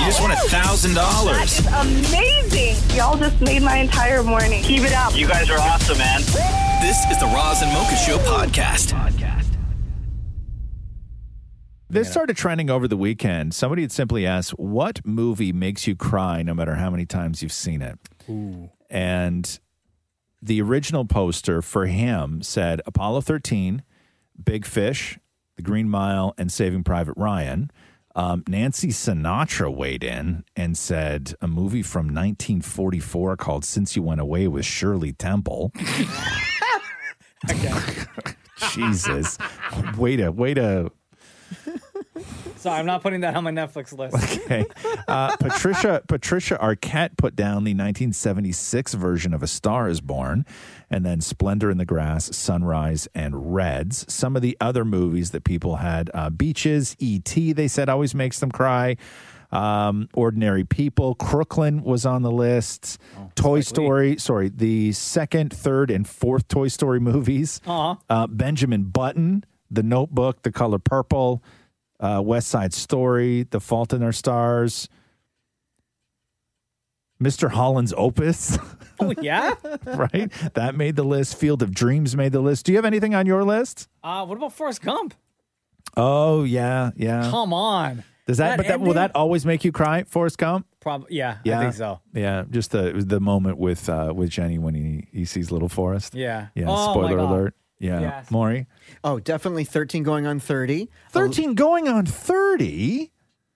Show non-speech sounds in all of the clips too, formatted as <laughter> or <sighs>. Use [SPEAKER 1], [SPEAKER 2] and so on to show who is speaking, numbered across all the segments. [SPEAKER 1] You just won a thousand dollars.
[SPEAKER 2] Amazing. Y'all just made my entire morning. Keep it up.
[SPEAKER 3] You guys are awesome, man.
[SPEAKER 1] This is the Roz and Mocha Show podcast.
[SPEAKER 4] This started trending over the weekend. Somebody had simply asked, "What movie makes you cry, no matter how many times you've seen it?" And the original poster for him said Apollo 13, Big Fish, The Green Mile, and Saving Private Ryan. Um, Nancy Sinatra weighed in and said a movie from 1944 called Since You Went Away with Shirley Temple. <laughs> Jesus. Way to, way to
[SPEAKER 5] Sorry, I'm not putting that on my Netflix
[SPEAKER 4] <laughs>
[SPEAKER 5] list.
[SPEAKER 4] Okay. Uh, Patricia Patricia Arquette put down the 1976 version of A Star Is Born, and then Splendor in the Grass, Sunrise, and Reds. Some of the other movies that people had: uh, Beaches, E.T. They said always makes them cry. Um, Ordinary People, Crooklyn was on the list. Toy Story, sorry, the second, third, and fourth Toy Story movies.
[SPEAKER 6] Oh,
[SPEAKER 4] Uh, Benjamin Button, The Notebook, The Color Purple uh, West Side Story, The Fault in Our Stars, Mr. Holland's Opus, <laughs>
[SPEAKER 5] oh yeah.
[SPEAKER 4] right? That made the list. Field of Dreams made the list. Do you have anything on your list?
[SPEAKER 5] Uh, what about Forrest Gump?
[SPEAKER 4] Oh yeah, yeah.
[SPEAKER 5] Come on.
[SPEAKER 4] Does that, but that, will that always make you cry, Forrest Gump?
[SPEAKER 5] Probably. Yeah,
[SPEAKER 4] Yeah,
[SPEAKER 5] I think so.
[SPEAKER 4] Yeah, just the the moment with uh, with Jenny when he he sees little Forrest.
[SPEAKER 5] Yeah.
[SPEAKER 4] Yeah.
[SPEAKER 5] Oh, my
[SPEAKER 4] spoiler
[SPEAKER 5] God.
[SPEAKER 4] alert. Yeah.
[SPEAKER 5] Yes.
[SPEAKER 4] Maury,
[SPEAKER 7] Oh, definitely 13 going on Oh. 30.
[SPEAKER 4] thirteen going on thirty.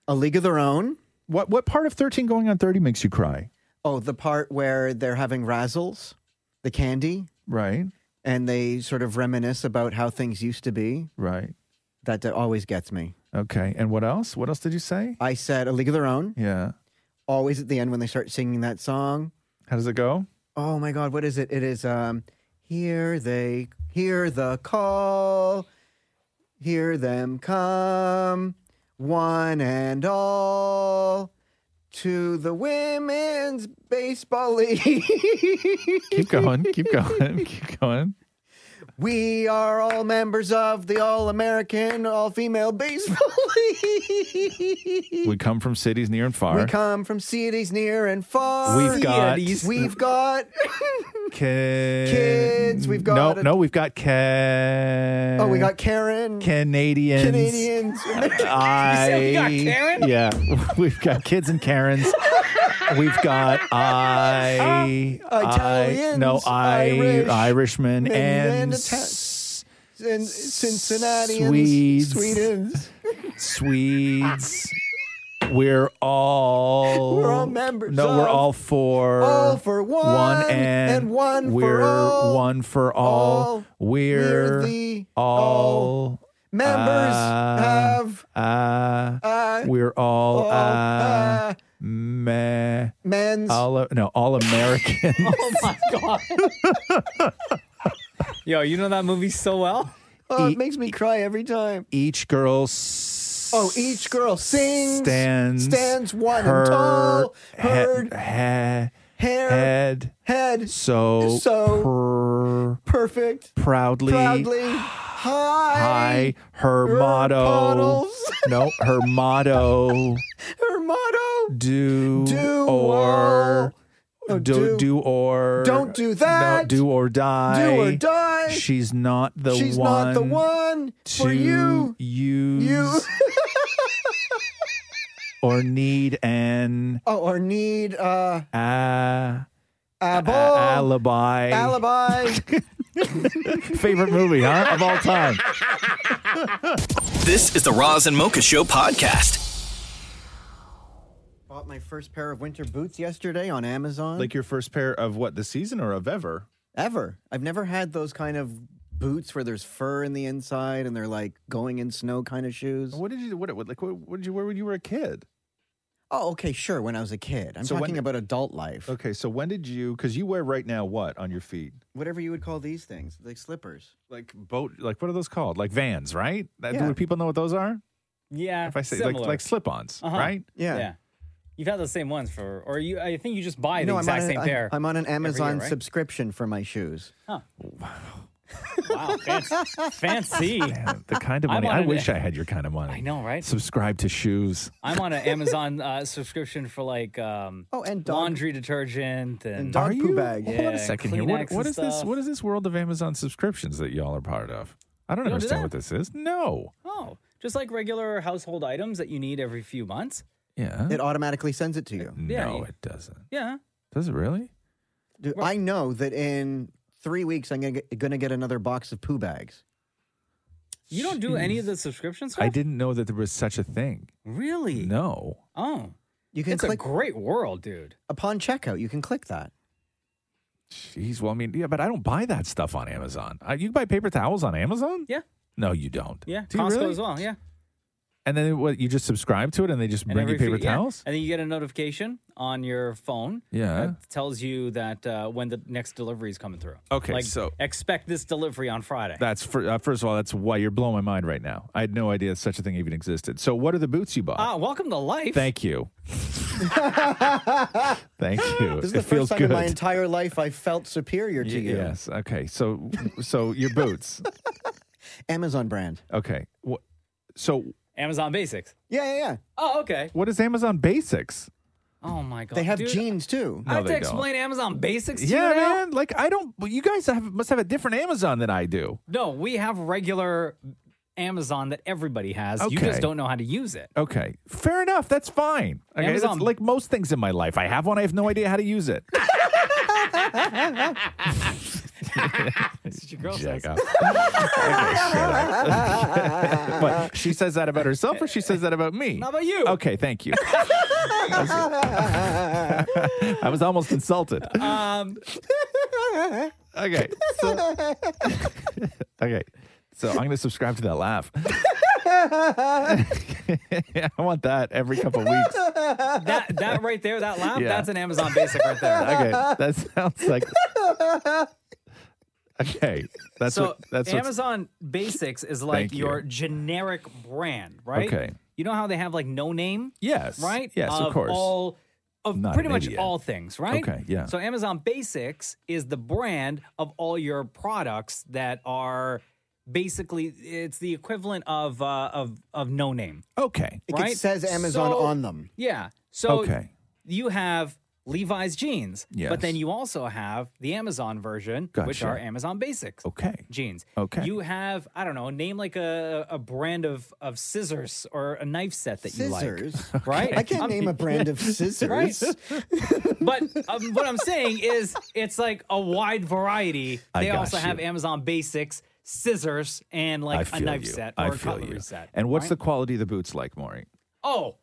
[SPEAKER 7] A League of Their Own.
[SPEAKER 4] What what part of thirteen going on thirty makes you cry?
[SPEAKER 7] Oh, the part where they're having razzles, the candy,
[SPEAKER 4] Right.
[SPEAKER 7] and they sort of reminisce about how things used to be.
[SPEAKER 4] Right.
[SPEAKER 7] That, that always gets me.
[SPEAKER 4] Okay. And what else? What else did you say?
[SPEAKER 7] I said A League of Their Own.
[SPEAKER 4] Yeah.
[SPEAKER 7] Always at the end when they start singing that song.
[SPEAKER 4] How does it go?
[SPEAKER 7] Oh my God, what is it? It is um, Here They Hear the Call, Hear Them Come, One and All. To the women's baseball league.
[SPEAKER 4] Keep going. keep going. <laughs> Keep going.
[SPEAKER 7] We are all members of the All American All Female Baseball <laughs> League.
[SPEAKER 4] We come from cities near and far.
[SPEAKER 7] We come from cities near and far.
[SPEAKER 4] We've got- Cities.
[SPEAKER 7] We've got.
[SPEAKER 4] Can-
[SPEAKER 7] Kids, we've got
[SPEAKER 4] no,
[SPEAKER 7] a-
[SPEAKER 4] no, we've got can.
[SPEAKER 7] oh, we got Karen.
[SPEAKER 4] Canadians.
[SPEAKER 7] Canadians.
[SPEAKER 4] <laughs>
[SPEAKER 5] <laughs>
[SPEAKER 4] I,
[SPEAKER 5] we got Karen?
[SPEAKER 4] Yeah, <laughs> we've got kids and Karens. We've
[SPEAKER 7] <laughs>
[SPEAKER 4] got I, I,
[SPEAKER 7] Uh, Italians,
[SPEAKER 4] no, I,
[SPEAKER 7] Irish,
[SPEAKER 4] Irishmen,
[SPEAKER 7] men-
[SPEAKER 4] and
[SPEAKER 7] men Ita-
[SPEAKER 4] s-
[SPEAKER 7] and Cincinnatians.
[SPEAKER 4] Swedes.
[SPEAKER 7] Swedens.
[SPEAKER 4] Swedes. We're all
[SPEAKER 7] <laughs> We're all members
[SPEAKER 4] No, we're
[SPEAKER 7] of-
[SPEAKER 4] all for
[SPEAKER 7] All for one,
[SPEAKER 4] one and,
[SPEAKER 7] and one for
[SPEAKER 4] we're
[SPEAKER 7] all.
[SPEAKER 4] one for all.
[SPEAKER 7] All.
[SPEAKER 4] we're,
[SPEAKER 7] We're the
[SPEAKER 4] all
[SPEAKER 7] Members
[SPEAKER 4] uh,
[SPEAKER 7] of.
[SPEAKER 4] uh,
[SPEAKER 7] Uh,
[SPEAKER 4] we're all,
[SPEAKER 7] all,
[SPEAKER 4] uh,
[SPEAKER 7] uh,
[SPEAKER 4] meh,
[SPEAKER 7] men's.
[SPEAKER 4] all no all
[SPEAKER 7] <laughs>
[SPEAKER 4] American.
[SPEAKER 5] Oh my god. Yo, you know that movie so well.
[SPEAKER 7] oh, it
[SPEAKER 4] e-
[SPEAKER 7] makes me cry every time.
[SPEAKER 4] each girl. s-
[SPEAKER 7] Oh, each girl sings,
[SPEAKER 4] stands
[SPEAKER 7] stands one and
[SPEAKER 4] her <laughs>
[SPEAKER 7] tall,
[SPEAKER 4] he-
[SPEAKER 7] heard,
[SPEAKER 4] he-
[SPEAKER 7] hair,
[SPEAKER 4] head
[SPEAKER 7] head,
[SPEAKER 4] so
[SPEAKER 7] So
[SPEAKER 4] pr-
[SPEAKER 7] perfect,
[SPEAKER 4] proudly,
[SPEAKER 7] proudly, high,
[SPEAKER 4] high her,
[SPEAKER 7] her
[SPEAKER 4] motto
[SPEAKER 7] puddles.
[SPEAKER 4] <laughs> no her motto
[SPEAKER 7] her motto.
[SPEAKER 4] do,
[SPEAKER 7] Do
[SPEAKER 4] or
[SPEAKER 7] all- Oh,
[SPEAKER 4] do,
[SPEAKER 7] do-
[SPEAKER 4] do or
[SPEAKER 7] Don't do
[SPEAKER 4] no,
[SPEAKER 7] that.
[SPEAKER 4] do or die
[SPEAKER 7] Do or die.
[SPEAKER 4] she's not the
[SPEAKER 7] She's
[SPEAKER 4] one
[SPEAKER 7] not the one
[SPEAKER 4] to
[SPEAKER 7] for you.
[SPEAKER 4] use
[SPEAKER 7] You.
[SPEAKER 4] or need an
[SPEAKER 7] Oh, or need uh,
[SPEAKER 4] uh,
[SPEAKER 7] a ball.
[SPEAKER 4] alibi
[SPEAKER 7] alibi.
[SPEAKER 4] favorite movie huh of all time
[SPEAKER 1] This is the Roz and Mocha Show podcast.
[SPEAKER 7] Bought my first pair of winter boots yesterday on Amazon.
[SPEAKER 4] like your first pair of what the season or of ever
[SPEAKER 7] ever. I've never had those kind of boots where there's fur in the inside and they're like going in snow kind of shoes.
[SPEAKER 4] what did you what, what like what, what did you wear when you were a kid
[SPEAKER 7] Oh, okay, sure. When I was a kid, I'm
[SPEAKER 4] So when-
[SPEAKER 7] talking about adult life.
[SPEAKER 4] Okay, so when did you? Because you wear right now what on your feet?
[SPEAKER 7] Whatever you would call these things, like slippers.
[SPEAKER 4] Like boat? Like what are those called? Like vans, right? That,
[SPEAKER 7] Yeah.
[SPEAKER 4] Would people know what those are?
[SPEAKER 5] Yeah.
[SPEAKER 4] If I say
[SPEAKER 5] similar.
[SPEAKER 4] like like slip-ons,
[SPEAKER 7] Uh,
[SPEAKER 5] Uh-huh.
[SPEAKER 4] right?
[SPEAKER 7] Yeah.
[SPEAKER 5] Yeah. You've had the same ones for, or you. I think you just buy the
[SPEAKER 7] No, I'm on,
[SPEAKER 5] exact
[SPEAKER 7] an,
[SPEAKER 5] same
[SPEAKER 7] I'm-
[SPEAKER 5] pair.
[SPEAKER 7] I'm on an
[SPEAKER 5] every year,
[SPEAKER 7] Amazon
[SPEAKER 5] right?
[SPEAKER 7] subscription for my shoes.
[SPEAKER 5] Wow, fancy. fancy.
[SPEAKER 4] Man, the kind of
[SPEAKER 5] I'm
[SPEAKER 4] money.
[SPEAKER 5] on
[SPEAKER 4] I
[SPEAKER 7] <laughs>
[SPEAKER 5] an- e-
[SPEAKER 4] wish I had your kind of money.
[SPEAKER 5] I know, right?
[SPEAKER 4] Subscribe to shoes.
[SPEAKER 5] I'm on an Amazon uh, subscription for like um,
[SPEAKER 7] Oh, and dog-
[SPEAKER 5] laundry detergent and,
[SPEAKER 7] dog-
[SPEAKER 4] are
[SPEAKER 7] poo
[SPEAKER 4] you?
[SPEAKER 7] bag.
[SPEAKER 4] Hold on
[SPEAKER 5] Yeah,
[SPEAKER 4] a second here. What,
[SPEAKER 5] Kleenex
[SPEAKER 4] what
[SPEAKER 5] and
[SPEAKER 4] is this?
[SPEAKER 5] stuff.
[SPEAKER 4] What is this world of Amazon subscriptions that y'all are part of? I don't
[SPEAKER 5] don't do
[SPEAKER 4] understand
[SPEAKER 5] that?
[SPEAKER 4] what this is. No.
[SPEAKER 5] oh, just like regular household items that you need every few months.
[SPEAKER 4] Yeah.
[SPEAKER 7] It automatically sends it to you.
[SPEAKER 5] yeah,
[SPEAKER 4] no,
[SPEAKER 5] you-
[SPEAKER 4] it doesn't.
[SPEAKER 5] Yeah,
[SPEAKER 4] Does it really?
[SPEAKER 7] Dude, I know that in three weeks I'm gonna get, gonna get another box of poo bags.
[SPEAKER 5] you don't do any of the subscriptions.
[SPEAKER 4] I didn't know that there was such a thing.
[SPEAKER 5] really.
[SPEAKER 4] No.
[SPEAKER 5] Oh,
[SPEAKER 7] You can
[SPEAKER 5] it's a
[SPEAKER 7] click
[SPEAKER 5] great world, dude.
[SPEAKER 7] upon checkout. You can click that.
[SPEAKER 4] Jeez. Well, I mean, yeah, but I don't buy that stuff on Amazon. Uh, you buy paper towels on Amazon?
[SPEAKER 5] Yeah,
[SPEAKER 4] No, you don't.
[SPEAKER 5] yeah.
[SPEAKER 4] Do you
[SPEAKER 5] Costco
[SPEAKER 4] really?
[SPEAKER 5] as well. Yeah,
[SPEAKER 4] And then what? You just subscribe to it, and they just
[SPEAKER 5] And
[SPEAKER 4] bring you
[SPEAKER 5] every
[SPEAKER 4] paper
[SPEAKER 5] few- yeah.
[SPEAKER 4] towels.
[SPEAKER 5] and then you get a notification on your phone.
[SPEAKER 4] Yeah.
[SPEAKER 5] that tells you that uh, when the next delivery is coming through.
[SPEAKER 4] Okay,
[SPEAKER 5] like,
[SPEAKER 4] so-
[SPEAKER 5] expect this delivery on Friday.
[SPEAKER 4] That's for, uh, first of all, that's why you're blowing my mind right now. I had no idea such a thing even existed. So, what are the boots you bought?
[SPEAKER 5] ah, welcome to life.
[SPEAKER 4] Thank you. Thank
[SPEAKER 5] <laughs>
[SPEAKER 4] you.
[SPEAKER 7] This is
[SPEAKER 4] it
[SPEAKER 7] the
[SPEAKER 4] feels
[SPEAKER 7] first time
[SPEAKER 4] good.
[SPEAKER 7] in my entire life I felt superior to
[SPEAKER 4] Y-
[SPEAKER 7] you.
[SPEAKER 4] Yes. Okay. So, so your
[SPEAKER 7] <laughs>
[SPEAKER 4] boots.
[SPEAKER 7] Amazon brand.
[SPEAKER 4] Okay. What? So,
[SPEAKER 5] Amazon Basics.
[SPEAKER 7] Yeah, yeah, yeah.
[SPEAKER 5] Oh, okay.
[SPEAKER 4] what is Amazon Basics?
[SPEAKER 5] Oh my god.
[SPEAKER 7] They have
[SPEAKER 5] dude,
[SPEAKER 7] jeans too.
[SPEAKER 5] I have
[SPEAKER 4] they
[SPEAKER 5] to
[SPEAKER 4] don't.
[SPEAKER 5] explain Amazon Basics to
[SPEAKER 4] Yeah,
[SPEAKER 5] you now?
[SPEAKER 4] man. Like I don't. well, You guys have must have a different Amazon than I do.
[SPEAKER 5] No, we have regular Amazon that everybody has. You
[SPEAKER 4] Okay.
[SPEAKER 5] just don't know how to use it.
[SPEAKER 4] Okay. Fair enough. That's fine. Okay. that's
[SPEAKER 5] Amazon-
[SPEAKER 4] like most things in my life, I have one. I have no idea how to use
[SPEAKER 5] <laughs>
[SPEAKER 4] it.
[SPEAKER 5] That's what your girl
[SPEAKER 4] Jack off. Okay, shut <laughs> up. What, she says that about herself or she says that about me?
[SPEAKER 5] Not about you.
[SPEAKER 4] Okay, thank you. <laughs> I was- I was almost insulted.
[SPEAKER 5] Um,
[SPEAKER 4] Okay. So, okay. So I'm going to subscribe to that laugh. <laughs> I want that every couple weeks.
[SPEAKER 5] that that right
[SPEAKER 4] <laughs>
[SPEAKER 5] there, <laughs> that laugh,
[SPEAKER 4] Yeah.
[SPEAKER 5] that's an Amazon Basic right
[SPEAKER 4] <laughs>
[SPEAKER 5] there.
[SPEAKER 4] Okay, that sounds like. Okay, that's
[SPEAKER 5] so
[SPEAKER 4] what that's what's-
[SPEAKER 5] Amazon Basics is like
[SPEAKER 4] Thank you.
[SPEAKER 5] your generic brand, right?
[SPEAKER 4] Okay.
[SPEAKER 5] You know how they have like no name?
[SPEAKER 4] Yes.
[SPEAKER 5] Right?
[SPEAKER 4] Yes, of course.
[SPEAKER 5] All of
[SPEAKER 4] Not
[SPEAKER 5] pretty
[SPEAKER 4] an
[SPEAKER 5] much
[SPEAKER 4] idiot.
[SPEAKER 5] all things, right?
[SPEAKER 4] Okay, yeah.
[SPEAKER 5] So Amazon Basics is the brand of all your products that are basically it's the equivalent of uh, of of no name.
[SPEAKER 4] okay.
[SPEAKER 7] It
[SPEAKER 5] Right?
[SPEAKER 7] says Amazon
[SPEAKER 5] So-
[SPEAKER 7] on them.
[SPEAKER 5] Yeah. So
[SPEAKER 4] Okay.
[SPEAKER 5] you have Levi's jeans,
[SPEAKER 4] Yes.
[SPEAKER 5] but then you also have the Amazon version, which
[SPEAKER 4] Gotcha.
[SPEAKER 5] are Amazon Basics
[SPEAKER 4] Okay.
[SPEAKER 5] jeans.
[SPEAKER 4] Okay.
[SPEAKER 5] You have, I don't know, name like a, a brand of, of scissors or a knife set that
[SPEAKER 7] Scissors.
[SPEAKER 4] <laughs>
[SPEAKER 5] you like. Right?
[SPEAKER 7] I can't
[SPEAKER 5] I'm-
[SPEAKER 7] name a brand
[SPEAKER 5] <laughs>
[SPEAKER 7] of scissors.
[SPEAKER 5] But um, what I'm saying is it's like a wide variety.
[SPEAKER 4] I
[SPEAKER 5] They
[SPEAKER 4] got
[SPEAKER 5] also have
[SPEAKER 4] you.
[SPEAKER 5] Amazon Basics, scissors, and
[SPEAKER 4] I
[SPEAKER 5] like a
[SPEAKER 4] feel
[SPEAKER 5] knife
[SPEAKER 4] you.
[SPEAKER 5] set or
[SPEAKER 4] I
[SPEAKER 5] a
[SPEAKER 4] feel
[SPEAKER 5] cutlery
[SPEAKER 4] you.
[SPEAKER 5] set.
[SPEAKER 4] And what's the
[SPEAKER 5] right?
[SPEAKER 4] quality of the boots like, Maury?
[SPEAKER 5] Oh,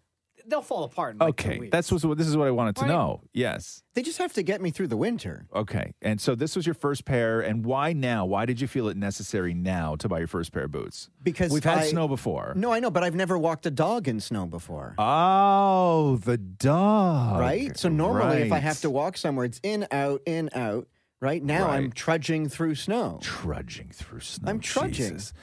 [SPEAKER 5] they'll fall apart. In like two
[SPEAKER 4] Okay,
[SPEAKER 5] weeks.
[SPEAKER 4] that's what this is what I wanted to
[SPEAKER 5] Right?
[SPEAKER 4] know. Yes.
[SPEAKER 7] They just have to get me through the winter.
[SPEAKER 4] Okay. And so this was your first pair, and why now? Why did you feel it necessary now to buy your first pair of boots?
[SPEAKER 7] Because
[SPEAKER 4] we've had
[SPEAKER 7] I-
[SPEAKER 4] snow before.
[SPEAKER 7] No, I know, but I've never walked a dog in snow before.
[SPEAKER 4] Oh, the dog.
[SPEAKER 7] right? So normally if I
[SPEAKER 4] Right.
[SPEAKER 7] have to walk somewhere, it's in, out, in, out. Right now I'm
[SPEAKER 4] Right.
[SPEAKER 7] trudging through snow.
[SPEAKER 4] trudging through snow.
[SPEAKER 7] I'm trudging.
[SPEAKER 4] Oh, Jesus.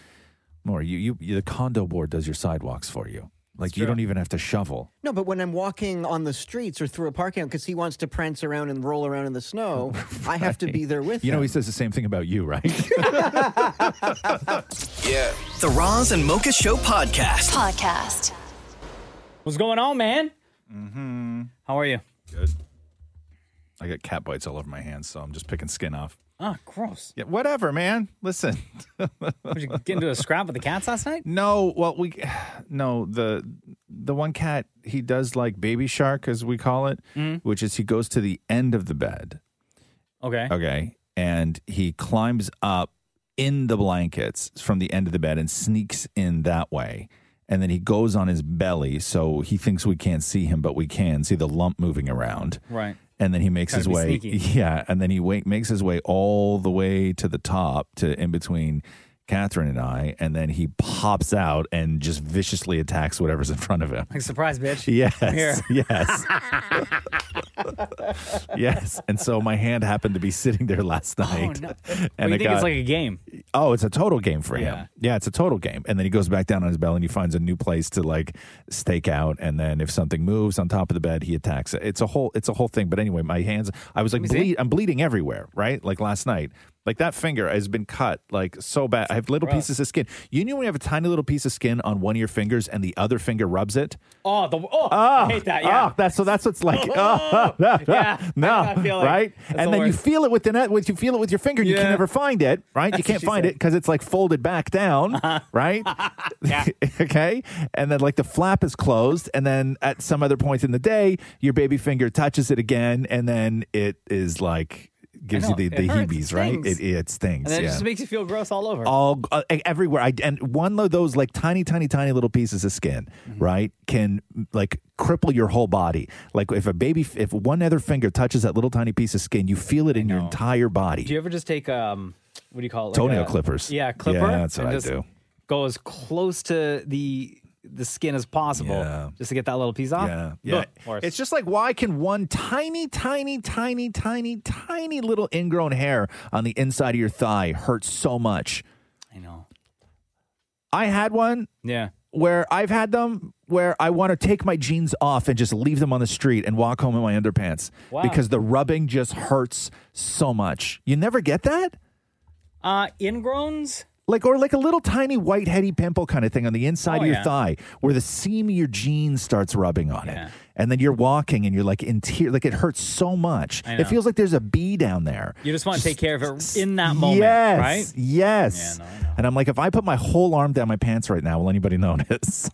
[SPEAKER 4] Maury, you, you, you the condo board does your sidewalks for you. Like you don't even have to shovel.
[SPEAKER 7] No, but when I'm walking on the streets or through a parking lot because he wants to prance around and roll around in the
[SPEAKER 4] <laughs>
[SPEAKER 7] snow, I have to be there with
[SPEAKER 4] You
[SPEAKER 7] him.
[SPEAKER 4] know he says the same thing about you, right?
[SPEAKER 1] Yeah. The Roz and Mocha Show podcast.
[SPEAKER 8] Podcast.
[SPEAKER 5] What's going on, man? <laughs> Mm-hmm. How are you?
[SPEAKER 4] I got cat bites all over my hands, so I'm just picking skin off.
[SPEAKER 5] Ah, gross.
[SPEAKER 4] Yeah, whatever, man. Listen. <laughs>
[SPEAKER 5] Did you get into a scrap with the cats last night?
[SPEAKER 4] No, well, we no the the one cat he does like baby shark as we call it, which is he goes to the end of the bed,
[SPEAKER 5] Okay.
[SPEAKER 4] okay, and he climbs up in the blankets from the end of the bed and sneaks in that way, and then he goes on his belly, so he thinks we can't see him, but we can see the lump moving around,
[SPEAKER 5] Right.
[SPEAKER 4] and then he makes his
[SPEAKER 5] be
[SPEAKER 4] way <laughs>
[SPEAKER 5] sneaky.
[SPEAKER 4] yeah and then he wa- makes his way all the way to the top to in between Catherine and I, and then he pops out and just viciously attacks whatever's in front of
[SPEAKER 5] <laughs>
[SPEAKER 4] him.
[SPEAKER 5] Like surprise,
[SPEAKER 4] <laughs>
[SPEAKER 5] bitch.
[SPEAKER 4] Yes.
[SPEAKER 5] Here. Oh,
[SPEAKER 4] Yes.
[SPEAKER 5] <laughs>
[SPEAKER 4] yes. And so my hand happened to be sitting there last night.
[SPEAKER 5] Oh, no.
[SPEAKER 4] <laughs> And
[SPEAKER 5] you
[SPEAKER 4] it
[SPEAKER 5] think
[SPEAKER 4] got-
[SPEAKER 5] it's like a game?
[SPEAKER 4] Oh, it's a total game for
[SPEAKER 5] Yeah.
[SPEAKER 4] him. Yeah, it's a total game. And then he goes back down on his belly and he finds a new place to like stake out. And then if something moves on top of the bed, he attacks it. It's a whole it's a whole thing. But anyway, my hands I was like
[SPEAKER 5] me see.
[SPEAKER 4] bleed I'm bleeding everywhere, right? Like last night. Like that finger has been cut like so bad. I have little pieces of skin. You know when you have a tiny little piece of skin on one of your fingers and the other finger rubs it?
[SPEAKER 5] Oh, the oh, I hate that.
[SPEAKER 4] Oh,
[SPEAKER 5] Yeah.
[SPEAKER 4] that's so. That's what's
[SPEAKER 5] <laughs>
[SPEAKER 4] like. Oh, <laughs> no,
[SPEAKER 5] Yeah, I
[SPEAKER 4] no,
[SPEAKER 5] know that feeling.
[SPEAKER 4] right?
[SPEAKER 5] That's
[SPEAKER 4] And
[SPEAKER 5] the
[SPEAKER 4] then you
[SPEAKER 5] worst.
[SPEAKER 4] feel it with the net. With you feel it with your finger, and you
[SPEAKER 5] Yeah.
[SPEAKER 4] can never find it. Right? you can't
[SPEAKER 5] she
[SPEAKER 4] find
[SPEAKER 5] said. Uh-huh.
[SPEAKER 4] it because it's like folded back down. Right?
[SPEAKER 5] <laughs>
[SPEAKER 4] <laughs> okay. And then like the flap is closed, and then at some other point in the day, your baby finger touches it again, and then it is like gives
[SPEAKER 5] I
[SPEAKER 4] you
[SPEAKER 5] know,
[SPEAKER 4] the,
[SPEAKER 5] it
[SPEAKER 4] the
[SPEAKER 5] hurts,
[SPEAKER 4] heebies,
[SPEAKER 5] it
[SPEAKER 4] right?
[SPEAKER 5] stings.
[SPEAKER 4] It, it stings.
[SPEAKER 5] and then
[SPEAKER 4] yeah
[SPEAKER 5] it just makes you feel gross all over.
[SPEAKER 4] all uh, everywhere. I, and one of those like tiny, tiny, tiny little pieces of skin, right, can like cripple your whole body. Like if a baby, if one other finger touches that little tiny piece of skin, you feel it in your entire body.
[SPEAKER 5] Do you ever just take um, what do you call it? Like
[SPEAKER 4] Toenail
[SPEAKER 5] a-
[SPEAKER 4] clippers.
[SPEAKER 5] Yeah,
[SPEAKER 4] Yeah,
[SPEAKER 5] a clipper.
[SPEAKER 4] that's what
[SPEAKER 5] and
[SPEAKER 4] I
[SPEAKER 5] just
[SPEAKER 4] do.
[SPEAKER 5] Go as close to the the skin as possible,
[SPEAKER 4] Yeah.
[SPEAKER 5] just to get that little piece off.
[SPEAKER 4] yeah, yeah.
[SPEAKER 5] Ugh, worse.
[SPEAKER 4] It's just like why can one tiny, tiny, tiny, tiny, tiny little ingrown hair on the inside of your thigh hurt so much?
[SPEAKER 5] I know.
[SPEAKER 4] I had one
[SPEAKER 5] Yeah.
[SPEAKER 4] where I've had them where I want to take my jeans off and just leave them on the street and walk home in my underpants
[SPEAKER 5] Wow.
[SPEAKER 4] because the rubbing just hurts so much. You never get that?
[SPEAKER 5] Uh, ingrowns.
[SPEAKER 4] Like or like a little tiny white heady pimple kind of thing on the inside
[SPEAKER 5] Oh,
[SPEAKER 4] of your
[SPEAKER 5] yeah.
[SPEAKER 4] thigh where the seam of your jeans starts rubbing on
[SPEAKER 5] Yeah.
[SPEAKER 4] it. And then you're walking and you're like in tears like it hurts so much.
[SPEAKER 5] I
[SPEAKER 4] It
[SPEAKER 5] know.
[SPEAKER 4] feels like there's a bee down there.
[SPEAKER 5] You just want to take care of it in that moment,
[SPEAKER 4] yes,
[SPEAKER 5] right?
[SPEAKER 4] Yes.
[SPEAKER 5] Yeah, no, I know.
[SPEAKER 4] and I'm like, if I put my whole arm down my pants right now, will anybody <laughs>
[SPEAKER 5] <laughs>
[SPEAKER 4] notice?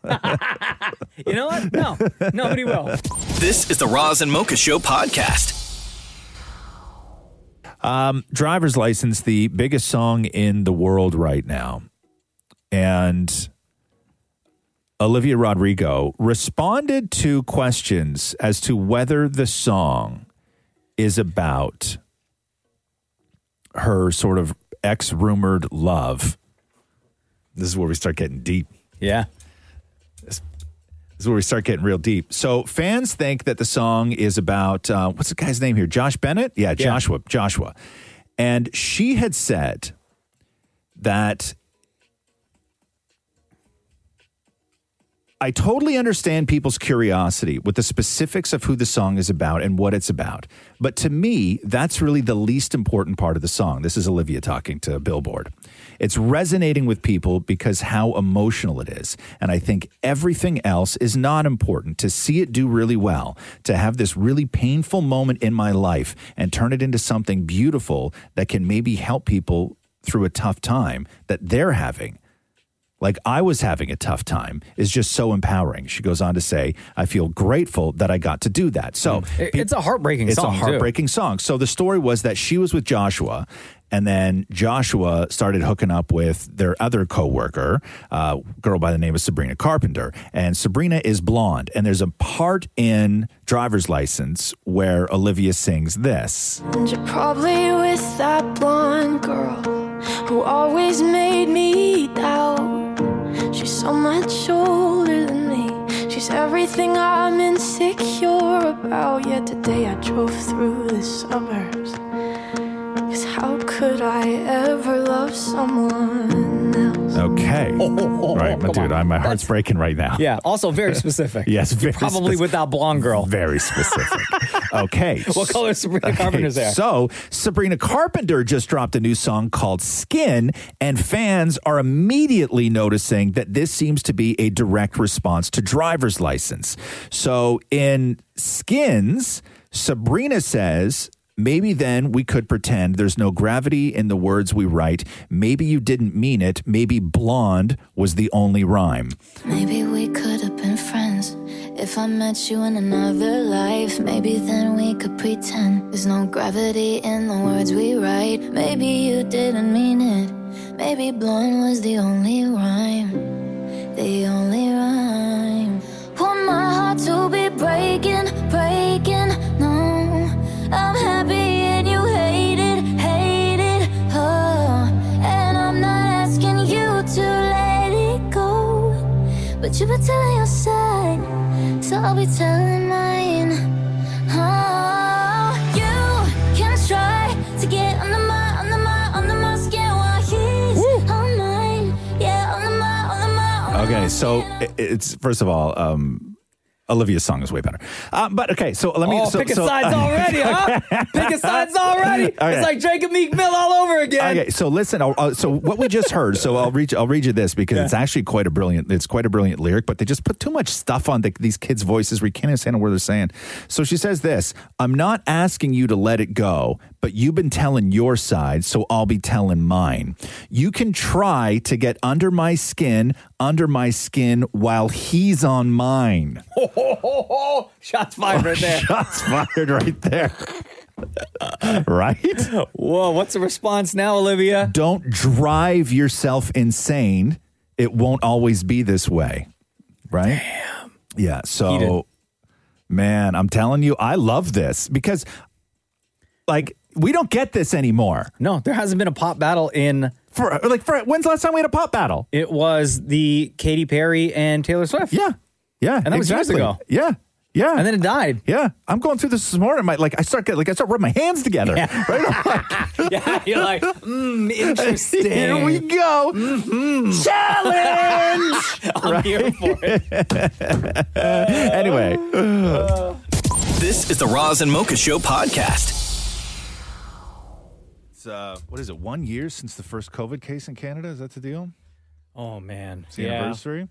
[SPEAKER 5] You know what? No, nobody will.
[SPEAKER 1] This is the Roz and Mocha Show podcast.
[SPEAKER 4] Um, driver's license the biggest song in the world right now and olivia rodrigo responded to questions as to whether the song is about her sort of ex-rumored love this is where we start getting deep
[SPEAKER 5] Yeah.
[SPEAKER 4] this is where we start getting real deep. So fans think that the song is about uh, what's the guy's name here? Josh Bennett? Yeah, Joshua. Joshua. And she had said that I totally understand people's curiosity with the specifics of who the song is about and what it's about. But to me, that's really the least important part of the song. This is Olivia talking to Billboard. It's resonating with people because how emotional it is. And I think everything else is not important. To see it do really well, to have this really painful moment in my life and turn it into something beautiful that can maybe help people through a tough time that they're having like I was having a tough time is just so empowering. She goes on to say, I feel grateful that I got to do that. So
[SPEAKER 5] Mm. It- it's a heartbreaking
[SPEAKER 4] it's
[SPEAKER 5] song,
[SPEAKER 4] a
[SPEAKER 5] too.
[SPEAKER 4] heartbreaking song. So the story was that she was with Joshua and then Joshua started hooking up with their other coworker, uh, girl by the name of Sabrina Carpenter. And Sabrina is blonde. And there's a part in Driver's License where Olivia sings this.
[SPEAKER 9] And you're probably with that blonde girl who always made me doubt. She's so much older than me. She's everything I'm insecure about. Yet today I drove through the suburbs. Cause how could I ever love someone else?
[SPEAKER 4] <laughs> Okay.
[SPEAKER 5] oh,
[SPEAKER 4] right, my
[SPEAKER 5] come
[SPEAKER 4] dude,
[SPEAKER 5] on.
[SPEAKER 4] I, my heart's breaking right now.
[SPEAKER 5] Yeah.
[SPEAKER 4] <laughs>
[SPEAKER 5] Also very specific. <laughs>
[SPEAKER 4] Yes, very
[SPEAKER 5] Probably with that blonde girl.
[SPEAKER 4] Very
[SPEAKER 5] <laughs>
[SPEAKER 4] specific. okay.
[SPEAKER 5] What color is Sabrina Carpenter's hair?
[SPEAKER 4] So Sabrina Carpenter just dropped a new song called Skin, and fans are immediately noticing that this seems to be a direct response to driver's license. So in Skins, Sabrina says Maybe then we could pretend there's no gravity in the words we write. Maybe you didn't mean it. Maybe blonde was the only rhyme.
[SPEAKER 9] Maybe we could have been friends if I met you in another life. Maybe then we could pretend there's no gravity in the words we write. Maybe you didn't mean it. Maybe blonde was the only rhyme. The only rhyme. Want my heart to be breaking, breaking. No, I'm happy and you hate it, hate it. Oh, and I'm not asking you you been telling your side, so I'll be telling mine. Oh, you can try to get under my, under my, under my skin while he's on mine. Yeah, under my, under my, under my
[SPEAKER 4] Okay, so
[SPEAKER 9] skin.
[SPEAKER 4] i- it's first of all, um, Olivia's song is way better. Uh, but okay, so let me.
[SPEAKER 5] oh,
[SPEAKER 4] so,
[SPEAKER 5] picking
[SPEAKER 4] so- <laughs>
[SPEAKER 5] sides already, huh? Picking sides already.
[SPEAKER 4] Okay.
[SPEAKER 5] It's like Drake and Meek Mill all over again. <laughs>
[SPEAKER 4] Okay, so listen. I'll, I'll- so what we just heard. So I'll read. I'll read you this because it's actually quite a brilliant. It's quite a brilliant lyric, but they just put too much stuff on the, these kids' voices. We can't understand what they're saying. So she says this: "I'm not asking you to let it go, but you've been telling your side, so I'll be telling mine. You can try to get under my skin, under my skin, while he's on mine."
[SPEAKER 5] Oh, Shots fired right
[SPEAKER 4] <laughs>
[SPEAKER 5] there.
[SPEAKER 4] Shots fired right there. right.
[SPEAKER 5] Whoa, what's the response now, Olivia?
[SPEAKER 4] don't drive yourself insane. It won't always be this way. Right? Yeah.
[SPEAKER 5] Heated.
[SPEAKER 4] So, man, I'm telling you, I love this because, like, we don't get this anymore.
[SPEAKER 5] No, there hasn't been a pop battle in.
[SPEAKER 4] For like, for when's the last time we had a pop battle?
[SPEAKER 5] It was the Katy Perry and Taylor Swift.
[SPEAKER 4] Yeah, yeah,
[SPEAKER 5] And that was years
[SPEAKER 4] exactly.
[SPEAKER 5] ago.
[SPEAKER 4] Yeah, yeah,
[SPEAKER 5] And then it died.
[SPEAKER 4] yeah. I'm going through this this morning. My like, I start get, like I start rubbing my hands together. <laughs> Right? I'm like,
[SPEAKER 5] Yeah, you're
[SPEAKER 4] <laughs>
[SPEAKER 5] like, mm, interesting. Mm-hmm.
[SPEAKER 4] Here we go. Challenge.
[SPEAKER 5] <laughs> I'm here for
[SPEAKER 4] <laughs>
[SPEAKER 5] it. <laughs>
[SPEAKER 4] anyway.
[SPEAKER 1] This is the Roz and Mocha Show podcast.
[SPEAKER 4] It's uh, what is it? One year since the first COVID case in Canada. Is that the deal?
[SPEAKER 5] Oh man,
[SPEAKER 4] It's the
[SPEAKER 5] yeah,
[SPEAKER 4] anniversary.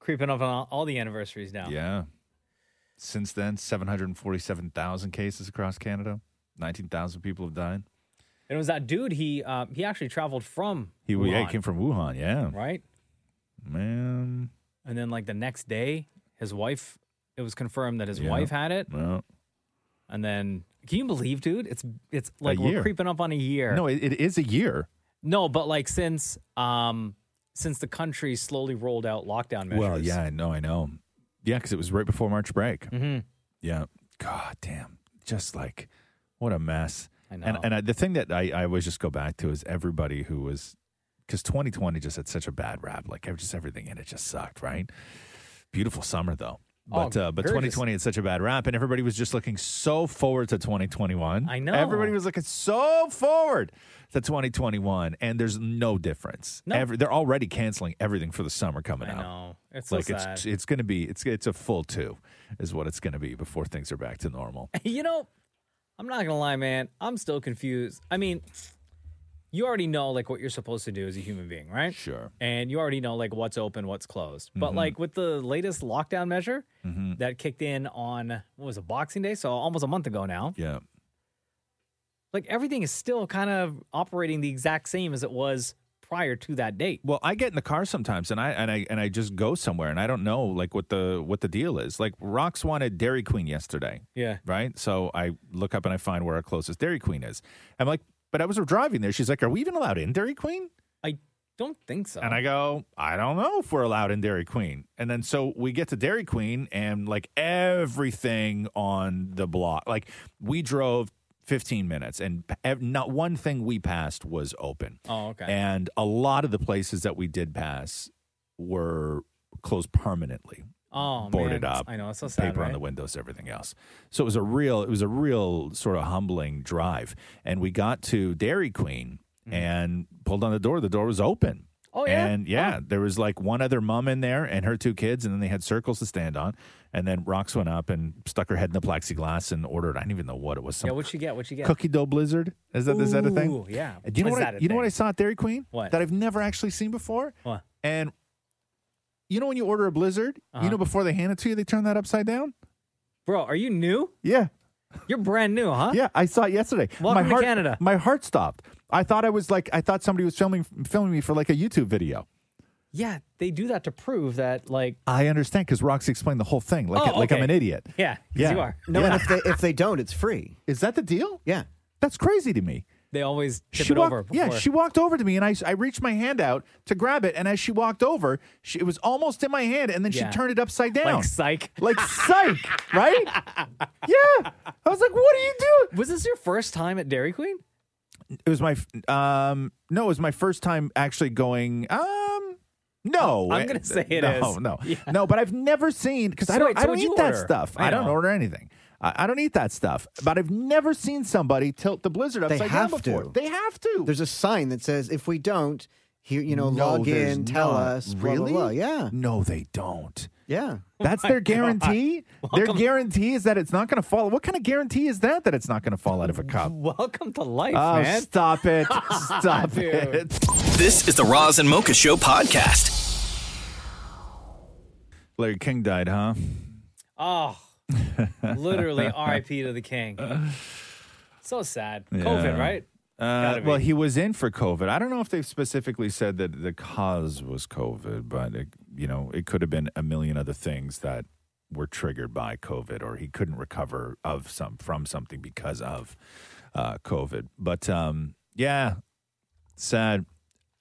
[SPEAKER 5] creeping up on all, all the anniversaries now.
[SPEAKER 4] Yeah. Since then, seven hundred forty-seven thousand cases across Canada. Nineteen thousand people have died.
[SPEAKER 5] And it was that dude. He uh, he actually traveled from
[SPEAKER 4] He,
[SPEAKER 5] Wuhan,
[SPEAKER 4] yeah, he came from Wuhan. Yeah,
[SPEAKER 5] right,
[SPEAKER 4] man.
[SPEAKER 5] and then like the next day, his wife. It was confirmed that his
[SPEAKER 4] Yeah.
[SPEAKER 5] wife had it,
[SPEAKER 4] Well,
[SPEAKER 5] and then can you believe, dude? It's it's like
[SPEAKER 4] year.
[SPEAKER 5] we're creeping up on a year.
[SPEAKER 4] no, it, it is a year.
[SPEAKER 5] no, but like since um since the country slowly rolled out lockdown measures.
[SPEAKER 4] Well, yeah, I know, I know. Yeah, because it was right before March break.
[SPEAKER 5] hmm
[SPEAKER 4] Yeah. God damn. Just like, what a mess.
[SPEAKER 5] I know.
[SPEAKER 4] And, and I, the thing that I, I always just go back to is everybody who was, because 2020 just had such a bad rap. Like, ev- just everything in it just sucked, right? Beautiful summer, though.
[SPEAKER 5] Oh,
[SPEAKER 4] But uh, but
[SPEAKER 5] gorgeous.
[SPEAKER 4] 2020 had such a bad rap, and everybody was just looking so forward to 2021.
[SPEAKER 5] I know.
[SPEAKER 4] Everybody was looking so forward to 2021, and there's no difference.
[SPEAKER 5] No.
[SPEAKER 4] Every, they're already canceling everything for the summer coming
[SPEAKER 5] I
[SPEAKER 4] up
[SPEAKER 5] know. It's
[SPEAKER 4] like
[SPEAKER 5] so sad.
[SPEAKER 4] it's it's going to be it's it's a full two is what it's going to be before things are back to normal.
[SPEAKER 5] You know, I'm not gonna lie, man. I'm still confused. I mean, you already know like what you're supposed to do as a human being, right?
[SPEAKER 4] Sure. Mm-hmm.
[SPEAKER 5] And you already know like what's open, what's closed. But like with the latest lockdown measure that kicked in on what was it, Boxing Day? So almost a month ago now.
[SPEAKER 4] Yeah.
[SPEAKER 5] Like everything is still kind of operating the exact same as it was prior to that date.
[SPEAKER 4] Well, I get in the car sometimes and I and I and I just go somewhere and I don't know like what the what the deal is. Like Rox wanted Dairy Queen yesterday,
[SPEAKER 5] Yeah.
[SPEAKER 4] right? So I look up and I find where our closest Dairy Queen is. I'm like, but I was driving there. She's like, "Are we even allowed in Dairy Queen?"
[SPEAKER 5] I don't think so.
[SPEAKER 4] And I go, I don't know if we're allowed in Dairy Queen. And then so we get to Dairy Queen and like everything on the block. Like we drove 15 minutes and ev- not one thing we passed was open.
[SPEAKER 5] Oh, okay.
[SPEAKER 4] And a lot of the places that we did pass were closed permanently
[SPEAKER 5] oh,
[SPEAKER 4] boarded
[SPEAKER 5] man.
[SPEAKER 4] up.
[SPEAKER 5] I know it's so sad.
[SPEAKER 4] Paper on
[SPEAKER 5] right?
[SPEAKER 4] the windows, everything else. So it was a real, it was a real sort of humbling drive. And we got to Dairy Queen and pulled on the door. The door was open.
[SPEAKER 5] Mm-hmm. Oh, yeah?
[SPEAKER 4] And yeah, there was like one other mom in there and her two kids, and then they had circles to stand on. And then Rox went up and stuck her head in the plexiglass and ordered. I didn't even know what it was. Some
[SPEAKER 5] yeah, what you get? What you get?
[SPEAKER 4] cookie dough blizzard. Is that is that a thing?
[SPEAKER 5] Ooh, yeah.
[SPEAKER 4] Do you know
[SPEAKER 5] Is
[SPEAKER 4] what? I,
[SPEAKER 5] that a
[SPEAKER 4] you know what
[SPEAKER 5] thing?
[SPEAKER 4] I saw at Dairy Queen?
[SPEAKER 5] What?
[SPEAKER 4] that I've never actually seen before.
[SPEAKER 5] What?
[SPEAKER 4] And you know when you order a blizzard, you know before they hand it to you, they turn that upside down.
[SPEAKER 5] Uh-huh. Bro, are you new?
[SPEAKER 4] Yeah,
[SPEAKER 5] You're brand new, huh?
[SPEAKER 4] yeah, I saw it yesterday. my
[SPEAKER 5] Welcome to
[SPEAKER 4] heart,
[SPEAKER 5] Canada.
[SPEAKER 4] My heart stopped. I thought I was like, I thought somebody was filming filming me for like a YouTube video.
[SPEAKER 5] Yeah, they do that to prove that, like,
[SPEAKER 4] I understand because Roxy explained the whole thing like
[SPEAKER 5] Oh,
[SPEAKER 4] like I'm
[SPEAKER 5] okay.
[SPEAKER 4] an idiot.
[SPEAKER 5] yeah, 'cause
[SPEAKER 4] Yeah.
[SPEAKER 5] you are.
[SPEAKER 7] No, and if they if they don't, it's free.
[SPEAKER 4] Is that the deal?
[SPEAKER 7] Yeah.
[SPEAKER 4] That's crazy to me.
[SPEAKER 5] They always tip
[SPEAKER 4] she
[SPEAKER 5] it
[SPEAKER 4] walked,
[SPEAKER 5] over.
[SPEAKER 4] Yeah,
[SPEAKER 5] before-
[SPEAKER 4] she walked over to me, and I, I reached my hand out to grab it, and as she walked over, she, it was almost in my hand, and then
[SPEAKER 5] Yeah.
[SPEAKER 4] she turned it upside down,
[SPEAKER 5] like psych.
[SPEAKER 4] like psych, <laughs> right? Yeah, I was like, "What are you doing?"
[SPEAKER 5] Was this your first time at Dairy Queen?
[SPEAKER 4] It was my, f- um, no, it was my first time actually going. Um, No,
[SPEAKER 5] Oh, I'm
[SPEAKER 4] I-
[SPEAKER 5] gonna say it
[SPEAKER 4] no,
[SPEAKER 5] is.
[SPEAKER 4] No,
[SPEAKER 5] Yeah.
[SPEAKER 4] no, but I've never seen because I
[SPEAKER 5] So
[SPEAKER 4] don't.
[SPEAKER 5] wait,
[SPEAKER 4] I
[SPEAKER 5] so
[SPEAKER 4] don't
[SPEAKER 5] what'd
[SPEAKER 4] eat
[SPEAKER 5] you
[SPEAKER 4] that
[SPEAKER 5] order?
[SPEAKER 4] stuff.
[SPEAKER 5] I
[SPEAKER 4] I, don't
[SPEAKER 5] know.
[SPEAKER 4] order anything. I, I don't eat that stuff. But I've never seen somebody tilt the blizzard
[SPEAKER 7] They
[SPEAKER 4] upside
[SPEAKER 7] have
[SPEAKER 4] down before.
[SPEAKER 7] to.
[SPEAKER 4] They have to.
[SPEAKER 7] There's a sign that says if we don't, here you know,
[SPEAKER 4] No,
[SPEAKER 7] log
[SPEAKER 4] there's
[SPEAKER 7] in, tell
[SPEAKER 4] not.
[SPEAKER 7] us. blah, blah,
[SPEAKER 4] Really?
[SPEAKER 7] blah. Yeah.
[SPEAKER 4] No, they don't.
[SPEAKER 5] <laughs>
[SPEAKER 7] Yeah.
[SPEAKER 5] Oh
[SPEAKER 4] That's their guarantee. Their guarantee is that it's not going to fall. What kind of guarantee is that that it's not going to fall out of a cup?
[SPEAKER 5] <laughs> Welcome to life,
[SPEAKER 4] Oh,
[SPEAKER 5] man.
[SPEAKER 4] stop
[SPEAKER 5] <laughs>
[SPEAKER 4] it! Stop it! <laughs>
[SPEAKER 1] This is the Roz and Mocha Show podcast.
[SPEAKER 4] Larry King died, huh? <laughs>
[SPEAKER 5] Oh, literally R.I.P. to the king. So sad.
[SPEAKER 4] Yeah.
[SPEAKER 5] COVID, right?
[SPEAKER 4] Uh,
[SPEAKER 5] Gotta
[SPEAKER 4] well,
[SPEAKER 5] be.
[SPEAKER 4] he was in for COVID. I don't know if they've specifically said that the cause was COVID, but it, you know, it could have been a million other things that were triggered by COVID, or he couldn't recover of some from something because of uh, COVID. But um, yeah, sad.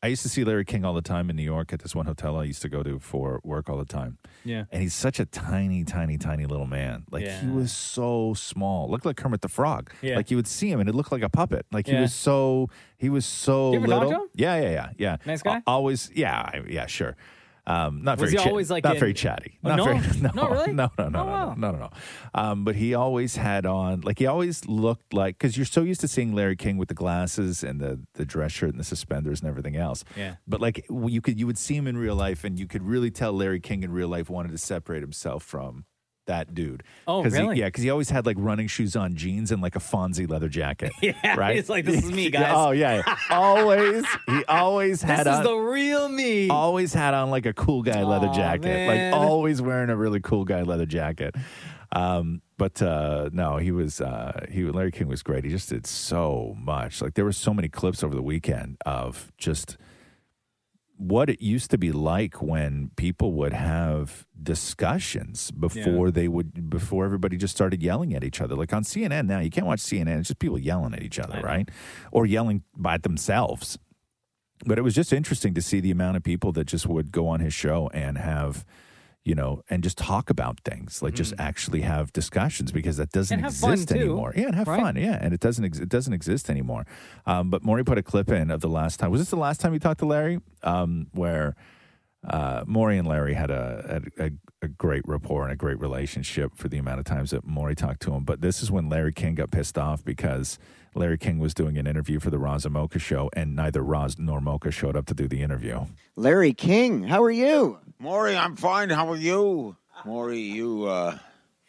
[SPEAKER 4] I used to see Larry King all the time in New York at this one hotel I used to go to for work all the time.
[SPEAKER 5] Yeah.
[SPEAKER 4] And he's such a tiny, tiny, tiny little man. Like he
[SPEAKER 5] Yeah.
[SPEAKER 4] was so small. Looked like Kermit the Frog.
[SPEAKER 5] Yeah.
[SPEAKER 4] Like you would see him and it looked like a puppet. Like he
[SPEAKER 5] Yeah.
[SPEAKER 4] was so he was so
[SPEAKER 5] You ever talk
[SPEAKER 4] little.
[SPEAKER 5] to him?
[SPEAKER 4] Yeah, yeah, yeah, yeah.
[SPEAKER 5] Nice guy?
[SPEAKER 4] Al- always, yeah, I- yeah, sure. Um, not
[SPEAKER 5] Was
[SPEAKER 4] very.
[SPEAKER 5] he always, like,
[SPEAKER 4] not
[SPEAKER 5] in-
[SPEAKER 4] very chatty.
[SPEAKER 5] Oh,
[SPEAKER 4] Not
[SPEAKER 5] no?
[SPEAKER 4] very. <laughs> No,
[SPEAKER 5] Not really?
[SPEAKER 4] No, no, no,
[SPEAKER 5] Oh,
[SPEAKER 4] no,
[SPEAKER 5] wow.
[SPEAKER 4] no, no, no. Um, but he always had on, like he always looked like, because you're so used to seeing Larry King with the glasses and the the dress shirt and the suspenders and everything else.
[SPEAKER 5] Yeah.
[SPEAKER 4] But like w- you could you would see him in real life, and you could really tell Larry King in real life wanted to separate himself from that dude.
[SPEAKER 5] Oh,
[SPEAKER 4] 'Cause he-
[SPEAKER 5] really?
[SPEAKER 4] yeah, because he always had like running shoes on, jeans, and like a Fonzie leather jacket.
[SPEAKER 5] <laughs> Yeah,
[SPEAKER 4] Right.
[SPEAKER 5] he's like, "This is me, guys."
[SPEAKER 4] <laughs> oh
[SPEAKER 5] <laughs>
[SPEAKER 4] yeah. Always. <laughs> He always
[SPEAKER 5] This
[SPEAKER 4] had
[SPEAKER 5] is
[SPEAKER 4] on
[SPEAKER 5] the real me.
[SPEAKER 4] always had on like a cool guy leather
[SPEAKER 5] Aw,
[SPEAKER 4] jacket,
[SPEAKER 5] man.
[SPEAKER 4] like always wearing a really cool guy leather jacket. Um, but uh, no, he was uh, he Larry King was great. He just did so much. Like there were so many clips over the weekend of just what it used to be like when people would have discussions before they would before everybody just started yelling at each other like on CNN now you can't watch CNN it's just people yelling at each other right or yelling by themselves but it was just interesting to see the amount of people that just would go on his show and have you know and just talk about things like just actually have discussions because that doesn't
[SPEAKER 5] Mm. And have fun,
[SPEAKER 4] exist
[SPEAKER 5] too,
[SPEAKER 4] anymore yeah and have
[SPEAKER 5] right?
[SPEAKER 4] fun yeah and it doesn't ex- it doesn't exist anymore um, but Maury put a clip in of the last time was this the last time you talked to Larry um, where uh, Maury and Larry had a, a, a, a great rapport and a great relationship for the amount of times that Maury talked to him. But this is when Larry King got pissed off because Larry King was doing an interview for the Roz and Mocha show, and neither Roz nor Mocha showed up to do the interview.
[SPEAKER 7] Larry King, how are you?
[SPEAKER 10] Maury, I'm fine. How are you? Maury, you, uh,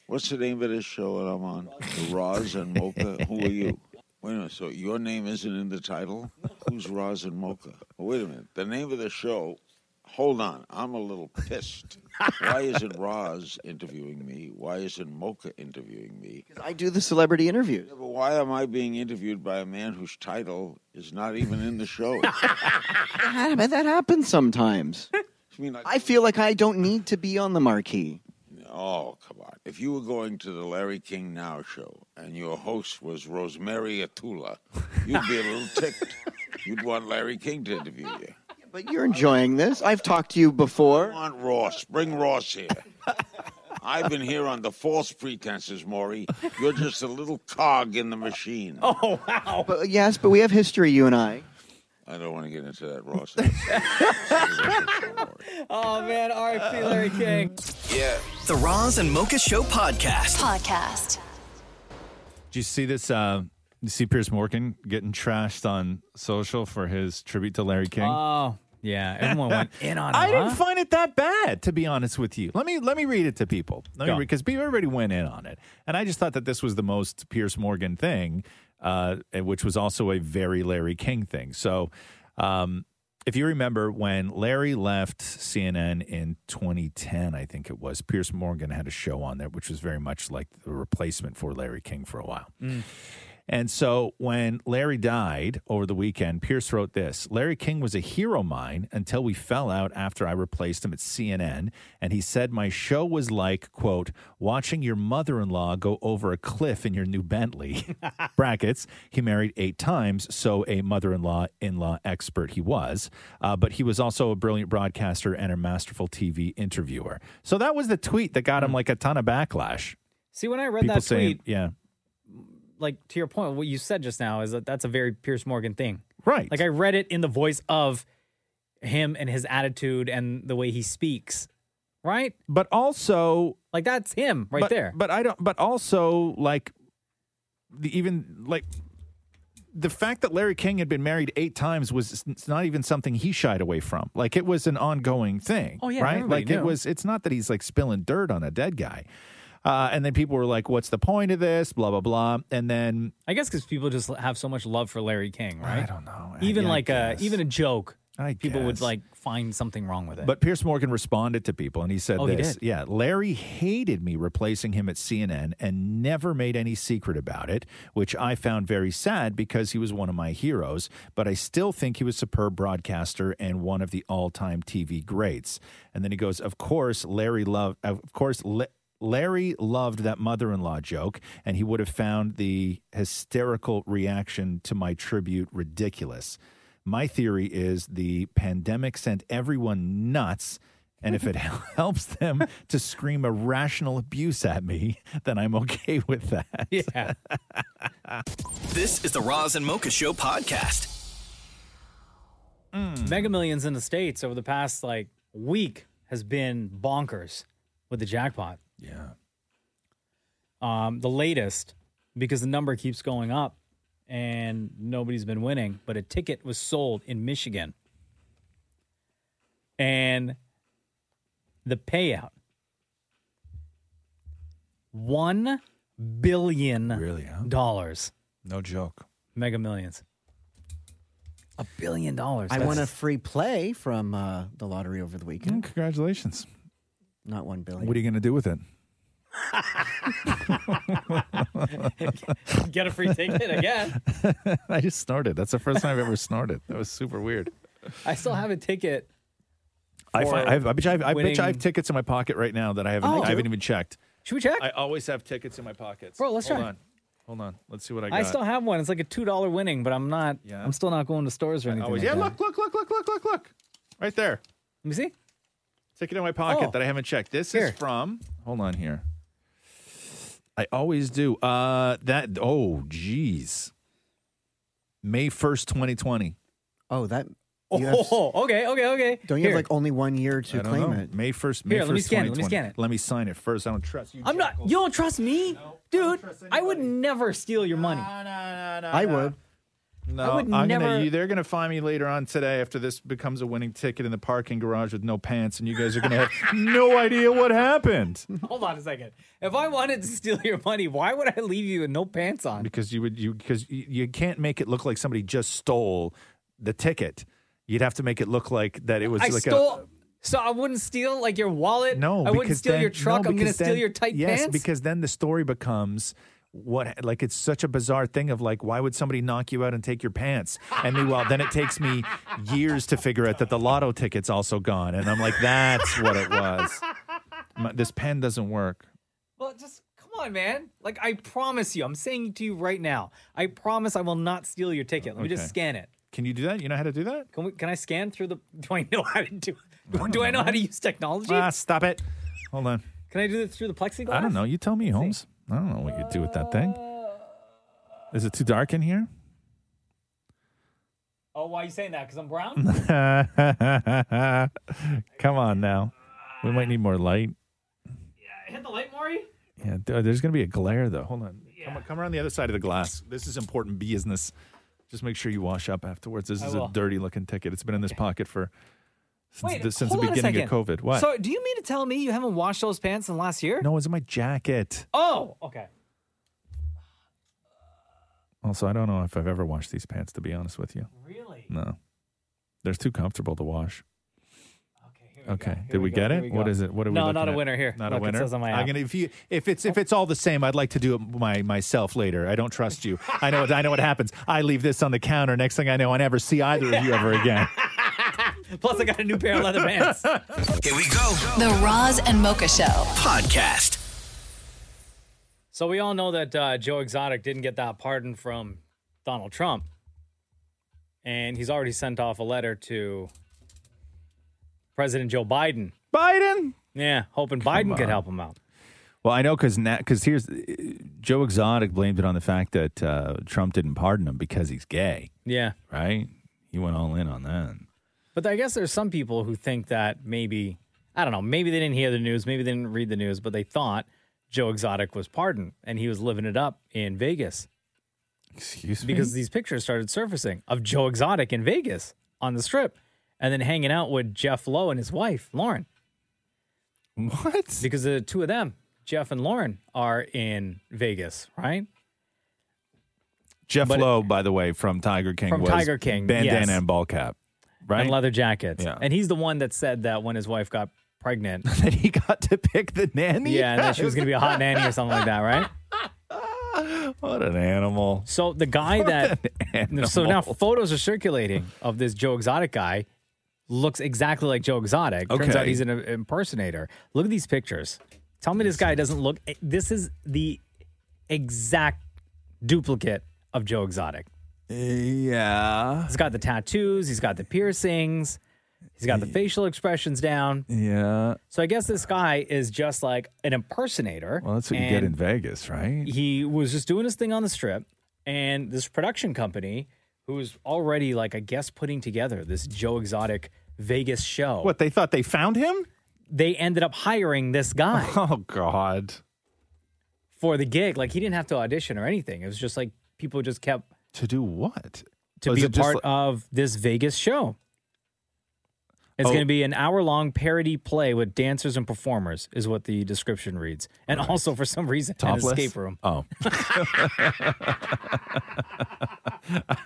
[SPEAKER 10] what's the name of this show that I'm on? The Roz and Mocha? Who are you? Wait a minute. So your name isn't in the title? Who's Roz and Mocha? Well, wait a minute. The name of the show, hold on. I'm a little pissed. Why isn't Roz interviewing me? Why isn't Mocha interviewing me?
[SPEAKER 7] I do the celebrity <laughs> interviews.
[SPEAKER 10] But why am I being interviewed by a man whose title is not even in the show?
[SPEAKER 7] Ah, but that happens <laughs> sometimes.
[SPEAKER 10] I mean, like-
[SPEAKER 7] I feel like I don't need to be on the marquee.
[SPEAKER 10] Oh, come on. If you were going to the Larry King Now show and your host was Rosemary Atula, you'd be a little ticked. You'd want Larry King to interview you.
[SPEAKER 7] But you're enjoying this. I've talked to you
[SPEAKER 10] I
[SPEAKER 4] <laughs>
[SPEAKER 7] before.
[SPEAKER 10] want Ross. Bring Ross here. I've been here on the false pretenses, Maury. You're just a little cog in the machine.
[SPEAKER 5] Oh wow.
[SPEAKER 7] But yes, but we have history, you
[SPEAKER 4] <laughs>
[SPEAKER 7] and I.
[SPEAKER 10] I don't want to get into that, Ross.
[SPEAKER 5] <laughs> Oh man, R.I.P.
[SPEAKER 4] <laughs>
[SPEAKER 5] Larry King.
[SPEAKER 1] The Roz and Mocha Show podcast.
[SPEAKER 8] Podcast.
[SPEAKER 4] Do you see this? Uh, you see Pierce Morgan getting trashed on social for his tribute to Larry King?
[SPEAKER 5] Oh yeah, everyone went in on
[SPEAKER 4] <laughs>
[SPEAKER 5] it.
[SPEAKER 4] I didn't
[SPEAKER 5] huh?
[SPEAKER 4] find it that bad, to be honest with you. Let me let me read it to people. Let me
[SPEAKER 5] Go.
[SPEAKER 4] because people everybody went in on it, and I just thought that this was the most Pierce Morgan thing, uh, and which was also a very Larry King thing. So, um, if you remember when Larry left CNN in 2010, I think it was Pierce Morgan had a show on there, which was very much like the replacement for Larry King for a while.
[SPEAKER 5] Mm.
[SPEAKER 4] And so when Larry died over the weekend, Pierce wrote this Larry King was a hero of mine until we fell out after I replaced him at CNN. And he said, My show was like, quote, watching your mother in law go over a cliff in your new Bentley. <laughs> Brackets. He married eight times, so a mother in law, in law expert he was. Uh, but he was also a brilliant broadcaster and a masterful TV interviewer. So that was the tweet that got him like a ton of backlash.
[SPEAKER 5] See when I read
[SPEAKER 4] People
[SPEAKER 5] Hmm. that
[SPEAKER 4] saying,
[SPEAKER 5] tweet,
[SPEAKER 4] Yeah.
[SPEAKER 5] like to your point, what you said just now is that that's a very Pierce Morgan thing.
[SPEAKER 4] Right.
[SPEAKER 5] Like I read it in the voice of him and his attitude and the way he speaks, right?
[SPEAKER 4] But also,
[SPEAKER 5] like that's him right
[SPEAKER 4] but,
[SPEAKER 5] there.
[SPEAKER 4] But I don't. But also, like, the even like the fact that Larry King had been married eight times was it's not even something he shied away from. Like, it was an ongoing thing.
[SPEAKER 5] Oh, yeah,
[SPEAKER 4] right.
[SPEAKER 5] everybody
[SPEAKER 4] Like,
[SPEAKER 5] knew.
[SPEAKER 4] it was. It's not that he's like spilling dirt on a dead guy. Uh, and then people were like, "What's the point of this?" Blah blah blah. And then
[SPEAKER 5] I guess because people just have so much love for Larry King, right? I
[SPEAKER 4] don't know.
[SPEAKER 5] Even
[SPEAKER 4] yeah, I
[SPEAKER 5] like a
[SPEAKER 4] guess.
[SPEAKER 5] even a joke,
[SPEAKER 4] I
[SPEAKER 5] people would
[SPEAKER 4] guess.
[SPEAKER 5] like find something wrong with it.
[SPEAKER 4] But Pierce Morgan responded to people and he said
[SPEAKER 5] Oh, he
[SPEAKER 4] this.
[SPEAKER 5] did?
[SPEAKER 4] Yeah, Larry hated me replacing him at CNN and never made any secret about it, which I found very sad because he was one of my heroes, but I still think he was a superb broadcaster and one of the all-time TV greats. And then he goes, "Of course, Larry loved of course La- Larry loved that mother in law joke, and he would have found the hysterical reaction to my tribute ridiculous. My theory is the pandemic sent everyone nuts. And if it <laughs> helps them to scream irrational abuse at me, then I'm okay with that.
[SPEAKER 5] Yeah.
[SPEAKER 1] <laughs> This is the Roz and Mocha Show podcast. <laughs>
[SPEAKER 4] mm.
[SPEAKER 5] Mega Millions in the states over the past like week has been bonkers with the jackpot.
[SPEAKER 4] Yeah.
[SPEAKER 5] Um, the latest because the number keeps going up and nobody's been winning, but a ticket was sold in Michigan. And the payout 1 billion
[SPEAKER 4] Really, huh?
[SPEAKER 5] dollars
[SPEAKER 4] No joke.
[SPEAKER 5] mega millions a
[SPEAKER 4] <laughs>
[SPEAKER 5] billion dollars
[SPEAKER 7] I
[SPEAKER 5] That's-
[SPEAKER 7] won a free play from uh, the lottery over the weekend.
[SPEAKER 4] Mm, Congratulations.
[SPEAKER 7] Not one billion.
[SPEAKER 4] What are you going to do with it?
[SPEAKER 5] get a free ticket again
[SPEAKER 4] <laughs> I just snorted. That's the first time I've ever snorted. That was super weird.
[SPEAKER 5] i still have a ticket
[SPEAKER 4] I,
[SPEAKER 5] Or
[SPEAKER 4] find, I, have, I, bet you I, have, I bet you I have
[SPEAKER 5] winning-
[SPEAKER 4] tickets in my pocket right now that I haven't,
[SPEAKER 5] Oh.
[SPEAKER 4] I haven't even checked.
[SPEAKER 5] should we check
[SPEAKER 4] I always have tickets in my pockets.
[SPEAKER 5] Bro, let's
[SPEAKER 4] Hold
[SPEAKER 5] try.
[SPEAKER 4] On. Hold on. Let's see what I got.
[SPEAKER 5] I still have one. It's like a two dollar winning, but I'm not.
[SPEAKER 4] Yeah.
[SPEAKER 5] I'm still not going to stores or anything.
[SPEAKER 4] always.
[SPEAKER 5] like
[SPEAKER 4] Yeah,
[SPEAKER 5] that.
[SPEAKER 4] look, look, look, look, look, look, look. Right there.
[SPEAKER 5] Let me see.
[SPEAKER 4] Ticket in my pocket
[SPEAKER 5] Oh.
[SPEAKER 4] that I haven't checked. This is
[SPEAKER 5] Here.
[SPEAKER 4] from. Hold on here. I always do. Uh that oh geez. May 1st, 2020.
[SPEAKER 7] Oh, that.
[SPEAKER 5] Oh,
[SPEAKER 7] You have,
[SPEAKER 5] okay, okay, okay.
[SPEAKER 7] don't you
[SPEAKER 5] Here.
[SPEAKER 7] have like only one year
[SPEAKER 4] I
[SPEAKER 7] to
[SPEAKER 4] don't
[SPEAKER 7] claim
[SPEAKER 4] know.
[SPEAKER 7] it?
[SPEAKER 4] May 1st, May
[SPEAKER 5] Here,
[SPEAKER 4] 1st,
[SPEAKER 5] let me scan it. Let me
[SPEAKER 4] 2020.
[SPEAKER 5] scan it.
[SPEAKER 4] Let me sign it first. I don't trust you.
[SPEAKER 5] I'm not. You don't trust me, dude. I would never steal your money.
[SPEAKER 4] No, no, no,
[SPEAKER 7] I would.
[SPEAKER 4] No,
[SPEAKER 5] would
[SPEAKER 4] I'm
[SPEAKER 5] never-
[SPEAKER 4] gonna. You, they're gonna find me later on today after this becomes a winning ticket in the parking garage with no pants, and you guys are gonna
[SPEAKER 7] <laughs>
[SPEAKER 4] have no idea what happened
[SPEAKER 5] <laughs> Hold on a second. If I wanted to steal your money, why would I leave you with no pants on?
[SPEAKER 4] because you would you because you, you can't make it look like somebody just stole the ticket. You'd have to make it look like that it was
[SPEAKER 5] I
[SPEAKER 4] like
[SPEAKER 5] stole. so I wouldn't steal like your wallet.
[SPEAKER 4] a no.
[SPEAKER 5] I wouldn't
[SPEAKER 4] because
[SPEAKER 5] steal
[SPEAKER 4] then-
[SPEAKER 5] your truck.
[SPEAKER 4] no,
[SPEAKER 5] I'm gonna
[SPEAKER 4] because
[SPEAKER 5] steal
[SPEAKER 4] then-
[SPEAKER 5] your tight
[SPEAKER 4] yes,
[SPEAKER 5] pants.
[SPEAKER 4] because then the story becomes. What like it's such a bizarre thing of like why would somebody knock you out and take your pants and meanwhile then it takes me years to figure out that the lotto ticket's also gone and I'm like that's what it was My, this pen doesn't work
[SPEAKER 5] Well, just come on, man. Like I promise you, I'm saying to you right now, I promise I will not steal your ticket. Let me
[SPEAKER 4] Okay.
[SPEAKER 5] just scan it.
[SPEAKER 4] can you do that you know how to do that
[SPEAKER 5] Can we? Can I scan through the? <laughs> Do I know how to do? <laughs> Do, do I know how to use technology?
[SPEAKER 4] ah stop it hold on
[SPEAKER 5] Can I do it through the plexiglass?
[SPEAKER 4] I don't know. You tell me, Holmes. I don't know what you do with that thing. Is it too dark in <laughs> here?
[SPEAKER 5] Oh, why are you saying that? Because I'm brown.
[SPEAKER 4] Come on now. We might need more light. Hmm.
[SPEAKER 5] Hit the light, Maury.
[SPEAKER 4] Yeah, th- uh, there's going to be a glare though. Hold
[SPEAKER 7] <laughs>
[SPEAKER 4] on. Come, come around the other side of the glass. This is important business. Just make sure you wash up afterwards. This
[SPEAKER 5] I
[SPEAKER 4] is
[SPEAKER 5] will.
[SPEAKER 4] a dirty looking ticket. It's been in this pocket for since,
[SPEAKER 5] Wait,
[SPEAKER 4] the, since the
[SPEAKER 5] hold on a
[SPEAKER 4] beginning of
[SPEAKER 5] second.
[SPEAKER 4] COVID. What?
[SPEAKER 5] So, do you mean to tell me you haven't washed those pants in the last year?
[SPEAKER 4] no, it's in my jacket.
[SPEAKER 5] Oh, okay.
[SPEAKER 4] Also, I don't know if I've ever washed these pants, to be honest with you.
[SPEAKER 5] Really?
[SPEAKER 4] No. They're too comfortable to wash.
[SPEAKER 5] Okay. Here
[SPEAKER 4] Okay.
[SPEAKER 5] Here
[SPEAKER 4] Did we,
[SPEAKER 5] go,
[SPEAKER 4] get
[SPEAKER 5] here
[SPEAKER 4] it?
[SPEAKER 5] go.
[SPEAKER 4] What is it? What are we?
[SPEAKER 5] No,
[SPEAKER 4] looking
[SPEAKER 5] not a
[SPEAKER 4] at?
[SPEAKER 5] winner here.
[SPEAKER 4] Not
[SPEAKER 5] Look,
[SPEAKER 4] a
[SPEAKER 5] it
[SPEAKER 4] winner.
[SPEAKER 5] says on my
[SPEAKER 4] I'm
[SPEAKER 5] app.
[SPEAKER 4] gonna if you if it's if it's all the same, I'd like to do it my myself later. I don't trust you. I know I know what happens. I leave this on the counter. Next thing I know, I never see either of you ever
[SPEAKER 5] <laughs>
[SPEAKER 4] again.
[SPEAKER 5] Plus, I got a new pair of leather
[SPEAKER 1] <laughs>
[SPEAKER 5] pants.
[SPEAKER 1] Here we go.
[SPEAKER 3] The Roz and Mocha Show.
[SPEAKER 1] Podcast.
[SPEAKER 5] So we all know that uh, Joe Exotic didn't get that pardon from Donald Trump, and he's already sent off a letter to President Joe Biden.
[SPEAKER 4] Biden.
[SPEAKER 5] Yeah, hoping Biden could help him out.
[SPEAKER 4] Well, I know because because here's Joe Exotic blamed it on the fact that uh, Trump didn't pardon him because he's gay.
[SPEAKER 5] Yeah,
[SPEAKER 4] Right? He went all in on that.
[SPEAKER 5] But I guess there's some people who think that maybe I don't know, maybe they didn't hear the news, maybe they didn't read the news, but they thought Joe Exotic was pardoned and he was living it up in Vegas.
[SPEAKER 4] Excuse
[SPEAKER 5] me. Because these pictures started surfacing of Joe Exotic in Vegas on the strip and then hanging out with Jeff Lowe and his wife, Lauren.
[SPEAKER 4] What?
[SPEAKER 5] Because the two of them, Jeff and Lauren, are in Vegas, right?
[SPEAKER 4] Jeff Lowe, by the way, from Tiger King.
[SPEAKER 5] From
[SPEAKER 4] was
[SPEAKER 5] Tiger King,
[SPEAKER 4] bandana
[SPEAKER 5] yes.
[SPEAKER 4] and ball cap, right?
[SPEAKER 5] And leather jackets.
[SPEAKER 4] Yeah.
[SPEAKER 5] And he's the one that said that when his wife got
[SPEAKER 4] <laughs>
[SPEAKER 5] pregnant,
[SPEAKER 4] that he got to pick the nanny.
[SPEAKER 5] Yeah, and that she was going to be a hot nanny or something like that, right?
[SPEAKER 4] What an animal.
[SPEAKER 5] So the guy that so now photos are circulating of this Joe Exotic guy looks exactly like Joe Exotic. Turns
[SPEAKER 4] Okay.
[SPEAKER 5] out he's an impersonator. Look at these pictures. Tell me this guy doesn't look. This is the exact duplicate of Joe Exotic.
[SPEAKER 4] Yeah.
[SPEAKER 5] He's got the tattoos. He's got the piercings. He's got the facial expressions down.
[SPEAKER 4] Yeah.
[SPEAKER 5] So I guess this guy is just like an impersonator.
[SPEAKER 4] Well, that's what you get
[SPEAKER 5] and-
[SPEAKER 4] in Vegas, right?
[SPEAKER 5] he was just doing his thing on the strip and this production company who's already like i guess putting together this joe exotic vegas show
[SPEAKER 4] What, they thought they found him?
[SPEAKER 5] they ended up hiring this guy
[SPEAKER 4] <laughs> oh god
[SPEAKER 5] for the gig like he didn't have to audition or anything it was just like people just kept
[SPEAKER 4] To do what?
[SPEAKER 5] to
[SPEAKER 4] Was
[SPEAKER 5] be a
[SPEAKER 4] it just
[SPEAKER 5] part
[SPEAKER 4] like-
[SPEAKER 5] of this vegas show it's
[SPEAKER 4] Oh.
[SPEAKER 5] going to be an hour-long parody play with dancers and performers, is what the description reads, and also for some reason
[SPEAKER 4] Topless?
[SPEAKER 5] an escape room.
[SPEAKER 4] Oh, <laughs>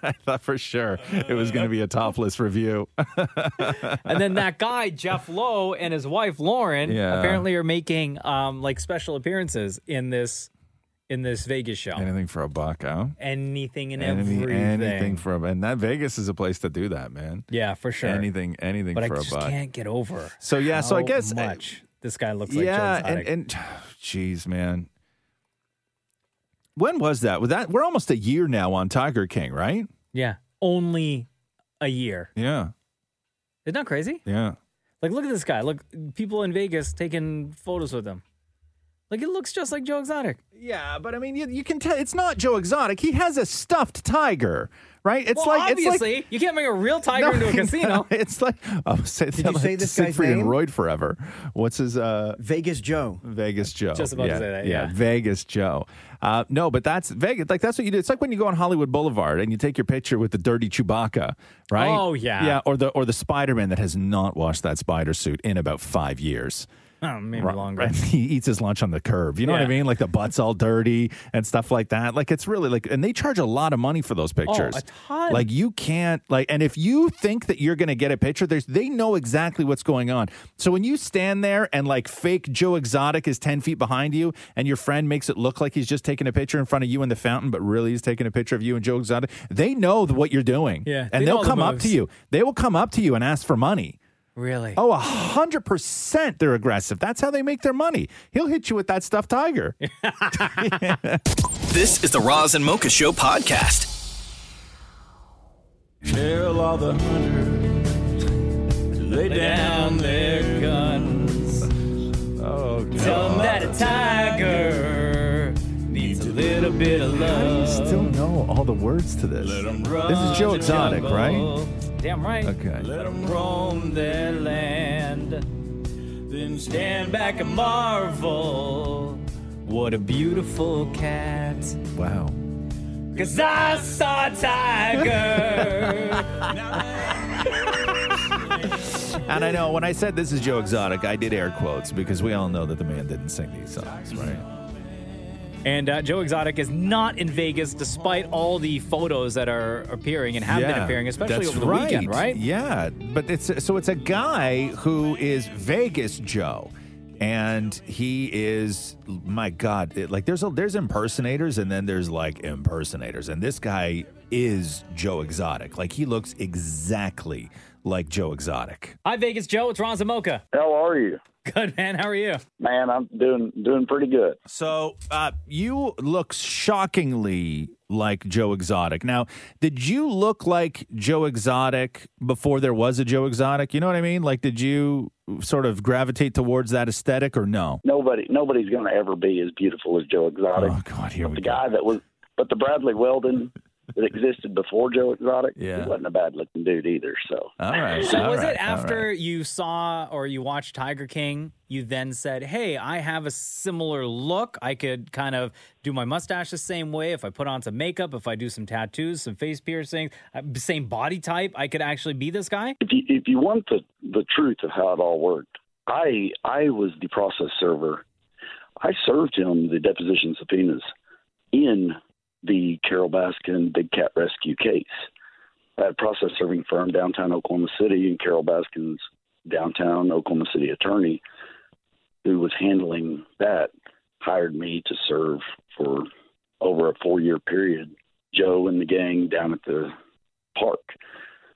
[SPEAKER 4] I thought for sure it was going to be a topless review. <laughs>
[SPEAKER 5] and then that guy Jeff Lowe and his wife Lauren
[SPEAKER 4] Yeah.
[SPEAKER 5] apparently are making um like special appearances in this in this Vegas show.
[SPEAKER 4] Anything for a buck, huh?
[SPEAKER 5] Anything and
[SPEAKER 4] Any-
[SPEAKER 5] everything.
[SPEAKER 4] anything for a and that Vegas is a place to do that, man.
[SPEAKER 5] Yeah, for sure.
[SPEAKER 4] Anything, anything
[SPEAKER 5] but I
[SPEAKER 4] for a
[SPEAKER 5] just
[SPEAKER 4] buck.
[SPEAKER 5] can't get over.
[SPEAKER 4] So, yeah, so I
[SPEAKER 5] how
[SPEAKER 4] guess- uh,
[SPEAKER 5] much this guy looks like.
[SPEAKER 4] yeah,
[SPEAKER 5] Joe
[SPEAKER 4] and
[SPEAKER 5] Exotic.
[SPEAKER 4] and jeez, man. When was that? Was that we're almost a year now on Tiger King, right?
[SPEAKER 5] yeah, only a year.
[SPEAKER 4] Yeah,
[SPEAKER 5] Isn't that crazy?
[SPEAKER 4] yeah.
[SPEAKER 5] Like, look at this guy. Look, people in Vegas taking photos with him. Like, it looks just like Joe Exotic.
[SPEAKER 4] Yeah, but I mean, you, you can tell it's not Joe Exotic. He has a stuffed tiger, right? It's
[SPEAKER 5] well,
[SPEAKER 4] like it's
[SPEAKER 5] obviously
[SPEAKER 4] like
[SPEAKER 5] you can't make a real
[SPEAKER 4] <laughs>
[SPEAKER 5] tiger
[SPEAKER 4] No,
[SPEAKER 5] into a
[SPEAKER 4] I know.
[SPEAKER 5] casino.
[SPEAKER 4] It's like oh, I was saying
[SPEAKER 7] Did you
[SPEAKER 4] like
[SPEAKER 7] say this guy's
[SPEAKER 4] Siegfried
[SPEAKER 7] name?
[SPEAKER 4] and Royd forever. What's his uh
[SPEAKER 7] Vegas Joe.
[SPEAKER 4] Vegas Joe?
[SPEAKER 5] Just about to say that, yeah.
[SPEAKER 4] Vegas Joe. Uh, no, but that's Vegas. Like that's what you do. It's like when you go on Hollywood Boulevard and you take your picture with the dirty Chewbacca, right?
[SPEAKER 5] Oh, yeah.
[SPEAKER 4] yeah, or the or the Spider Man that has not washed that spider suit in about five years.
[SPEAKER 5] Oh, maybe
[SPEAKER 4] Right,
[SPEAKER 5] longer.
[SPEAKER 4] right. <laughs> He eats his lunch on the curb. You know what I
[SPEAKER 5] Yeah.
[SPEAKER 4] mean? Like the butt's all dirty and stuff like that. Like it's really like, and they charge a lot of money for those pictures.
[SPEAKER 5] Oh, a ton.
[SPEAKER 4] Like you can't like, and if you think that you're going to get a picture, there's they know exactly what's going on. So when you stand there and like fake Joe Exotic is ten feet behind you, and your friend makes it look like he's just taking a picture in front of you in the fountain, but really he's taking a picture of you and Joe Exotic. They know th- what you're doing.
[SPEAKER 5] Yeah, they
[SPEAKER 4] and
[SPEAKER 5] know
[SPEAKER 4] they'll
[SPEAKER 5] all the
[SPEAKER 4] come up to
[SPEAKER 5] moves.
[SPEAKER 4] you. They will come up to you and ask for money.
[SPEAKER 5] Really?
[SPEAKER 4] Oh, a hundred percent they're aggressive. That's how they make their money. He'll hit you with that stuffed tiger.
[SPEAKER 1] This is the Roz and Mocha Show podcast.
[SPEAKER 11] Tell all the hunters to lay down their guns.
[SPEAKER 4] Oh, God.
[SPEAKER 11] Tell 'em that a tiger needs a little bit of love.
[SPEAKER 4] Still know all the words to this. This is Joe Exotic, right?
[SPEAKER 5] Damn right.
[SPEAKER 4] Okay.
[SPEAKER 11] Let 'em roam their land. Then stand back and marvel. What a beautiful cat.
[SPEAKER 4] Wow.
[SPEAKER 11] Cause I saw a
[SPEAKER 4] <laughs>
[SPEAKER 11] tiger.
[SPEAKER 4] And I know when I said this is Joe Exotic, I did air quotes because we all know that the man didn't sing these songs, right?
[SPEAKER 5] And uh, Joe Exotic is not in Vegas, despite all the photos that are appearing and have been appearing, especially
[SPEAKER 4] that's
[SPEAKER 5] over the weekend, right?
[SPEAKER 4] Yeah, but it's so it's a guy who is Vegas Joe, and he is my God, it- like there's a, there's impersonators and then there's like impersonators, and this guy is Joe Exotic. Like he looks exactly like Joe Exotic.
[SPEAKER 5] Hi, Vegas Joe. It's Ron Zamoka.
[SPEAKER 12] How are you?
[SPEAKER 5] Good man. How are you?
[SPEAKER 12] Man, I'm doing doing pretty good.
[SPEAKER 4] So uh, you look shockingly like Joe Exotic. Now, did you look like Joe Exotic before there was a Joe Exotic? You know what I mean? Like, did you sort of gravitate towards that aesthetic or no?
[SPEAKER 12] Nobody nobody's going to ever be as beautiful as Joe Exotic.
[SPEAKER 4] Oh God, here
[SPEAKER 12] the
[SPEAKER 4] we go.
[SPEAKER 12] guy that was, but the Bradley Weldon that existed before Joe Exotic.
[SPEAKER 4] Yeah.
[SPEAKER 12] He wasn't a bad looking dude either. So.
[SPEAKER 5] <laughs>
[SPEAKER 4] All right.
[SPEAKER 5] So was it after you saw or you watched Tiger King, you then said, "Hey, I have a similar look. I could kind of do my mustache the same way. If I put on some makeup, if I do some tattoos, some face piercings, uh, same body type, I could actually be this
[SPEAKER 4] <laughs>
[SPEAKER 5] guy."
[SPEAKER 12] If you, if you want the, the truth of how it all worked, I I was the process server. I served him the deposition subpoenas in the Carol Baskin Big Cat Rescue case. That process serving firm downtown Oklahoma City and Carol Baskin's downtown Oklahoma City attorney, who was handling that, hired me to serve for over a four year period. Joe and the gang down at the park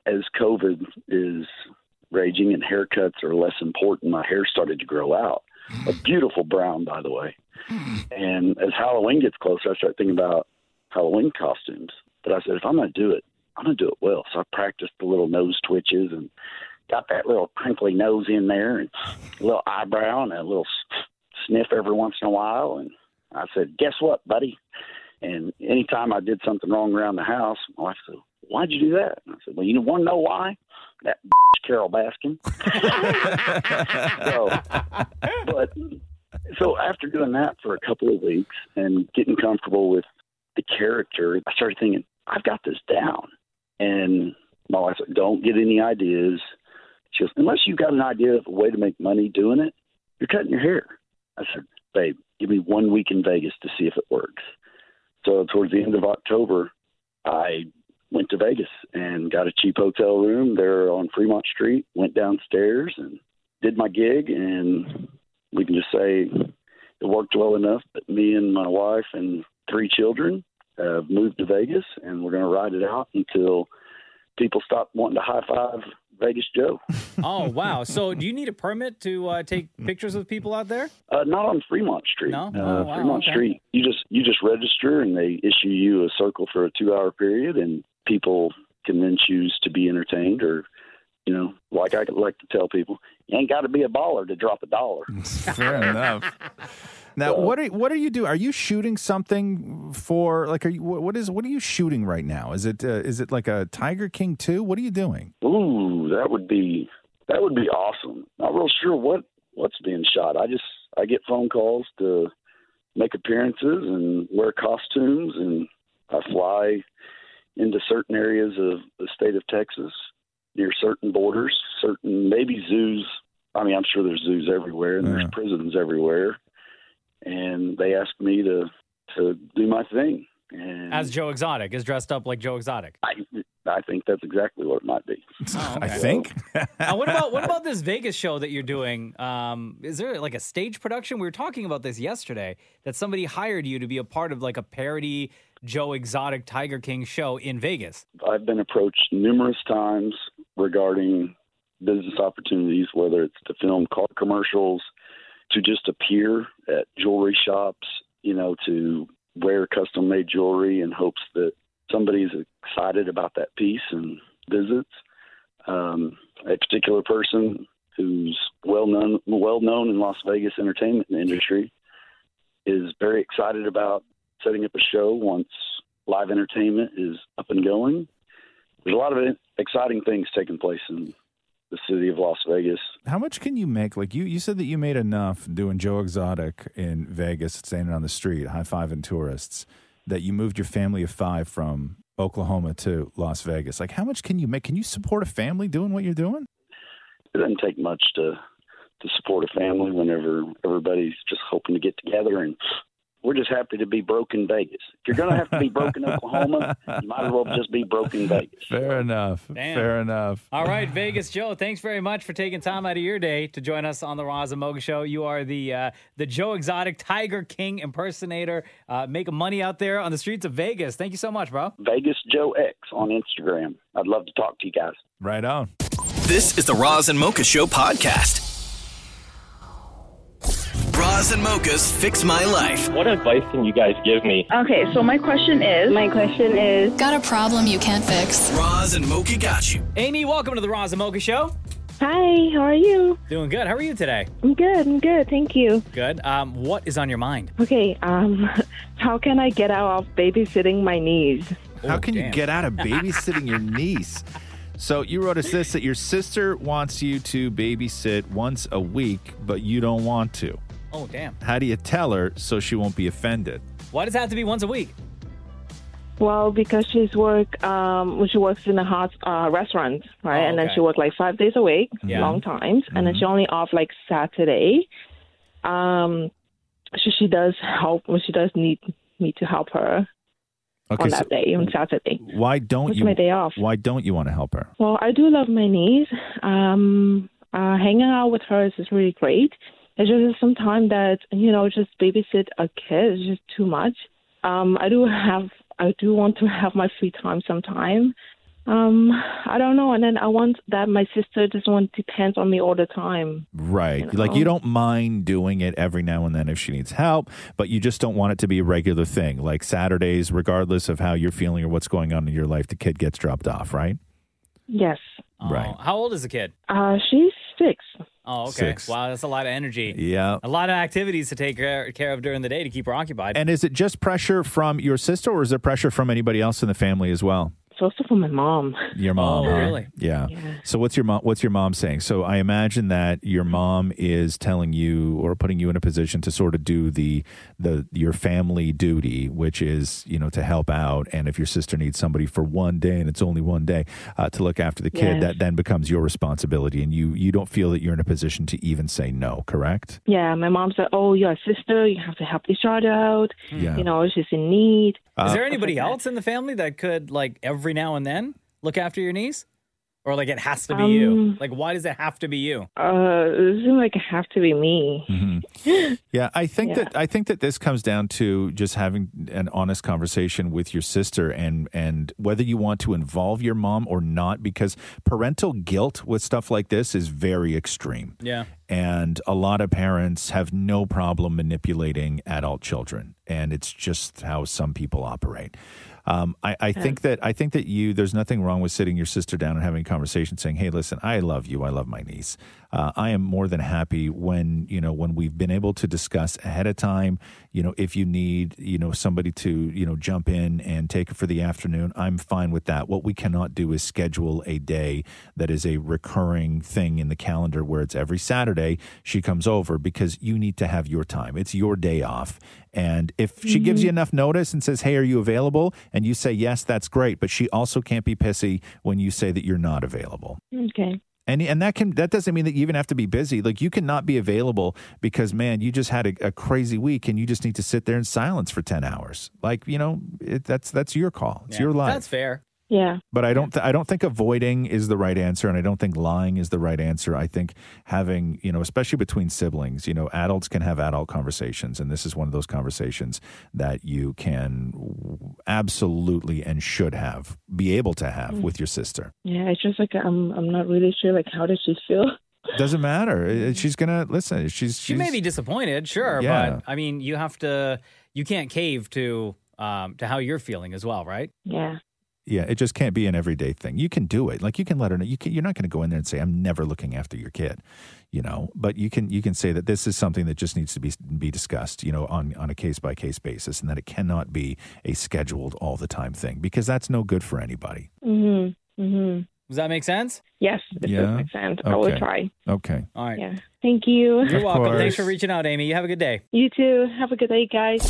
[SPEAKER 12] as COVID is raging and haircuts are less important, my hair started to grow out. A beautiful brown, by the way. And as Halloween gets closer, I start thinking about Halloween costumes. But I said, if I'm going to do it, I'm going to do it well. So I practiced the little nose twitches and got that little crinkly nose in there and a little eyebrow and a little s- sniff every once in a while. And I said, guess what, buddy? And anytime I did something wrong around the house, my wife said, Why'd you do that? And I said, Well, you want to know why? That Carol Baskin. <laughs> so, but so after doing that for a couple of weeks and getting comfortable with the character, I started thinking, I've got this down. And my wife said, Don't get any ideas. She goes, Unless you've got an idea of a way to make money doing it, you're cutting your hair. I said, Babe, give me one week in Vegas to see if it works. So towards the end of October, I went to Vegas and got a cheap hotel room there on Fremont Street, went downstairs and did my gig and we can just say it worked well enough that me and my wife and three children have moved to Vegas and we're going to ride it out until people stop wanting to high five Vegas Joe.
[SPEAKER 5] oh wow! So do you need a permit to uh, take pictures of people out there?
[SPEAKER 12] Uh, not on Fremont Street.
[SPEAKER 5] No?
[SPEAKER 12] Uh,
[SPEAKER 5] Oh, wow,
[SPEAKER 12] Fremont
[SPEAKER 5] okay.
[SPEAKER 12] Street. You just you just register and they issue you a circle for a two hour period, and people can then choose to be entertained or, you know, like I like to tell people, you ain't got to be a baller to drop a dollar.
[SPEAKER 4] Fair enough. Now, what are what are you do? Are you shooting something for like? Are you wh- what is what are you shooting right now? Is it uh, is it like a Tiger King two? What are you doing?
[SPEAKER 12] Ooh, that would be that would be awesome. Not real sure what what's being shot. I just I get phone calls to make appearances and wear costumes, and I fly into certain areas of the state of Texas near certain borders, certain maybe zoos. I mean, I'm sure there's zoos everywhere and there's prisons everywhere, and they ask me to to do my thing, and
[SPEAKER 5] As Joe Exotic is dressed up like Joe Exotic.
[SPEAKER 12] I I think that's exactly what it might be.
[SPEAKER 4] <laughs> I think.
[SPEAKER 5] Uh, what about what about this Vegas show that you're doing? Um, is there like a stage production? We were talking about this yesterday that somebody hired you to be a part of like a parody Joe Exotic Tiger King show in Vegas.
[SPEAKER 12] I've been approached numerous times regarding business opportunities, whether it's to film car commercials, to just appear at jewelry shops, you know, to wear custom made jewelry in hopes that somebody's excited about that piece and visits. Um, a particular person who's well known well known in Las Vegas entertainment industry is very excited about setting up a show once live entertainment is up and going. There's a lot of exciting things taking place in the city of Las Vegas.
[SPEAKER 4] How much can you make? Like you, you said that you made enough doing Joe Exotic in Vegas, standing on the street, high fiving tourists, that you moved your family of five from Oklahoma to Las Vegas. Like, how much can you make? Can you support a family doing what you're doing?
[SPEAKER 12] It doesn't take much to to support a family whenever everybody's just hoping to get together and we're just happy to be broke in Vegas. If you're going to have to be broke in Oklahoma, you might as well just be broke in Vegas.
[SPEAKER 4] <laughs> Fair enough.
[SPEAKER 5] Damn.
[SPEAKER 4] Fair enough.
[SPEAKER 5] All right, Vegas Joe, thanks very much for taking time out of your day to join us on the Roz and Mocha Show. You are the uh, the Joe Exotic Tiger King impersonator, uh, making money out there on the streets of Vegas. Thank you so much, bro.
[SPEAKER 12] Vegas Joe X on Instagram. I'd love to talk to you guys.
[SPEAKER 4] Right on.
[SPEAKER 1] This is the Roz and Mocha Show podcast. Roz and Mocha's Fix My Life.
[SPEAKER 13] What advice can you guys give me?
[SPEAKER 2] Okay, so my question is. My question is.
[SPEAKER 3] Got a problem you can't fix.
[SPEAKER 1] Roz and Mocha got you.
[SPEAKER 5] Amy, welcome to the Roz and Mocha Show.
[SPEAKER 2] Hi, how are you?
[SPEAKER 5] Doing good. How are you today?
[SPEAKER 2] I'm good. I'm good. Thank you.
[SPEAKER 5] Good. Um, what is on your mind?
[SPEAKER 14] <laughs>
[SPEAKER 2] Okay. Um, how can I get out of babysitting my knees?
[SPEAKER 4] How can you
[SPEAKER 5] damn.
[SPEAKER 4] get out of babysitting your niece? So you wrote us this that your sister wants you to babysit once a week, but you don't want to.
[SPEAKER 5] Oh, damn.
[SPEAKER 4] How do you tell her so she won't be offended?
[SPEAKER 5] Why does it have to be once a week?
[SPEAKER 14] Well, because she's work, um, well, she works in a hot uh, restaurant, right?
[SPEAKER 5] Oh,
[SPEAKER 14] And then
[SPEAKER 5] okay.
[SPEAKER 14] she worked like five days a week,
[SPEAKER 5] Yeah. Mm-hmm.
[SPEAKER 14] long times, and then she only off like Saturday. Um, so she does help. Well, she does need me to help her
[SPEAKER 4] Okay,
[SPEAKER 14] on
[SPEAKER 4] so
[SPEAKER 14] that day on Saturday.
[SPEAKER 4] Why don't
[SPEAKER 14] It's
[SPEAKER 4] you?
[SPEAKER 14] my day off.
[SPEAKER 4] Why don't you want to help her?
[SPEAKER 14] Well, I do love my niece. Um, uh, hanging out with her is just really great. It's just sometimes that you know, just babysit a kid is just too much. Um, I do have, I do want to have my free time sometime. Um, I don't know, and then I want that my sister just want depends on me all the time.
[SPEAKER 4] Right. Like
[SPEAKER 14] know?
[SPEAKER 4] you don't mind doing it every now and then if she needs help, but you just don't want it to be a regular thing. Like Saturdays, regardless of how you're feeling or what's going on in your life, the kid gets dropped off, right?
[SPEAKER 14] Yes.
[SPEAKER 4] Right.
[SPEAKER 5] Oh, How old is the kid?
[SPEAKER 14] Uh, she's six.
[SPEAKER 5] Oh, okay.
[SPEAKER 4] Six.
[SPEAKER 5] Wow, that's a lot of energy.
[SPEAKER 4] Yeah.
[SPEAKER 5] A lot of activities to take care, care of during the day to keep her occupied.
[SPEAKER 4] And is it just pressure from your sister or is there pressure from anybody else in the family as well?
[SPEAKER 14] It's also for my mom.
[SPEAKER 4] Your mom,
[SPEAKER 14] Oh,
[SPEAKER 4] huh?
[SPEAKER 14] really?
[SPEAKER 4] Yeah.
[SPEAKER 14] Yeah.
[SPEAKER 4] So what's your mom? What's your mom saying? So I imagine that
[SPEAKER 14] Mm-hmm.
[SPEAKER 4] your mom is telling you or putting you in a position to sort of do the the your family duty, which is you know to help out, and if your sister needs somebody for one day and it's only one day uh, to look after the kid,
[SPEAKER 14] Yes.
[SPEAKER 4] that then becomes your responsibility, and you you don't feel that you're in a position to even say no. Correct?
[SPEAKER 14] Yeah, my mom said, "Oh, you're a sister. You have to help each other out.
[SPEAKER 4] Yeah.
[SPEAKER 14] You know, she's in need."
[SPEAKER 4] uh,
[SPEAKER 5] is there anybody else in the family that could, like, every now and then look after your niece? Or, like, it has to be you?
[SPEAKER 14] Um,
[SPEAKER 5] Like, why does it have to be you?
[SPEAKER 14] Uh, it seems like it have to be me.
[SPEAKER 4] Yeah, I think
[SPEAKER 14] Yeah.
[SPEAKER 4] that I think that this comes down to just having an honest conversation with your sister and and whether you want to involve your mom or not because parental guilt with stuff like this is very extreme.
[SPEAKER 5] Yeah.
[SPEAKER 4] And a lot of parents have no problem manipulating adult children, and it's just how some people operate. Um, I, I think that I think that you there's nothing wrong with sitting your sister down and having a conversation, saying, "Hey, listen, I love you. I love my niece. Uh, I am more than happy when you know when we've been able to discuss ahead of time. You know, if you need you know somebody to you know jump in and take it for the afternoon, I'm fine with that. What we cannot do is schedule a day that is a recurring thing in the calendar where it's every Saturday she comes over because you need to have your time. It's your day off. And if she gives you enough notice and says, Hey, are you available? And you say, Yes, that's great. But she also can't be pissy when you say that you're not available.
[SPEAKER 14] Okay.
[SPEAKER 4] And, and that can that doesn't mean that you even have to be busy. Like you cannot be available because man, you just had a, a crazy week and you just need to sit there in silence for ten hours. Like you know, it, that's that's your call. It's your life.
[SPEAKER 5] That's fair.
[SPEAKER 14] Yeah.
[SPEAKER 4] But I don't. Th- I don't think avoiding is the right answer, and I don't think lying is the right answer. I think having, you know, especially between siblings, you know, adults can have adult conversations, and this is one of those conversations that you can w- absolutely and should have, be able to have
[SPEAKER 5] Mm.
[SPEAKER 4] with your sister.
[SPEAKER 14] <gasps> Yeah, it's just like I'm I'm not really sure like how does she feel? <laughs>
[SPEAKER 4] Doesn't matter. It- it- She's gonna listen. She's, she's
[SPEAKER 5] She may be disappointed, sure,
[SPEAKER 4] Yeah.
[SPEAKER 5] but I mean, you have to, you can't cave to um, to how you're feeling as well, right?
[SPEAKER 14] Yeah.
[SPEAKER 4] Yeah, it just can't be an everyday thing. You can do it. Like you can let her know. You can, you're not going to go in there and say, "I'm never looking after your kid," you know. But you can you can say that this is something that just needs to be be discussed, you know, on on a case by case basis, and that it cannot be a scheduled all the time thing because that's no good for anybody.
[SPEAKER 14] Mhm. Mhm.
[SPEAKER 5] Does that make sense?
[SPEAKER 14] Yes, this
[SPEAKER 4] Yeah?
[SPEAKER 14] does make sense. I will
[SPEAKER 4] Okay.
[SPEAKER 14] try.
[SPEAKER 4] Okay.
[SPEAKER 5] All right.
[SPEAKER 14] Yeah. Thank you.
[SPEAKER 5] You're welcome.
[SPEAKER 1] course.
[SPEAKER 5] Thanks for reaching out, Amy. You have a good day.
[SPEAKER 14] You too. Have a good day, guys.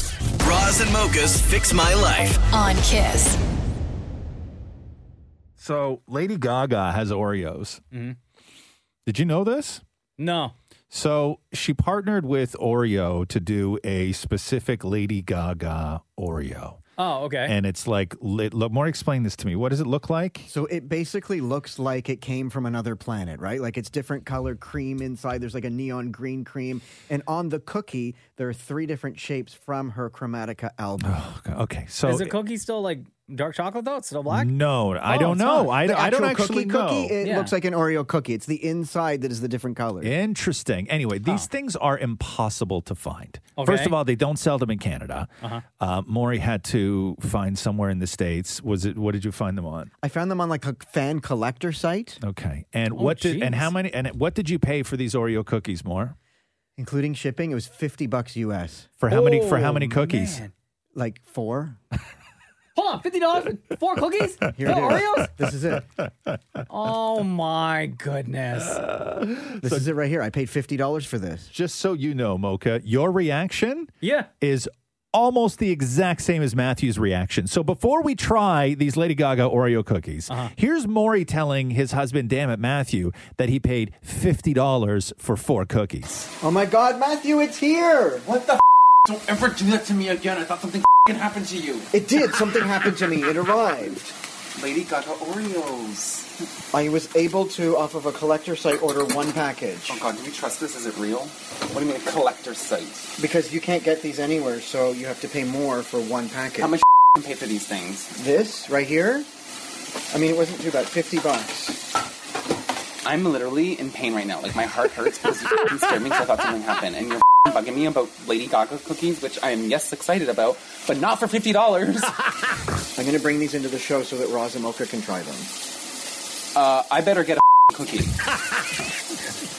[SPEAKER 1] Roz and Mocha's Fix My Life.
[SPEAKER 3] On Kiss.
[SPEAKER 4] So Lady Gaga has Oreos. Did you know this?
[SPEAKER 5] No.
[SPEAKER 4] So she partnered with Oreo to do a specific Lady Gaga Oreo.
[SPEAKER 5] Oh, okay.
[SPEAKER 4] And it's like, look, more explain this to me. What does it look like?
[SPEAKER 7] So it basically looks like it came from another planet, right? Like it's different color cream inside. There's like a neon green cream, and on the cookie there are three different shapes from her Chromatica album.
[SPEAKER 4] Oh, Okay, so
[SPEAKER 5] is the cookie still like dark chocolate though? It's still black? Oh,
[SPEAKER 4] No,
[SPEAKER 7] Oh,
[SPEAKER 4] I don't
[SPEAKER 5] it's
[SPEAKER 4] know.
[SPEAKER 5] not.
[SPEAKER 4] I,
[SPEAKER 7] The
[SPEAKER 4] I don't
[SPEAKER 7] actual
[SPEAKER 4] actually
[SPEAKER 7] cookie
[SPEAKER 4] know.
[SPEAKER 7] Cookie, it looks like an Oreo cookie. It's the inside that is the different color.
[SPEAKER 4] Interesting. Anyway, these things are impossible to find.
[SPEAKER 7] Okay.
[SPEAKER 4] First of all, they don't sell them in Canada. Uh-huh. Uh, Maury had to find somewhere in the states. Was it? What did you find them on?
[SPEAKER 7] I found them on like a fan collector site,
[SPEAKER 4] Okay. And
[SPEAKER 7] Oh,
[SPEAKER 4] what did? And
[SPEAKER 7] jeez.
[SPEAKER 4] how many? And what did you pay for these Oreo cookies, More
[SPEAKER 7] including shipping. It was fifty bucks US
[SPEAKER 4] For how many? For how many cookies?
[SPEAKER 7] Like four.
[SPEAKER 5] Hold on, fifty dollars, four cookies,
[SPEAKER 7] <laughs> Here
[SPEAKER 5] four
[SPEAKER 7] it is.
[SPEAKER 5] Oreos.
[SPEAKER 7] This is it.
[SPEAKER 5] Oh my goodness!
[SPEAKER 7] This is it right here. I paid fifty dollars for this.
[SPEAKER 4] Just so you know, Mocha, your reaction
[SPEAKER 5] yeah.
[SPEAKER 4] is almost the exact same as Matthew's reaction. So before we try these Lady Gaga Oreo cookies,
[SPEAKER 5] Uh-huh.
[SPEAKER 4] here's Maury telling his husband, damn it, Matthew, that he paid $50 for four cookies.
[SPEAKER 7] Oh my God, Matthew, it's here! What the? F-
[SPEAKER 15] Don't ever do that to me again. I thought something f happened to you.
[SPEAKER 7] it did. Something happened to me. It arrived.
[SPEAKER 15] Lady Gaga Oreos.
[SPEAKER 7] I was able to, off of a collector site, order one package
[SPEAKER 15] Oh god, do we trust this? Is it real? What do you mean a collector site?
[SPEAKER 7] because you can't get these anywhere, so you have to pay more for one package.
[SPEAKER 15] How much can pay for these things?
[SPEAKER 7] This right here. I mean, it wasn't too bad. Fifty bucks.
[SPEAKER 15] <laughs> I'm literally in pain right now. Like my heart hurts because you f***ing scared me because I thought something happened. And you're <laughs> f***ing bugging me about Lady Gaga cookies, which I am yes excited about, but not for
[SPEAKER 11] <laughs>
[SPEAKER 15] fifty dollars.
[SPEAKER 7] I'm gonna bring these into the show so that Roz and Mocha can try them.
[SPEAKER 15] uh, I better get a f***ing cookie.
[SPEAKER 7] <laughs>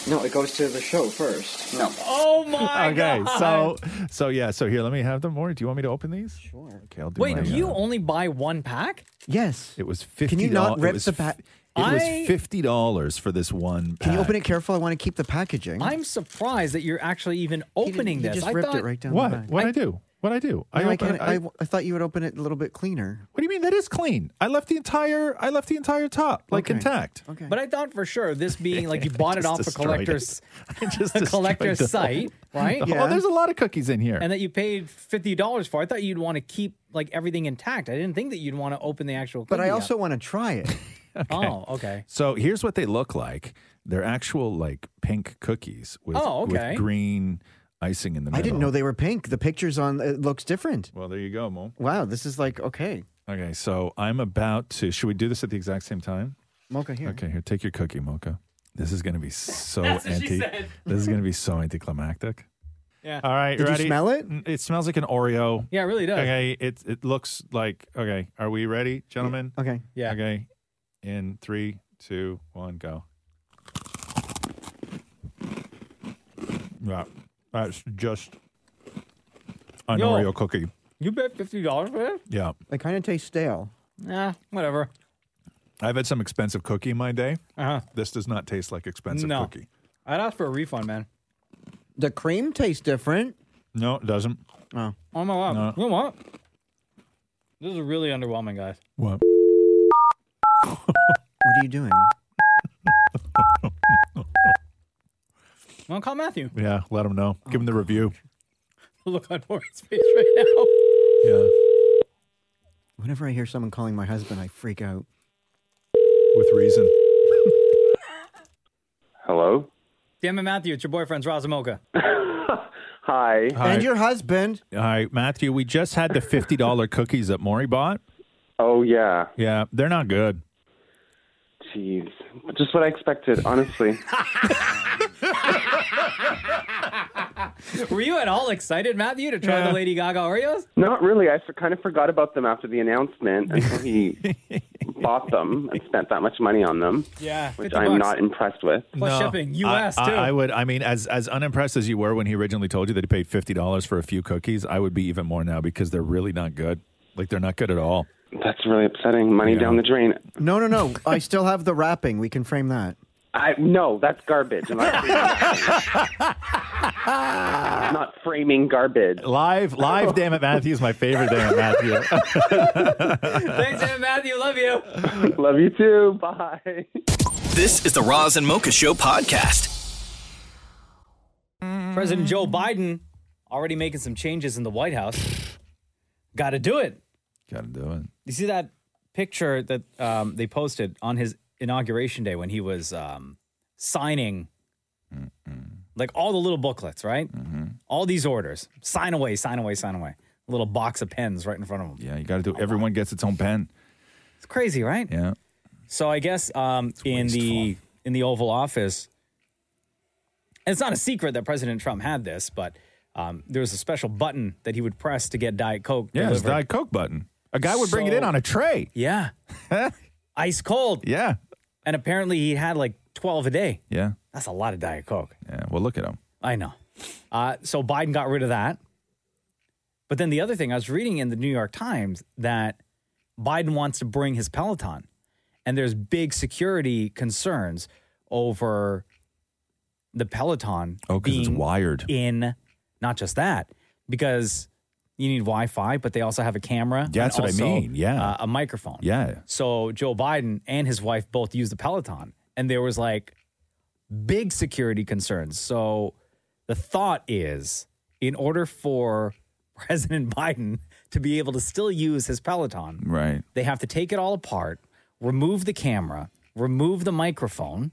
[SPEAKER 7] No, it goes to the show first.
[SPEAKER 15] No.
[SPEAKER 5] Oh
[SPEAKER 4] <laughs>
[SPEAKER 5] my
[SPEAKER 4] okay,
[SPEAKER 5] God.
[SPEAKER 4] so so yeah, so here, let me have them. Maury, do you want me to open these? Sure. Okay, I'll do
[SPEAKER 5] Wait,
[SPEAKER 4] my,
[SPEAKER 5] you
[SPEAKER 4] uh,
[SPEAKER 5] only buy one pack?
[SPEAKER 7] Yes.
[SPEAKER 4] It was fifty.
[SPEAKER 7] you not rip
[SPEAKER 4] it was,
[SPEAKER 7] the pa-
[SPEAKER 4] f- It
[SPEAKER 5] I-
[SPEAKER 4] was fifty dollars for this one.
[SPEAKER 7] Can you
[SPEAKER 4] pack.
[SPEAKER 7] open it careful? I want to keep the packaging.
[SPEAKER 5] I'm surprised that you're actually even opening
[SPEAKER 7] he
[SPEAKER 5] this.
[SPEAKER 7] just
[SPEAKER 5] I
[SPEAKER 7] ripped it
[SPEAKER 5] thought-
[SPEAKER 7] right down the
[SPEAKER 4] What?
[SPEAKER 7] back.
[SPEAKER 4] What I, do? What I do?
[SPEAKER 7] No, I,
[SPEAKER 4] open-
[SPEAKER 7] can't, I, I thought you would open it a little bit cleaner.
[SPEAKER 4] What do you mean? That is clean. I left the entire. I left the entire top like
[SPEAKER 7] <laughs>
[SPEAKER 4] intact.
[SPEAKER 7] Okay.
[SPEAKER 5] But I thought for sure this being
[SPEAKER 4] <laughs>
[SPEAKER 5] like you bought it
[SPEAKER 4] Just
[SPEAKER 5] off a
[SPEAKER 4] destroyed
[SPEAKER 5] collector's
[SPEAKER 4] <laughs> I just
[SPEAKER 5] <laughs> a
[SPEAKER 4] destroyed
[SPEAKER 5] collector's
[SPEAKER 4] the whole-
[SPEAKER 5] site,
[SPEAKER 7] <laughs>
[SPEAKER 5] right?
[SPEAKER 4] <laughs> the whole- Oh, there's a lot of cookies in here.
[SPEAKER 5] and that you paid fifty dollars for. I thought you'd want to keep like everything intact. I didn't think that you'd want to open the actual.
[SPEAKER 7] But I
[SPEAKER 5] cookie up.
[SPEAKER 7] also want to
[SPEAKER 4] <laughs>
[SPEAKER 7] try it.
[SPEAKER 5] Oh, okay.
[SPEAKER 4] So here's what they look like. They're actual like pink cookies with,
[SPEAKER 7] Oh,
[SPEAKER 4] with
[SPEAKER 7] okay.
[SPEAKER 4] green icing in the middle.
[SPEAKER 7] I didn't know they were pink. The pictures on it looks different.
[SPEAKER 4] Well, there you go, Mo.
[SPEAKER 7] Wow, this is like okay,
[SPEAKER 4] Okay, so I'm about to. Should we do this at the exact same time?
[SPEAKER 7] mocha here.
[SPEAKER 4] Okay, here, take your cookie, Mocha. This is going to be so
[SPEAKER 7] That's what she
[SPEAKER 4] anti.
[SPEAKER 7] said.
[SPEAKER 4] This is going
[SPEAKER 7] <laughs>
[SPEAKER 4] to be so anticlimactic.
[SPEAKER 5] Yeah.
[SPEAKER 4] All right,
[SPEAKER 7] Did
[SPEAKER 4] ready? Mm,
[SPEAKER 7] you smell it?
[SPEAKER 4] It smells like an Oreo.
[SPEAKER 5] Yeah, it really does.
[SPEAKER 4] Okay, it it looks like. Okay, are we ready, gentlemen?
[SPEAKER 7] Okay.
[SPEAKER 5] Yeah.
[SPEAKER 4] Okay. In three, two, one, go. Yeah, that's just an
[SPEAKER 5] Yo.
[SPEAKER 4] Oreo cookie.
[SPEAKER 5] You bet fifty dollars for it?
[SPEAKER 4] Yeah,
[SPEAKER 7] They kind of taste stale.
[SPEAKER 5] Nah, whatever.
[SPEAKER 4] I've had some expensive cookie in my day.
[SPEAKER 5] Uh-huh.
[SPEAKER 4] This does not taste like expensive
[SPEAKER 5] no,
[SPEAKER 4] cookie.
[SPEAKER 5] I'd ask for a refund, man.
[SPEAKER 7] The cream tastes different.
[SPEAKER 4] No, it doesn't.
[SPEAKER 7] Oh,
[SPEAKER 5] Oh my god.
[SPEAKER 4] No.
[SPEAKER 5] You know what? This is really underwhelming, guys.
[SPEAKER 4] What?
[SPEAKER 7] what are you doing?
[SPEAKER 5] I'm gonna call Matthew.
[SPEAKER 4] Yeah, let them know. Give them the review.
[SPEAKER 5] Look on Morgan's face right now.
[SPEAKER 4] Yeah.
[SPEAKER 7] Whenever I hear someone calling my husband, I freak out.
[SPEAKER 4] With reason.
[SPEAKER 13] Hello?
[SPEAKER 5] Damn it, Matthew, it's your boyfriend's Razamoka.
[SPEAKER 13] Hi.
[SPEAKER 4] Hi.
[SPEAKER 7] And your husband.
[SPEAKER 4] All right, Matthew, we just had the $50 cookies that Maury bought.
[SPEAKER 13] Oh, yeah.
[SPEAKER 4] Yeah, they're not good.
[SPEAKER 13] Jeez. Just what I expected,
[SPEAKER 7] <laughs>
[SPEAKER 13] honestly.
[SPEAKER 5] <laughs> Were you at all excited, Matthew, to try
[SPEAKER 13] Yeah.
[SPEAKER 5] the Lady Gaga Oreos?
[SPEAKER 13] Not really. I for, kind of forgot about them after the announcement until
[SPEAKER 5] <laughs>
[SPEAKER 13] he bought them and spent that much money on them.
[SPEAKER 5] Yeah,
[SPEAKER 13] Which
[SPEAKER 5] 50
[SPEAKER 13] I am
[SPEAKER 5] bucks.
[SPEAKER 13] not impressed with.
[SPEAKER 5] Plus shipping,
[SPEAKER 4] I-
[SPEAKER 5] US
[SPEAKER 4] I,
[SPEAKER 5] too.
[SPEAKER 4] I would. I mean, as as unimpressed as you were when he originally told you that he paid fifty dollars for a few cookies, I would be even more now because they're really not good. Like they're not good at all.
[SPEAKER 13] That's really upsetting. Money down the drain.
[SPEAKER 7] No,
[SPEAKER 4] <laughs>
[SPEAKER 7] no, no. I still have the wrapping. We can frame that.
[SPEAKER 13] I no, that's garbage. I'm
[SPEAKER 11] <laughs>
[SPEAKER 13] not, I'm not framing garbage.
[SPEAKER 4] Live, live. damn it, Matthew is my favorite. Damn
[SPEAKER 13] <laughs>
[SPEAKER 4] it, Matthew.
[SPEAKER 5] <laughs> Thanks, Damn it, Matthew. Love you.
[SPEAKER 13] Love you too.
[SPEAKER 5] <laughs>
[SPEAKER 13] Bye.
[SPEAKER 1] This is the Roz and Mocha
[SPEAKER 4] <laughs>
[SPEAKER 1] Show podcast.
[SPEAKER 5] President Joe Biden already making some changes in the White House. <sighs> Got to do it.
[SPEAKER 4] Got to do it.
[SPEAKER 5] You see that picture that um, they posted on his inauguration day when he was um, signing, like all the little booklets, right?
[SPEAKER 4] Mm-hmm.
[SPEAKER 5] All these orders, sign away, sign away, sign away. A little box of pens right in front of him.
[SPEAKER 4] yeah, you got to do. Everyone gets its own pen.
[SPEAKER 5] It's crazy, right?
[SPEAKER 4] Yeah.
[SPEAKER 5] So I guess um, in the in the Oval Office, and it's not a secret that President Trump had this, but um, there was a special button that he would press to get Diet Coke.
[SPEAKER 4] Yeah, it's
[SPEAKER 5] delivered.
[SPEAKER 4] Diet Coke button. A guy would bring it in
[SPEAKER 5] So-
[SPEAKER 4] on a tray. <laughs>
[SPEAKER 5] Yeah, ice cold.
[SPEAKER 4] Yeah,
[SPEAKER 5] and apparently he had like twelve a day.
[SPEAKER 4] Yeah.
[SPEAKER 5] That's a lot of Diet Coke.
[SPEAKER 4] Yeah. Well, look at him.
[SPEAKER 5] I know. Uh, so Biden got rid of that. But then the other thing I was reading in the New York Times that Biden wants to bring his Peloton, and there's big security concerns over the Peloton.
[SPEAKER 4] Oh, 'cause it's
[SPEAKER 5] being
[SPEAKER 4] wired.
[SPEAKER 5] in. Not just that, because you need Wi-Fi, but they also have a camera.
[SPEAKER 4] Yeah, that's
[SPEAKER 5] and
[SPEAKER 4] what I
[SPEAKER 5] also,
[SPEAKER 4] mean. Yeah.
[SPEAKER 5] uh, a microphone.
[SPEAKER 4] Yeah.
[SPEAKER 5] So Joe Biden and his wife both use the Peloton, and there was like big security concerns. So the thought is, in order for <laughs> President Biden to be able to still use his Peloton,
[SPEAKER 4] Right.
[SPEAKER 5] they have to take it all apart, remove the camera, remove the microphone,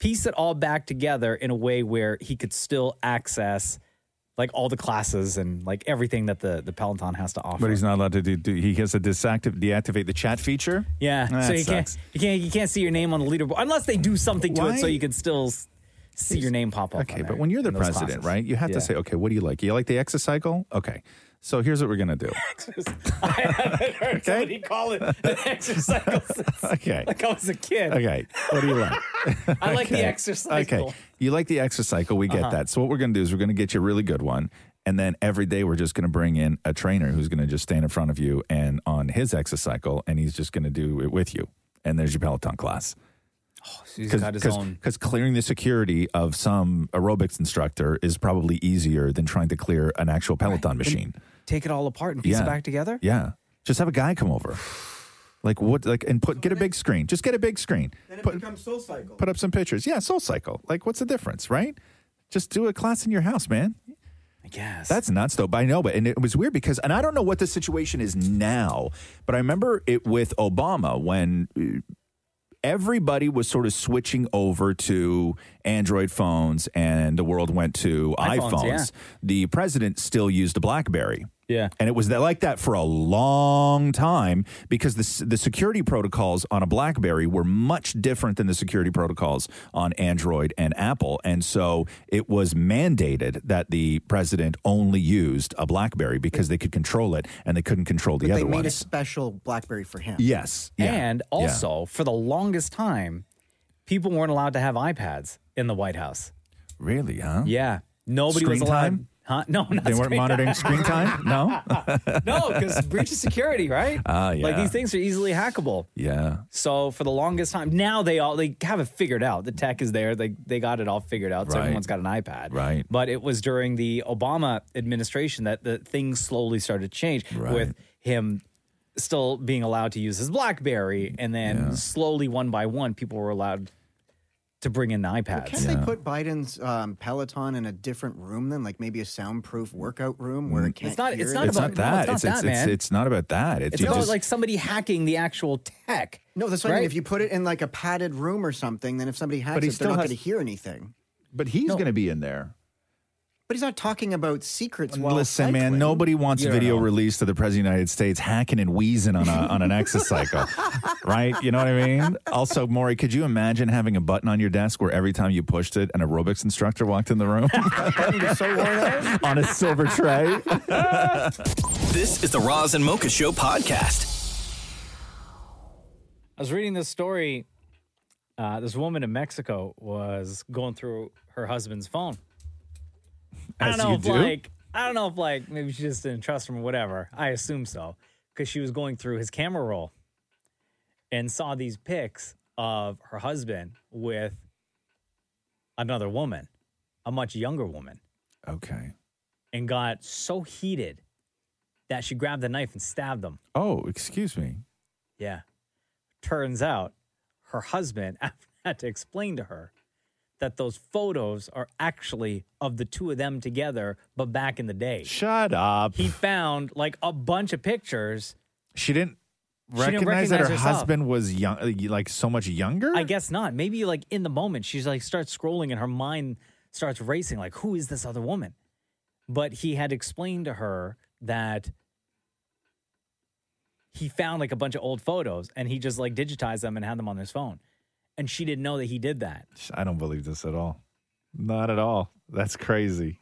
[SPEAKER 5] piece it all back together in a way where he could still access like all the classes and like everything that the, the Peloton has to offer.
[SPEAKER 4] But he's not allowed to do, do he has to disactiv- deactivate the chat feature.
[SPEAKER 5] yeah,
[SPEAKER 4] That
[SPEAKER 5] so you
[SPEAKER 4] sucks.
[SPEAKER 5] can't you can't you can't see your name on the leaderboard unless they do something to it so
[SPEAKER 4] Why?
[SPEAKER 5] you can still s- see your name pop up.
[SPEAKER 4] Okay, but when you're the
[SPEAKER 5] in those
[SPEAKER 4] president,
[SPEAKER 5] classes.
[SPEAKER 4] right? You have
[SPEAKER 5] Yeah.
[SPEAKER 4] to say, okay, what do you like? You like the exocycle? Okay. So here's what we're gonna
[SPEAKER 5] <laughs>
[SPEAKER 4] do.
[SPEAKER 5] okay. somebody call it an exercise.
[SPEAKER 4] <laughs> Okay.
[SPEAKER 5] like I was a kid.
[SPEAKER 4] Okay. What do you like?
[SPEAKER 5] <laughs> I like the
[SPEAKER 4] Okay.
[SPEAKER 5] exercise.
[SPEAKER 4] Okay. You like the exercycle. We get
[SPEAKER 5] Uh-huh.
[SPEAKER 4] that. So what we're going to do is we're going to get you a really good one. And then every day we're just going to bring in a trainer who's going to just stand in front of you and on his exercycle and he's just going to do it with you. And there's your Peloton class.
[SPEAKER 5] he's got his own.
[SPEAKER 4] Because clearing the security of some aerobics instructor is probably easier than trying to clear an actual Peloton machine.
[SPEAKER 5] Take it all apart and piece
[SPEAKER 4] Yeah.
[SPEAKER 5] it back together.
[SPEAKER 4] Yeah. Just have a guy come over. Like what? Like and put get a big screen. Just get a big screen.
[SPEAKER 7] Then it becomes Soul Cycle.
[SPEAKER 4] Put up some pictures. Yeah, Soul Cycle. Like what's the difference, right? Just do a class in your house, man.
[SPEAKER 5] I guess.
[SPEAKER 4] That's nuts, though. But I know, but and it was weird because, and I don't know what the situation is now, but I remember it with Obama when uh, everybody was sort of switching over to Android phones and the world went to
[SPEAKER 5] iPhones,
[SPEAKER 4] iPhones.
[SPEAKER 5] yeah.
[SPEAKER 4] The president still used a BlackBerry.
[SPEAKER 5] Yeah.
[SPEAKER 4] And it was that, like that for a long time because the, s- the security protocols on a BlackBerry were much different than the security protocols on Android and Apple. And so it was mandated that the president only used a BlackBerry because they could control it and they couldn't control the
[SPEAKER 7] But
[SPEAKER 4] other
[SPEAKER 7] they made a
[SPEAKER 4] ones.
[SPEAKER 7] special BlackBerry for him.
[SPEAKER 4] Yes. Yeah.
[SPEAKER 5] And
[SPEAKER 4] Yeah.
[SPEAKER 5] also, for the longest time, people weren't allowed to have iPads in the White House.
[SPEAKER 4] Really, huh?
[SPEAKER 5] Yeah. Nobody was
[SPEAKER 4] Screen
[SPEAKER 5] allowed.
[SPEAKER 4] time?
[SPEAKER 5] Huh? No, not
[SPEAKER 4] They weren't
[SPEAKER 5] screen
[SPEAKER 4] monitoring
[SPEAKER 5] <laughs>
[SPEAKER 4] screen time? No?
[SPEAKER 5] no, because breach of security, right?
[SPEAKER 4] Ah,
[SPEAKER 5] Like
[SPEAKER 4] yeah.
[SPEAKER 5] these things are easily hackable.
[SPEAKER 4] Yeah.
[SPEAKER 5] So for the longest time, now they all they have it figured out. The tech is there. They they got it all figured out. So
[SPEAKER 4] Right.
[SPEAKER 5] everyone's got an iPad.
[SPEAKER 4] Right.
[SPEAKER 5] But it was during the Obama administration that the things slowly started to change
[SPEAKER 4] Right.
[SPEAKER 5] with him still being allowed to use his BlackBerry and then slowly one by one people were allowed to bring in the iPads.
[SPEAKER 7] Can't they put Biden's um, Peloton in a different room then, like maybe a soundproof workout room where it can't?
[SPEAKER 5] not-
[SPEAKER 7] Hear
[SPEAKER 5] it's
[SPEAKER 7] it?
[SPEAKER 5] not
[SPEAKER 4] Mm. It's not that.
[SPEAKER 5] no,
[SPEAKER 4] It's,
[SPEAKER 5] it's not
[SPEAKER 4] it's,
[SPEAKER 5] that,
[SPEAKER 4] it's,
[SPEAKER 5] man.
[SPEAKER 4] it's not about that. It's,
[SPEAKER 5] it's
[SPEAKER 4] you
[SPEAKER 5] about
[SPEAKER 4] just-
[SPEAKER 5] like somebody hacking the actual tech.
[SPEAKER 7] No, that's what I mean.
[SPEAKER 5] Right?
[SPEAKER 7] If you put it in like a padded room or something, then if somebody hacks
[SPEAKER 4] he
[SPEAKER 7] it, they're
[SPEAKER 4] still
[SPEAKER 7] not
[SPEAKER 4] has-
[SPEAKER 7] going to hear anything.
[SPEAKER 4] but he's going to be in there.
[SPEAKER 7] But he's not talking about secrets. While
[SPEAKER 4] Listen, man,
[SPEAKER 7] cycling.
[SPEAKER 4] nobody wants
[SPEAKER 7] You don't
[SPEAKER 4] video
[SPEAKER 7] know.
[SPEAKER 4] released to the president of the United States hacking and wheezing on a on an exocycle, right? You know what I mean? Also, Maury, could you imagine having a button on your desk where every time you pushed it, an aerobics instructor walked in the room on a silver tray?
[SPEAKER 1] <laughs> This is the Roz and Mocha Show podcast.
[SPEAKER 5] I was reading this story. Uh, this woman in Mexico was going through her husband's phone. I
[SPEAKER 11] As
[SPEAKER 5] don't know
[SPEAKER 11] you
[SPEAKER 5] if
[SPEAKER 11] do?
[SPEAKER 5] like I don't know if like maybe she just didn't trust him or whatever. I assume so because she was going through his camera roll and saw these pics of her husband with another woman, a much younger woman,
[SPEAKER 4] Okay.
[SPEAKER 5] and got so heated that she grabbed a knife and stabbed him.
[SPEAKER 4] Oh, excuse me.
[SPEAKER 5] Yeah. Turns out her husband <laughs> had to explain to her that those photos are actually of the two of them together, but back in the day.
[SPEAKER 4] Shut up.
[SPEAKER 5] He found like a bunch of pictures.
[SPEAKER 4] She didn't
[SPEAKER 5] She didn't
[SPEAKER 4] recognize, that her
[SPEAKER 5] recognize herself.
[SPEAKER 4] husband was young, like so much younger.
[SPEAKER 5] I guess not. Maybe like in the moment, she's like starts scrolling and her mind starts racing like, who is this other woman? But he had explained to her that he found like a bunch of old photos and he just like digitized them and had them on his phone. And she didn't know that he did that.
[SPEAKER 4] I don't believe this at all. Not at all. That's crazy.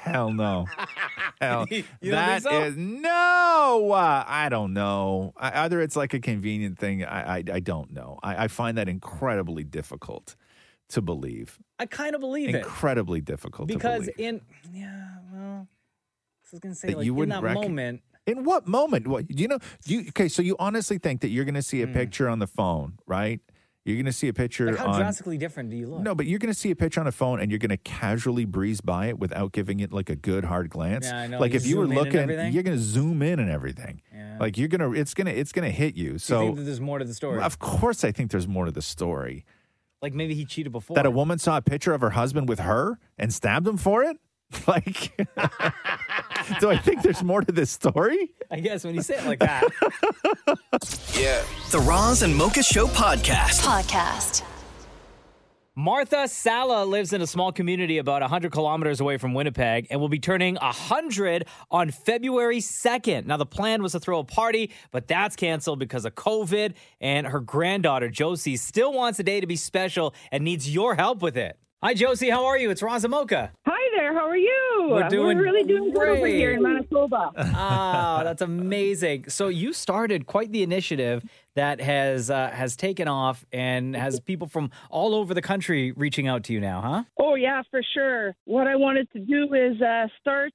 [SPEAKER 4] Hell no.
[SPEAKER 5] <laughs>
[SPEAKER 4] Hell,
[SPEAKER 11] You don't
[SPEAKER 4] that
[SPEAKER 11] think so?
[SPEAKER 4] is- no. Uh, I don't know. I, either it's like a convenient thing. I I, I don't know. I, I find that incredibly difficult to believe.
[SPEAKER 5] I kind of believe it.
[SPEAKER 4] incredibly difficult to
[SPEAKER 5] because
[SPEAKER 4] believe.
[SPEAKER 5] in yeah well i was gonna say
[SPEAKER 4] That
[SPEAKER 5] like
[SPEAKER 4] you
[SPEAKER 5] in
[SPEAKER 4] wouldn't
[SPEAKER 5] that
[SPEAKER 4] rec-
[SPEAKER 5] moment
[SPEAKER 4] In what moment? What you know? You okay? So you honestly think that you're going to see a picture on the phone, right? You're going to see a picture
[SPEAKER 5] Hmm. Like, how
[SPEAKER 4] on.
[SPEAKER 5] drastically different do you look?
[SPEAKER 4] No, but you're going to see a picture on a phone, and you're going to casually breeze by it without giving it like a good hard glance.
[SPEAKER 5] Yeah, I know.
[SPEAKER 4] Like
[SPEAKER 5] You
[SPEAKER 4] if you were
[SPEAKER 5] zoom in and
[SPEAKER 4] looking,
[SPEAKER 5] everything?
[SPEAKER 4] you're going to zoom in and everything. Like you're gonna, it's gonna, it's gonna hit you.
[SPEAKER 5] So, you think
[SPEAKER 4] So
[SPEAKER 5] that there's more to the story?
[SPEAKER 4] of course, I think there's more to the story.
[SPEAKER 5] Like maybe he cheated before.
[SPEAKER 4] That a woman saw a picture of her husband with her and stabbed him for it? <laughs> Like, do I think there's more to this story?
[SPEAKER 5] I guess when you say
[SPEAKER 4] <laughs>
[SPEAKER 5] it like that.
[SPEAKER 1] Yeah. The Roz and Mocha Show podcast.
[SPEAKER 3] Podcast.
[SPEAKER 5] Martha Sala lives in a small community about 100 kilometers away from Winnipeg and will be turning 100 on February 2nd. Now, the plan was to throw a party, but that's canceled because of COVID. And her granddaughter, Josie, still wants the day to be special and needs your help with it. Hi, Josie. How are you? It's Razamoka.
[SPEAKER 16] Hi there. How are you?
[SPEAKER 5] We're doing
[SPEAKER 16] really doing good over here in
[SPEAKER 5] great.
[SPEAKER 16] Manitoba.
[SPEAKER 5] Ah, that's amazing. So you started quite the initiative that has uh, has taken off and has people from all over the country reaching out to you now, huh?
[SPEAKER 16] Oh yeah, for sure. What I wanted to do is uh, start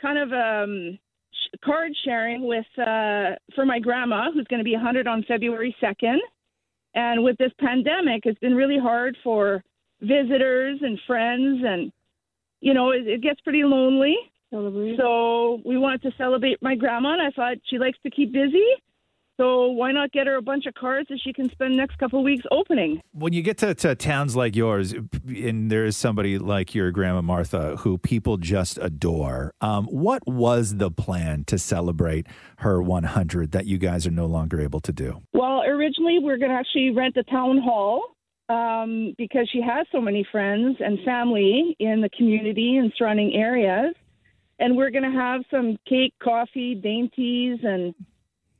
[SPEAKER 16] kind of um, sh- card sharing with uh, for my grandma who's going to be 100 on February 2nd. And with this pandemic, it's been really hard for visitors and friends, and you know it, it gets pretty lonely. So we wanted to celebrate my grandma, and I thought she likes to keep busy. So why not get her a bunch of cards that she can spend the next couple of weeks opening?
[SPEAKER 4] When you get to, to towns like yours, and there is somebody like your grandma Martha who people just adore, um, what was the plan to celebrate her 100 that you guys are no longer able to do?
[SPEAKER 16] Well, originally we are going to actually rent the town hall um, because she has so many friends and family in the community and surrounding areas, and we're going to have some cake, coffee, dainties, and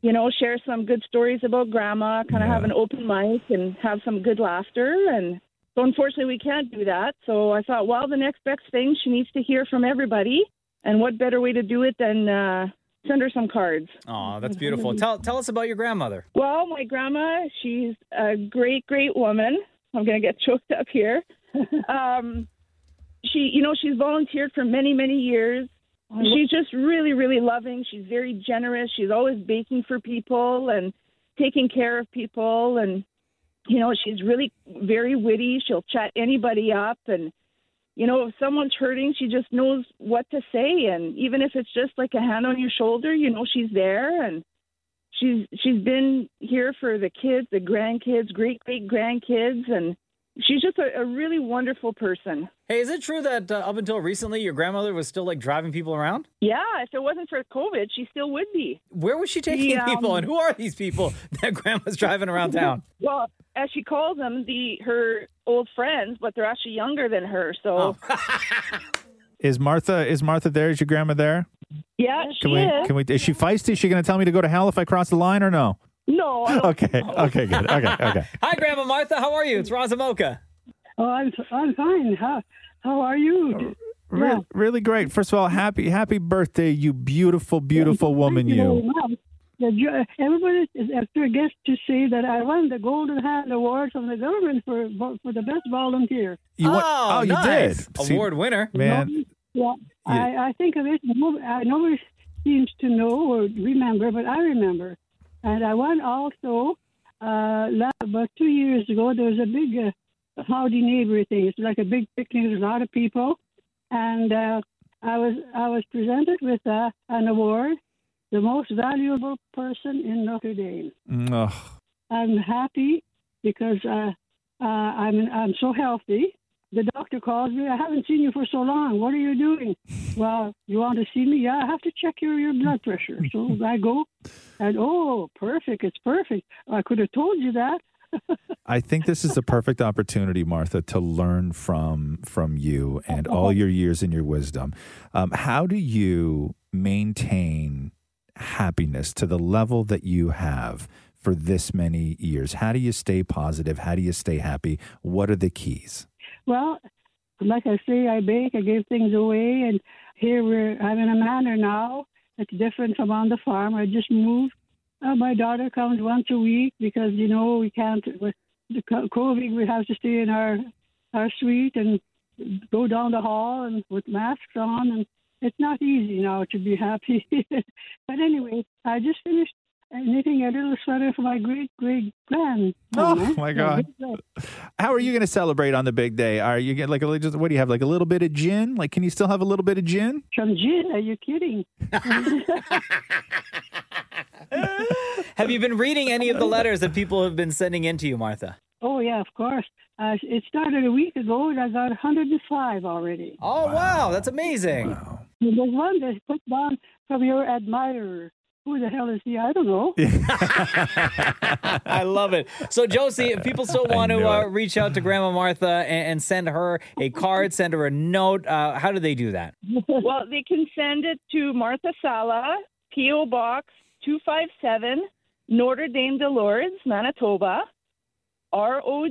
[SPEAKER 16] you know share some good stories about Grandma. Kind of have an open mic and have some good laughter. And so, unfortunately, we can't do that. So I thought, well, the next best thing she needs to hear from everybody, and what better way to do it than uh, send her some cards.
[SPEAKER 5] Oh, that's beautiful. Tell tell us about your grandmother.
[SPEAKER 16] Well, my grandma, she's a great, great woman. I'm going to get <laughs> choked up here. um, she, you know, she's volunteered for many, many years. She's just really, really loving. She's very generous. She's always baking for people and taking care of people. And, you know, she's really very witty. She'll chat anybody up. And, you know, if someone's hurting, she just knows what to say. And even if it's just like a hand on your shoulder, you know, she's there. And, she's she's been here for the kids, the grandkids, great great grandkids, and she's just a, a really wonderful person.
[SPEAKER 5] Hey, is it true that uh, up until recently your grandmother was still like driving people around?
[SPEAKER 16] Yeah, if it wasn't for COVID, she still would be.
[SPEAKER 5] Where was she taking
[SPEAKER 16] Yeah, um,
[SPEAKER 5] <laughs> people and who are these people <laughs> that grandma's driving
[SPEAKER 16] <laughs>
[SPEAKER 5] around town?
[SPEAKER 16] Well, as she calls them, the her old friends, but they're actually younger than her. So
[SPEAKER 5] Oh.
[SPEAKER 4] Is Martha is Martha there? Is your grandma there?
[SPEAKER 16] yeah, she
[SPEAKER 4] Can we
[SPEAKER 16] is.
[SPEAKER 4] can we is she feisty? Is she going to tell me to go to hell if I cross the line or no?
[SPEAKER 16] no. I don't-
[SPEAKER 4] Okay. Okay, good. Okay, okay.
[SPEAKER 5] Hi, Grandma Martha. How are you? It's Razamoka.
[SPEAKER 17] Oh, I'm I'm fine. How how are you?
[SPEAKER 4] Re- Uh, Really great. First of all, happy happy birthday, you beautiful, beautiful woman.
[SPEAKER 17] Thank
[SPEAKER 4] You.
[SPEAKER 17] very much. The ju- Everybody is after guest to say that I won the Golden Hand Award from the government for for the best volunteer.
[SPEAKER 4] You won-
[SPEAKER 5] Oh,
[SPEAKER 4] you
[SPEAKER 5] nice.
[SPEAKER 4] did. See,
[SPEAKER 5] Award winner.
[SPEAKER 4] man.
[SPEAKER 17] Yeah, I, I think of it. no- I nobody seems to know or remember, but I remember. And I won also uh, la- about two years ago. There was a big uh, howdy neighbor thing. It's like a big picnic. There's a lot of people, and uh, I was I was presented with uh, an award, the most valuable person in Notre Dame.
[SPEAKER 4] Mm, Ugh.
[SPEAKER 17] I'm happy because uh, uh, I'm I'm so healthy. The doctor calls me. I haven't seen you for so long. What are you doing? Well, you want to see me? Yeah, I have to check your your blood pressure. So I go, and oh, perfect! It's perfect. I could have told you that.
[SPEAKER 4] I think this is the perfect opportunity, Martha, to learn from from you and all your years and your wisdom. Um, how do you maintain happiness to the level that you have for this many years? How do you stay positive? How do you stay happy? What are the keys?
[SPEAKER 17] Well, like I say, I bake. I give things away, and here we're. I'm in a manor now. It's different from on the farm. I just moved. Uh, my daughter comes once a week because you know we can't with the co- COVID. We have to stay in our our suite and go down the hall and with masks on and it's not easy now to be happy. <laughs> but anyway, I just finished uh, knitting a little sweater for my great great grand.
[SPEAKER 4] Oh my God. How are you going to celebrate on the big day? Are you get like a, just, what do you have like a little bit of gin? Like, can you still have a little bit of gin?
[SPEAKER 17] Some gin? Are you kidding?
[SPEAKER 5] Have you been reading any of the letters that people have been sending in to you, Martha?
[SPEAKER 17] Oh yeah, of course. Uh, it started a week ago, and I got 105 already.
[SPEAKER 5] Oh wow, that's amazing.
[SPEAKER 17] And There's one that's put down from your admirer. Who the hell is he? I don't know.
[SPEAKER 5] <laughs> I love it. So, Josie, if people still
[SPEAKER 17] I
[SPEAKER 5] want to
[SPEAKER 17] knew
[SPEAKER 5] uh,
[SPEAKER 17] it.
[SPEAKER 5] reach out to Grandma Martha and, and send her a card, send her a note, uh, how do they do that?
[SPEAKER 17] well,
[SPEAKER 16] they can send it to Martha Sala, P.O. Box 257, Notre Dame de Lourdes, Manitoba, ROG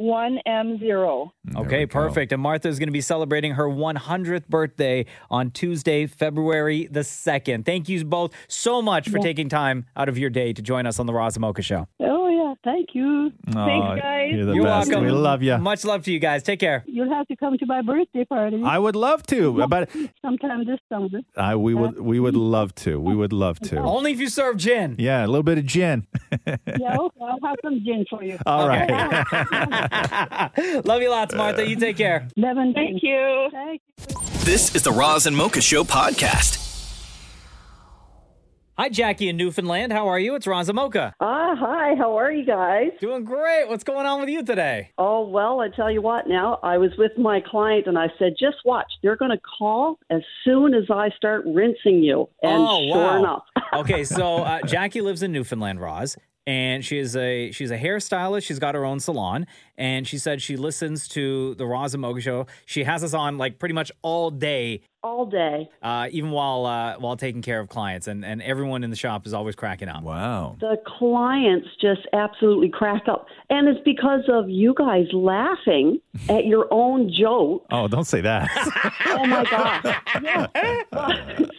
[SPEAKER 16] 1M0.
[SPEAKER 5] Okay, perfect. And Martha is going to be celebrating her 100th birthday on Tuesday, February the 2nd. Thank you both so much for
[SPEAKER 17] Yeah.
[SPEAKER 5] taking time out of your day to join us on the Razamoka Show.
[SPEAKER 17] Oh yeah, thank you.
[SPEAKER 5] You're welcome. you. Much love to you guys. Take <laughs> care.
[SPEAKER 17] You'll have to come to my birthday party.
[SPEAKER 4] I would love to, but
[SPEAKER 17] sometime this
[SPEAKER 4] <laughs>
[SPEAKER 17] summer.
[SPEAKER 4] I, we would we would love to. We would love to.
[SPEAKER 5] Mm-hmm. Only if you serve gin.
[SPEAKER 4] Yeah, a little bit of gin.
[SPEAKER 17] Yeah, okay, I'll have some gin for you.
[SPEAKER 4] <laughs> All right.
[SPEAKER 5] Love you lots, Martha. You take care.
[SPEAKER 17] Levin, thank
[SPEAKER 16] you.
[SPEAKER 1] This is the Roz and Mocha Show podcast.
[SPEAKER 5] Hi, Jackie in Newfoundland. How are you? It's Razamoka.
[SPEAKER 18] Ah, hi. How are you guys?
[SPEAKER 5] Doing great. What's going on with you today?
[SPEAKER 18] Oh, well, I tell you what now, I was with my client and I said, just watch. They're going to call as soon as I start rinsing you. And
[SPEAKER 5] oh,
[SPEAKER 18] sure
[SPEAKER 5] wow.
[SPEAKER 18] enough. <laughs>
[SPEAKER 5] okay, so uh, Jackie lives in Newfoundland, Roz, and she is a she's a hairstylist. She's got her own salon, and she said she listens to the Roz and Mocha show. She has us on like pretty much all day.
[SPEAKER 18] All day.
[SPEAKER 5] Uh, even while uh, while taking care of clients, and, and everyone in the shop is always cracking up.
[SPEAKER 4] Wow!
[SPEAKER 18] The clients just absolutely crack up. And it's because of you guys laughing at your own joke.
[SPEAKER 4] <laughs> Oh, don't say
[SPEAKER 18] <laughs>
[SPEAKER 4] that.
[SPEAKER 18] Oh my gosh. Yeah.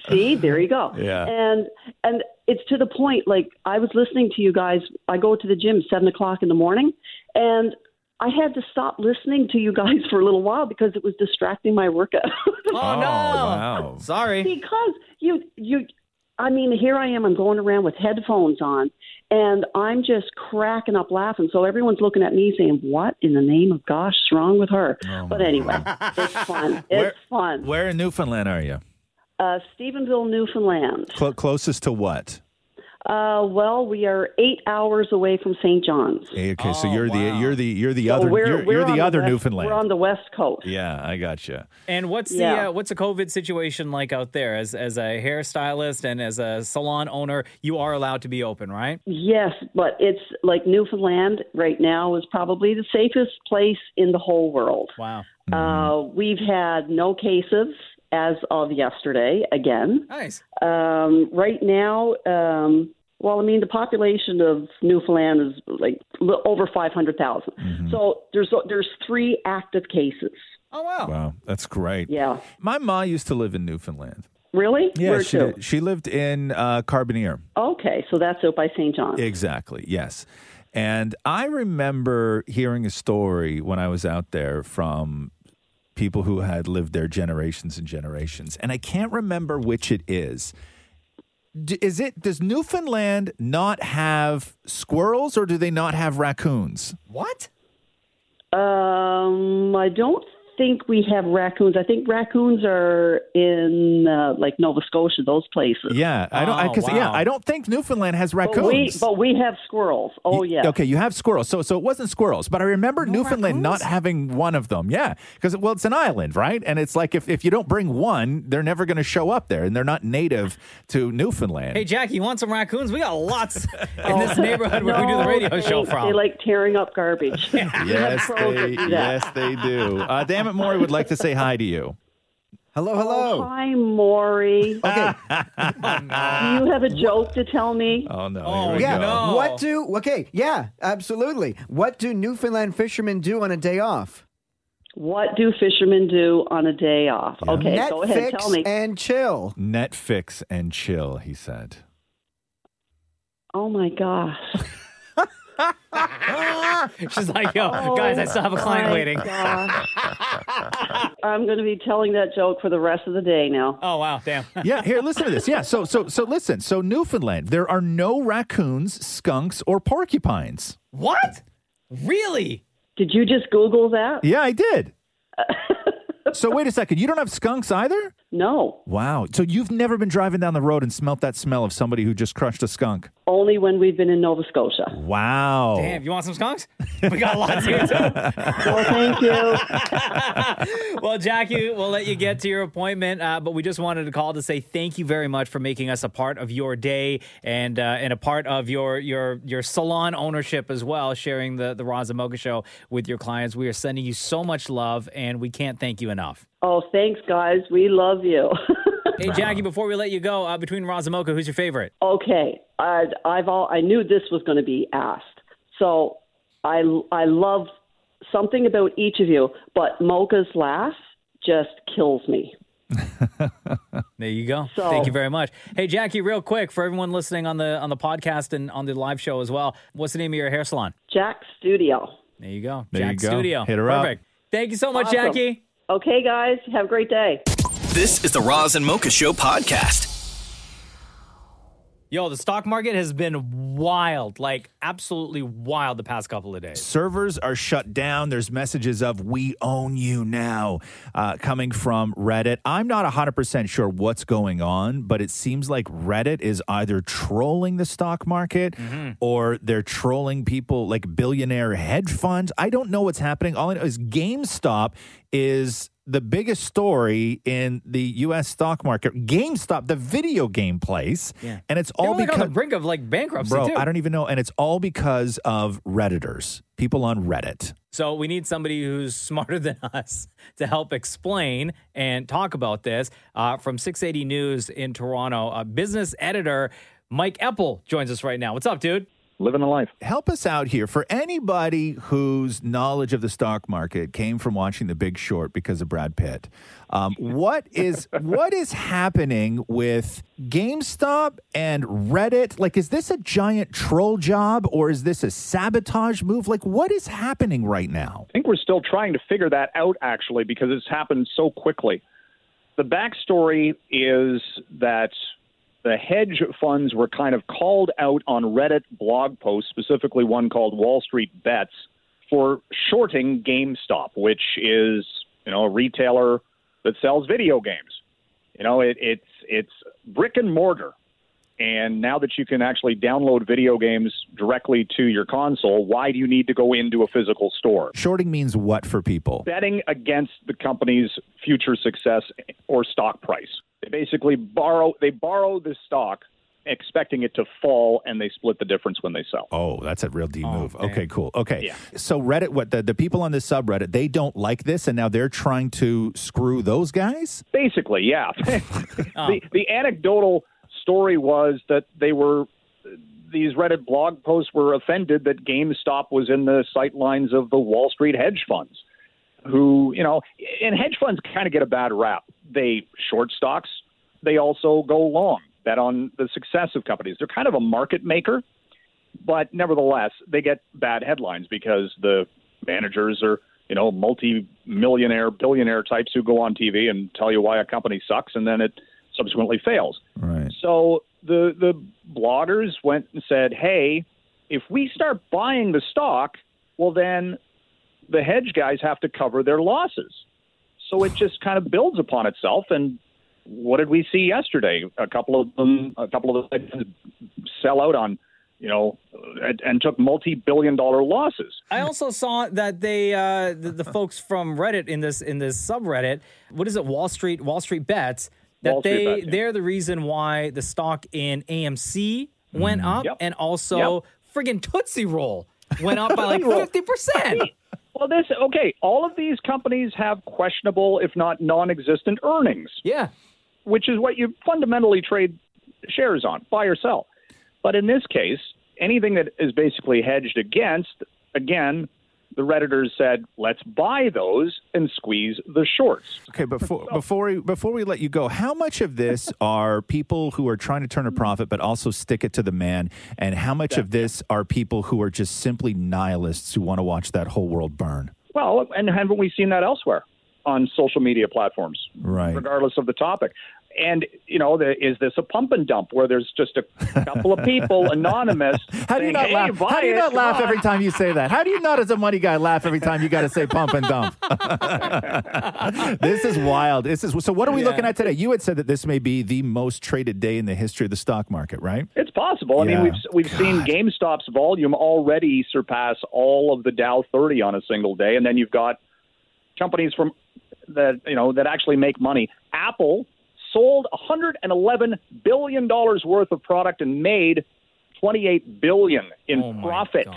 [SPEAKER 18] See, there you go.
[SPEAKER 4] Yeah.
[SPEAKER 18] And and it's to the point, like I was listening to you guys. I go to the gym seven o'clock in the morning and I had to stop listening to you guys for a little while because it was distracting my workout. <laughs>
[SPEAKER 5] Oh, no! Wow. Sorry.
[SPEAKER 18] because you you I mean, here I am, I'm going around with headphones on and I'm just cracking up laughing. So everyone's looking at me saying, What in the name of gosh is wrong with her? but anyway, it's fun. It's
[SPEAKER 4] Where-
[SPEAKER 18] fun.
[SPEAKER 4] Where in Newfoundland are you?
[SPEAKER 18] Uh, Stephenville, Newfoundland.
[SPEAKER 4] Cl- closest to what?
[SPEAKER 18] Uh, well, we are eight hours away from St. John's.
[SPEAKER 4] Eh, Okay, so you're the you're the you're the
[SPEAKER 18] Oh, So
[SPEAKER 4] other
[SPEAKER 18] we're-
[SPEAKER 4] you're,
[SPEAKER 18] we're
[SPEAKER 4] you're
[SPEAKER 18] on
[SPEAKER 4] the other
[SPEAKER 18] west-
[SPEAKER 4] Newfoundland.
[SPEAKER 18] We're on the west coast.
[SPEAKER 4] yeah, I gotcha.
[SPEAKER 5] And what's the
[SPEAKER 18] Yeah.
[SPEAKER 5] uh, what's the COVID situation like out there? As as a hairstylist and as a salon owner, you are allowed to be open, right?
[SPEAKER 18] Yes, but it's like Newfoundland right now is probably the safest place in the whole world.
[SPEAKER 5] Wow.
[SPEAKER 18] Uh,
[SPEAKER 4] Mm-hmm.
[SPEAKER 18] we've had no cases as of yesterday again.
[SPEAKER 5] Nice.
[SPEAKER 18] Um, right now, um, well, I mean, the population of Newfoundland is like li- over 500,000.
[SPEAKER 4] Mm-hmm.
[SPEAKER 18] So there's, there's three active cases.
[SPEAKER 5] Oh wow!
[SPEAKER 4] Wow, that's great.
[SPEAKER 18] Yeah.
[SPEAKER 4] My ma used to live in Newfoundland.
[SPEAKER 18] Really?
[SPEAKER 4] Yeah,
[SPEAKER 18] Where
[SPEAKER 4] she
[SPEAKER 18] to?
[SPEAKER 4] did. she lived in uh, Carbonear.
[SPEAKER 18] Okay, so that's out by St. John's.
[SPEAKER 4] Exactly. Yes. And I remember hearing a story when I was out there from people who had lived there generations and generations, and I can't remember which it is. D- is it does Newfoundland not have squirrels or do they not have raccoons?
[SPEAKER 5] What?
[SPEAKER 18] Um, I don't think we have raccoons. I think raccoons are in uh, like Nova Scotia, those places.
[SPEAKER 4] Yeah, I don't. I, 'cause, Yeah, I don't think Newfoundland has
[SPEAKER 18] Oh, But we,
[SPEAKER 4] raccoons.
[SPEAKER 18] but we have squirrels. Oh yeah.
[SPEAKER 4] Okay, <laughs> you have squirrels. So so it wasn't squirrels, but I remember Newfoundland not having one of them. Yeah, because well, it's an island, right? And it's like if, if you don't bring one, they're never going to show up there, and they're not native to
[SPEAKER 18] <laughs>
[SPEAKER 4] Newfoundland.
[SPEAKER 5] Hey Jackie, you want some raccoons? We got lots in this neighborhood where we do the
[SPEAKER 18] Oh. No,
[SPEAKER 5] radio
[SPEAKER 18] they-
[SPEAKER 5] show from.
[SPEAKER 18] They like tearing up garbage.
[SPEAKER 4] Yes,
[SPEAKER 18] Crows
[SPEAKER 4] they
[SPEAKER 18] that do that.
[SPEAKER 4] yes they do. Uh, Damn it, Maury would like to say hi to you. Hello,
[SPEAKER 18] Oh, hi, Maury.
[SPEAKER 4] Okay.
[SPEAKER 18] Do you have a joke to tell me?
[SPEAKER 4] Oh no.
[SPEAKER 18] here we
[SPEAKER 7] yeah.
[SPEAKER 18] go.
[SPEAKER 7] What do? Okay. Yeah. Absolutely. What do Newfoundland fishermen do on a day off?
[SPEAKER 18] What do fishermen do on a day off? <laughs> Okay,
[SPEAKER 7] Netflix
[SPEAKER 18] go ahead, tell me.
[SPEAKER 7] and chill.
[SPEAKER 4] Netflix and chill, he said.
[SPEAKER 18] Oh my gosh.
[SPEAKER 5] <laughs> She's like, yo, guys, I still have a client
[SPEAKER 18] Oh my
[SPEAKER 5] waiting. <laughs>
[SPEAKER 18] God. I'm going to be telling that joke for the rest of the day now.
[SPEAKER 5] Oh wow, damn.
[SPEAKER 4] yeah, here, listen to this. Yeah, so so so listen. So Newfoundland, there are no raccoons, skunks, or porcupines.
[SPEAKER 5] What? Really?
[SPEAKER 4] Did you just Google that? <laughs> Yeah, I did. so wait a second. You don't have skunks either?
[SPEAKER 18] No.
[SPEAKER 4] Wow. So you've never been driving down the road and smelt that smell of somebody who just crushed a skunk.
[SPEAKER 18] Only when we've been in Nova Scotia.
[SPEAKER 4] Wow.
[SPEAKER 5] Damn, you want some skunks? We got lots here
[SPEAKER 18] <laughs>
[SPEAKER 5] too. well,
[SPEAKER 18] thank you.
[SPEAKER 5] <laughs> well, Jackie, we'll let you get to your appointment, uh, but we just wanted to call to say thank you very much for making us a part of your day and uh, and a part of your your your salon ownership as well, sharing the the Raza Mocha Show with your clients. We are sending you so much love, and we can't thank you enough.
[SPEAKER 18] <laughs> Oh, thanks, guys. We love you. <laughs>
[SPEAKER 5] Hey, Jackie, before we let you go, uh, between Raza Mocha, who's your favorite?
[SPEAKER 18] okay, I, I've all I knew this was going to be asked, so I I love something about each of you, but Mocha's laugh just kills me.
[SPEAKER 5] There you go. Thank you very much. Hey, Jackie, real quick for everyone listening on the on the podcast and on the live show as well. What's the name of your hair salon?
[SPEAKER 18] Jack Studio.
[SPEAKER 5] There you go.
[SPEAKER 4] There you
[SPEAKER 5] Jack
[SPEAKER 4] go.
[SPEAKER 5] Studio.
[SPEAKER 4] Hit her up.
[SPEAKER 5] Perfect. Thank you so much,
[SPEAKER 18] Awesome.
[SPEAKER 5] Jackie.
[SPEAKER 18] Okay, guys, have a great day.
[SPEAKER 1] This is the Roz and Mocha Show podcast.
[SPEAKER 5] Yo, the stock market has been wild, like absolutely wild the past couple of days.
[SPEAKER 4] Servers are shut down. There's messages of "We own you now" uh, coming from Reddit. I'm not 100% sure what's going on, but it seems like Reddit is either trolling the stock market
[SPEAKER 5] Mm-hmm.
[SPEAKER 4] or they're trolling people like billionaire hedge funds. I don't know what's happening. All I know is GameStop is the biggest story in the U.S. stock market. GameStop, the video game place,
[SPEAKER 5] Yeah.
[SPEAKER 4] and it's
[SPEAKER 5] They're
[SPEAKER 4] all
[SPEAKER 5] like
[SPEAKER 4] because
[SPEAKER 5] on the brink of like bankruptcy
[SPEAKER 4] Bro,
[SPEAKER 5] too.
[SPEAKER 4] I don't even know. And it's all because of Redditors, people on Reddit.
[SPEAKER 5] So we need somebody who's <laughs> smarter than us to help explain and talk about this. Uh, from 680 News in Toronto, uh, business editor Mike Eppel joins us right now. What's up, dude?
[SPEAKER 4] Living a life. Help us out here. For anybody whose knowledge of the stock market came from watching The Big Short because of Brad Pitt, um, what is what is happening with GameStop and Reddit? Like, is this a giant troll job or is this a sabotage move? Like, what is happening right now?
[SPEAKER 6] I think we're still trying to figure that out, actually, because it's happened so quickly. The backstory is that the hedge funds were kind of called out on Reddit blog posts, specifically one called Wall Street Bets, for shorting GameStop, which is you know a retailer that sells video games. You know, it, it's it's brick and mortar. And now that you can actually download video games directly to your console, why do you need to go into a physical store?
[SPEAKER 4] Shorting means what for people?
[SPEAKER 6] betting against the company's future success or stock price. They basically borrow they borrow the stock expecting it to fall and they split the difference when they sell.
[SPEAKER 4] Oh, that's a real D move. Okay, cool. Okay. So Reddit what the, the people on this subreddit, they don't like this and now they're trying to screw those guys? <laughs>
[SPEAKER 6] Basically, yeah. <laughs> the, the anecdotal story was that they were these Reddit blog posts were offended that GameStop was in the sight lines of the Wall Street hedge funds, who you know, and hedge funds kind of get a bad rap. They short stocks, they also go long, bet on the success of companies. They're kind of a market maker, but nevertheless, they get bad headlines because the managers are you know multi-millionaire, billionaire types who go on TV and tell you why a company sucks, and then it subsequently fails. So the the bloggers went and said, "Hey, if we start buying the stock, well then the hedge guys have to cover their losses." So it just kind of builds upon itself and what did we see yesterday? A couple of them, a couple of them sell out on, you know, and, and took multi-billion dollar losses.
[SPEAKER 5] I also saw that they uh, the, the folks from Reddit in this in this subreddit, what is it, Wall Street Wall Street Bets, that
[SPEAKER 6] Wall Street
[SPEAKER 5] they
[SPEAKER 6] Bets, yeah.
[SPEAKER 5] they're the reason why the stock in AMC went up
[SPEAKER 6] Mm, Yep.
[SPEAKER 5] and also friggin' Tootsie Roll went up by
[SPEAKER 6] <laughs>
[SPEAKER 5] like
[SPEAKER 6] Tootsie Roll.
[SPEAKER 5] fifty percent.
[SPEAKER 6] Well, this okay. All of these companies have questionable, if not non-existent, earnings.
[SPEAKER 5] Yeah,
[SPEAKER 6] which is what you fundamentally trade shares on, buy or sell. But in this case, anything that is basically hedged against, again, the redditors said, "Let's buy those and squeeze the shorts."
[SPEAKER 4] Okay,
[SPEAKER 6] <laughs>
[SPEAKER 4] before before we, before we let you go, how much of this are people who are trying to turn a profit but also stick it to the man, and how much of this are people who are just simply nihilists who want to watch that whole world burn?
[SPEAKER 6] Well, and haven't we seen that elsewhere on social media platforms,
[SPEAKER 4] Right.
[SPEAKER 6] regardless of the topic? And you know, the, is this a pump and dump where there's just a couple of
[SPEAKER 4] <laughs>
[SPEAKER 6] people anonymous?
[SPEAKER 4] How do you
[SPEAKER 6] saying,
[SPEAKER 4] not
[SPEAKER 6] "Hey,
[SPEAKER 4] laugh?
[SPEAKER 6] buy
[SPEAKER 4] How do you
[SPEAKER 6] it,
[SPEAKER 4] not
[SPEAKER 6] come
[SPEAKER 4] laugh
[SPEAKER 6] on."
[SPEAKER 4] every time you say that? How do you not, as a money guy, laugh every time you got to say pump and dump? <laughs> this is wild. This is so. What are we
[SPEAKER 6] Yeah.
[SPEAKER 4] looking at today? You had said that this may be the most traded day in the history of the stock market, right?
[SPEAKER 6] It's possible. I
[SPEAKER 4] Yeah.
[SPEAKER 6] mean, we've we've seen GameStop's volume already surpass all of the Dow 30 on a single day, and then you've got companies from that you know that actually make money. Apple sold 111 billion dollars worth of product and made 28 billion in profit.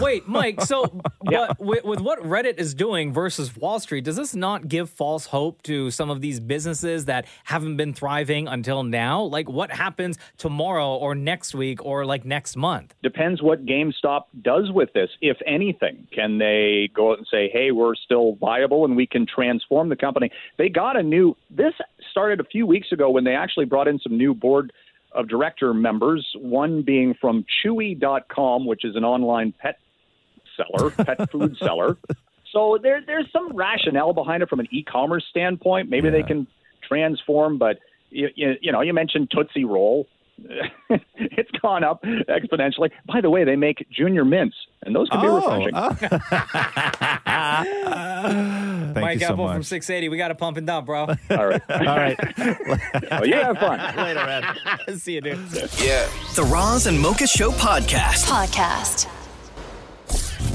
[SPEAKER 5] Wait, Mike.
[SPEAKER 6] <laughs>
[SPEAKER 5] So, but with, with what Reddit is doing versus Wall Street, does this not give false hope to some of these businesses that haven't been thriving until now? Like, what happens tomorrow or next week or like next month?
[SPEAKER 6] Depends what GameStop does with this, if anything. Can they go out and say, hey, we're still viable and we can transform the company? They got a new, this started a few weeks ago when they actually brought in some new board of director members, one being from Chewy.com, which is an online pet seller, pet food seller. So there, there's some rationale behind it from an e-commerce standpoint. Maybe they can transform, but you, you, you know, you mentioned Tootsie Roll. <laughs> it's gone up exponentially. By the way, they make junior mints, and those can be
[SPEAKER 5] Oh,
[SPEAKER 6] refreshing. <laughs>
[SPEAKER 4] Thank
[SPEAKER 5] Mike
[SPEAKER 4] you so
[SPEAKER 5] Apple from
[SPEAKER 4] much.
[SPEAKER 5] 680. We got to pump and dump, bro.
[SPEAKER 6] All right.
[SPEAKER 4] <laughs> All
[SPEAKER 5] <laughs>
[SPEAKER 4] right.
[SPEAKER 6] well, you
[SPEAKER 4] <laughs>
[SPEAKER 6] have fun.
[SPEAKER 5] Later, Red. <laughs> See you, dude.
[SPEAKER 1] Yeah. The Roz and Mocha Show podcast.
[SPEAKER 8] Podcast.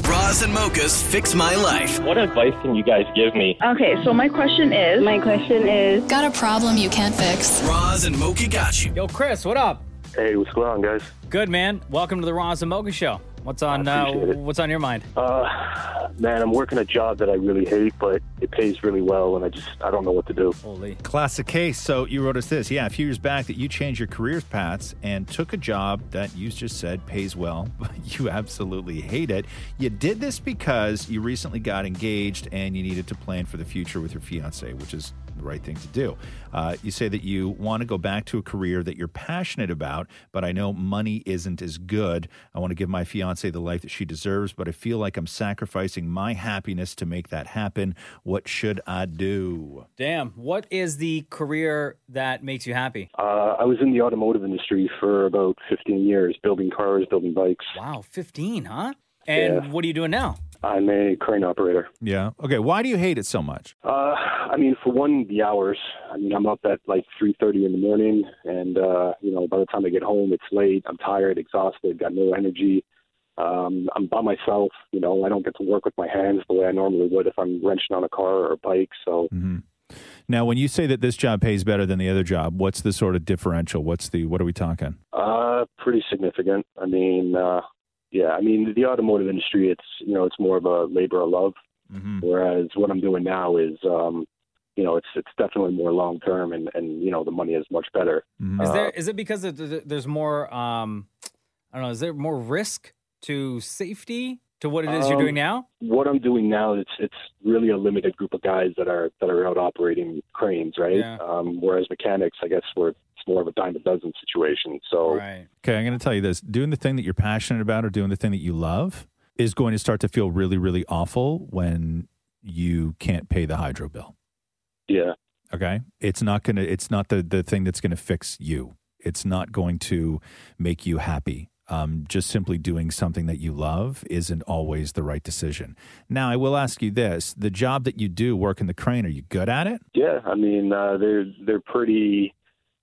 [SPEAKER 1] Roz and Mocha's Fix My Life.
[SPEAKER 19] What advice can you guys give me?
[SPEAKER 17] Okay, so my question is. My question is.
[SPEAKER 3] Got a problem you can't fix?
[SPEAKER 1] Roz and Mocha got you.
[SPEAKER 5] Yo, Chris, what up?
[SPEAKER 19] Hey, what's going on, guys?
[SPEAKER 5] Good man. Welcome to the Roz and Mocha Show. What's on? Uh, what's on your mind?
[SPEAKER 19] Uh, man, I'm working a job that I really hate, but it pays really well, and I just I don't know what to do.
[SPEAKER 5] Holy.
[SPEAKER 4] Classic case. So you wrote us this, yeah, a few years back that you changed your career paths and took a job that you just said pays well, <laughs> but you absolutely hate it. You did this because you recently got engaged and you needed to plan for the future with your fiance, which is the right thing to do. Uh, you say that you want to go back to a career that you're passionate about, but I know money isn't as good. I want to give my fiance the life that she deserves, but I feel like I'm sacrificing my happiness to make that happen. What should I do?
[SPEAKER 5] Damn. What is the career that makes you happy?
[SPEAKER 19] Uh, I was in the automotive industry for about 15 years, building cars, building bikes.
[SPEAKER 5] Wow, 15, huh? And what are you doing now?
[SPEAKER 19] I'm a crane operator.
[SPEAKER 4] Yeah. Okay. Why do you hate it so much?
[SPEAKER 19] Uh, I mean, for one, the hours. I mean, I'm up at like 3:30 in the morning, and uh, you know, by the time I get home, it's late. I'm tired, exhausted, got no energy. Um, I'm by myself. You know, I don't get to work with my hands the way I normally would if I'm wrenching on a car or a bike. So
[SPEAKER 4] Now, when you say that this job pays better than the other job, what's the sort of differential? What's the what are we talking?
[SPEAKER 19] Uh, pretty significant. I mean, uh, yeah, I mean the automotive industry. It's you know it's more of a labor of love, whereas what I'm doing now is um, you know it's it's definitely more long term, and and you know the money is much better.
[SPEAKER 5] Is
[SPEAKER 19] Uh,
[SPEAKER 5] there is it because of the- there's more um I don't know, is there more risk to safety to what it is you're
[SPEAKER 19] Um,
[SPEAKER 5] doing now?
[SPEAKER 19] What I'm doing now, it's it's really a limited group of guys that are that are out operating cranes, right?
[SPEAKER 4] Yeah.
[SPEAKER 19] Um, whereas mechanics, I guess, we're it's more of a dime a dozen situation. So
[SPEAKER 4] Okay, I'm going to tell you this: doing the thing that you're passionate about or doing the thing that you love is going to start to feel really, really awful when you can't pay the hydro bill.
[SPEAKER 19] yeah,
[SPEAKER 4] Okay, it's not gonna. It's not the the thing that's going to fix you. It's not going to make you happy. Um, just simply doing something that you love isn't always the right decision. Now, I will ask you this: the job that you do, work in the crane, are you good at it?
[SPEAKER 19] Yeah, I mean uh, they're they're pretty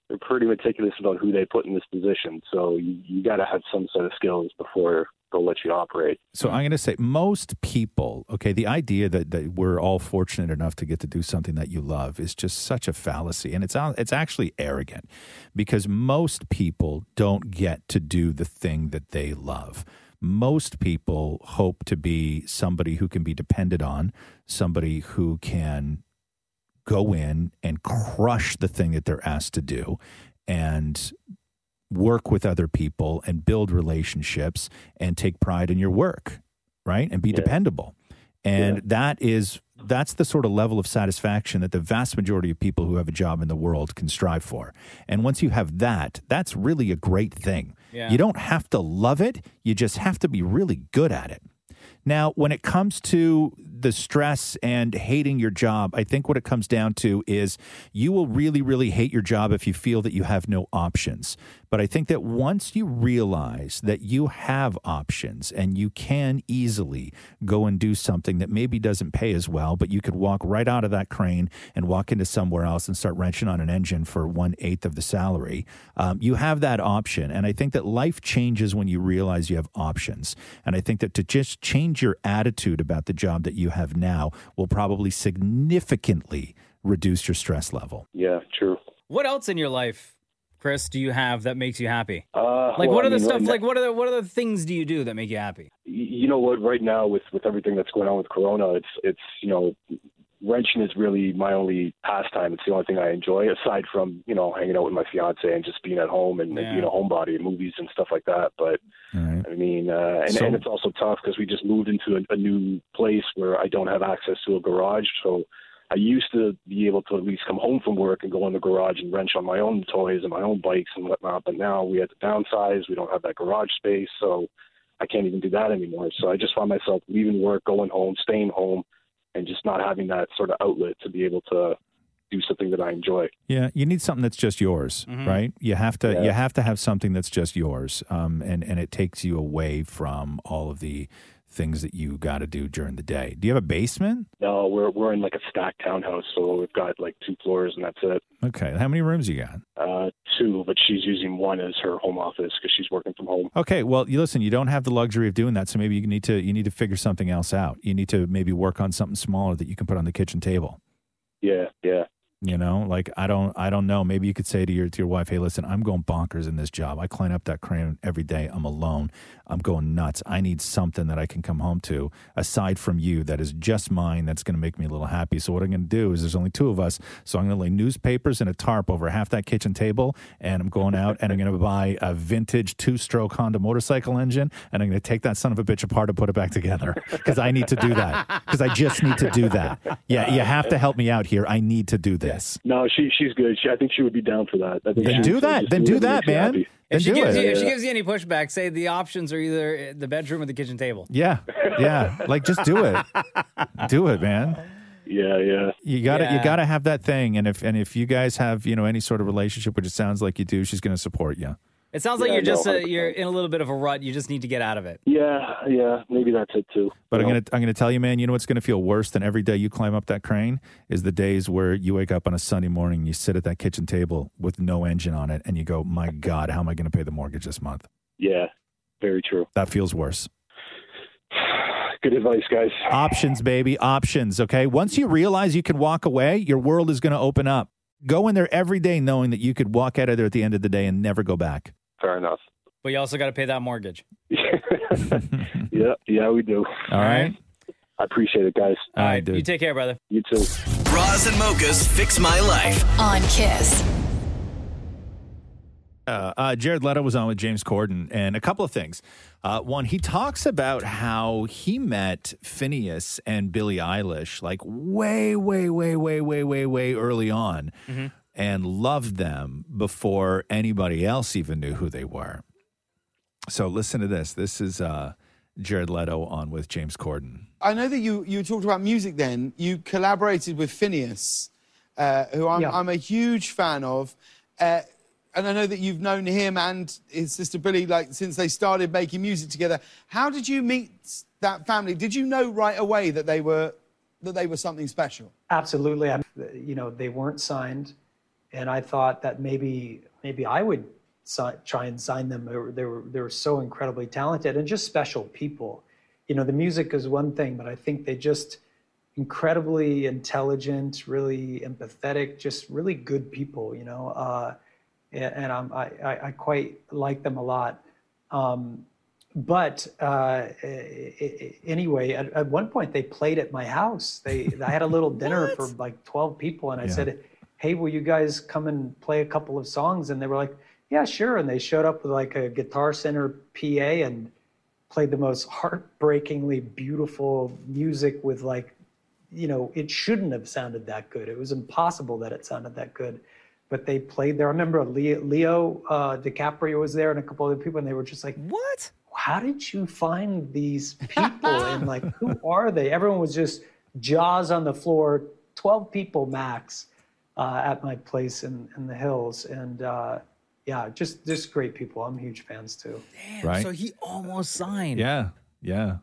[SPEAKER 19] they're pretty meticulous about who they put in this position. So you, you got to have some set of skills before they'll let you operate.
[SPEAKER 4] So I'm going to say most people, okay, the idea that, that we're all fortunate enough to get to do something that you love is just such a fallacy. And it's, it's actually arrogant because most people don't get to do the thing that they love. Most people hope to be somebody who can be depended on, somebody who can go in and crush the thing that they're asked to do and work with other people and build relationships and take pride in your work. right? And be dependable. And that is that's the sort of level of satisfaction that the vast majority of people who have a job in the world can strive for. And once you have that, that's really a great thing.
[SPEAKER 20] Yeah.
[SPEAKER 4] You don't have to love it, you just have to be really good at it. Now, when it comes to the stress and hating your job, I think what it comes down to is you will really, really hate your job if you feel that you have no options. But I think that once you realize that you have options and you can easily go and do something that maybe doesn't pay as well, but you could walk right out of that crane and walk into somewhere else and start wrenching on an engine for one eighth of the salary, um, you have that option. And I think that life changes when you realize you have options. And I think that to just change your attitude about the job that you have now will probably significantly reduce your stress level.
[SPEAKER 19] Yeah, true.
[SPEAKER 5] What else in your life, Chris, do you have that makes you happy?
[SPEAKER 19] Uh,
[SPEAKER 5] like
[SPEAKER 19] well,
[SPEAKER 5] what
[SPEAKER 19] I
[SPEAKER 5] are the
[SPEAKER 19] mean,
[SPEAKER 5] stuff
[SPEAKER 19] right
[SPEAKER 5] like what are the what are the things do you do that make you happy?
[SPEAKER 19] you know what right now with with everything that's going on with corona it's it's you know wrenching is really my only pastime it's the only thing i enjoy aside from you know hanging out with my fiance and just being at home and, and being a homebody and movies and stuff like that but i mean uh and,
[SPEAKER 21] So-
[SPEAKER 19] and it's also tough because we just moved into a, a new place where i don't have access to a garage so i used to be able to at least come home from work and go in the garage and wrench on my own toys and my own bikes and whatnot but now we had to downsize we don't have that garage space so I can't even do that anymore. So I just find myself leaving work, going home, staying home, and just not having that sort of outlet to be able to do something that I enjoy.
[SPEAKER 4] Yeah, you need something that's just yours,
[SPEAKER 19] Mhm.
[SPEAKER 4] right? You have to
[SPEAKER 19] Yeah.
[SPEAKER 4] you have to have something that's just yours, um, and and it takes you away from all of the things that you got to do during the day. Do you have a basement?
[SPEAKER 19] No, we're we're in like a stacked townhouse, so we've got like two floors, and that's it.
[SPEAKER 4] Okay, how many rooms you got?
[SPEAKER 19] Uh, two, but she's using one as her home office because she's working from home.
[SPEAKER 4] Okay, well, you listen, you don't have the luxury of doing that, so maybe you need to you need to figure something else out. You need to maybe work on something smaller that you can put on the kitchen table.
[SPEAKER 19] Yeah, yeah.
[SPEAKER 4] You know, like I don't, I don't know. Maybe you could say to your to your wife, "Hey, listen, I'm going bonkers in this job. I clean up that crane every day. I'm alone. I'm going nuts. I need something that I can come home to aside from you that is just mine. That's going to make me a little happy. So what I'm going to do is, there's only two of us, so I'm going to lay newspapers and a tarp over half that kitchen table, and I'm going out and I'm going to buy a vintage two-stroke Honda motorcycle engine, and I'm going to take that son of a bitch apart and put it back together because I need to do that because I just need to do that. Yeah, you have
[SPEAKER 19] Uh,
[SPEAKER 4] to help me out here. I need to do this.
[SPEAKER 19] No, she she's good. She, I think she would be down for that. I think
[SPEAKER 4] Then
[SPEAKER 19] she-
[SPEAKER 4] do that.
[SPEAKER 19] just
[SPEAKER 4] Then do
[SPEAKER 19] whatever
[SPEAKER 4] that,
[SPEAKER 19] makes you
[SPEAKER 4] man.
[SPEAKER 19] happy.
[SPEAKER 4] Then
[SPEAKER 5] If she
[SPEAKER 4] do
[SPEAKER 5] gives
[SPEAKER 4] it.
[SPEAKER 5] you if she gives you any pushback, say the options are either the bedroom or the kitchen table.
[SPEAKER 4] Yeah, yeah. Like just do it,
[SPEAKER 19] <laughs>
[SPEAKER 4] do it, man.
[SPEAKER 19] Yeah, yeah.
[SPEAKER 4] You gotta, you
[SPEAKER 19] Yeah.
[SPEAKER 4] gotta have that thing. And if and if you guys have, you know, any sort of relationship, which it sounds like you do, she's gonna support you.
[SPEAKER 5] It sounds like
[SPEAKER 19] Yeah,
[SPEAKER 5] you're
[SPEAKER 19] no,
[SPEAKER 5] just uh
[SPEAKER 19] 100%.
[SPEAKER 5] you're in a little bit of a rut. You just need to get out of it.
[SPEAKER 19] Yeah, yeah. Maybe that's it too.
[SPEAKER 4] But I'm gonna, I'm gonna tell you, man. You know what's gonna feel worse than every day you climb up that crane is the days where you wake up on a Sunday morning, you sit at that kitchen table with no engine on it, and you go, "My God, how am I gonna pay the mortgage this month?"
[SPEAKER 19] Yeah, very true.
[SPEAKER 4] That feels worse.
[SPEAKER 19] Good advice, guys.
[SPEAKER 4] Options, baby, options. Okay. Once you realize you can walk away, your world is going to open up. Go in there every day knowing that you could walk out of there at the end of the day and never go
[SPEAKER 19] <laughs>
[SPEAKER 4] back. <laughs>
[SPEAKER 19] Fair enough.
[SPEAKER 5] But you also got to pay that mortgage.
[SPEAKER 19] <laughs> Yeah, yeah, we do.
[SPEAKER 4] All right.
[SPEAKER 19] I appreciate it, guys.
[SPEAKER 4] All right,
[SPEAKER 5] You take care, brother.
[SPEAKER 19] You too.
[SPEAKER 1] Roz and Mocha's Fix My Life.
[SPEAKER 3] on
[SPEAKER 5] <laughs>
[SPEAKER 3] Kiss.
[SPEAKER 4] Uh, uh, Jared Leto was on with James Corden, and a couple of things. Uh, one, he talks about how he met Phineas and Billie Eilish like way, way, way, way, way, way, way early on.
[SPEAKER 5] Mm-hmm.
[SPEAKER 4] and loved them before anybody else even knew who they were. So listen to this. This is uh, Jared Leto on with James Corden.
[SPEAKER 22] I know that you, you talked about music then. You collaborated with Phineas, uh, who I'm, I'm a huge fan of. Uh, and I know that you've known him and his sister Billy like since they started making music together. How did you meet that family? Did you know right away that they were that they were something special?
[SPEAKER 23] Absolutely. I, you know, they weren't signed, and I thought that maybe maybe I would si- try and sign them. They were, they were they were so incredibly talented and just special people. You know, the music is one thing, but I think they just incredibly intelligent, really empathetic, just really good people. You know, uh, and, and I'm, I, I I quite like them a lot. Um, but uh, a- a- a- anyway, at, at one point they played at my house. They I had a little dinner for like twelve people, and I
[SPEAKER 24] Yeah.
[SPEAKER 23] said, "Hey, will you guys come and play a couple of songs?" And they were like, "Yeah, sure." And they showed up with like a guitar center PA and played the most heartbreakingly beautiful music with like you know it shouldn't have sounded that good it was impossible that it sounded that good but they played there i remember leo, leo uh, dicaprio was there and a couple other people and they were just like
[SPEAKER 25] what
[SPEAKER 23] how did you find
[SPEAKER 5] <laughs>
[SPEAKER 23] these people and like who are they everyone was just jaws on the floor 12 people max uh, at my place in, in the hills and uh, yeah just just great people i'm huge fans too
[SPEAKER 4] Right.
[SPEAKER 5] So he almost signed.
[SPEAKER 4] Yeah. Yeah.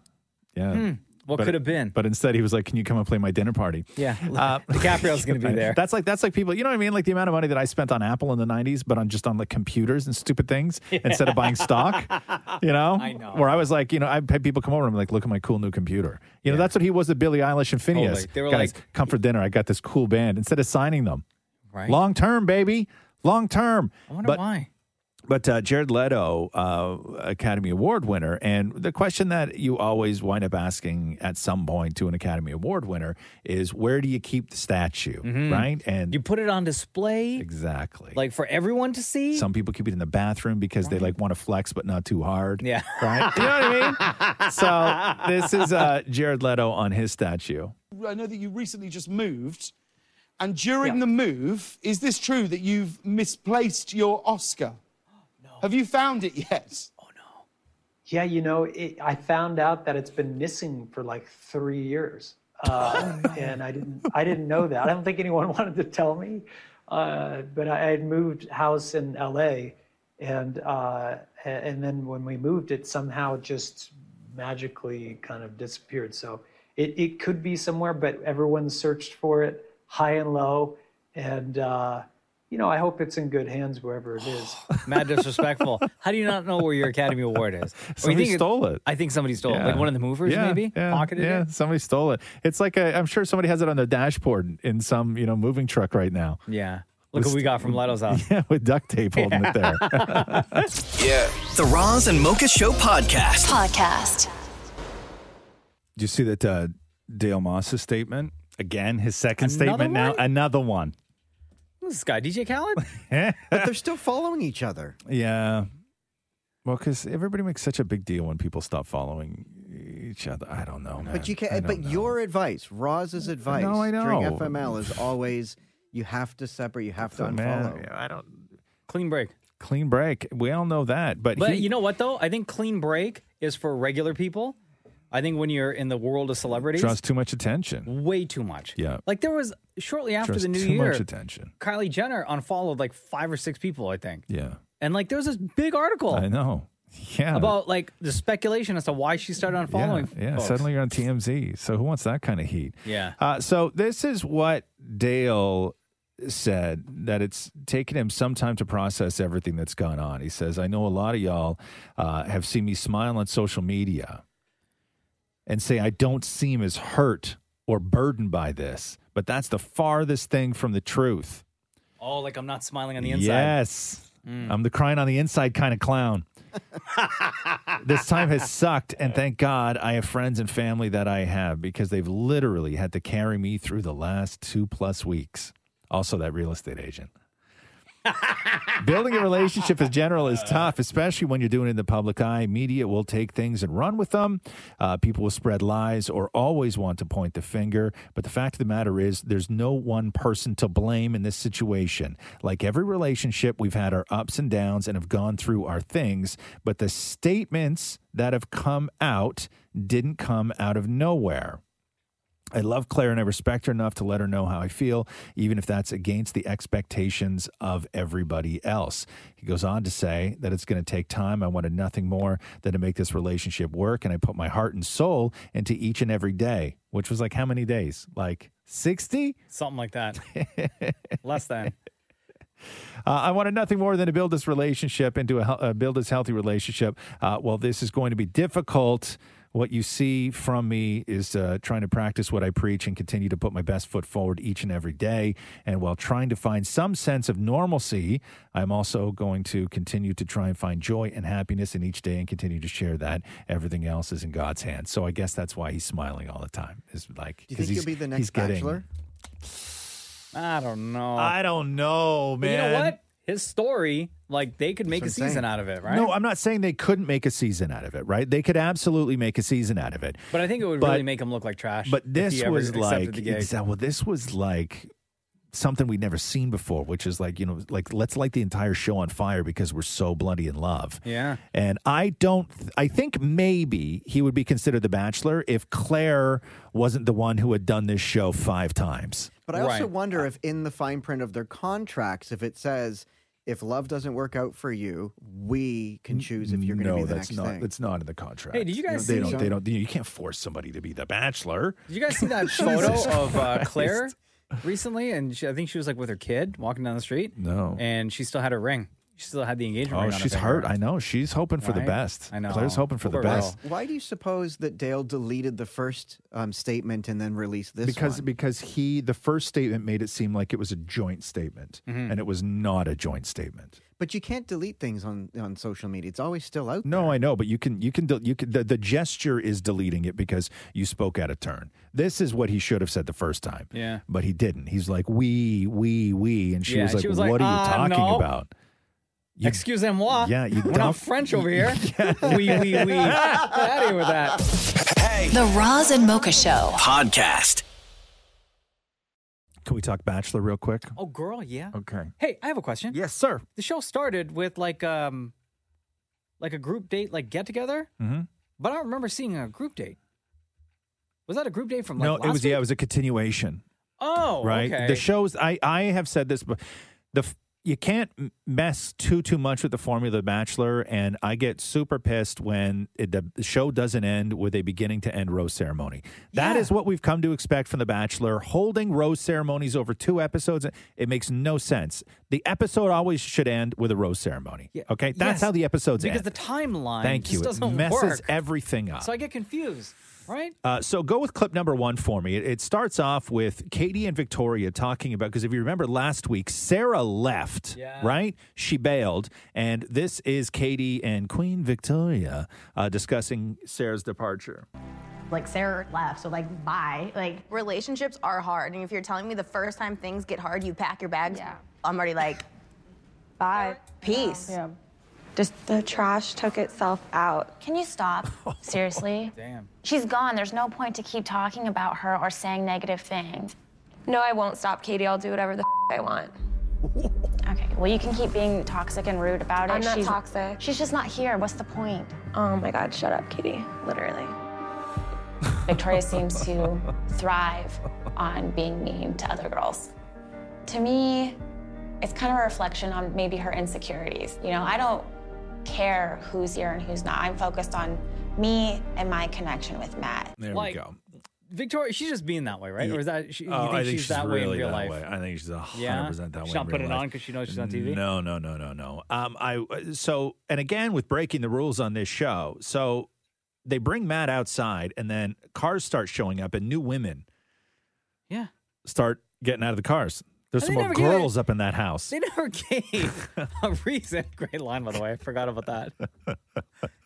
[SPEAKER 4] Yeah.
[SPEAKER 5] Hmm. What
[SPEAKER 4] But-
[SPEAKER 5] could have been?
[SPEAKER 4] But instead, he was like, "Can you come and play my dinner party?"
[SPEAKER 5] Yeah. <laughs>
[SPEAKER 4] <laughs>
[SPEAKER 5] DiCaprio's going to be there.
[SPEAKER 4] That's like that's like people. You know what I mean? Like the amount of money that I spent on Apple in the '90s, but on just on like computers and stupid
[SPEAKER 5] <laughs>
[SPEAKER 4] things instead of buying stock. You know,
[SPEAKER 5] I know.
[SPEAKER 4] Where I was like, you know, I had people come over and I'm like, "Look at my cool new computer." You know, that's what he was to Billie Eilish and Phineas.
[SPEAKER 5] Totally. They were
[SPEAKER 4] Guys,
[SPEAKER 5] like-
[SPEAKER 4] come for dinner. I got this cool band. Instead of signing them,
[SPEAKER 5] Right.
[SPEAKER 4] Long term, baby. Long term. I
[SPEAKER 5] wonder why.
[SPEAKER 4] But uh, Jared Leto, uh, Academy Award winner, and the question that you always wind up asking at some point to an Academy Award winner is, where do you keep the statue,
[SPEAKER 5] Mhm.
[SPEAKER 4] right? And
[SPEAKER 5] you put it on display,
[SPEAKER 4] exactly.
[SPEAKER 5] like for everyone to see.
[SPEAKER 4] Some people keep it in the bathroom because they like want to flex, but not too hard.
[SPEAKER 5] Yeah.
[SPEAKER 22] <laughs>
[SPEAKER 4] right. You know what I
[SPEAKER 5] <laughs>
[SPEAKER 4] mean? So this is uh, Jared Leto on his statue.
[SPEAKER 22] I know that you recently just moved, and during the move, is this true that you've misplaced your Oscar? Have you found it yet?
[SPEAKER 23] Oh, yeah you know it, i found out that it's been missing for like three years
[SPEAKER 22] Oh,
[SPEAKER 23] uh, and i didn't i didn't know that i don't think anyone <laughs> wanted to tell me uh, but i had moved house in la and uh, a- and then when we moved it somehow just magically kind of disappeared so it, it could be somewhere but everyone searched for it high and low and uh, you know i hope it's in good hands wherever
[SPEAKER 22] <gasps> <sighs>
[SPEAKER 23] it is <sighs>
[SPEAKER 4] <laughs>
[SPEAKER 5] Mad disrespectful. How do you not know where your Academy Award is? Or you
[SPEAKER 4] Somebody
[SPEAKER 5] think
[SPEAKER 4] stole it.
[SPEAKER 5] I think somebody stole it.
[SPEAKER 4] Yeah.
[SPEAKER 5] Oh, Like one of the movers,
[SPEAKER 4] Yeah,
[SPEAKER 5] maybe?
[SPEAKER 4] yeah,
[SPEAKER 5] Pocketed
[SPEAKER 4] yeah.
[SPEAKER 5] it?
[SPEAKER 4] Somebody stole it. It's like i I'm sure somebody has it on their dashboard in some you know moving truck right now. <laughs>
[SPEAKER 5] Yeah. Look
[SPEAKER 4] With-
[SPEAKER 5] what we got from
[SPEAKER 4] <laughs>
[SPEAKER 5] Leto's house.
[SPEAKER 4] Yeah, with duct tape holding it there. <laughs>
[SPEAKER 1] Yeah. The Roz and Mocha Show podcast.
[SPEAKER 3] Podcast.
[SPEAKER 4] Do you see that uh, Dale Moss's statement again? His second
[SPEAKER 5] Another
[SPEAKER 4] statement now,
[SPEAKER 5] one?
[SPEAKER 4] another one.
[SPEAKER 5] Who's This guy, DJ Khaled?
[SPEAKER 4] <laughs> but
[SPEAKER 7] they're still following each other.
[SPEAKER 4] <laughs> Yeah. Well, because everybody makes such a big deal when people stop following each other. I don't know, man.
[SPEAKER 7] But you
[SPEAKER 4] Uh, I
[SPEAKER 7] can't.
[SPEAKER 4] don't
[SPEAKER 7] But
[SPEAKER 4] know.
[SPEAKER 7] your advice, Roz's advice,
[SPEAKER 4] I
[SPEAKER 7] during
[SPEAKER 4] know.
[SPEAKER 7] FML is always you have to separate, you have to
[SPEAKER 4] So, man,
[SPEAKER 7] unfollow.
[SPEAKER 4] I don't.
[SPEAKER 5] Clean break.
[SPEAKER 4] Clean break. We all know that, but,
[SPEAKER 5] But
[SPEAKER 4] he-
[SPEAKER 5] you know what, though? I think clean break is for regular people. I think when you're in the world of celebrities,
[SPEAKER 4] draws too much attention.
[SPEAKER 5] way too much.
[SPEAKER 4] Yeah.
[SPEAKER 5] Like there was shortly after
[SPEAKER 4] Draws
[SPEAKER 5] the new
[SPEAKER 4] too
[SPEAKER 5] year,
[SPEAKER 4] much attention.
[SPEAKER 5] Kylie Jenner unfollowed like five or six people, I think.
[SPEAKER 4] Yeah.
[SPEAKER 5] And like there was this big article
[SPEAKER 4] I know. Yeah.
[SPEAKER 5] about like the speculation as to why she started unfollowing.
[SPEAKER 4] Yeah, yeah.
[SPEAKER 5] folks.
[SPEAKER 4] suddenly you're on TMZ. So who wants that kind of heat?
[SPEAKER 5] Yeah.
[SPEAKER 4] Uh, so this is what Dale said that it's taken him some time to process everything that's gone on. He says, "I know a lot of y'all uh, have seen me smile on social media and say I don't seem as hurt or burdened by this, but that's the farthest thing from the truth."
[SPEAKER 5] Oh, like I'm not smiling on the inside.
[SPEAKER 4] Yes.
[SPEAKER 5] Mm.
[SPEAKER 4] I'm the crying on the inside kind of
[SPEAKER 5] <laughs>
[SPEAKER 4] clown. this time has sucked, and thank God I have friends and family that I have because they've literally had to carry me through the last two plus weeks. Also, that real estate agent. Building a relationship in general is tough, especially when you're doing it in the public eye. Media will take things and run with them. Uh, people will spread lies or always want to point the finger. But the fact of the matter is, there's no one person to blame in this situation. Like every relationship, we've had our ups and downs and have gone through our things. But the statements that have come out didn't come out of nowhere. I love Claire and I respect her enough to let her know how I feel, even if that's against the expectations of everybody else. He goes on to say that it's going to take time. I wanted nothing more than to make this relationship work, and I put my heart and soul into each and every day, which was like how many days? Like 60?
[SPEAKER 5] Something like
[SPEAKER 4] <laughs>
[SPEAKER 5] that. Less than.
[SPEAKER 4] Uh, I wanted nothing more than to build this relationship into a hel- uh, build this healthy relationship. Uh, well, this is going to be difficult. What you see from me is uh, trying to practice what I preach and continue to put my best foot forward each and every day. And while trying to find some sense of normalcy, I'm also going to continue to try and find joy and happiness in each day and continue to share that. Everything else is in God's hands. So I guess that's why he's smiling all the time. Is like,
[SPEAKER 7] Do you
[SPEAKER 4] 'cause he's-
[SPEAKER 7] think you'll be the
[SPEAKER 4] he's
[SPEAKER 7] next
[SPEAKER 4] getting-
[SPEAKER 7] bachelor?
[SPEAKER 5] I don't know.
[SPEAKER 4] I don't know,
[SPEAKER 5] But you know
[SPEAKER 4] man.
[SPEAKER 5] what? his story, like they could make a
[SPEAKER 4] That's what I'm
[SPEAKER 5] season
[SPEAKER 4] saying.
[SPEAKER 5] out of it, right?
[SPEAKER 4] No, I'm not saying they couldn't make a season out of it, right? They could absolutely make a season out of it.
[SPEAKER 5] but I think it would
[SPEAKER 4] But-
[SPEAKER 5] really make him look like trash.
[SPEAKER 4] But
[SPEAKER 5] if he
[SPEAKER 4] this
[SPEAKER 5] ever
[SPEAKER 4] was
[SPEAKER 5] accepted
[SPEAKER 4] like
[SPEAKER 5] the gig.
[SPEAKER 4] exa- well, this was like something we'd never seen before, which is like, you know, like let's light the entire show on fire because we're so bloody in love.
[SPEAKER 5] yeah.
[SPEAKER 4] And I don't, I think maybe he would be considered the bachelor if Claire wasn't the one who had done this show five times.
[SPEAKER 7] But I also wonder if in the fine print of their contracts, if it says, if love doesn't work out for you, we can choose if you're going to
[SPEAKER 4] no,
[SPEAKER 7] be the
[SPEAKER 4] that's
[SPEAKER 7] next
[SPEAKER 4] not.
[SPEAKER 7] thing.
[SPEAKER 4] That's not in the contract.
[SPEAKER 5] Hey, did you guys
[SPEAKER 4] They
[SPEAKER 5] see-
[SPEAKER 4] don't. They don't. You can't force somebody to be the bachelor.
[SPEAKER 5] Did you guys see
[SPEAKER 4] <laughs>
[SPEAKER 5] that
[SPEAKER 4] Jesus
[SPEAKER 5] photo of uh,
[SPEAKER 4] Christ.
[SPEAKER 5] Claire recently? And she, I think she was like with her kid walking down the street.
[SPEAKER 4] No.
[SPEAKER 5] And she still had her ring. She still had the engagement
[SPEAKER 4] Oh,
[SPEAKER 5] ring. on her
[SPEAKER 4] she's
[SPEAKER 5] finger.
[SPEAKER 4] hurt. I know. She's hoping for the
[SPEAKER 5] Right?
[SPEAKER 4] best.
[SPEAKER 5] I know.
[SPEAKER 4] Claire's hoping for the
[SPEAKER 5] Poor girl.
[SPEAKER 4] best.
[SPEAKER 7] Why do you suppose that Dale deleted the first um, statement and then released this
[SPEAKER 4] because
[SPEAKER 7] one?
[SPEAKER 4] because he the first statement made it seem like it was a joint statement
[SPEAKER 5] Mm-hmm.
[SPEAKER 7] Mhm.
[SPEAKER 4] and it was not a joint statement.
[SPEAKER 7] But you can't delete things on, on social media. It's always still out.
[SPEAKER 4] No, I know, but you can you can del- you can the, the gesture is deleting it because you spoke out of turn. This is what he should have said the first time.
[SPEAKER 5] Yeah.
[SPEAKER 4] But he didn't. He's like we we we and she
[SPEAKER 5] Yeah,
[SPEAKER 4] was like
[SPEAKER 5] she was like,
[SPEAKER 4] what are you
[SPEAKER 5] "Uh,
[SPEAKER 4] talking
[SPEAKER 5] no."
[SPEAKER 4] about?
[SPEAKER 5] Excuse moi.
[SPEAKER 4] Yeah, you
[SPEAKER 5] <laughs> We're
[SPEAKER 4] dumb-
[SPEAKER 5] not French
[SPEAKER 4] <laughs>
[SPEAKER 5] over here. <laughs> We we we. Get out of here with that.
[SPEAKER 3] The Roz and Mocha Show.
[SPEAKER 1] Podcast.
[SPEAKER 4] Can we talk bachelor real quick?
[SPEAKER 5] Oh, girl, yeah.
[SPEAKER 4] Okay.
[SPEAKER 5] Hey, I have a question.
[SPEAKER 4] Yes, sir.
[SPEAKER 5] The show started with like um, like a group date, like get together.
[SPEAKER 4] Mhm.
[SPEAKER 5] But I don't remember seeing a group date. Was that a group date from like
[SPEAKER 4] no,
[SPEAKER 5] last
[SPEAKER 4] it was
[SPEAKER 5] week?
[SPEAKER 4] yeah, it was a continuation.
[SPEAKER 5] Oh,
[SPEAKER 4] right?
[SPEAKER 5] Okay.
[SPEAKER 4] The shows I I have said this, but the f- you can't m- mess too too much with the formula of Bachelor, and I get super pissed when it, the show doesn't end with a beginning to end rose ceremony. That is what we've come to expect from the Bachelor. Holding rose ceremonies over two episodes, it makes no sense. The episode always should end with a rose ceremony. Okay, that's
[SPEAKER 5] Yes,
[SPEAKER 4] how the episodes
[SPEAKER 5] because
[SPEAKER 4] end.
[SPEAKER 5] the timeline.
[SPEAKER 4] Thank
[SPEAKER 5] just
[SPEAKER 4] you. It
[SPEAKER 5] Doesn't
[SPEAKER 4] messes
[SPEAKER 5] work.
[SPEAKER 4] everything up.
[SPEAKER 5] So I get confused, right?
[SPEAKER 4] Uh, so go with clip number one for me. It, it starts off with Katie and Victoria talking about because if you remember last week, Sarah left, right? She bailed, and this is Katie and Queen Victoria uh, discussing Sarah's departure.
[SPEAKER 25] like Sarah left, so like bye. Like relationships are hard, and if you're telling me the first time things get hard, you pack your bags. Yeah. I'm already like, bye, peace. Yeah.
[SPEAKER 9] Just the trash took itself out. Can you stop? Seriously?
[SPEAKER 5] Damn.
[SPEAKER 9] She's gone. There's no point to keep talking about her or saying negative things. No, I won't stop, Katie. I'll do whatever the f- I want. Okay, well, you can keep being toxic and rude about it.
[SPEAKER 25] I'm not
[SPEAKER 9] she's,
[SPEAKER 25] toxic.
[SPEAKER 9] She's just not here. What's the point?
[SPEAKER 25] Oh my God, shut up, Katie. Literally.
[SPEAKER 9] Victoria seems to thrive on being mean to other girls. To me, it's kind of a reflection on maybe her insecurities. You know, I don't care who's here and who's not. I'm focused on me and my connection with Matt.
[SPEAKER 4] There
[SPEAKER 5] Like,
[SPEAKER 4] we go.
[SPEAKER 5] Victoria, she's just being that way, right? Or is that she, you
[SPEAKER 4] Oh,
[SPEAKER 5] think,
[SPEAKER 4] I think
[SPEAKER 5] she's,
[SPEAKER 4] she's
[SPEAKER 5] that way in
[SPEAKER 4] really
[SPEAKER 5] real
[SPEAKER 4] that
[SPEAKER 5] life?
[SPEAKER 4] way. I think she's a hundred
[SPEAKER 5] Yeah?
[SPEAKER 4] percent that
[SPEAKER 5] She's
[SPEAKER 4] way.
[SPEAKER 5] not
[SPEAKER 4] in real
[SPEAKER 5] putting it
[SPEAKER 4] life.
[SPEAKER 5] on 'cause she knows she's on TV?
[SPEAKER 4] No, no, no, no, no. Um, I so and again with breaking the rules on this show. So they bring Matt outside, and then cars start showing up, and new women,
[SPEAKER 5] Yeah.
[SPEAKER 4] start getting out of the cars. There's
[SPEAKER 5] And
[SPEAKER 4] some
[SPEAKER 5] they
[SPEAKER 4] more
[SPEAKER 5] never get it.
[SPEAKER 4] girls up in that house.
[SPEAKER 5] They never gave a reason. <laughs> Great line, by the way. I forgot about that.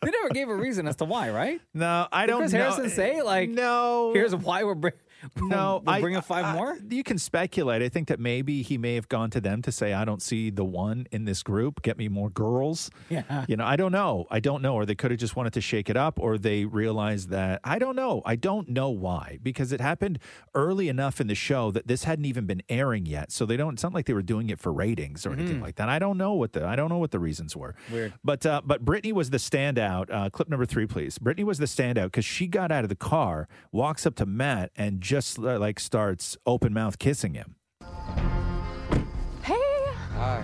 [SPEAKER 5] They never gave a reason as to why, right?
[SPEAKER 4] No, I
[SPEAKER 5] Did
[SPEAKER 4] don't
[SPEAKER 5] Chris
[SPEAKER 4] know.
[SPEAKER 5] Harrison say like,
[SPEAKER 4] no,
[SPEAKER 5] here's why we're bringing.
[SPEAKER 4] No,
[SPEAKER 5] we'll
[SPEAKER 4] I-
[SPEAKER 5] bring up five more.
[SPEAKER 4] You can speculate. I think that maybe he may have gone to them to say, "I don't see the one in this group. Get me more girls."
[SPEAKER 5] Yeah.
[SPEAKER 4] You know, I don't know. I don't know. Or they could have just wanted to shake it up, or they realized that I don't know. I don't know why because it happened early enough in the show that this hadn't even been airing yet. So they don't. It's not like they were doing it for ratings or anything
[SPEAKER 5] Mhm.
[SPEAKER 4] like that. I don't know what the I don't know what the reasons were.
[SPEAKER 5] Weird.
[SPEAKER 4] But uh, but Brittany was the standout. Uh, clip number three, please. Brittany was the standout because she got out of the car, walks up to Matt, and just uh, like starts open mouth kissing him.
[SPEAKER 20] Hey,
[SPEAKER 4] Hi.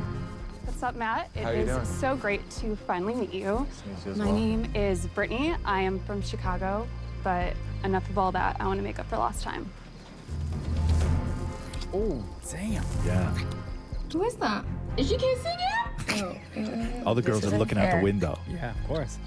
[SPEAKER 20] what's up, Matt? It is
[SPEAKER 4] How you doing?
[SPEAKER 20] so great to finally meet you.
[SPEAKER 21] Nice to meet you as
[SPEAKER 20] My
[SPEAKER 21] well.
[SPEAKER 20] name is Brittany. I am from Chicago, but enough of all that. I want to make up for lost time.
[SPEAKER 5] Oh, damn.
[SPEAKER 4] Yeah.
[SPEAKER 20] Who is that?
[SPEAKER 25] Is she kissing you?
[SPEAKER 4] All the girls are looking out the window.
[SPEAKER 5] Yeah, of course.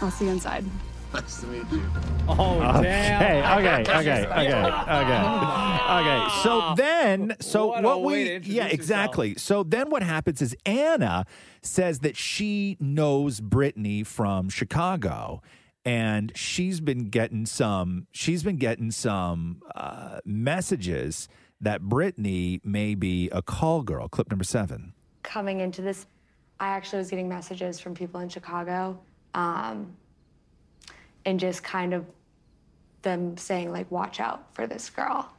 [SPEAKER 20] I'll see you inside.
[SPEAKER 25] Nice to meet you.
[SPEAKER 5] Oh,
[SPEAKER 4] Okay,
[SPEAKER 5] damn.
[SPEAKER 4] okay,
[SPEAKER 5] <laughs>
[SPEAKER 4] okay, okay, okay, okay. So then, so
[SPEAKER 5] What
[SPEAKER 4] what,
[SPEAKER 5] a way to
[SPEAKER 4] we,
[SPEAKER 5] introduce
[SPEAKER 4] yeah,
[SPEAKER 5] yourself.
[SPEAKER 4] exactly. So then, what happens is Anna says that she knows Brittany from Chicago, and she's been getting some, she's been getting some uh, messages that Brittany may be a call girl. Clip number seven.
[SPEAKER 26] coming into this, I actually was getting messages from people in Chicago um, and just kind of them saying, like, watch out for this girl.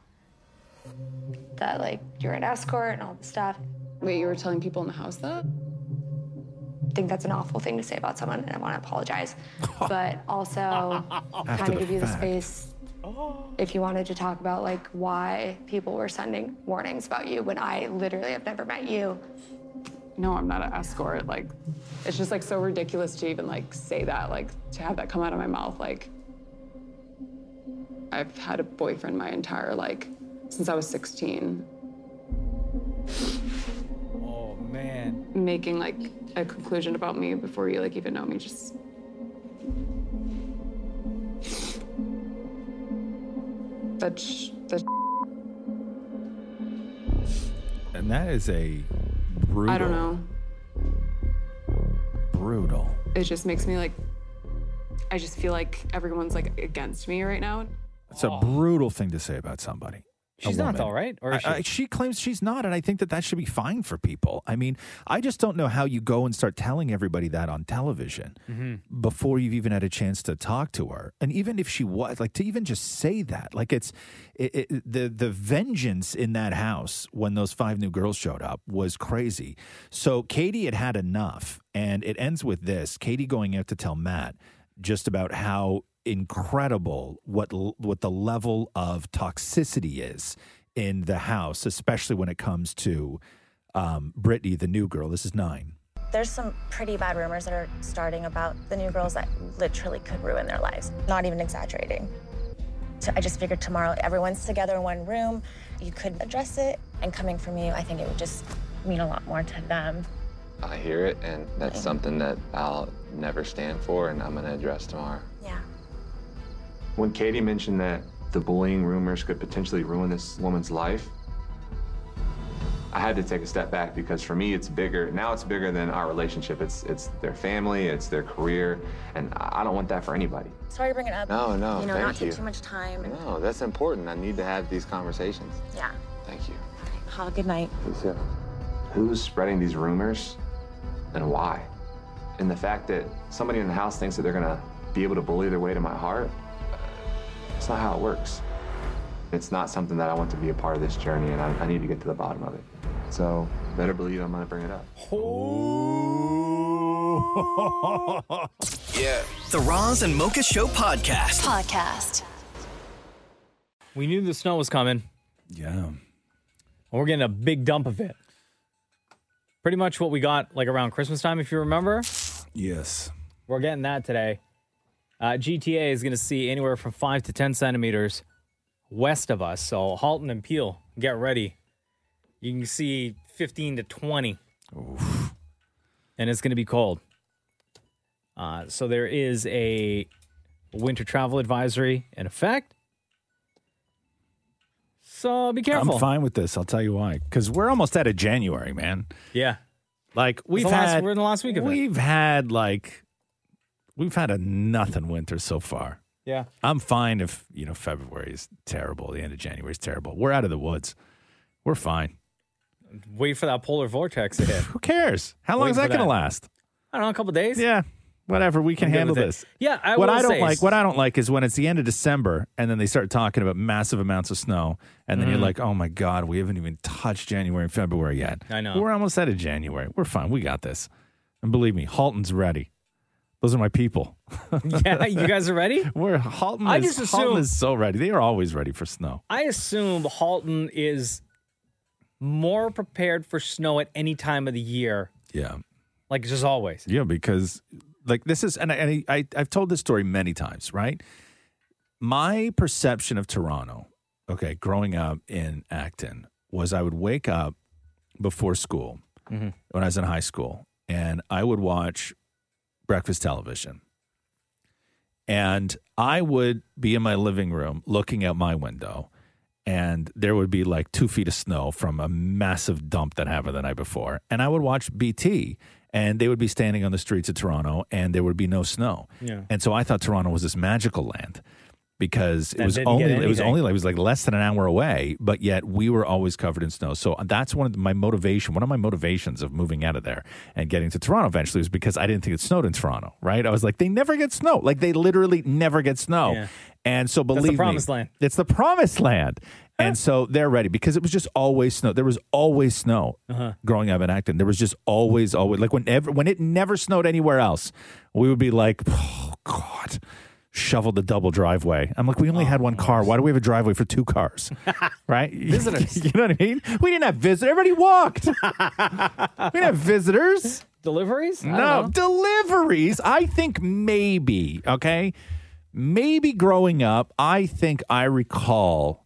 [SPEAKER 26] That, like, you're an escort and all this stuff. Wait, you were telling people in the house that? I think that's an awful thing to say about someone, and I want to
[SPEAKER 27] <laughs>
[SPEAKER 26] apologize. but also,
[SPEAKER 27] After
[SPEAKER 26] kind
[SPEAKER 27] the
[SPEAKER 26] of give you the
[SPEAKER 27] fact.
[SPEAKER 26] space if you wanted to talk about like why people were sending warnings about you when I literally have never met you.
[SPEAKER 28] No, I'm not an escort. Like, it's just like so ridiculous to even like say that, like to have that come out of my mouth. Like, I've had a boyfriend my entire like since I was 16.
[SPEAKER 5] Oh man.
[SPEAKER 28] Making like a conclusion about me before you like even know me just that sh- that sh-
[SPEAKER 4] And that is a brutal.
[SPEAKER 28] I don't know.
[SPEAKER 4] Brutal.
[SPEAKER 28] It just makes me like I just feel like everyone's like against me right now.
[SPEAKER 4] It's a brutal thing to say about somebody. A
[SPEAKER 28] She's not,
[SPEAKER 4] woman.
[SPEAKER 28] though, right?
[SPEAKER 5] Or is
[SPEAKER 4] I- I- she claims she's not, and I think that that should be fine for people. I mean, I just don't know how you go and start telling everybody that on television
[SPEAKER 5] Mm-hmm.
[SPEAKER 4] before you've even had a chance to talk to her. And even if she was like to even just say that, like it's it, it, the the vengeance in that house when those five new girls showed up was crazy. So Katie had had enough, and it ends with this: Katie going out to tell Matt just about how incredible what l- what the level of toxicity is in the house, especially when it comes to um, Brittany, the new girl. This is nine.
[SPEAKER 21] There's some pretty bad rumors that are starting about the new girls that literally could ruin their lives. Not even exaggerating. So I just figured tomorrow everyone's together in one room. You could address it. And coming from you, I think it would just mean a lot more to them.
[SPEAKER 24] I hear it, and that's something that I'll never stand for, and I'm going to address tomorrow.
[SPEAKER 21] Yeah.
[SPEAKER 24] When Katie mentioned that the bullying rumors could potentially ruin this woman's life, I had to take a step back because for me, it's bigger. Now it's bigger than our relationship. It's it's their family, it's their career, and I I don't want that for anybody.
[SPEAKER 21] Sorry to bring it up.
[SPEAKER 24] No, no,
[SPEAKER 21] You know, not
[SPEAKER 24] thank
[SPEAKER 21] take
[SPEAKER 24] you.
[SPEAKER 21] too much time. and-
[SPEAKER 24] No, that's important. I need to have these conversations.
[SPEAKER 21] Yeah.
[SPEAKER 24] Thank you.
[SPEAKER 21] Have a good night.
[SPEAKER 24] Who's spreading these rumors and why? And the fact that somebody in the house thinks that they're gonna be able to bully their way to my heart, it's not how it works. It's not something that I want to be a part of this journey, and I, I need to get to the bottom of it. So, better believe I'm gonna bring it up.
[SPEAKER 4] <laughs>
[SPEAKER 1] Yeah. The Roz and Mocha Show podcast.
[SPEAKER 3] Podcast.
[SPEAKER 5] We knew the snow was coming.
[SPEAKER 4] Yeah. And
[SPEAKER 5] we're getting a big dump of it. Pretty much what we got like around Christmas time, if you remember.
[SPEAKER 4] Yes.
[SPEAKER 5] We're getting that today. Uh, GTA is going to see anywhere from five to 10 centimeters west of us. So Halton and Peel, get ready. You can see 15 to 20. And it's going to be cold. Uh, so there is a winter travel advisory in effect. So be careful.
[SPEAKER 4] I'm fine with this. I'll tell you why. Because we're almost out of January, man.
[SPEAKER 5] Yeah.
[SPEAKER 4] Like we've
[SPEAKER 5] the
[SPEAKER 4] had
[SPEAKER 5] last- we're in the last week of it.
[SPEAKER 4] We've had like we've had a nothing winter so far.
[SPEAKER 5] Yeah.
[SPEAKER 4] I'm fine if you know February is terrible, the end of January is terrible. We're out of the woods. We're fine.
[SPEAKER 5] Wait for that polar vortex to hit.
[SPEAKER 4] Who cares? How long
[SPEAKER 5] Wait
[SPEAKER 4] is
[SPEAKER 5] for
[SPEAKER 4] that going to last?
[SPEAKER 5] I don't know, a couple days.
[SPEAKER 4] Yeah. Whatever, we can
[SPEAKER 5] I'm good
[SPEAKER 4] handle
[SPEAKER 5] with it.
[SPEAKER 4] this.
[SPEAKER 5] Yeah, I
[SPEAKER 4] what
[SPEAKER 5] will
[SPEAKER 4] I don't
[SPEAKER 5] say-
[SPEAKER 4] like, what I don't like, is when it's the end of December and then they start talking about massive amounts of snow, and then you're
[SPEAKER 5] Mm.
[SPEAKER 4] like, "Oh my god, we haven't even touched January and February yet."
[SPEAKER 5] I know.
[SPEAKER 4] We're almost out of January. We're fine. We got this. And believe me, Halton's ready. Those are my people.
[SPEAKER 5] yeah, you guys are ready?
[SPEAKER 4] We're Halton.
[SPEAKER 5] <laughs> I
[SPEAKER 4] is-
[SPEAKER 5] just
[SPEAKER 4] <laughs>
[SPEAKER 5] assume
[SPEAKER 4] Halton is so ready. They are always ready for snow.
[SPEAKER 5] I assume Halton is more prepared for snow at any time of the year.
[SPEAKER 4] Yeah.
[SPEAKER 5] Like just always.
[SPEAKER 4] Yeah, because like this is, and, I, and I, I, I've told this story many times, right? My perception of Toronto, okay, growing up in Acton was I would wake up before school when I was in high school and I would watch breakfast television. And I would be in my living room looking out my window, and there would be like two feet of snow from a massive dump that happened the night before. And I would watch BT, and they would be standing on the streets of Toronto, and there would be no snow.
[SPEAKER 5] Yeah.
[SPEAKER 4] And so I thought Toronto was this magical land. because it
[SPEAKER 5] That
[SPEAKER 4] was
[SPEAKER 5] didn't
[SPEAKER 4] only
[SPEAKER 5] get
[SPEAKER 4] it was
[SPEAKER 5] anything.
[SPEAKER 4] only it was like less than an hour away, but yet we were always covered in snow. So that's one of the- my motivation. One of my motivations of moving out of there and getting to Toronto eventually was because I didn't think it snowed in Toronto. Right? I was like, they never get snow. Like they literally never get snow.
[SPEAKER 5] Yeah.
[SPEAKER 4] And so
[SPEAKER 5] the
[SPEAKER 4] believe me,
[SPEAKER 5] promised land.
[SPEAKER 4] it's the promised land. And so they're ready because it was just always snow. There was always snow
[SPEAKER 5] Uh-huh.
[SPEAKER 4] growing up in Acton. There was just always, always like whenever when it never snowed anywhere else, we would be like, oh God, shovel the double driveway. I'm like, we only had one car. Why do we have a driveway for two cars? right? <laughs> Visitors. you know what I mean? We didn't have visitors. Everybody walked. we didn't have visitors.
[SPEAKER 5] Deliveries? I
[SPEAKER 4] No,
[SPEAKER 5] don't
[SPEAKER 4] deliveries. I think maybe, okay? Maybe growing up, I think I recall,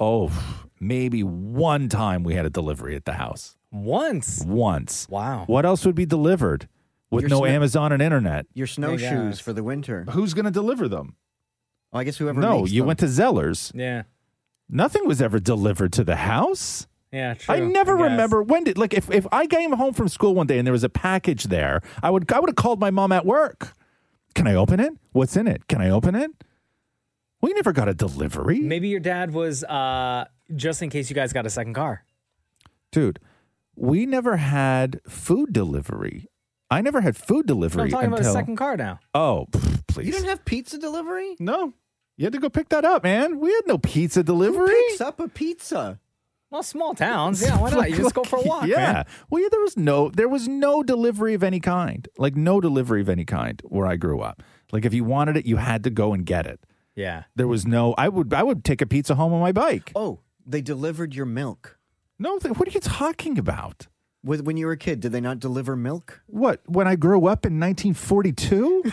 [SPEAKER 4] oh, maybe one time we had a delivery at the house.
[SPEAKER 5] Once.
[SPEAKER 4] Once.
[SPEAKER 5] Wow.
[SPEAKER 4] What else would be delivered with
[SPEAKER 7] Your
[SPEAKER 4] no
[SPEAKER 7] snow-
[SPEAKER 4] Amazon and internet?
[SPEAKER 7] Your snowshoes for the winter.
[SPEAKER 4] Who's going to deliver them?
[SPEAKER 7] Well, I guess whoever.
[SPEAKER 4] No,
[SPEAKER 7] makes
[SPEAKER 4] you
[SPEAKER 7] them.
[SPEAKER 4] went to Zeller's.
[SPEAKER 5] Yeah.
[SPEAKER 4] Nothing was ever delivered to the house.
[SPEAKER 5] Yeah,
[SPEAKER 4] I
[SPEAKER 5] true,
[SPEAKER 4] never
[SPEAKER 5] I guess.
[SPEAKER 4] remember when did like if, if I came home from school one day and there was a package there, I would I would have called my mom at work. Can I open it? What's in it? Can I open it? We never got a delivery,
[SPEAKER 5] Maybe your dad was uh, just in case you guys got a second car.
[SPEAKER 4] dude. We never had food delivery. I never had food
[SPEAKER 5] No,
[SPEAKER 4] delivery
[SPEAKER 5] I'm talking
[SPEAKER 4] until
[SPEAKER 5] about a second car now.
[SPEAKER 4] Oh, <laughs> pff, please.
[SPEAKER 7] You didn't have pizza delivery?
[SPEAKER 4] No. You had to go pick that up, man. We had no pizza delivery.
[SPEAKER 7] Picks up a pizza.
[SPEAKER 5] Well, small towns. Yeah,
[SPEAKER 4] <laughs>
[SPEAKER 5] why not? You just go for a walk.
[SPEAKER 4] Yeah.
[SPEAKER 5] man.
[SPEAKER 4] Well, yeah, there was no there was no delivery of any kind. Like no delivery of any kind where I grew up. Like if you wanted it, you had to go and get it.
[SPEAKER 5] Yeah.
[SPEAKER 4] There was no I would I would take a pizza home on my bike.
[SPEAKER 7] Oh, they delivered your milk.
[SPEAKER 4] No, th- what are you talking about?
[SPEAKER 7] With, when you were a kid, did they not deliver milk?
[SPEAKER 4] What? When I grew up in
[SPEAKER 7] <laughs>
[SPEAKER 4] 1942?
[SPEAKER 1] <laughs>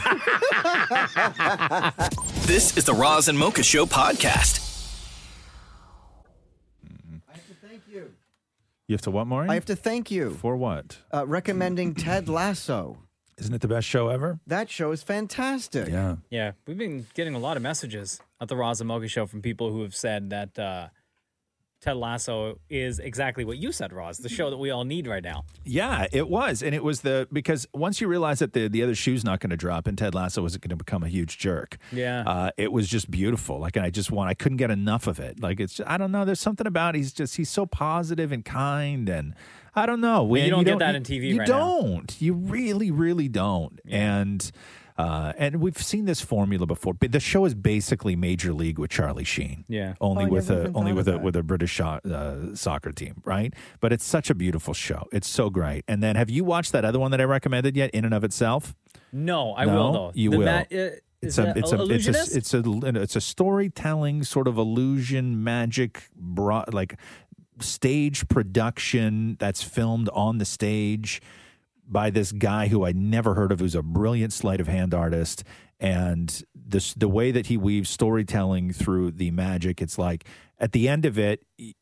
[SPEAKER 1] This is the Roz and Mocha Show podcast.
[SPEAKER 4] You have to what, Maureen?
[SPEAKER 7] I have to thank you
[SPEAKER 4] for what?
[SPEAKER 7] Uh, recommending Ted Lasso.
[SPEAKER 4] Isn't it the best show ever?
[SPEAKER 7] That show is fantastic.
[SPEAKER 4] Yeah.
[SPEAKER 5] Yeah, we've been getting a lot of messages at the Roz and Mocha show from people who have said that uh, Ted Lasso is exactly what you said, Roz, the show that we all need right now.
[SPEAKER 4] Yeah, it was, and it was the because once you realize that the the other shoe's not going to drop, and Ted Lasso isn't going to become a huge jerk.
[SPEAKER 5] Yeah.
[SPEAKER 4] uh, it was just beautiful. Like, and I just want, I couldn't get enough of it. Like, it's I don't know. There's something about he's just he's so positive and kind, and I don't know.
[SPEAKER 5] Well, you
[SPEAKER 4] and
[SPEAKER 5] don't get that in TV
[SPEAKER 4] You
[SPEAKER 5] right now.
[SPEAKER 4] don't. You really, really don't. And. Uh, and we've seen this formula before. But the show is basically Major League with Charlie Sheen
[SPEAKER 5] Yeah.
[SPEAKER 4] only
[SPEAKER 5] Oh, I
[SPEAKER 4] with
[SPEAKER 5] never
[SPEAKER 4] a
[SPEAKER 5] even
[SPEAKER 4] only
[SPEAKER 5] thought
[SPEAKER 4] with
[SPEAKER 5] of
[SPEAKER 4] a
[SPEAKER 5] that.
[SPEAKER 4] with a British sho- uh, soccer team, right? But it's such a beautiful show. It's so great. And then, have you watched that other one that I recommended yet? In and of itself,
[SPEAKER 5] No, I
[SPEAKER 4] No,
[SPEAKER 5] will though.
[SPEAKER 4] you
[SPEAKER 5] Th-
[SPEAKER 4] will.
[SPEAKER 5] That, uh, is that
[SPEAKER 4] it's a
[SPEAKER 5] a-
[SPEAKER 4] it's
[SPEAKER 5] illusionist?
[SPEAKER 4] a it's a it's a storytelling sort of illusion magic bro- like stage production that's filmed on the stage by this guy who I never heard of, who's a brilliant sleight of hand artist. And this, the way that he weaves storytelling through the magic, it's like at the end of it, y-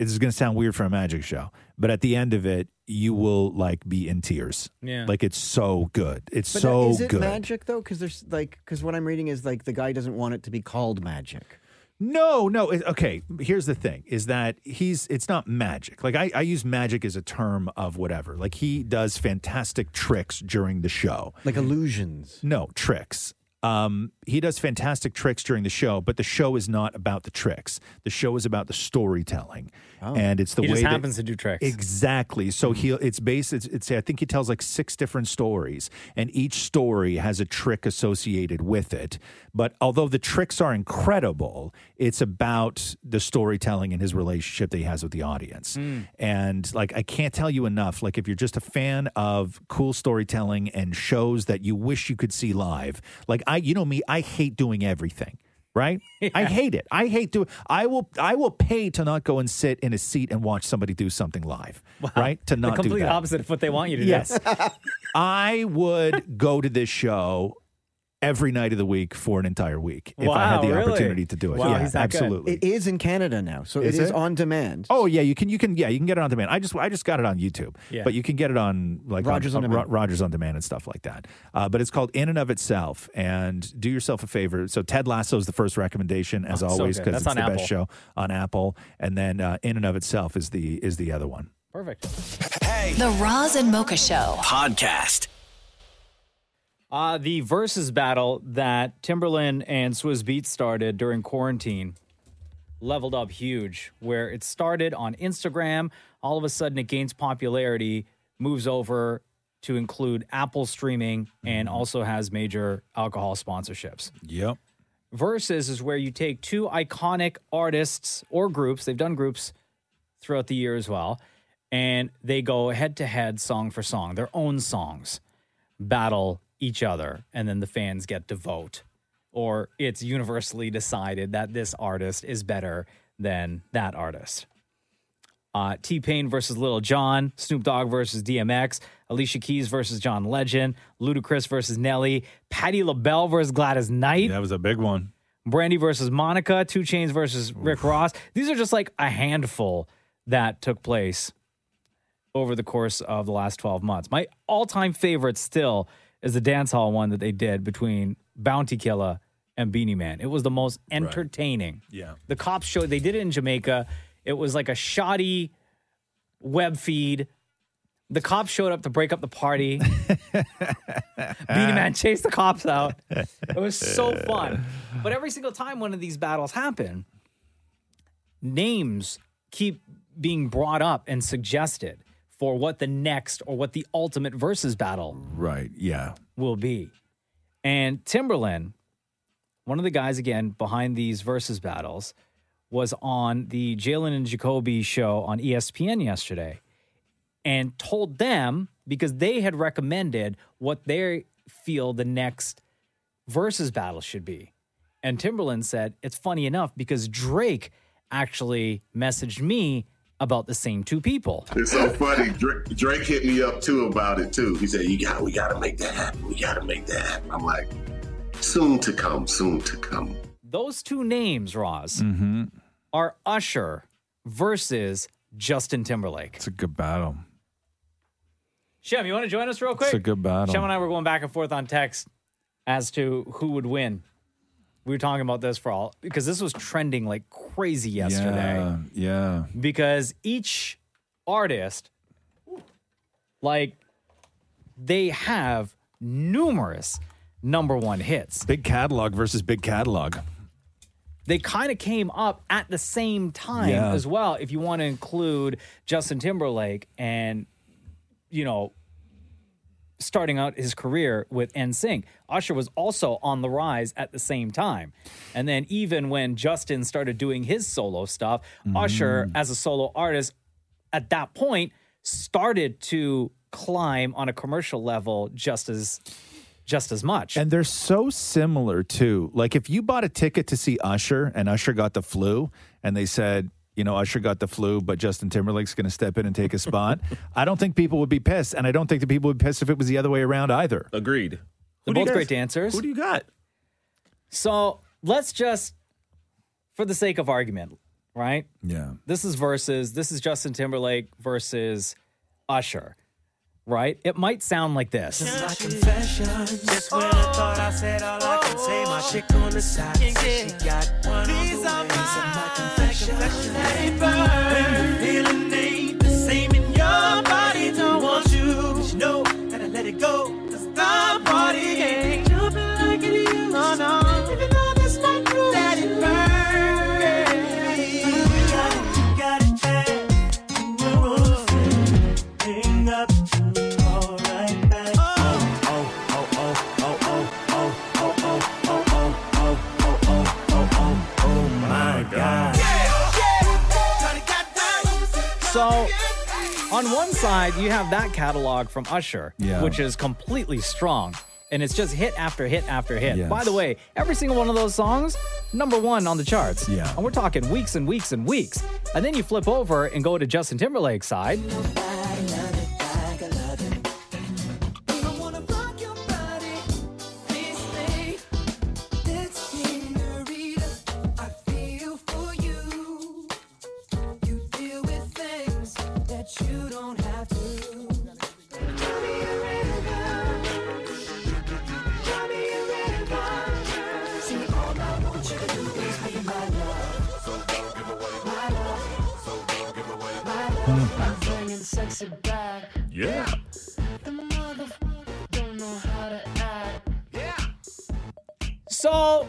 [SPEAKER 4] this is going to sound weird for a magic show, but at the end of it, you will like be in tears.
[SPEAKER 7] Yeah.
[SPEAKER 4] Like it's so good. It's
[SPEAKER 7] But
[SPEAKER 4] so
[SPEAKER 7] is it
[SPEAKER 4] good.
[SPEAKER 7] magic though? Because there's like, because what I'm reading is like the guy doesn't want it to be called magic.
[SPEAKER 4] No, no. It, okay, here's the thing: is that he's it's not magic. Like I, I use magic as a term of whatever. Like he does fantastic tricks during the show,
[SPEAKER 7] like illusions.
[SPEAKER 4] No tricks. Um, he does fantastic tricks during the show, but the show is not about the tricks. The show is about the storytelling,
[SPEAKER 11] Oh.
[SPEAKER 4] and it's the
[SPEAKER 5] He
[SPEAKER 4] way
[SPEAKER 5] just
[SPEAKER 4] that-
[SPEAKER 5] happens to do tricks.
[SPEAKER 4] Exactly. So he it's based it's, it's I think he tells like six different stories and each story has a trick associated with it. But although the tricks are incredible, it's about the storytelling and his relationship that he has with the audience. And like I can't tell you enough like if you're just a fan of cool storytelling and shows that you wish you could see live. Like I you know me, I hate doing everything right? I hate it. I hate doing. I will. I will pay to not go and sit in a seat and watch somebody do something live. right? To
[SPEAKER 5] the
[SPEAKER 4] not do
[SPEAKER 5] complete
[SPEAKER 4] that.
[SPEAKER 5] opposite of what they want you to
[SPEAKER 4] Yes.
[SPEAKER 5] <laughs> do.
[SPEAKER 4] I would go to this show every night of the week for an entire week if I
[SPEAKER 7] Wow,
[SPEAKER 4] had the
[SPEAKER 7] really?
[SPEAKER 4] opportunity to do it. yeah, absolutely.
[SPEAKER 7] It is in Canada now, so
[SPEAKER 4] Is
[SPEAKER 7] it is
[SPEAKER 4] it?
[SPEAKER 7] on demand.
[SPEAKER 4] Oh yeah, you can you can yeah you can get it on demand. I just I just got it on YouTube,
[SPEAKER 7] Yeah.
[SPEAKER 4] but you can get it on like
[SPEAKER 7] Rogers on
[SPEAKER 4] Ro-
[SPEAKER 7] Demand.
[SPEAKER 4] Rogers on demand and stuff like that. Uh, but it's called In and of Itself. And do yourself a favor. So Ted Lasso is the first recommendation as
[SPEAKER 5] Oh, so
[SPEAKER 4] always
[SPEAKER 5] good.
[SPEAKER 4] because it's
[SPEAKER 5] That's
[SPEAKER 4] the
[SPEAKER 5] on
[SPEAKER 4] best
[SPEAKER 5] Apple.
[SPEAKER 4] show on Apple. And then uh, In and of Itself is the is the other one.
[SPEAKER 5] Perfect.
[SPEAKER 3] The Roz and Mocha Show.
[SPEAKER 1] Podcast.
[SPEAKER 5] Uh, the versus battle that Timberland and Swizz Beats started during quarantine leveled up huge, where it started on Instagram. All of a sudden, it gains popularity, moves over to include Apple streaming, and also has major alcohol sponsorships.
[SPEAKER 4] Yep.
[SPEAKER 5] Versus is where you take two iconic artists or groups, they've done groups throughout the year as well, and they go head to head, song for song, their own songs battle each other, and then the fans get to vote. Or it's universally decided that this artist is better than that artist. Uh, T Pain versus Little John, Snoop Dogg versus DMX, Alicia Keys versus John Legend, Ludacris versus Nelly, Patti LaBelle versus Gladys Knight.
[SPEAKER 4] That was a big one.
[SPEAKER 5] Brandy versus Monica, Two Chains versus Rick Ross. These are just like a handful that took place over the course of the last 12 months. My all time favorite still is the dance hall one that they did between Bounty Killer and Beanie Man. It was the most entertaining.
[SPEAKER 4] Yeah.
[SPEAKER 5] The cops showed, they did it in Jamaica. It was like a shoddy web feed. The cops showed up to break up the party. Beanie Man chased the cops out. It was so fun. But every single time one of these battles happen, names keep being brought up and suggested for what the next or what the ultimate versus battle
[SPEAKER 4] Right. Yeah.
[SPEAKER 5] will be. And Timberland, one of the guys again behind these versus battles, was on the Jalen and Jacoby show on E ESPN yesterday and told them because they had recommended what they feel the next versus battle should be. And Timberland said, It's funny enough because Drake actually messaged me about the same two people.
[SPEAKER 2] It's so funny. Drake, Drake hit me up too about it too. He said, "You got, we got to make that happen. We got to make that happen." I'm like, "Soon to come. Soon to come."
[SPEAKER 5] Those two names, Roz,
[SPEAKER 4] Mm-hmm.
[SPEAKER 5] are Usher versus Justin Timberlake. It's
[SPEAKER 4] a good battle.
[SPEAKER 5] Shem, you want to join us real quick?
[SPEAKER 4] It's a good battle.
[SPEAKER 5] Shem and I were going back and forth on text as to who would win. We were talking about this for all because this was trending like crazy yesterday.
[SPEAKER 4] Yeah. yeah.
[SPEAKER 5] because each artist like they have numerous number one hits
[SPEAKER 4] big catalog versus big catalog
[SPEAKER 5] they kind of came up at the same time
[SPEAKER 4] Yeah.
[SPEAKER 5] as well if you want to include justin timberlake and you know starting out his career with nsync usher was also on the rise at the same time and then even when justin started doing his solo stuff usher as a solo artist at that point started to climb on a commercial level just as just as much
[SPEAKER 4] And they're so similar too. Like if you bought a ticket to see Usher and Usher got the flu and they said, you know, Usher got the flu, but Justin Timberlake's going to step in and take a spot. <laughs> I don't think people would be pissed, and I don't think the people would be pissed if it was the other way around either.
[SPEAKER 5] Agreed.
[SPEAKER 4] Who do you
[SPEAKER 5] They're both
[SPEAKER 4] guys-
[SPEAKER 5] great dancers.
[SPEAKER 4] who do you got?
[SPEAKER 5] So let's just, for the sake of argument, right?
[SPEAKER 4] Yeah.
[SPEAKER 5] This is versus, this is Justin Timberlake versus Usher, right? It might sound like this.
[SPEAKER 11] Just when I thought I said all I can say, my chick on the side. She got one Oh. These on the are my confessions. When you feel a need, the same in your body don't want you. But you know that I let it go. Cause the party ain't jumping like it used no, no. Even though this might prove that it burns. You got it, you got it bad. And you're all set. Hang up, all right back. Oh,
[SPEAKER 5] My Oh, God. So on one side, you have that catalog from Usher,
[SPEAKER 4] Yeah.
[SPEAKER 5] which is completely strong. And it's just hit after hit after hit.
[SPEAKER 4] Yes.
[SPEAKER 5] By the way, every single one of those songs, number one on the charts. Yeah. And we're talking weeks and weeks and weeks. And then you flip over and go to Justin Timberlake's side.
[SPEAKER 13] Sexy back.
[SPEAKER 4] Yeah.
[SPEAKER 8] Hmm.
[SPEAKER 13] The motherfucker don't know how to act.
[SPEAKER 5] So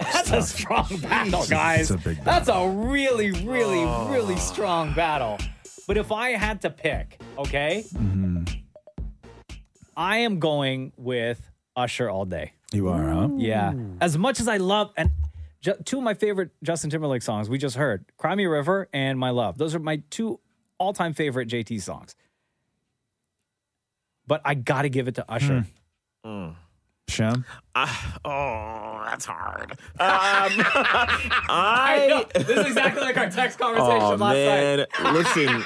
[SPEAKER 5] that's a strong battle, guys.
[SPEAKER 4] It's a big
[SPEAKER 5] That's a really, really, really strong battle. But if I had to pick, okay, I am going with Usher all day.
[SPEAKER 4] You are, huh?
[SPEAKER 5] Yeah. As much as I love and ju- two of my favorite Justin Timberlake songs we just heard, Cry Me a River and My Love. Those are my two all-time favorite JT songs. But I got to give it to Usher.
[SPEAKER 4] Hmm. Shem?
[SPEAKER 13] Ah, oh, that's hard.
[SPEAKER 5] <laughs>
[SPEAKER 13] Um, I,
[SPEAKER 5] know. This is exactly like our text conversation
[SPEAKER 13] oh,
[SPEAKER 5] last
[SPEAKER 13] man.
[SPEAKER 5] night. <laughs>
[SPEAKER 13] Listen,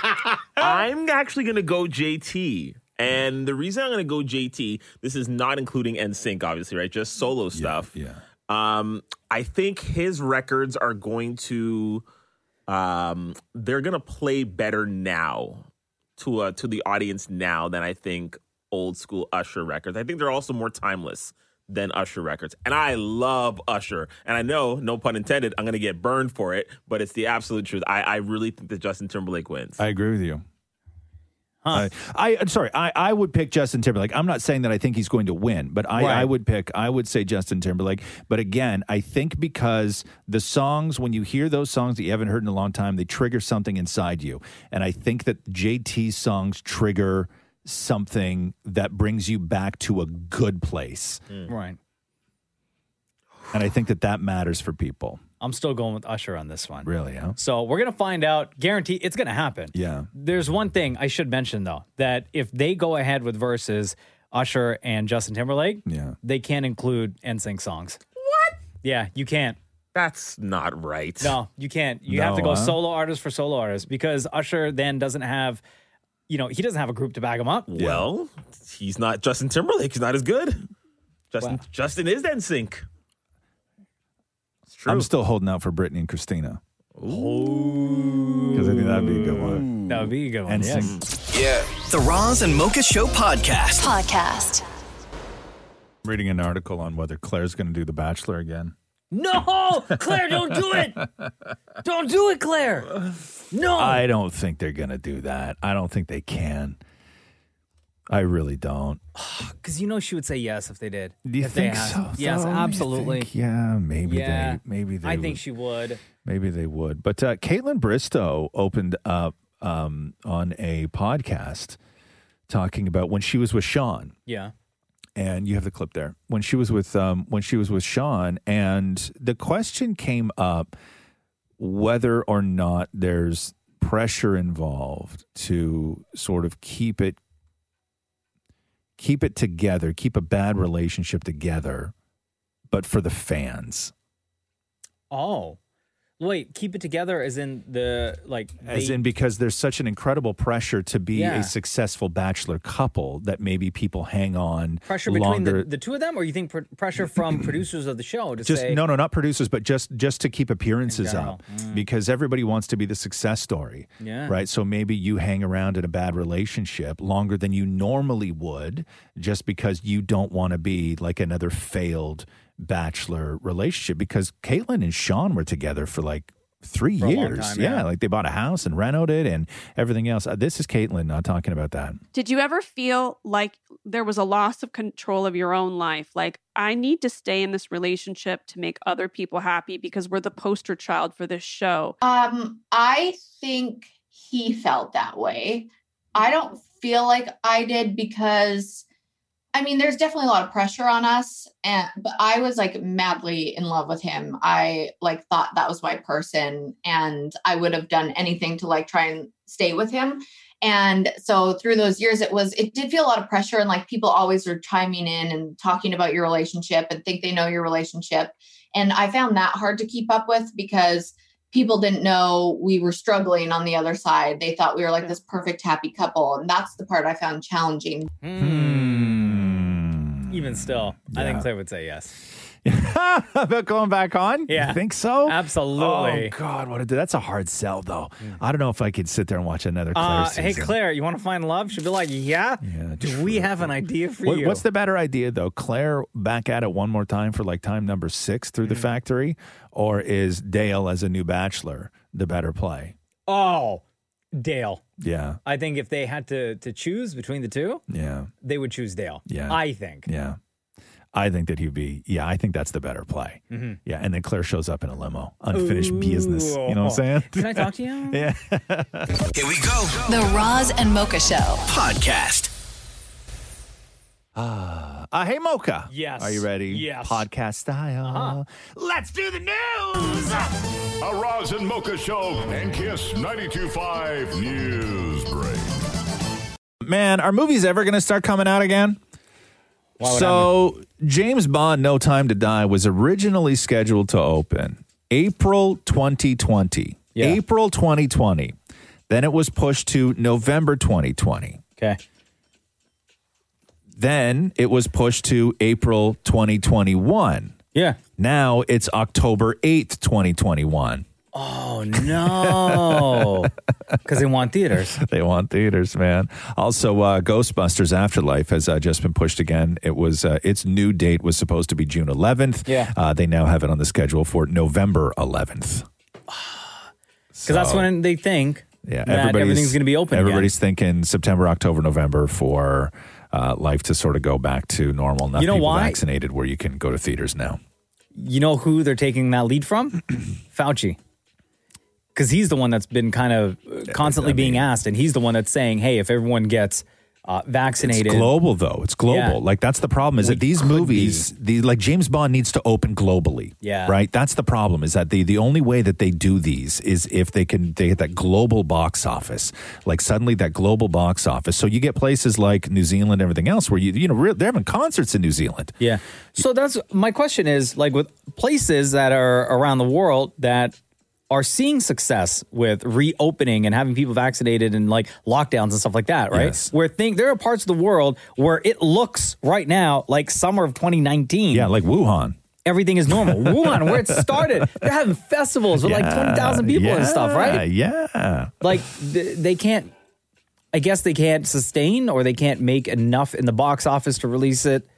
[SPEAKER 13] I'm actually going to go JT. And the reason I'm going to go JT, this is not including NSYNC, obviously, right? Just solo stuff.
[SPEAKER 4] Yeah.
[SPEAKER 13] Um, I think his records are going to, um, they're going to play better now to uh, to the audience now than I think old school Usher records. I think they're also more timeless than Usher records. And I love Usher. And I know, no pun intended, I'm going to get burned for it, but it's the absolute truth. I, I really think that Justin Timberlake wins.
[SPEAKER 4] I agree with you. I, I am sorry. I, I would pick Justin Timberlake. I'm not saying that I think he's going to win, but I, I would pick. I would say Justin Timberlake. But again, I think because the songs, when you hear those songs that you haven't heard in a long time, they trigger something inside you, and I think that JT's songs trigger something that brings you back to a good place,
[SPEAKER 5] Right.
[SPEAKER 4] and I think that that matters for people.
[SPEAKER 5] I'm still going with Usher on this one.
[SPEAKER 4] Really? Huh?
[SPEAKER 5] So we're going to find out. Guarantee it's going to happen.
[SPEAKER 4] Yeah.
[SPEAKER 5] There's one thing I should mention though that if they go ahead with verses Usher and Justin Timberlake,
[SPEAKER 4] yeah,
[SPEAKER 5] they can't include NSYNC songs. What? Yeah, you can't.
[SPEAKER 13] That's not right.
[SPEAKER 5] <laughs> No, you can't. You have to
[SPEAKER 13] No,
[SPEAKER 5] go
[SPEAKER 13] huh?
[SPEAKER 5] solo artist for solo artist because Usher then doesn't have, you know, he doesn't have a group to back him up.
[SPEAKER 13] Well, he's not Justin Timberlake. He's not as good. Justin Justin is NSYNC. It's true.
[SPEAKER 4] I'm still holding out for Brittany and Christina because I think that'd be a good one.
[SPEAKER 5] That would be a good one.
[SPEAKER 4] And
[SPEAKER 5] yes.
[SPEAKER 4] some-
[SPEAKER 1] Yeah. The Roz and Mocha Show podcast.
[SPEAKER 3] Podcast.
[SPEAKER 4] I'm reading an article on whether Claire's going to do The Bachelor again. <laughs>
[SPEAKER 5] No, Claire, don't do it. Don't do it, Claire. No.
[SPEAKER 4] I don't think they're going to do that. I don't think they can. I really don't.
[SPEAKER 5] Because you know she would say yes if they did.
[SPEAKER 4] Do you
[SPEAKER 5] If they
[SPEAKER 4] think
[SPEAKER 5] asked.
[SPEAKER 4] so?
[SPEAKER 5] Yes,
[SPEAKER 4] though? You
[SPEAKER 5] absolutely.
[SPEAKER 4] think- yeah, maybe
[SPEAKER 5] yeah.
[SPEAKER 4] they maybe they
[SPEAKER 5] I
[SPEAKER 4] would-
[SPEAKER 5] think she would.
[SPEAKER 4] maybe they would. But uh, Caitlin Bristow opened up um, on a podcast talking about when she was with Sean.
[SPEAKER 5] Yeah.
[SPEAKER 4] and you have the clip there when she was with um, when she was with Sean, and the question came up whether or not there's pressure involved to sort of keep it keep it together, keep a bad relationship together, but for the fans,
[SPEAKER 5] Oh. Wait, keep it together as in the like
[SPEAKER 4] as
[SPEAKER 5] they-
[SPEAKER 4] in because there's such an incredible pressure to be
[SPEAKER 5] Yeah.
[SPEAKER 4] a successful bachelor couple that maybe people hang on
[SPEAKER 5] pressure between
[SPEAKER 4] longer.
[SPEAKER 5] the, the two of them or you think pr-
[SPEAKER 4] <clears throat>
[SPEAKER 5] pressure from producers of the show to
[SPEAKER 4] just
[SPEAKER 5] say Mm.
[SPEAKER 4] no no not producers but just just to keep appearances up because everybody wants to be the success story
[SPEAKER 5] Yeah.
[SPEAKER 4] right so maybe you hang around in a bad relationship longer than you normally would just because you don't want to be like another failed bachelor relationship because caitlin and sean were together for like three
[SPEAKER 5] For a long
[SPEAKER 4] years
[SPEAKER 5] time,
[SPEAKER 4] yeah.
[SPEAKER 5] yeah.
[SPEAKER 4] like they bought a house and renovated it and everything else Uh, this is caitlin not talking about that
[SPEAKER 14] Did you ever feel like there was a loss of control of your own life? Like, I need to stay in this relationship to make other people happy because we're the poster child for this show.
[SPEAKER 15] Um, I think he felt that way. I don't feel like I did because I mean, there's definitely a lot of pressure on us and but I was like madly in love with him. I like thought that was my person and I would have done anything to like try and stay with him. And so through those years it was it did feel a lot of pressure and like people always were chiming in and talking about your relationship and think they know your relationship. And I found that hard to keep up with because people didn't know we were struggling on the other side. They thought we were like this perfect happy couple. And that's the part I found challenging.
[SPEAKER 5] hmm. even still i
[SPEAKER 4] hmm. Yeah.
[SPEAKER 5] think claire would say yes
[SPEAKER 4] <laughs> about going back on yeah you think so
[SPEAKER 5] absolutely.
[SPEAKER 4] oh god what a that's a hard sell though i don't know if i could sit there and watch another claire
[SPEAKER 5] uh,
[SPEAKER 4] season.
[SPEAKER 5] hey claire you want to find love she'd be like yeah, do we have an idea for
[SPEAKER 4] What-
[SPEAKER 5] you
[SPEAKER 4] What's the better idea, though? Claire back at it one more time for like time number six through the
[SPEAKER 5] Mm.
[SPEAKER 4] factory, or is Dale as a new bachelor the better play?
[SPEAKER 5] oh dale
[SPEAKER 4] Yeah,
[SPEAKER 5] i think if they had to to choose between the two
[SPEAKER 4] yeah,
[SPEAKER 5] they would choose dale
[SPEAKER 4] Yeah.
[SPEAKER 5] i think
[SPEAKER 4] yeah. I think that he'd be, yeah, I think that's the better play.
[SPEAKER 5] Mhm.
[SPEAKER 4] Yeah. And then Claire shows up in a limo, unfinished business. You know what I'm saying?
[SPEAKER 5] Can I talk to you?
[SPEAKER 4] <laughs> yeah.
[SPEAKER 1] Here we go.
[SPEAKER 3] The Roz and Mocha Show.
[SPEAKER 1] Podcast.
[SPEAKER 4] Ah, uh, hey, Mocha.
[SPEAKER 1] Yes.
[SPEAKER 4] Are you ready?
[SPEAKER 1] Yes.
[SPEAKER 4] Podcast style.
[SPEAKER 1] Let's do the news.
[SPEAKER 8] A Roz and Mocha Show and Kiss 92.5 News Break.
[SPEAKER 4] Man, are movies ever going to start coming out again?
[SPEAKER 8] Why would
[SPEAKER 4] So, James Bond No Time to Die was originally scheduled to open April 2020. April 2020. Then it was pushed to November 2020.
[SPEAKER 5] Okay.
[SPEAKER 4] Then it was pushed to April 2021.
[SPEAKER 5] Yeah.
[SPEAKER 4] Now it's October 8th, 2021.
[SPEAKER 5] Oh no. Because Oh. they want theaters.
[SPEAKER 4] <laughs> they want theaters, man. Also, uh, Ghostbusters Afterlife has uh, just been pushed again. It was uh, its new date was supposed to be June 11th.
[SPEAKER 5] Yeah.
[SPEAKER 4] uh, they now have it on the schedule for November
[SPEAKER 5] <sighs>
[SPEAKER 4] 11th.
[SPEAKER 5] Because that's when they think
[SPEAKER 4] Yeah,
[SPEAKER 5] that
[SPEAKER 4] everybody's-
[SPEAKER 5] everything's going to be open.
[SPEAKER 4] Everybody's thinking September, October, November for uh, life to sort of go back to normal. Enough
[SPEAKER 5] You know
[SPEAKER 4] people
[SPEAKER 5] why?
[SPEAKER 4] vaccinated where you can go to theaters now.
[SPEAKER 5] Again. You know who they're taking that
[SPEAKER 4] <clears throat>
[SPEAKER 5] lead from? Fauci. Because he's the one that's been kind of uh, constantly being asked, and he's the one that's saying, "Hey, if everyone gets uh, vaccinated,
[SPEAKER 4] It's global though. It's global.
[SPEAKER 5] Yeah.
[SPEAKER 4] Like that's the problem is that these movies, the like James Bond needs to open globally.
[SPEAKER 5] Yeah.
[SPEAKER 4] Right? That's the problem is that the the only way that they do these is if they can they hit that global box office. Like suddenly that global box office. So you get places like New Zealand and everything else where you you know re- they're having concerts in New Zealand.
[SPEAKER 5] Yeah. So that's my question is like with places that are around the world that are seeing success with reopening and having people vaccinated and like lockdowns and stuff like that, right?
[SPEAKER 4] <laughs> Yes.
[SPEAKER 5] Where think there are parts of the world where it looks right now like summer of 2019. Yeah,
[SPEAKER 4] like Wuhan.
[SPEAKER 5] Everything
[SPEAKER 4] <laughs>
[SPEAKER 5] is normal. Wuhan, where it started, they're having festivals with like
[SPEAKER 4] Yeah.
[SPEAKER 5] 20,000 people and stuff, right?
[SPEAKER 4] Yeah. yeah.
[SPEAKER 5] Like th- they can't I guess they can't sustain or they can't make enough in the box office to release it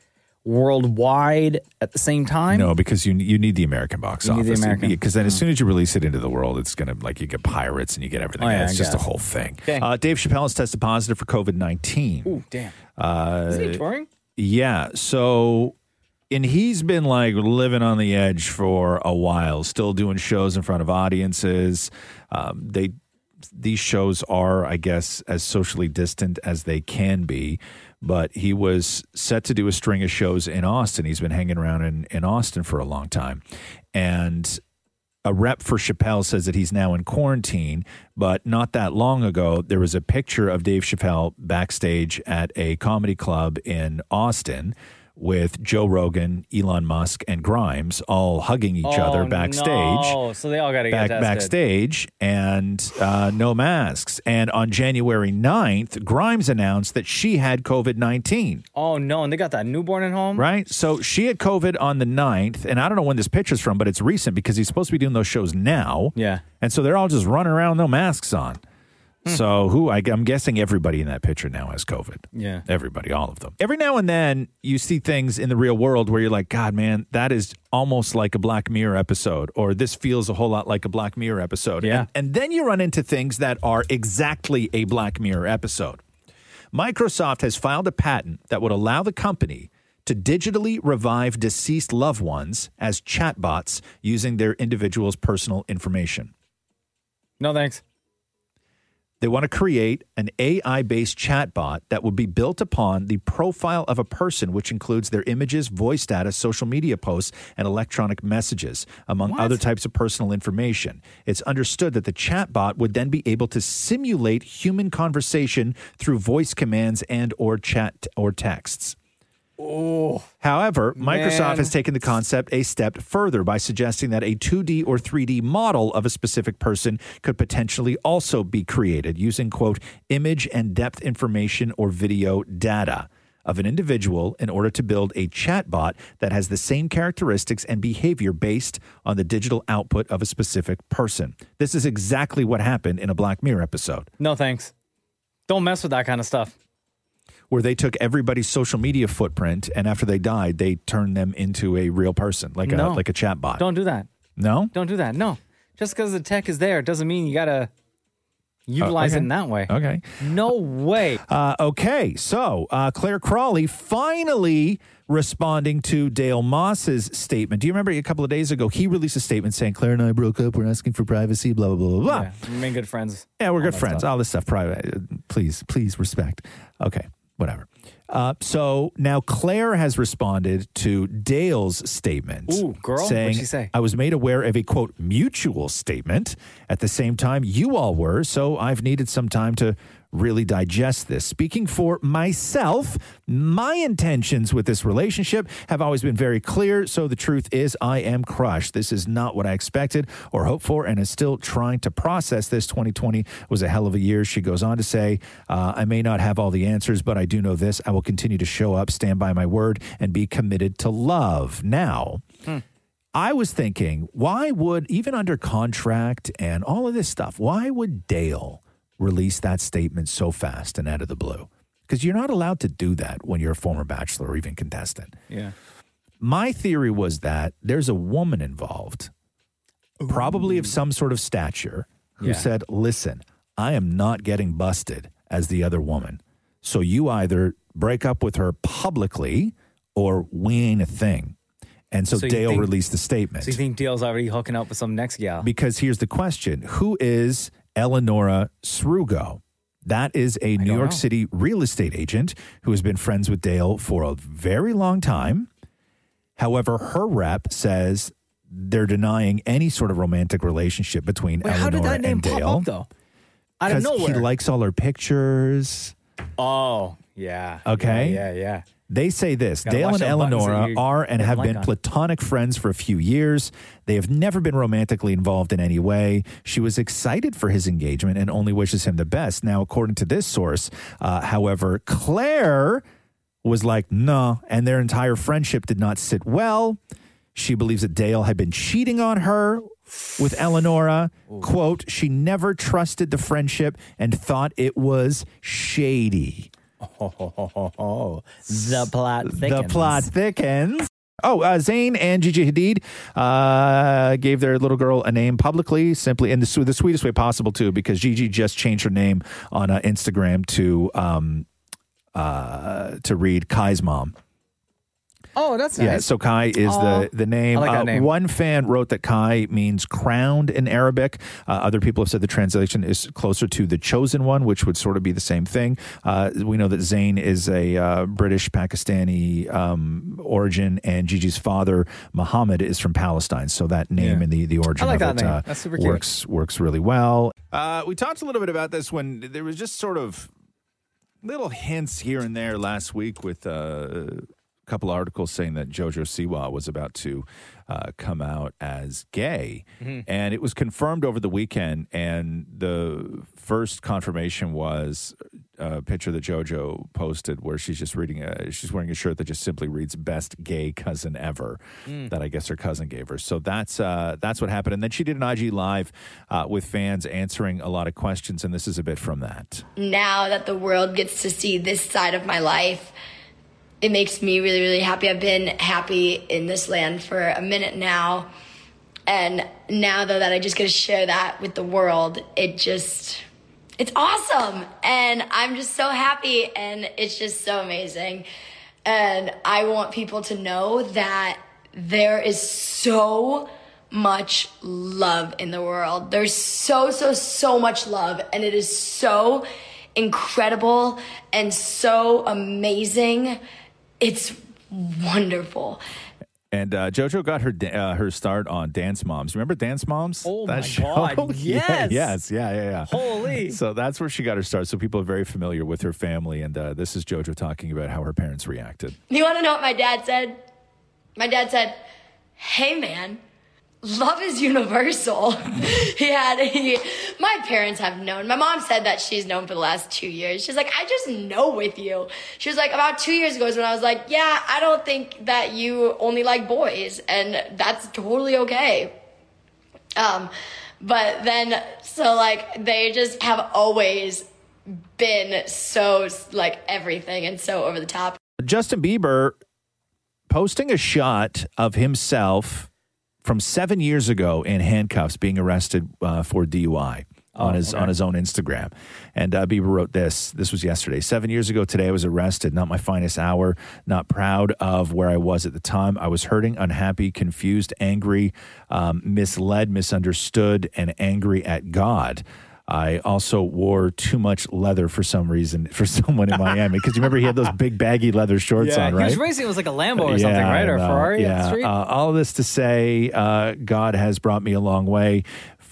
[SPEAKER 5] worldwide at the same time.
[SPEAKER 4] No, because you you need the American box
[SPEAKER 5] You need the
[SPEAKER 4] office.
[SPEAKER 5] American. Hmm.
[SPEAKER 4] Because then as soon as you release it into the world, it's gonna like you get pirates and you get everything.
[SPEAKER 5] Oh, yeah,
[SPEAKER 4] it's
[SPEAKER 5] I
[SPEAKER 4] just
[SPEAKER 5] guess.
[SPEAKER 4] a whole thing. Uh, Dave Chappelle has tested positive for COVID nineteen.
[SPEAKER 5] Ooh, damn.
[SPEAKER 4] Uh,
[SPEAKER 5] Is he touring?
[SPEAKER 4] Yeah. So, and he's been like living on the edge for a while, still doing shows in front of audiences. Um, they, these shows are, I guess, as socially distant as they can be. But he was set to do a string of shows in Austin. He's been hanging around in, in Austin for a long time. And a rep for Chappelle says that he's now in quarantine, but not that long ago, there was a picture of Dave Chappelle backstage at a comedy club in Austin with Joe Rogan, Elon Musk, and Grimes all hugging each other backstage
[SPEAKER 5] Oh, so they all got to get
[SPEAKER 4] back,
[SPEAKER 5] tested.
[SPEAKER 4] backstage and uh, no masks. And on January 9th, Grimes announced that she had COVID 19.
[SPEAKER 5] Oh no, and they got that newborn at home.
[SPEAKER 4] Right? So she had COVID on the 9th. And I don't know when this picture's from, but it's recent because he's supposed to be doing those shows now.
[SPEAKER 5] Yeah.
[SPEAKER 4] And so they're all just running around, with no masks on. So who I, I'm guessing everybody in that picture now has COVID.
[SPEAKER 5] Yeah.
[SPEAKER 4] Everybody, all of them. Every now and then you see things in the real world where you're like, God, man, that is almost like a Black Mirror episode, or this feels a whole lot like a Black Mirror episode.
[SPEAKER 5] Yeah.
[SPEAKER 4] And, and then you run into things that are exactly a Black Mirror episode. Microsoft has filed a patent that would allow the company to digitally revive deceased loved ones as chatbots using their individual's personal information.
[SPEAKER 5] No thanks.
[SPEAKER 4] They want to create an AI based chatbot that would be built upon the profile of a person, which includes their images, voice data, social media posts, and electronic messages, among other types of personal information. It's understood that the chatbot would then be able to simulate human conversation through voice commands and or chat or texts.
[SPEAKER 5] Oh,
[SPEAKER 4] However, Microsoft
[SPEAKER 5] Man.
[SPEAKER 4] has taken the concept a step further by suggesting that a 2D or 3D model of a specific person could potentially also be created using, quote, image and depth information or video data of an individual in order to build a chatbot that has the same characteristics and behavior based on the digital output of a specific person. This is exactly what happened in a Black Mirror episode
[SPEAKER 5] no thanks. Don't mess with that kind of stuff.
[SPEAKER 4] where they took everybody's social media footprint and after they died they turned them into a real person like
[SPEAKER 5] No.
[SPEAKER 4] a like a chatbot
[SPEAKER 5] Don't do that.
[SPEAKER 4] no
[SPEAKER 5] Don't do that. No. Just because the tech is there doesn't mean you gotta
[SPEAKER 4] Oh,
[SPEAKER 5] Utilize it
[SPEAKER 4] okay.
[SPEAKER 5] in that way.
[SPEAKER 4] Okay.
[SPEAKER 5] No way.
[SPEAKER 4] Uh, okay, so uh, Claire Crawley finally responding to Dale Moss's statement. Do you remember a couple of days ago he released a statement saying Claire and I broke up. We're asking for privacy. Blah blah blah blah blah.
[SPEAKER 5] Yeah, remain good friends.
[SPEAKER 4] Yeah, we're
[SPEAKER 5] All
[SPEAKER 4] good
[SPEAKER 5] that
[SPEAKER 4] friends.
[SPEAKER 5] stuff.
[SPEAKER 4] All this stuff, private. uh, Please, please respect. Okay, whatever. Uh, so now Claire has responded to Dale's statement.
[SPEAKER 5] Ooh, girl, what'd
[SPEAKER 4] saying,
[SPEAKER 5] she say?
[SPEAKER 4] I was made aware of a quote mutual statement at the same time you all were, so I've needed some time to really digest this. Speaking for myself, my intentions with this relationship have always been very clear, so the truth is I am crushed. This is not what I expected or hoped for and is still trying to process this. 2020 was a hell of a year. She goes on to say, uh, I may not have all the answers, but I do know this. I will continue to show up, stand by my word, and be committed to love. Now,
[SPEAKER 5] Hmm.
[SPEAKER 4] I was thinking, why would, even under contract and all of this stuff, why would Dale release that statement so fast and out of the blue? Because you're not allowed to do that when you're a former bachelor or even contestant.
[SPEAKER 5] Yeah.
[SPEAKER 4] My theory was that there's a woman involved, probably of some sort of stature, who
[SPEAKER 5] Yeah.
[SPEAKER 4] said, Listen, I am not getting busted as the other woman. So you either break up with her publicly or we ain't a thing. And so,
[SPEAKER 5] So you
[SPEAKER 4] Dale
[SPEAKER 5] think-
[SPEAKER 4] released the statement.
[SPEAKER 5] So you think Dale's already hooking up with some next gal?
[SPEAKER 4] Because here's the question Who is Eleonora Srugo? That is a New York
[SPEAKER 5] know.
[SPEAKER 4] City real estate agent who has been friends with Dale for a very long time. However, her rep says they're denying any sort of romantic relationship between
[SPEAKER 5] Wait,
[SPEAKER 4] Eleanor
[SPEAKER 5] how did that name
[SPEAKER 4] and
[SPEAKER 5] pop
[SPEAKER 4] Dale.
[SPEAKER 5] up, though? Out of
[SPEAKER 4] 'Cause He
[SPEAKER 5] nowhere.
[SPEAKER 4] likes all her pictures.
[SPEAKER 5] Oh, yeah.
[SPEAKER 4] Okay.
[SPEAKER 5] Yeah, yeah. yeah.
[SPEAKER 4] They say this
[SPEAKER 5] Gotta
[SPEAKER 4] Dale
[SPEAKER 5] watch
[SPEAKER 4] and
[SPEAKER 5] them buttons that
[SPEAKER 4] Eleonora
[SPEAKER 5] you
[SPEAKER 4] are and
[SPEAKER 5] hit
[SPEAKER 4] have
[SPEAKER 5] blank
[SPEAKER 4] been
[SPEAKER 5] on.
[SPEAKER 4] platonic friends for a few years. They have never been romantically involved in any way. She was excited for his engagement and only wishes him the best. Now, according to this source, uh, however, Claire was like, no, and their entire friendship did not sit well. She believes that Dale had been cheating on her with Eleonora. Quote, she never trusted the friendship and thought it was shady.
[SPEAKER 5] Oh, <laughs> the plot
[SPEAKER 4] The plot thickens. Oh, uh, Zayn and Gigi Hadid uh, gave their little girl a name publicly, simply in the, su- the sweetest way possible, too, because Gigi just changed her name on uh, Instagram to um, uh, to read Kai's mom.
[SPEAKER 5] Oh, that's nice.
[SPEAKER 4] Yeah, so Kai is
[SPEAKER 5] Aw.
[SPEAKER 4] the the name.
[SPEAKER 5] I like that
[SPEAKER 4] Uh,
[SPEAKER 5] name.
[SPEAKER 4] One fan wrote that Kai means crowned in Arabic. Uh, other people have said the translation is closer to the chosen one, which would sort of be the same thing. Uh, we know that Zayn is a uh, British Pakistani um, origin, and Gigi's father Muhammad is from Palestine. So that name and the the origin
[SPEAKER 5] like
[SPEAKER 4] of
[SPEAKER 5] that
[SPEAKER 4] it
[SPEAKER 5] name.
[SPEAKER 4] Uh,
[SPEAKER 5] That's super cute.
[SPEAKER 4] works works really well. Uh, we talked a little bit about this when there was just sort of little hints here and there last week with uh, a couple articles saying that Jojo Siwa was about to uh, come out as gay.
[SPEAKER 29] Mhm.
[SPEAKER 4] And it was confirmed over the weekend. And the first confirmation was a picture that Jojo posted where she's just reading, a, she's wearing a shirt that just simply reads best gay cousin ever
[SPEAKER 29] Mm.
[SPEAKER 4] that I guess her cousin gave her. So that's uh, that's what happened. And then she did an IG live uh, with fans answering a lot of questions. And this is a bit from that.
[SPEAKER 25] now that the world gets to see this side of my life, it makes me really, really happy. I've been happy in this land for a minute now. And now, though, that I just get to share that with the world, it just, it's awesome. And I'm just so happy. And it's just so amazing. And I want people to know that there is so much love in the world. There's so, so, so much love. And it is so incredible and so amazing. It's wonderful.
[SPEAKER 4] And uh, JoJo got her da- uh, her start on Dance Moms. Remember Dance Moms?
[SPEAKER 5] Oh
[SPEAKER 4] That
[SPEAKER 5] my
[SPEAKER 4] <laughs>
[SPEAKER 5] God,
[SPEAKER 4] Yeah,
[SPEAKER 5] yes.
[SPEAKER 4] yes, yeah, yeah, yeah.
[SPEAKER 5] Holy.
[SPEAKER 4] So that's where she got her start. So people are very familiar with her family, and uh, this is JoJo talking about how her parents reacted.
[SPEAKER 25] <laughs> You want to know what my dad said? My dad said, "Hey man, love is universal." <laughs> he had he, my parents have known. My mom said that she's known for the last 2 years. She's like, "I just know with you." She was like, "About 2 years ago is when I was like, yeah, I don't think that you only like boys and that's totally okay." Um but then so like they just have always been so like everything and so over the top.
[SPEAKER 4] Justin Bieber posting a shot of himself from seven years ago in handcuffs being arrested uh, for DUI.
[SPEAKER 5] Oh,
[SPEAKER 4] on his on his own Instagram. And uh, Bieber wrote this. This was yesterday. Seven years ago today, I was arrested. Not my finest hour. Not proud of where I was at the time. I was hurting, unhappy, confused, angry, um, misled, misunderstood, and angry at God. I also wore too much leather for some reason for <laughs> someone in Miami because you remember he had those big baggy leather shorts on, right?
[SPEAKER 5] He was racing. It was like a Lambo or something,
[SPEAKER 4] Yeah, I
[SPEAKER 5] right? Or a
[SPEAKER 4] know.
[SPEAKER 5] Ferrari
[SPEAKER 4] yeah.
[SPEAKER 5] on the street.
[SPEAKER 4] Uh, all this to say, uh, God has brought me a long way.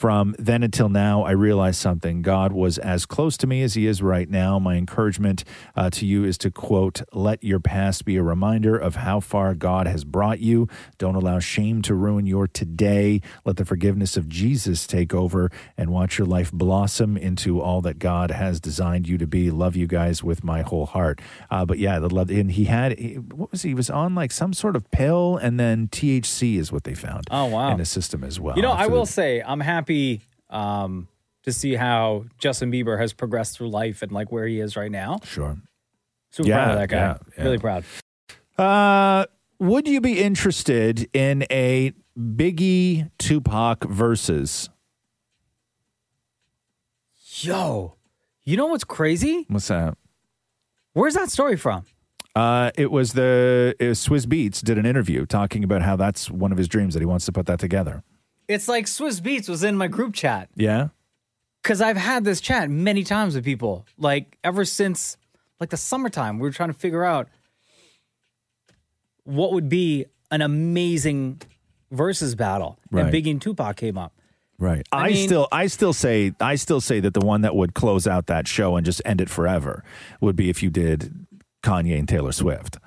[SPEAKER 4] From then until now, I realized something. God was as close to me as He is right now. My encouragement uh, to you is to quote, let your past be a reminder of how far God has brought you. Don't allow shame to ruin your today. Let the forgiveness of Jesus take over and watch your life blossom into all that God has designed you to be. Love you guys with my whole heart. Uh, but yeah, the love, and he had, he- what was he? He was on like some sort of pill, and then THC is what they found.
[SPEAKER 5] Oh, wow.
[SPEAKER 4] In his system as well.
[SPEAKER 5] you know, I
[SPEAKER 4] After
[SPEAKER 5] will
[SPEAKER 4] the-
[SPEAKER 5] say I'm happy um, to see how Justin Bieber has progressed through life and like where he is right now.
[SPEAKER 4] Sure.
[SPEAKER 5] Super proud
[SPEAKER 4] Yeah,
[SPEAKER 5] of that guy.
[SPEAKER 4] yeah, yeah.
[SPEAKER 5] Really proud.
[SPEAKER 4] Uh, would you be interested in a Biggie Tupac versus?
[SPEAKER 5] Yo, you know what's crazy?
[SPEAKER 4] What's that?
[SPEAKER 5] Where's that story from?
[SPEAKER 4] Uh, it was the it was Swizz Beats did an interview talking about how that's one of his dreams that he wants to put that together.
[SPEAKER 5] It's like Swiss Beats was in my group chat
[SPEAKER 4] Yeah.
[SPEAKER 5] because I've had this chat many times with people. Like ever since like the summertime, we were trying to figure out what would be an amazing versus battle,
[SPEAKER 4] Right.
[SPEAKER 5] and Biggie and Tupac
[SPEAKER 4] <laughs>
[SPEAKER 5] came up.
[SPEAKER 4] Right. I,
[SPEAKER 5] I mean-
[SPEAKER 4] still I still say I still say that the one that would close out that show and just end it forever would be if you did Kanye and Taylor Swift.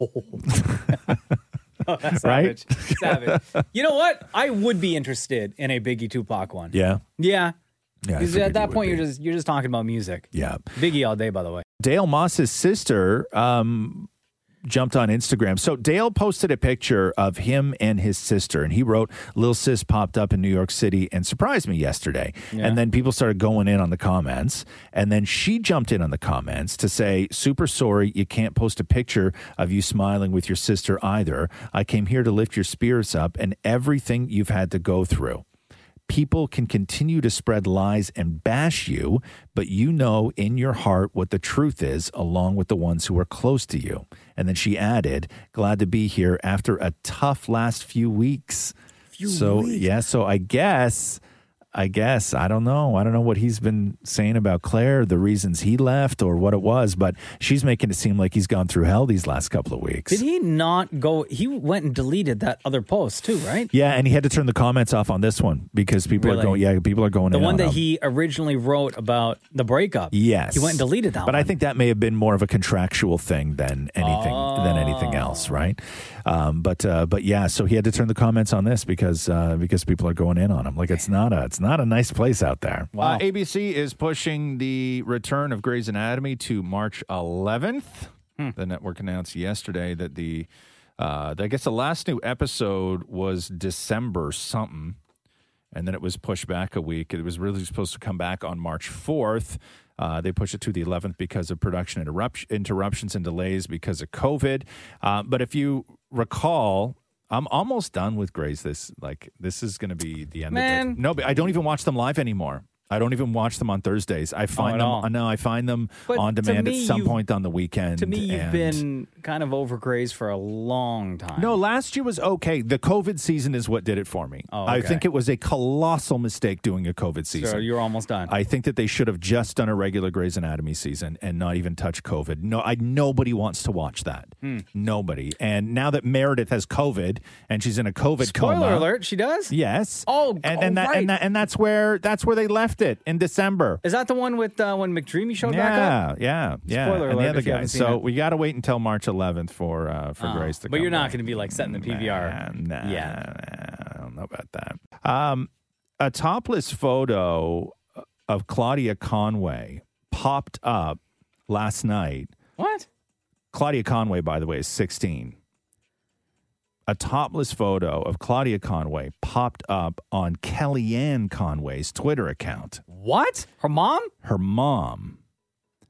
[SPEAKER 5] Oh, that's
[SPEAKER 4] Right?
[SPEAKER 5] Savage. Savage. <laughs> You know what? I would be interested in a Biggie Tupac one.
[SPEAKER 4] Yeah.
[SPEAKER 5] Yeah.
[SPEAKER 4] Yeah, I
[SPEAKER 5] 'Cause
[SPEAKER 4] figured
[SPEAKER 5] at that point, you're just you're just talking about music.
[SPEAKER 4] Yeah.
[SPEAKER 5] Biggie all day, by the way.
[SPEAKER 4] Dale Moss's sister um, jumped on Instagram. So Dale posted a picture of him and his sister, and he wrote, "Lil Sis popped up in New York City and surprised me yesterday."
[SPEAKER 16] Yeah.
[SPEAKER 4] And then people started going in on the comments, and then she jumped in on the comments to say, "Super sorry, you can't post a picture of you smiling with your sister either. I came here to lift your spirits up and everything you've had to go through." People can continue to spread lies and bash you, but you know in your heart what the truth is, along with the ones who are close to you. And then she added, Glad to be here after a tough last few weeks. so, yeah, so I guess, I guess, I don't know. I don't know what he's been saying about Claire, the reasons he left, or what it was, but she's making it seem like he's gone through hell these last couple of weeks.
[SPEAKER 5] Did he not go? He went and deleted that other post too, right?
[SPEAKER 4] Yeah, and he had to turn the comments off on this one because people are
[SPEAKER 5] Really?
[SPEAKER 4] going. Yeah, people are going.
[SPEAKER 5] The
[SPEAKER 4] in
[SPEAKER 5] one
[SPEAKER 4] on
[SPEAKER 5] that
[SPEAKER 4] him.
[SPEAKER 5] he originally wrote about the breakup.
[SPEAKER 4] Yes,
[SPEAKER 5] He went and deleted that
[SPEAKER 4] But
[SPEAKER 5] one.
[SPEAKER 4] I think that may have been more of a contractual thing than anything than anything
[SPEAKER 5] Oh.
[SPEAKER 4] else, right? Um, but uh, but yeah, so he had to turn the comments on this because uh, because people are going in on him. Like it's not a it's not a nice place out there. Uh, ABC is pushing the return of Grey's Anatomy to March 11th. The network announced yesterday that the uh, I guess the last new episode was December something and then it was pushed back a week. It was really supposed to come back on March 4th. Uh, they pushed it to the 11th because of production interrupt- interruptions and delays because of COVID. Uh, but if you recall, I'm almost done with Grays. This like this is going to be the end.
[SPEAKER 5] Man.
[SPEAKER 4] Of it. No, but I don't even watch them live anymore. I don't even watch them on Thursdays. I find
[SPEAKER 5] at
[SPEAKER 4] them.
[SPEAKER 5] all.
[SPEAKER 4] No, I find them
[SPEAKER 5] But
[SPEAKER 4] on
[SPEAKER 5] to
[SPEAKER 4] demand
[SPEAKER 5] me,
[SPEAKER 4] at some
[SPEAKER 5] you've-
[SPEAKER 4] point on the weekend.
[SPEAKER 5] to me, you've
[SPEAKER 4] and-
[SPEAKER 5] been kind of over Grey's for a long time.
[SPEAKER 4] no, last year was okay. The COVID season is what did it for me.
[SPEAKER 5] Oh,
[SPEAKER 4] I
[SPEAKER 5] okay.
[SPEAKER 4] think it was a colossal mistake doing a COVID season.
[SPEAKER 5] So you're almost done.
[SPEAKER 4] I think that they should have just done a regular Grey's Anatomy season and not even touch COVID. No, I nobody wants to watch that.
[SPEAKER 5] Hmm.
[SPEAKER 4] Nobody. And now that Meredith has COVID and she's in a COVID coma.
[SPEAKER 5] Spoiler alert, she does?
[SPEAKER 4] Yes.
[SPEAKER 5] Oh,
[SPEAKER 4] and,
[SPEAKER 5] oh,
[SPEAKER 4] and that,
[SPEAKER 5] right.
[SPEAKER 4] and that and that's where that's where they left it in December.
[SPEAKER 5] Is that the one with uh, when McDreamy showed back
[SPEAKER 4] yeah,
[SPEAKER 5] up?
[SPEAKER 4] yeah, yeah.
[SPEAKER 5] Spoiler
[SPEAKER 4] and
[SPEAKER 5] alert
[SPEAKER 4] the other
[SPEAKER 5] if you
[SPEAKER 4] guy.
[SPEAKER 5] haven't seen
[SPEAKER 4] So
[SPEAKER 5] it.
[SPEAKER 4] we got to wait until March 11th for uh, for
[SPEAKER 5] Oh,
[SPEAKER 4] Grace to
[SPEAKER 5] but
[SPEAKER 4] come
[SPEAKER 5] you're
[SPEAKER 4] back.
[SPEAKER 5] not going to be like setting the PVR. yeah.
[SPEAKER 4] I don't know about that. Um, a topless photo of Claudia Conway popped up last night.
[SPEAKER 5] What?
[SPEAKER 4] Claudia Conway, by the way, is 16. A topless photo of Claudia Conway popped up on Kellyanne Conway's Twitter account.
[SPEAKER 5] What? Her mom?
[SPEAKER 4] Her mom.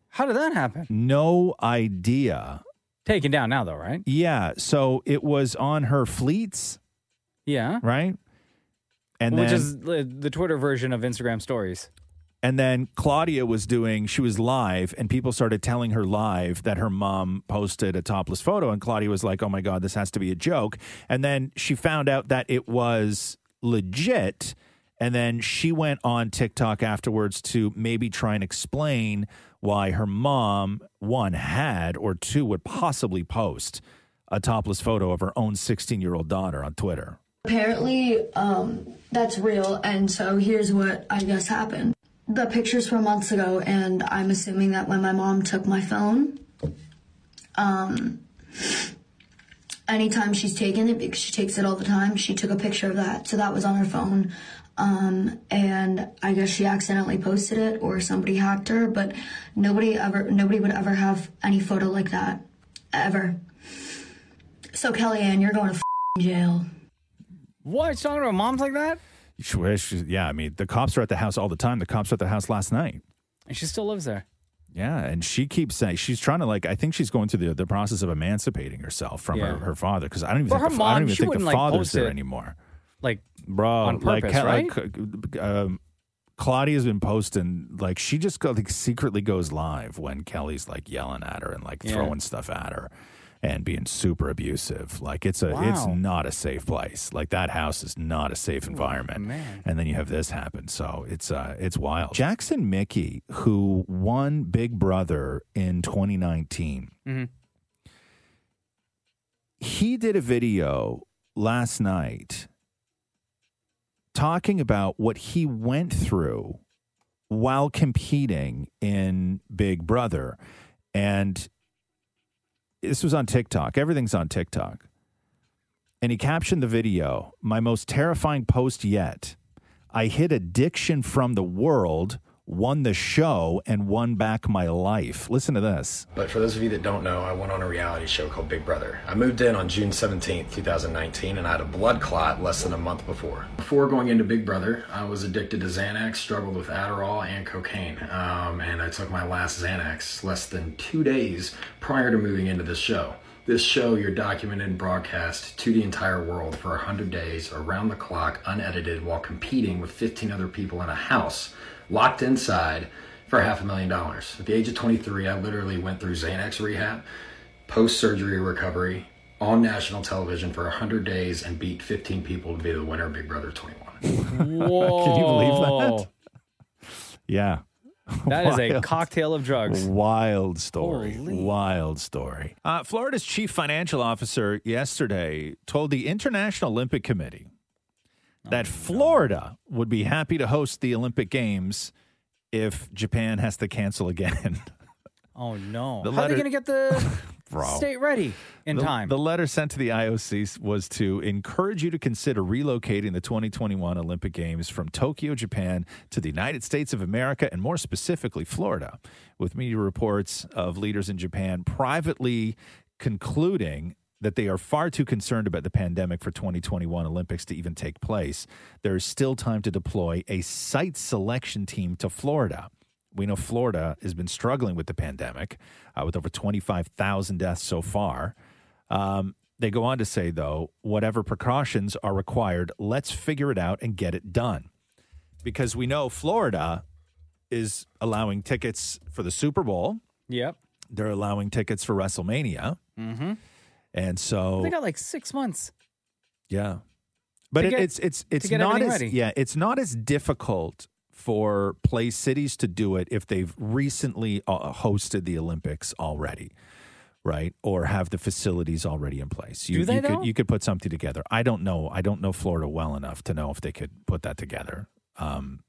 [SPEAKER 5] How did that happen?
[SPEAKER 4] No idea.
[SPEAKER 5] Taken down now, though, right?
[SPEAKER 4] Yeah. So it was on her fleets,
[SPEAKER 5] Yeah.
[SPEAKER 4] right? And
[SPEAKER 5] Which
[SPEAKER 4] then,
[SPEAKER 5] is the, the Twitter version of Instagram stories.
[SPEAKER 4] And then Claudia was doing, she was live, and people started telling her live that her mom posted a topless photo. And Claudia was like, oh my God, this has to be a joke. And then she found out that it was legit. And then she went on TikTok afterwards to maybe try and explain why her mom, one, had, or two, would possibly post a topless photo of her own 16 year old daughter on Twitter.
[SPEAKER 30] Apparently, um, that's real, and so here's what I guess happened. The picture's from months ago, and I'm assuming that when my mom took my phone, um, anytime she's taken it, because she takes it all the time, she took a picture of that. So that was on her phone. Um, and I guess she accidentally posted it or somebody hacked her, but nobody ever, nobody would ever have any photo like that. Ever. So Kellyanne, you're going to f***ing jail.
[SPEAKER 5] What? She's talking about moms like that?
[SPEAKER 4] She wish, yeah, I mean, the cops are at the house all the time. The cops are at the house last night.
[SPEAKER 5] And she still lives there.
[SPEAKER 4] Yeah, and she keeps saying she's trying to like. I think she's going through the, the process of emancipating herself from
[SPEAKER 5] Yeah.
[SPEAKER 4] her, her father because I don't even
[SPEAKER 5] But
[SPEAKER 4] think the,
[SPEAKER 5] her
[SPEAKER 4] fa- I
[SPEAKER 5] mom,
[SPEAKER 4] don't even
[SPEAKER 5] she
[SPEAKER 4] think the
[SPEAKER 5] wouldn't, like,
[SPEAKER 4] father's
[SPEAKER 5] post
[SPEAKER 4] there
[SPEAKER 5] it.
[SPEAKER 4] anymore.
[SPEAKER 5] Like,
[SPEAKER 4] bro,
[SPEAKER 5] on purpose,
[SPEAKER 4] like,
[SPEAKER 5] right?
[SPEAKER 4] like, um, Claudia's been posting like she just go, like secretly goes live when Kelly's like yelling at her and like
[SPEAKER 5] Yeah.
[SPEAKER 4] throwing stuff at her and being super abusive. Like it's a it's
[SPEAKER 5] Wow.
[SPEAKER 4] not a safe place. Like that house is not a safe environment. And then you have this happen. So it's uh it's wild. Jackson Mickey, who won Big Brother in 2019
[SPEAKER 5] Mm-hmm.
[SPEAKER 4] he did a video last night talking about what he went through while competing in Big Brother. And this was on TikTok. Everything's on TikTok. And he captioned the video My most terrifying post yet. I hid addiction from the world, won the show, and won back my life. Listen to this.
[SPEAKER 31] But for those of you that don't know, I went on a reality show called Big Brother. I moved in on June 17th, 2019, and I had a blood clot less than a month before. Before going into Big Brother, I was addicted to Xanax, struggled with Adderall and cocaine, um, and I took my last Xanax less than two days prior to moving into this show. This show, you're documented and broadcast to the entire world for 100 days, around the clock, unedited, while competing with 15 other people in a house, locked inside for half a million dollars. At the age of 23, I literally went through Xanax rehab, post surgery recovery, on national television for 100 days and beat 15 people to be the winner of Big Brother 21.
[SPEAKER 5] Whoa.
[SPEAKER 4] Can you believe that? Yeah.
[SPEAKER 5] <laughs> That is a
[SPEAKER 4] Wild.
[SPEAKER 5] cocktail of drugs.
[SPEAKER 4] Wild story. Wild story. Uh, Florida's chief financial officer yesterday told the International Olympic Committee
[SPEAKER 5] Oh
[SPEAKER 4] that Florida would be happy to host the Olympic Games if Japan has to cancel again.
[SPEAKER 5] Oh no!
[SPEAKER 4] The
[SPEAKER 5] How are
[SPEAKER 4] letter-
[SPEAKER 5] they going to get the
[SPEAKER 4] <laughs> Bro.
[SPEAKER 5] state ready
[SPEAKER 4] <laughs>
[SPEAKER 5] in
[SPEAKER 4] the,
[SPEAKER 5] time?
[SPEAKER 4] The letter sent to the IOC was to encourage you to consider relocating the 2021 Olympic Games from Tokyo, Japan to the United States of America and more specifically Florida, with media reports of leaders in Japan privately concluding that they are far too concerned about the pandemic for 2021 Olympics to even take place. There is still time to deploy a site selection team to Florida. We know Florida has been struggling with the pandemic, uh, with over 25,000 deaths so far. Um, they go on to say, though, whatever precautions are required, let's figure it out and get it done. Because we know Florida is allowing tickets for the Super Bowl,
[SPEAKER 5] Yep.
[SPEAKER 4] they're allowing tickets for WrestleMania.
[SPEAKER 5] Mm-hmm.
[SPEAKER 4] And so
[SPEAKER 5] They got like six months.
[SPEAKER 4] yeah, but
[SPEAKER 5] To
[SPEAKER 4] it,
[SPEAKER 5] get-
[SPEAKER 4] it's it's
[SPEAKER 5] to
[SPEAKER 4] it's
[SPEAKER 5] get
[SPEAKER 4] not
[SPEAKER 5] everything
[SPEAKER 4] as
[SPEAKER 5] ready.
[SPEAKER 4] yeah, it's not as difficult for play cities to do it if they've recently uh, hosted the Olympics already. Right or have the facilities already in place. You,
[SPEAKER 5] Do they,
[SPEAKER 4] you
[SPEAKER 5] though?
[SPEAKER 4] could you could put something together. I don't know. I don't know Florida well enough to know if they could put that together. Um,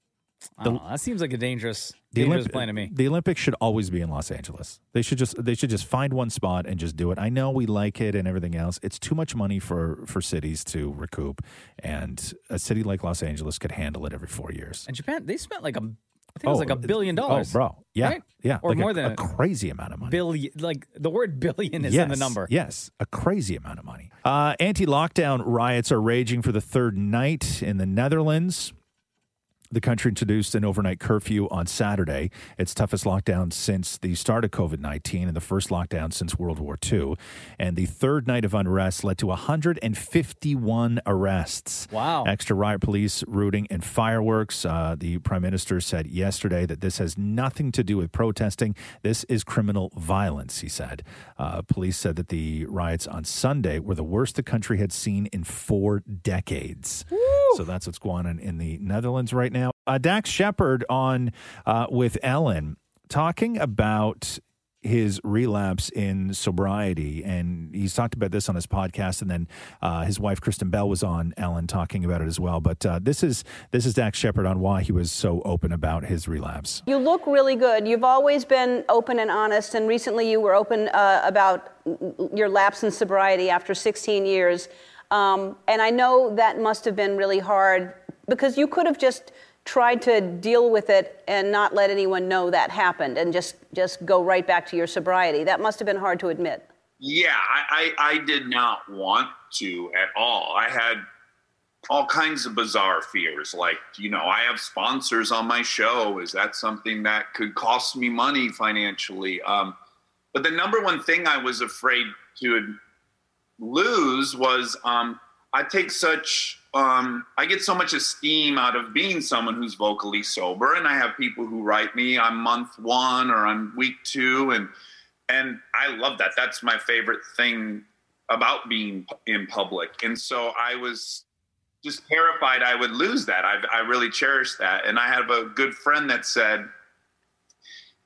[SPEAKER 5] I
[SPEAKER 4] the-
[SPEAKER 5] don't know. That seems like a dangerous,
[SPEAKER 4] the
[SPEAKER 5] dangerous
[SPEAKER 4] Olymp-
[SPEAKER 5] plan to me.
[SPEAKER 4] The Olympics should always be in Los Angeles. They should just they should just find one spot and just do it. I know we like it and everything else. It's too much money for for cities to recoup, and a city like Los Angeles could handle it every four years.
[SPEAKER 5] And Japan, they spent like a, I think it was like a billion dollars.
[SPEAKER 4] Oh, bro, yeah,
[SPEAKER 5] right?
[SPEAKER 4] yeah,
[SPEAKER 5] or
[SPEAKER 4] Like
[SPEAKER 5] more
[SPEAKER 4] a,
[SPEAKER 5] than
[SPEAKER 4] a crazy amount of money.
[SPEAKER 5] billion. Like the word billion is in the
[SPEAKER 4] Yes,
[SPEAKER 5] number.
[SPEAKER 4] Yes, a crazy amount of money. Uh, Anti lockdown riots are raging for the third night in the Netherlands. The country introduced an overnight curfew on Saturday, its toughest lockdown since the start of COVID 19 and the first lockdown since World War II. And the third night of unrest led to 151 arrests.
[SPEAKER 5] Wow.
[SPEAKER 4] Extra riot police, rooting, and fireworks. Uh, the prime minister said yesterday that this has nothing to do with protesting. This is criminal violence, he said. Uh, police said that the riots on Sunday were the worst the country had seen in four decades. So that's what's going on in the Netherlands right now. Uh, Dax Shepard on uh, with Ellen talking about his relapse in sobriety. And he's talked about this on his podcast. And then uh, his wife, Kristen Bell, was on Ellen talking about it as well. But uh, this is this is Dax Shepard on why he was so open about his relapse.
[SPEAKER 32] You look really good. You've always been open and honest, and recently you were open uh, about your lapse in sobriety after 16 years. Um, and I know that must have been really hard because you could have just tried to deal with it and not let anyone know that happened and just, just go right back to your sobriety. That must have been hard to admit.
[SPEAKER 29] Yeah, I, I, I did not want to at all. I had all kinds of bizarre fears. Like, you know, I have sponsors on my show. Is that something that could cost me money financially? Um, but the number one thing I was afraid to lose was um, I take such, um, I get so much esteem out of being someone who's vocally sober. And I have people who write me, I'm month one or I'm week two. And, and I love that. That's my favorite thing about being pu- in public. And so I was just terrified I would lose that. I, I really cherish that. And I have a good friend that said,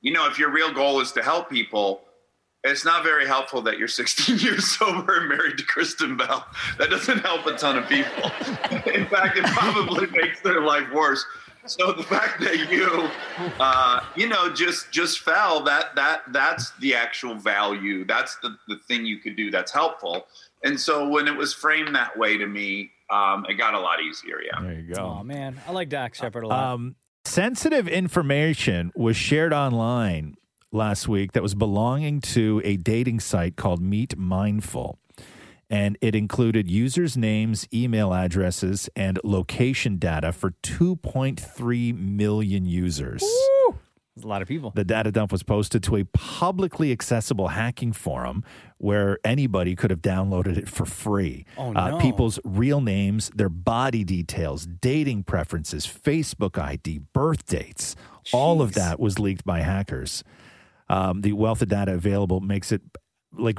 [SPEAKER 29] you know, if your real goal is to help people, it's not very helpful that you're <laughs> 16 years sober and married to Kristen Bell. That doesn't help a ton of people. <laughs> In fact, it probably <laughs> makes their life worse. So the fact that you, uh, you know, just just fell that that that's the actual value. That's the the thing you could do that's helpful. And so when it was framed that way to me, um, it got a lot easier. Yeah.
[SPEAKER 4] There you go.
[SPEAKER 5] Oh man, I like Dax Shepard a lot.
[SPEAKER 4] Um, sensitive information was shared online last week that was belonging to a dating site called Meet Mindful. And it included users' names, email addresses, and location data for 2.3 million users.
[SPEAKER 5] There's a lot of people.
[SPEAKER 4] The data dump was posted to a publicly accessible hacking forum where anybody could have downloaded it for free. Uh,
[SPEAKER 5] Oh, no.
[SPEAKER 4] people's real names, their body details, dating preferences, Facebook ID, birth dates. All of that was leaked by hackers. Um, the wealth of data available makes it like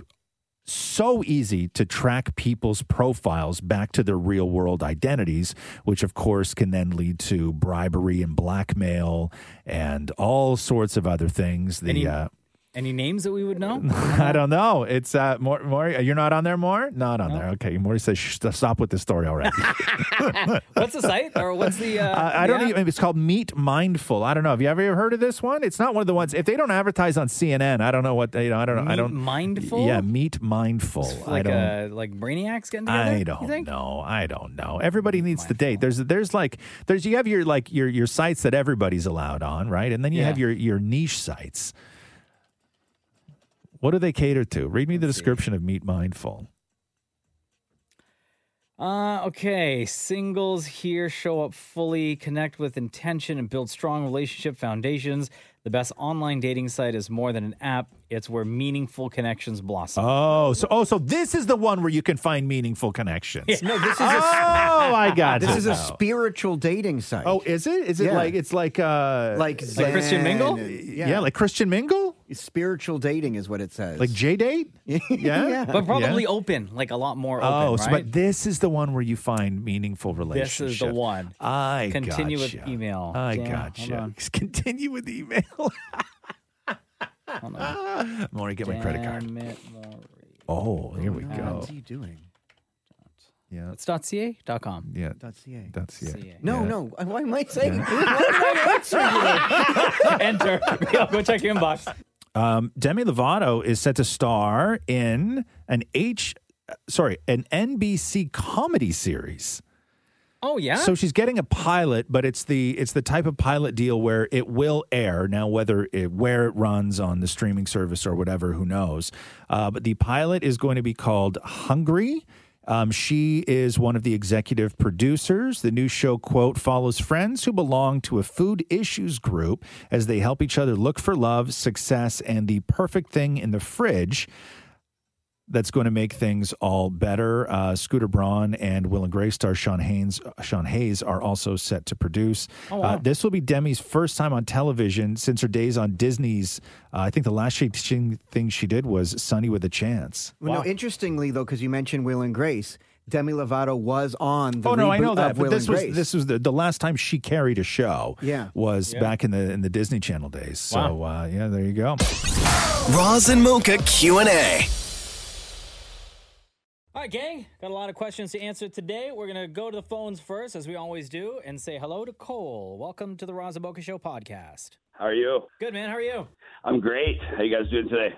[SPEAKER 4] so easy to track people's profiles back to their real world identities, which of course can then lead to bribery and blackmail and all sorts of other things. The
[SPEAKER 5] Any,
[SPEAKER 4] uh,
[SPEAKER 5] any names that we would know?
[SPEAKER 4] I don't know. It's uh, more, more. You're not on there, more. Not on there. Okay, Maury says "Shh, st- stop with this story already.
[SPEAKER 5] Mm-hmm. what's the site or <laughs> what's the? Uh,
[SPEAKER 4] <laughs> I, I don't
[SPEAKER 5] the app?
[SPEAKER 4] even. It's called Meet Mindful. I don't know. Have you ever heard of this one? It's not one of the ones. If they don't advertise on CNN, I don't know what. You know, <laughs> I don't know. I
[SPEAKER 5] Meet
[SPEAKER 4] don't.
[SPEAKER 5] Mindful?
[SPEAKER 4] Yeah, Meet Mindful. I
[SPEAKER 5] like
[SPEAKER 4] don't.
[SPEAKER 5] uh like Brainiacs getting together.
[SPEAKER 4] I
[SPEAKER 5] you
[SPEAKER 4] don't
[SPEAKER 5] think?
[SPEAKER 4] know. I don't know. Everybody needs to date. There's there's like there's you have your like your your sites that everybody's allowed on, right? And then you
[SPEAKER 5] Yeah.
[SPEAKER 4] have your your niche sites. What do they cater to? Read me the description of Meet Mindful.
[SPEAKER 5] Uh, okay. Singles here show up fully, connect with intention, and build strong relationship foundations. The best online dating site is more than an app, it's where meaningful
[SPEAKER 4] <laughs>
[SPEAKER 5] connections blossom.
[SPEAKER 4] Oh, so oh, so this is the one where you can find meaningful connections.
[SPEAKER 5] Yeah, no, this is
[SPEAKER 4] oh,
[SPEAKER 5] a-
[SPEAKER 4] I got
[SPEAKER 7] This
[SPEAKER 4] it
[SPEAKER 7] is a
[SPEAKER 4] now.
[SPEAKER 7] spiritual dating site.
[SPEAKER 4] Oh, is it? Is it
[SPEAKER 7] Yeah.
[SPEAKER 4] like it's like uh
[SPEAKER 7] like,
[SPEAKER 4] Zen- Yeah.
[SPEAKER 7] Yeah.
[SPEAKER 4] like Christian Mingle,
[SPEAKER 7] spiritual dating is what it says.
[SPEAKER 4] like J
[SPEAKER 5] <laughs>
[SPEAKER 4] date. Yeah, yeah,
[SPEAKER 5] But probably open, like a lot more open.
[SPEAKER 4] oh,
[SPEAKER 5] right?
[SPEAKER 4] so, but this is the one where you find meaningful
[SPEAKER 5] This
[SPEAKER 4] relationship.
[SPEAKER 5] is the one.
[SPEAKER 4] I
[SPEAKER 5] continue
[SPEAKER 4] gotcha.
[SPEAKER 5] with email.
[SPEAKER 4] I
[SPEAKER 5] Damn, hold
[SPEAKER 4] gotcha.
[SPEAKER 5] on.
[SPEAKER 4] <laughs> Continue with email. <laughs> Maury, get my credit card.
[SPEAKER 5] Damn it, Maury.
[SPEAKER 4] Oh, here we go.
[SPEAKER 7] What are you doing?
[SPEAKER 4] Yeah.
[SPEAKER 5] It's .ca dot .com.
[SPEAKER 4] Yeah.
[SPEAKER 7] .ca.
[SPEAKER 4] That's yeah.
[SPEAKER 7] No,
[SPEAKER 4] Yeah.
[SPEAKER 7] no. Why am I saying?
[SPEAKER 4] Yeah.
[SPEAKER 7] <laughs> Why did I answer you?
[SPEAKER 5] <laughs> Enter. Yeah, go check your inbox.
[SPEAKER 4] Um, Demi Lovato is set to star in an H, sorry, an NBC comedy series.
[SPEAKER 5] Oh yeah.
[SPEAKER 4] So she's getting a pilot, but it's the it's the type of pilot deal where it will air now, whether it where it runs on the streaming service or whatever, who knows? Uh, but the pilot is going to be called Hungry, Um, she is one of the executive producers. The new show, quote, follows friends who belong to a food issues group as they help each other look for love, success, and the perfect thing in the fridge that's going to make things all better. Uh, Scooter Braun and Will and Grace star Sean Haynes, Sean Hayes are also set to produce.
[SPEAKER 25] Oh, wow.
[SPEAKER 4] Uh, this will be Demi's first time on television since her days on Disney's. Uh, I think the last she, she- thing she did was Sunny with a Chance.
[SPEAKER 7] Well, no, interestingly though, because you mentioned Will and Grace, Demi Lovato was on. the
[SPEAKER 4] oh no, I
[SPEAKER 7] reboot
[SPEAKER 4] know that,
[SPEAKER 7] of
[SPEAKER 4] but
[SPEAKER 7] Will
[SPEAKER 4] this
[SPEAKER 7] and
[SPEAKER 4] was
[SPEAKER 7] Grace.
[SPEAKER 4] this was the, the last time she carried a show.
[SPEAKER 7] Yeah.
[SPEAKER 4] was
[SPEAKER 7] Yeah.
[SPEAKER 4] back in the in the Disney Channel days. So uh, yeah, there you go.
[SPEAKER 1] Roz and Mocha Q&A.
[SPEAKER 5] All right, gang. Got a lot of questions to answer today. We're going to go to the phones first, as we always do, and say hello to Cole. Welcome to the Roz and Mocha Show podcast.
[SPEAKER 20] How are you?
[SPEAKER 5] Good, man. How are you?
[SPEAKER 20] I'm great. How you guys doing today?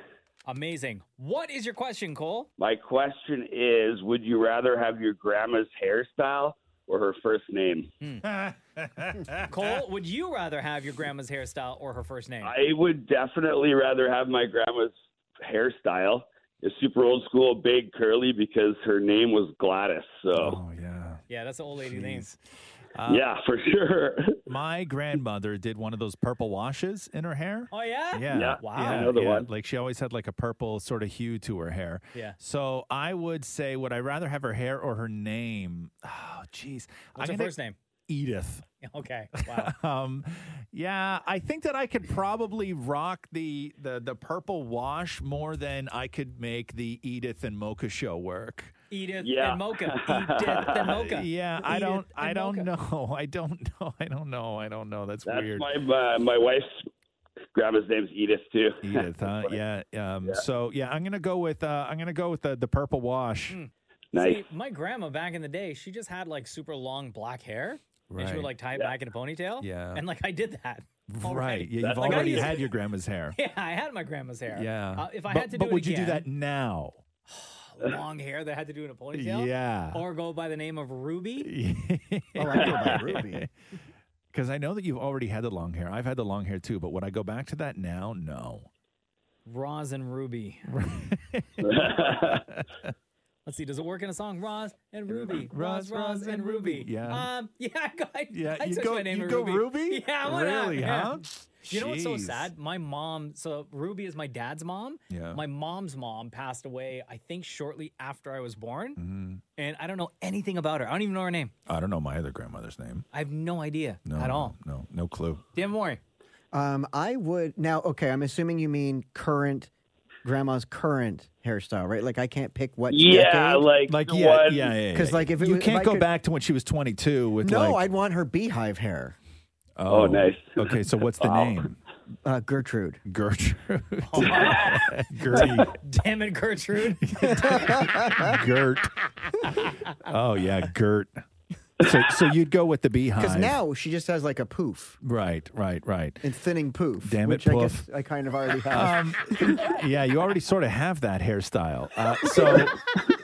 [SPEAKER 5] Amazing. What is your question, Cole?
[SPEAKER 20] My question is, would you rather have your grandma's hairstyle or her first name?
[SPEAKER 5] Mm. <laughs> Cole, would you rather have your grandma's hairstyle or her first name?
[SPEAKER 20] I would definitely rather have my grandma's hairstyle. It's super old school, big, curly, because her name was Gladys. So,
[SPEAKER 4] Oh,
[SPEAKER 5] Yeah, that's the old lady name. Ah.
[SPEAKER 20] yeah, for sure.
[SPEAKER 4] My grandmother did one of those purple washes in her hair.
[SPEAKER 5] Oh yeah.
[SPEAKER 4] Yeah.
[SPEAKER 5] Wow.
[SPEAKER 4] yeah, yeah. Like she always had like a purple sort of hue to her hair.
[SPEAKER 5] Yeah.
[SPEAKER 4] So I would say, would I rather have her hair or her name? Oh, jeez.
[SPEAKER 5] What's
[SPEAKER 4] I'm
[SPEAKER 5] her
[SPEAKER 4] gonna-
[SPEAKER 5] first name?
[SPEAKER 4] Edith.
[SPEAKER 5] <laughs> Okay.
[SPEAKER 20] <laughs>
[SPEAKER 5] Wow.
[SPEAKER 4] <laughs> um, yeah, I think that I could probably rock the, the the purple wash more than I could make the Edith and Mocha show work. <laughs>
[SPEAKER 5] Edith and Mocha. Edith and <laughs> Mocha.
[SPEAKER 4] yeah, I
[SPEAKER 5] Edith
[SPEAKER 4] don't.
[SPEAKER 5] and
[SPEAKER 4] I don't
[SPEAKER 5] Mocha.
[SPEAKER 4] know. <laughs> I don't know. I don't know. I don't know. That's,
[SPEAKER 20] That's
[SPEAKER 4] weird.
[SPEAKER 20] my my, my wife's grandma's name's Edith too.
[SPEAKER 4] Edith, huh? yeah, um, So yeah, I'm gonna go with uh, I'm gonna go with the, the purple wash.
[SPEAKER 5] Hmm. See, my grandma back in the day, she just had like super long black hair. And she
[SPEAKER 4] Right.
[SPEAKER 5] would like tie it back in a ponytail.
[SPEAKER 4] Yeah.
[SPEAKER 5] And like I did that.
[SPEAKER 4] Right. Yeah, you've
[SPEAKER 5] Like, I
[SPEAKER 4] already
[SPEAKER 5] used-
[SPEAKER 4] had your grandma's hair.
[SPEAKER 5] <laughs> Yeah, I had my grandma's hair.
[SPEAKER 4] Yeah.
[SPEAKER 5] Uh, if I
[SPEAKER 4] but,
[SPEAKER 5] had to
[SPEAKER 4] but
[SPEAKER 5] do it
[SPEAKER 4] would you do
[SPEAKER 5] again-
[SPEAKER 4] that now?
[SPEAKER 5] <sighs>
[SPEAKER 4] <laughs>
[SPEAKER 5] long hair that I had to do in a ponytail.
[SPEAKER 4] Yeah.
[SPEAKER 5] Or go by the name
[SPEAKER 4] <laughs>
[SPEAKER 5] of Ruby.
[SPEAKER 4] oh,
[SPEAKER 5] I go by Ruby.
[SPEAKER 4] Because I know that you've already had the long hair. I've had the long hair too, but would I go back to that now? No.
[SPEAKER 5] Roz and Ruby. <laughs> Let's see. Does it work in a song? Roz and Ruby. Roz, Roz, and Ruby.
[SPEAKER 4] Yeah.
[SPEAKER 5] Um, yeah, I go. I,
[SPEAKER 4] Yeah,
[SPEAKER 5] I
[SPEAKER 4] you
[SPEAKER 5] took
[SPEAKER 4] go-
[SPEAKER 5] my name
[SPEAKER 4] you
[SPEAKER 5] of
[SPEAKER 4] go
[SPEAKER 5] Ruby.
[SPEAKER 4] Ruby?
[SPEAKER 5] <laughs> Yeah. What up,
[SPEAKER 4] Really,
[SPEAKER 5] yeah.
[SPEAKER 4] huh?
[SPEAKER 5] You know what's so
[SPEAKER 4] Jeez.
[SPEAKER 5] sad? My mom. So Ruby is my dad's mom.
[SPEAKER 4] Yeah.
[SPEAKER 5] My mom's mom passed away. I think shortly after I was born,
[SPEAKER 4] Mm-hmm.
[SPEAKER 5] <laughs> and I don't know anything about her. I don't even know her name.
[SPEAKER 4] <laughs> I don't know my other grandmother's name.
[SPEAKER 5] I have no idea
[SPEAKER 4] No,
[SPEAKER 5] at
[SPEAKER 4] no,
[SPEAKER 5] all.
[SPEAKER 4] No, no clue.
[SPEAKER 5] Dan Mori.
[SPEAKER 7] Um, I would now. Okay, I'm assuming you mean current grandma's current hairstyle, right? Like I can't pick what. decade?
[SPEAKER 4] like yeah, yeah, yeah,
[SPEAKER 7] Because like if it
[SPEAKER 4] you
[SPEAKER 7] was- if
[SPEAKER 4] can't
[SPEAKER 7] I
[SPEAKER 4] go
[SPEAKER 7] could-
[SPEAKER 4] back to when she was 22 with
[SPEAKER 7] no,
[SPEAKER 4] like,
[SPEAKER 7] I'd want her beehive hair.
[SPEAKER 4] oh, nice. Okay, so what's the name?
[SPEAKER 7] Uh, Gertrude. Oh,
[SPEAKER 4] Gertrude. <laughs> Gertie.
[SPEAKER 5] Damn
[SPEAKER 4] <laughs>
[SPEAKER 5] it, Gertrude.
[SPEAKER 4] Gert. Oh yeah, Gert. So, so you'd go with the beehive.
[SPEAKER 7] Because now she just has like a poof
[SPEAKER 4] Right, right, right.
[SPEAKER 7] and thinning poof.
[SPEAKER 4] Damn it, Um,
[SPEAKER 7] which I guess uh, I kind of already
[SPEAKER 4] Uh,
[SPEAKER 7] <laughs> have.
[SPEAKER 4] yeah, you already sort of have that hairstyle. Uh,
[SPEAKER 7] <laughs>
[SPEAKER 4] so,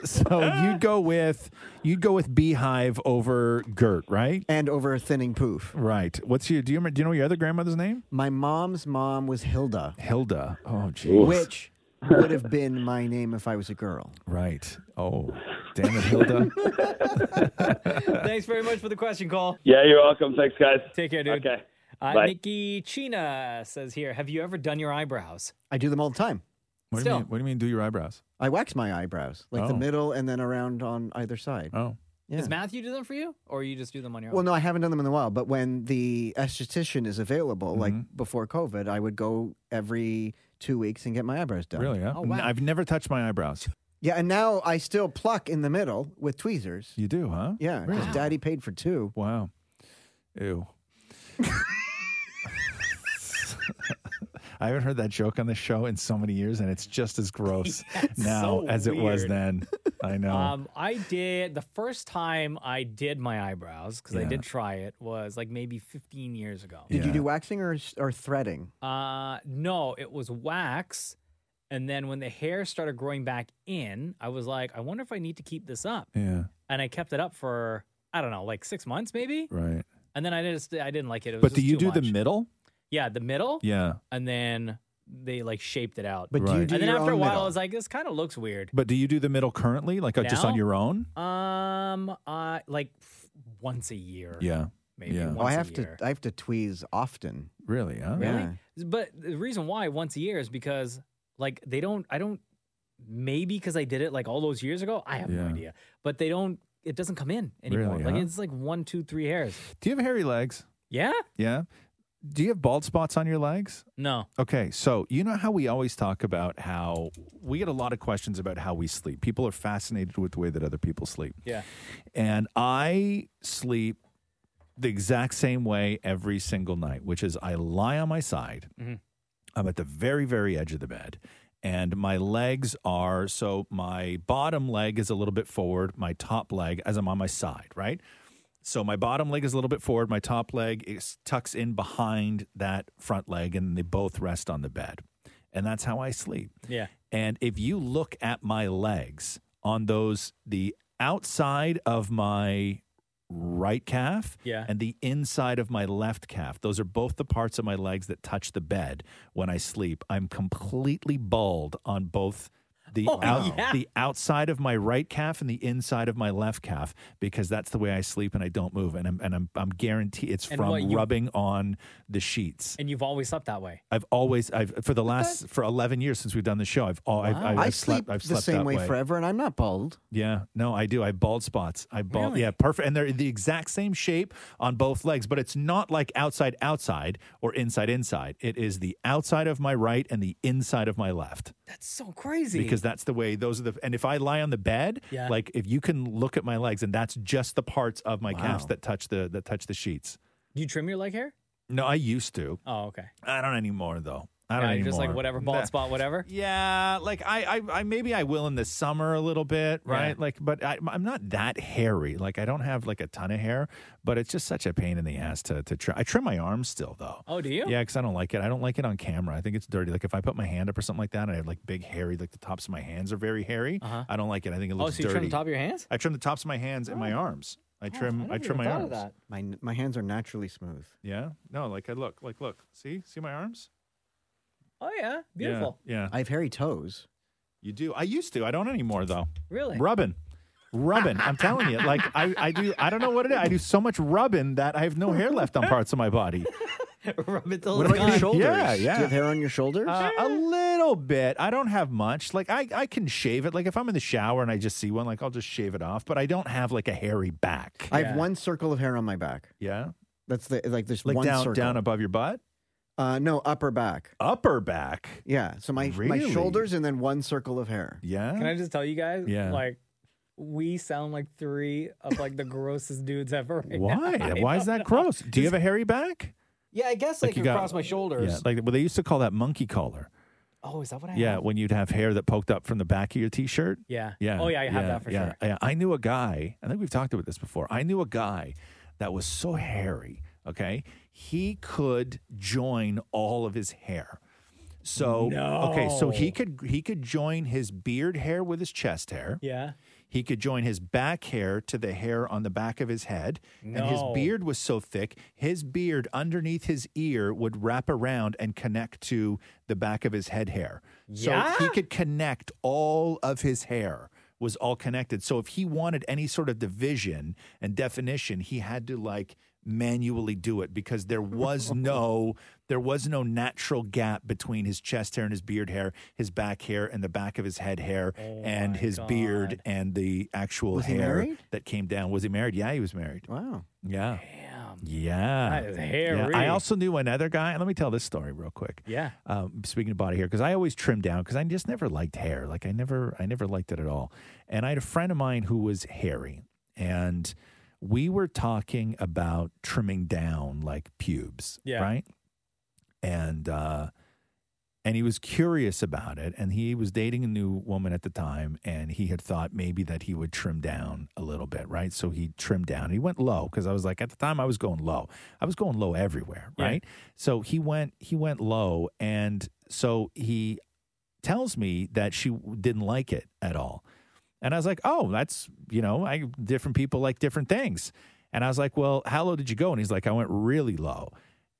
[SPEAKER 4] so you'd go with you'd go with beehive over Gert, right?
[SPEAKER 7] And over a thinning poof.
[SPEAKER 4] Right. What's your do you remember, do you know your other grandmother's name?
[SPEAKER 7] My mom's mom was Hilda,
[SPEAKER 4] Hilda. Oh, geez.
[SPEAKER 7] which would have been my name if I was a girl.
[SPEAKER 4] Right. Oh, damn it, Hilda.
[SPEAKER 5] Thanks very much for the question, Cole.
[SPEAKER 20] <laughs> Yeah, you're welcome. Thanks, guys.
[SPEAKER 5] Take care, dude.
[SPEAKER 20] Okay.
[SPEAKER 5] Uh,
[SPEAKER 20] Bye.
[SPEAKER 5] Nikki Chena says here, have you ever done your eyebrows?
[SPEAKER 7] I do them all the time.
[SPEAKER 4] What do
[SPEAKER 5] Still.
[SPEAKER 4] you mean? What do you mean? Do your eyebrows?
[SPEAKER 7] I wax my eyebrows, like the
[SPEAKER 4] Oh.
[SPEAKER 7] middle and then around on either side.
[SPEAKER 4] Oh.
[SPEAKER 5] Does Matthew do them for you, or you just do them on your
[SPEAKER 7] Well,
[SPEAKER 5] own?
[SPEAKER 7] no, I haven't done them in a while. But when the esthetician is available,
[SPEAKER 4] Mm-hmm.
[SPEAKER 7] like before COVID, I would go every two weeks and get my eyebrows done. Oh,
[SPEAKER 4] Really?
[SPEAKER 5] Oh,
[SPEAKER 4] Huh? N- I've never touched my eyebrows.
[SPEAKER 7] Yeah, and now I still pluck in the middle with tweezers.
[SPEAKER 4] You do, huh?
[SPEAKER 7] Yeah, because Daddy paid for two.
[SPEAKER 4] Wow. Ew. I haven't heard that joke on the show in so many years, and it's just as
[SPEAKER 5] <laughs>
[SPEAKER 4] gross now
[SPEAKER 5] so
[SPEAKER 4] as it was
[SPEAKER 5] weird.
[SPEAKER 4] then.
[SPEAKER 5] <laughs>
[SPEAKER 4] I know.
[SPEAKER 5] Um, I did the first time I did my eyebrows because I
[SPEAKER 7] Yeah.
[SPEAKER 5] did try it was like maybe 15 years ago.
[SPEAKER 7] Did you do waxing or or threading?
[SPEAKER 5] Uh, no, it was wax, and then when the hair started growing back in, I was like, I wonder if I need to keep this up.
[SPEAKER 4] Yeah.
[SPEAKER 5] And I kept it up for I don't know, like six months maybe.
[SPEAKER 4] Right.
[SPEAKER 5] And then I just I didn't like it. it was
[SPEAKER 4] But do
[SPEAKER 5] just
[SPEAKER 4] you
[SPEAKER 5] too
[SPEAKER 4] do the
[SPEAKER 5] much.
[SPEAKER 4] middle?
[SPEAKER 5] Yeah, the middle.
[SPEAKER 4] Yeah.
[SPEAKER 5] and then they like shaped it out.
[SPEAKER 4] But do you Right. do
[SPEAKER 5] and then
[SPEAKER 4] your
[SPEAKER 5] after a
[SPEAKER 4] own
[SPEAKER 5] while,
[SPEAKER 4] middle?
[SPEAKER 5] I was like, this kind of looks weird.
[SPEAKER 4] But do you do the middle currently, like uh, just on
[SPEAKER 5] Now?
[SPEAKER 4] your own?
[SPEAKER 5] Um, uh, like f- once a year.
[SPEAKER 4] Yeah.
[SPEAKER 5] maybe.
[SPEAKER 4] Yeah.
[SPEAKER 5] Once
[SPEAKER 7] Well, Oh, I
[SPEAKER 5] a
[SPEAKER 7] have
[SPEAKER 5] year.
[SPEAKER 7] to. I have to tweeze often.
[SPEAKER 4] Really? Huh?
[SPEAKER 5] Really? But the reason why once a year is because like they don't I don't maybe because I did it like all those years ago. I have no
[SPEAKER 4] Yeah.
[SPEAKER 5] idea. But they don't it doesn't come in anymore.
[SPEAKER 4] Really,
[SPEAKER 5] like
[SPEAKER 4] huh?
[SPEAKER 5] it's like one, two, three hairs.
[SPEAKER 4] Do you have hairy legs?
[SPEAKER 5] Yeah?
[SPEAKER 4] Yeah. Do you have bald spots on your legs?
[SPEAKER 5] No.
[SPEAKER 4] Okay, so you know how we always talk about how we get a lot of questions about how we sleep. People are fascinated with the way that other people sleep.
[SPEAKER 5] Yeah.
[SPEAKER 4] And I sleep the exact same way every single night, which is I lie on my side.
[SPEAKER 5] Mhm.
[SPEAKER 4] I'm at the very, very edge of the bed. And my legs are so my bottom leg is a little bit forward, my top leg as I'm on my side, right? So my bottom leg is a little bit forward, my top leg is tucks in behind that front leg, and they both rest on the bed. And that's how I sleep.
[SPEAKER 5] Yeah.
[SPEAKER 4] And if you look at my legs on those, the outside of my right calf
[SPEAKER 5] Yeah.
[SPEAKER 4] and the inside of my left calf, those are both the parts of my legs that touch the bed when I sleep. I'm completely bald on both. The,
[SPEAKER 5] Oh,
[SPEAKER 4] out-
[SPEAKER 5] yeah.
[SPEAKER 4] the outside of my right calf and the inside of my left calf because that's the way I sleep and I don't move and I'm and I'm I'm guaranteed it's
[SPEAKER 5] And
[SPEAKER 4] from
[SPEAKER 5] what you-
[SPEAKER 4] rubbing on the sheets.
[SPEAKER 5] And you've always slept that way.
[SPEAKER 4] I've always I've for the last for 11 years since we've done the show I've all I've,
[SPEAKER 5] Wow.
[SPEAKER 4] I've,
[SPEAKER 5] I
[SPEAKER 4] I've slept
[SPEAKER 5] sleep
[SPEAKER 4] I've
[SPEAKER 5] the
[SPEAKER 4] slept
[SPEAKER 7] Same
[SPEAKER 4] that
[SPEAKER 7] way forever, and I'm not bald.
[SPEAKER 4] yeah, no, I do. I have bald spots. I bald.
[SPEAKER 7] Really?
[SPEAKER 4] Yeah, perfect. And they're the exact same shape on both legs, but it's not like outside outside or inside inside. It is the outside of my right and the inside of my left
[SPEAKER 5] That's so crazy.
[SPEAKER 4] because that's the way those are the. And if I lie on the bed,
[SPEAKER 5] Yeah.
[SPEAKER 4] like if you can look at my legs, and that's just the parts of my calves
[SPEAKER 5] Wow.
[SPEAKER 4] that touch the that touch the sheets.
[SPEAKER 5] Do you trim your leg hair?
[SPEAKER 4] No, I used to.
[SPEAKER 5] Oh, okay.
[SPEAKER 4] I don't anymore though. I don't
[SPEAKER 5] Yeah,
[SPEAKER 4] anymore.
[SPEAKER 5] just like whatever bald
[SPEAKER 4] Nah.
[SPEAKER 5] spot, whatever.
[SPEAKER 4] Yeah, like I, I, I maybe I will in the summer a little bit, right?
[SPEAKER 5] Yeah.
[SPEAKER 4] Like, but I, I'm not that hairy. Like, I don't have like a ton of hair, but it's just such a pain in the ass to to trim. I trim my arms still though.
[SPEAKER 5] Oh, do you?
[SPEAKER 4] Yeah, because I don't like it. I don't like it on camera. I think it's dirty. Like if I put my hand up or something like that, and I have like big hairy, like the tops of my hands are very hairy.
[SPEAKER 5] Uh-huh.
[SPEAKER 4] I don't like it. I think it
[SPEAKER 5] Oh,
[SPEAKER 4] looks
[SPEAKER 5] so you
[SPEAKER 4] dirty.
[SPEAKER 5] trim the top of your hands?
[SPEAKER 4] I trim the tops of my hands and
[SPEAKER 5] Oh.
[SPEAKER 4] my arms. I trim. I, trim my arms.
[SPEAKER 7] My my hands are naturally smooth.
[SPEAKER 4] Yeah. No, like I look. Like look. See. See my arms.
[SPEAKER 5] Oh yeah. Beautiful.
[SPEAKER 4] Yeah, yeah.
[SPEAKER 7] I have hairy toes.
[SPEAKER 4] You do. I used to. I don't anymore though.
[SPEAKER 5] Really?
[SPEAKER 4] Rubbing. Rubbing. I'm telling you. Like I, I do I don't know what it is. I do so much rubbing that I have no hair left on parts of my
[SPEAKER 7] <laughs>
[SPEAKER 4] body.
[SPEAKER 5] <laughs> Rub
[SPEAKER 7] Oh,
[SPEAKER 5] it till
[SPEAKER 4] What
[SPEAKER 5] it's
[SPEAKER 4] about your
[SPEAKER 5] gone.
[SPEAKER 4] shoulders? Yeah, yeah.
[SPEAKER 7] Do you have hair on your shoulders?
[SPEAKER 4] Uh, a little bit. I don't have much. Like I, I can shave it. Like if I'm in the shower and I just see one, like I'll just shave it off. But I don't have like a hairy back.
[SPEAKER 7] I have one circle of hair on my back.
[SPEAKER 4] Yeah.
[SPEAKER 7] That's the like there's
[SPEAKER 4] Like
[SPEAKER 7] one
[SPEAKER 4] down
[SPEAKER 7] circle.
[SPEAKER 4] down above your butt?
[SPEAKER 7] Uh, no, upper back.
[SPEAKER 4] Upper back.
[SPEAKER 7] Yeah. So my my
[SPEAKER 4] Really?
[SPEAKER 7] shoulders and then one circle of hair.
[SPEAKER 4] Yeah.
[SPEAKER 5] Can I just tell you guys?
[SPEAKER 7] Yeah.
[SPEAKER 5] Like, we sound like three of like the grossest dudes ever. right
[SPEAKER 4] Why?
[SPEAKER 5] now. <laughs> I
[SPEAKER 4] Why is
[SPEAKER 5] don't
[SPEAKER 4] that
[SPEAKER 5] know.
[SPEAKER 4] gross? Do you have a hairy back?
[SPEAKER 5] Yeah, I guess like,
[SPEAKER 4] you
[SPEAKER 5] can
[SPEAKER 4] got-
[SPEAKER 5] across my shoulders.
[SPEAKER 4] Yeah, like well, they used to call that monkey collar.
[SPEAKER 5] oh, is that what I?
[SPEAKER 4] Yeah,
[SPEAKER 5] Have? <laughs>
[SPEAKER 4] when you'd have hair that poked up from the back of your t-shirt.
[SPEAKER 5] Yeah.
[SPEAKER 4] Yeah.
[SPEAKER 5] Oh, yeah, I have that for
[SPEAKER 4] yeah,
[SPEAKER 5] sure.
[SPEAKER 4] Yeah. I knew a guy, I think we've talked about this before. I knew a guy that was so hairy, okay? He could join all of his hair. So, okay, so he
[SPEAKER 5] No.
[SPEAKER 4] could he could join his beard hair with his chest hair.
[SPEAKER 5] Yeah.
[SPEAKER 4] He could join his back hair to the hair on the back of his head. And his
[SPEAKER 5] No.
[SPEAKER 4] beard was so thick, his beard underneath his ear would wrap around and connect to the back of his head hair.
[SPEAKER 5] Yeah?
[SPEAKER 4] So he could connect all of his hair was all connected. So if he wanted any sort of division and definition, he had to like manually do it because there
[SPEAKER 7] <laughs>
[SPEAKER 4] was no there was no natural gap between his chest hair and his beard hair, his back hair and the back of his head hair and his beard and the actual
[SPEAKER 7] Oh Was he
[SPEAKER 4] hair
[SPEAKER 7] married?
[SPEAKER 4] that came down. Was he married? Yeah, he was married. <laughs>
[SPEAKER 7] Wow.
[SPEAKER 4] Yeah. Yeah.
[SPEAKER 5] That is
[SPEAKER 4] Yeah.
[SPEAKER 5] hairy.
[SPEAKER 4] I also knew another guy. Let me tell this story real quick.
[SPEAKER 5] Yeah.
[SPEAKER 4] Um, speaking of body hair, because I always trim down because I just never liked hair. Like I never, I never liked it at all. And I had a friend of mine who was hairy, and we were talking about trimming down like pubes,
[SPEAKER 5] Yeah.
[SPEAKER 4] right? And uh, and he was curious about it and he was dating a new woman at the time and he had thought maybe that he would trim down a little bit right so he trimmed down he went low because i was like at the time i was going low i was going low everywhere
[SPEAKER 5] Yeah.
[SPEAKER 4] right so he went he went low and so he tells me that she didn't like it at all and i was like oh that's you know i different people like different things and i was like well how low did you go and he's like i went really low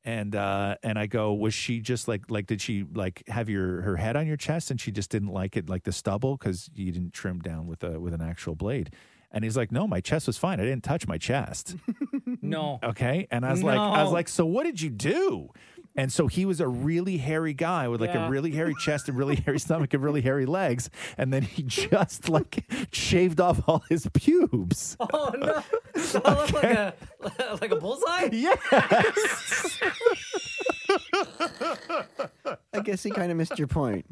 [SPEAKER 4] and uh, and I go, was she just like like did she like have your her head on your chest and she just didn't like it like the stubble because you didn't trim down with a with an actual blade? And he's like, no, my chest was fine. I didn't touch my chest.
[SPEAKER 5] No.
[SPEAKER 4] <laughs> Okay. And I was like, I was
[SPEAKER 5] No.
[SPEAKER 4] like, so what did you do? And so he was a really hairy guy with like
[SPEAKER 5] Yeah.
[SPEAKER 4] a really hairy chest and really
[SPEAKER 5] <laughs>
[SPEAKER 4] hairy stomach and really hairy legs. And then he just like shaved off all his
[SPEAKER 5] <laughs>
[SPEAKER 4] pubes.
[SPEAKER 11] Oh no! So
[SPEAKER 4] <laughs>
[SPEAKER 11] I look like a like a bullseye.
[SPEAKER 4] Yes.
[SPEAKER 7] I guess he kind of missed your point.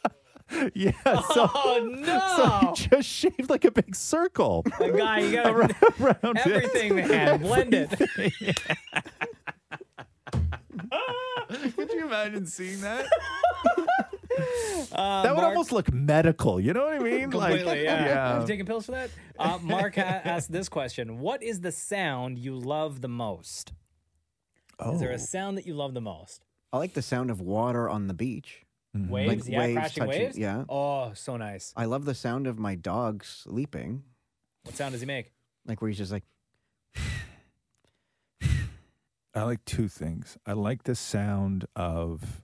[SPEAKER 4] <laughs> yeah.
[SPEAKER 7] So,
[SPEAKER 5] Oh,
[SPEAKER 4] So he just <laughs> shaved like a big circle.
[SPEAKER 5] The guy, you gotta-
[SPEAKER 4] <laughs>
[SPEAKER 5] <laughs>
[SPEAKER 4] around it.
[SPEAKER 5] everything, man,
[SPEAKER 4] <laughs>
[SPEAKER 5] blend it. <laughs>
[SPEAKER 4] Everything. <laughs> Could you imagine seeing that?
[SPEAKER 5] <laughs> Uh, <laughs>
[SPEAKER 4] that would
[SPEAKER 5] Mark-
[SPEAKER 4] almost look medical. You know what I mean?
[SPEAKER 5] <laughs> Completely,
[SPEAKER 4] <laughs>
[SPEAKER 5] yeah.
[SPEAKER 4] yeah.
[SPEAKER 5] Are you taking pills for that? Uh, Mark ha- <laughs> asked this question: What is the sound you love the most? Is there
[SPEAKER 7] Oh.
[SPEAKER 5] a sound that you love the most?
[SPEAKER 7] I like the sound of water on the beach.
[SPEAKER 4] Mm-hmm.
[SPEAKER 7] Like
[SPEAKER 5] Waves, yeah, crashing
[SPEAKER 7] touching-
[SPEAKER 5] waves.
[SPEAKER 7] Yeah.
[SPEAKER 5] Oh, so nice.
[SPEAKER 7] I love the sound of my dog sleeping,
[SPEAKER 5] What sound does he make?
[SPEAKER 7] like where he's just like,
[SPEAKER 4] I like two things. I like the sound of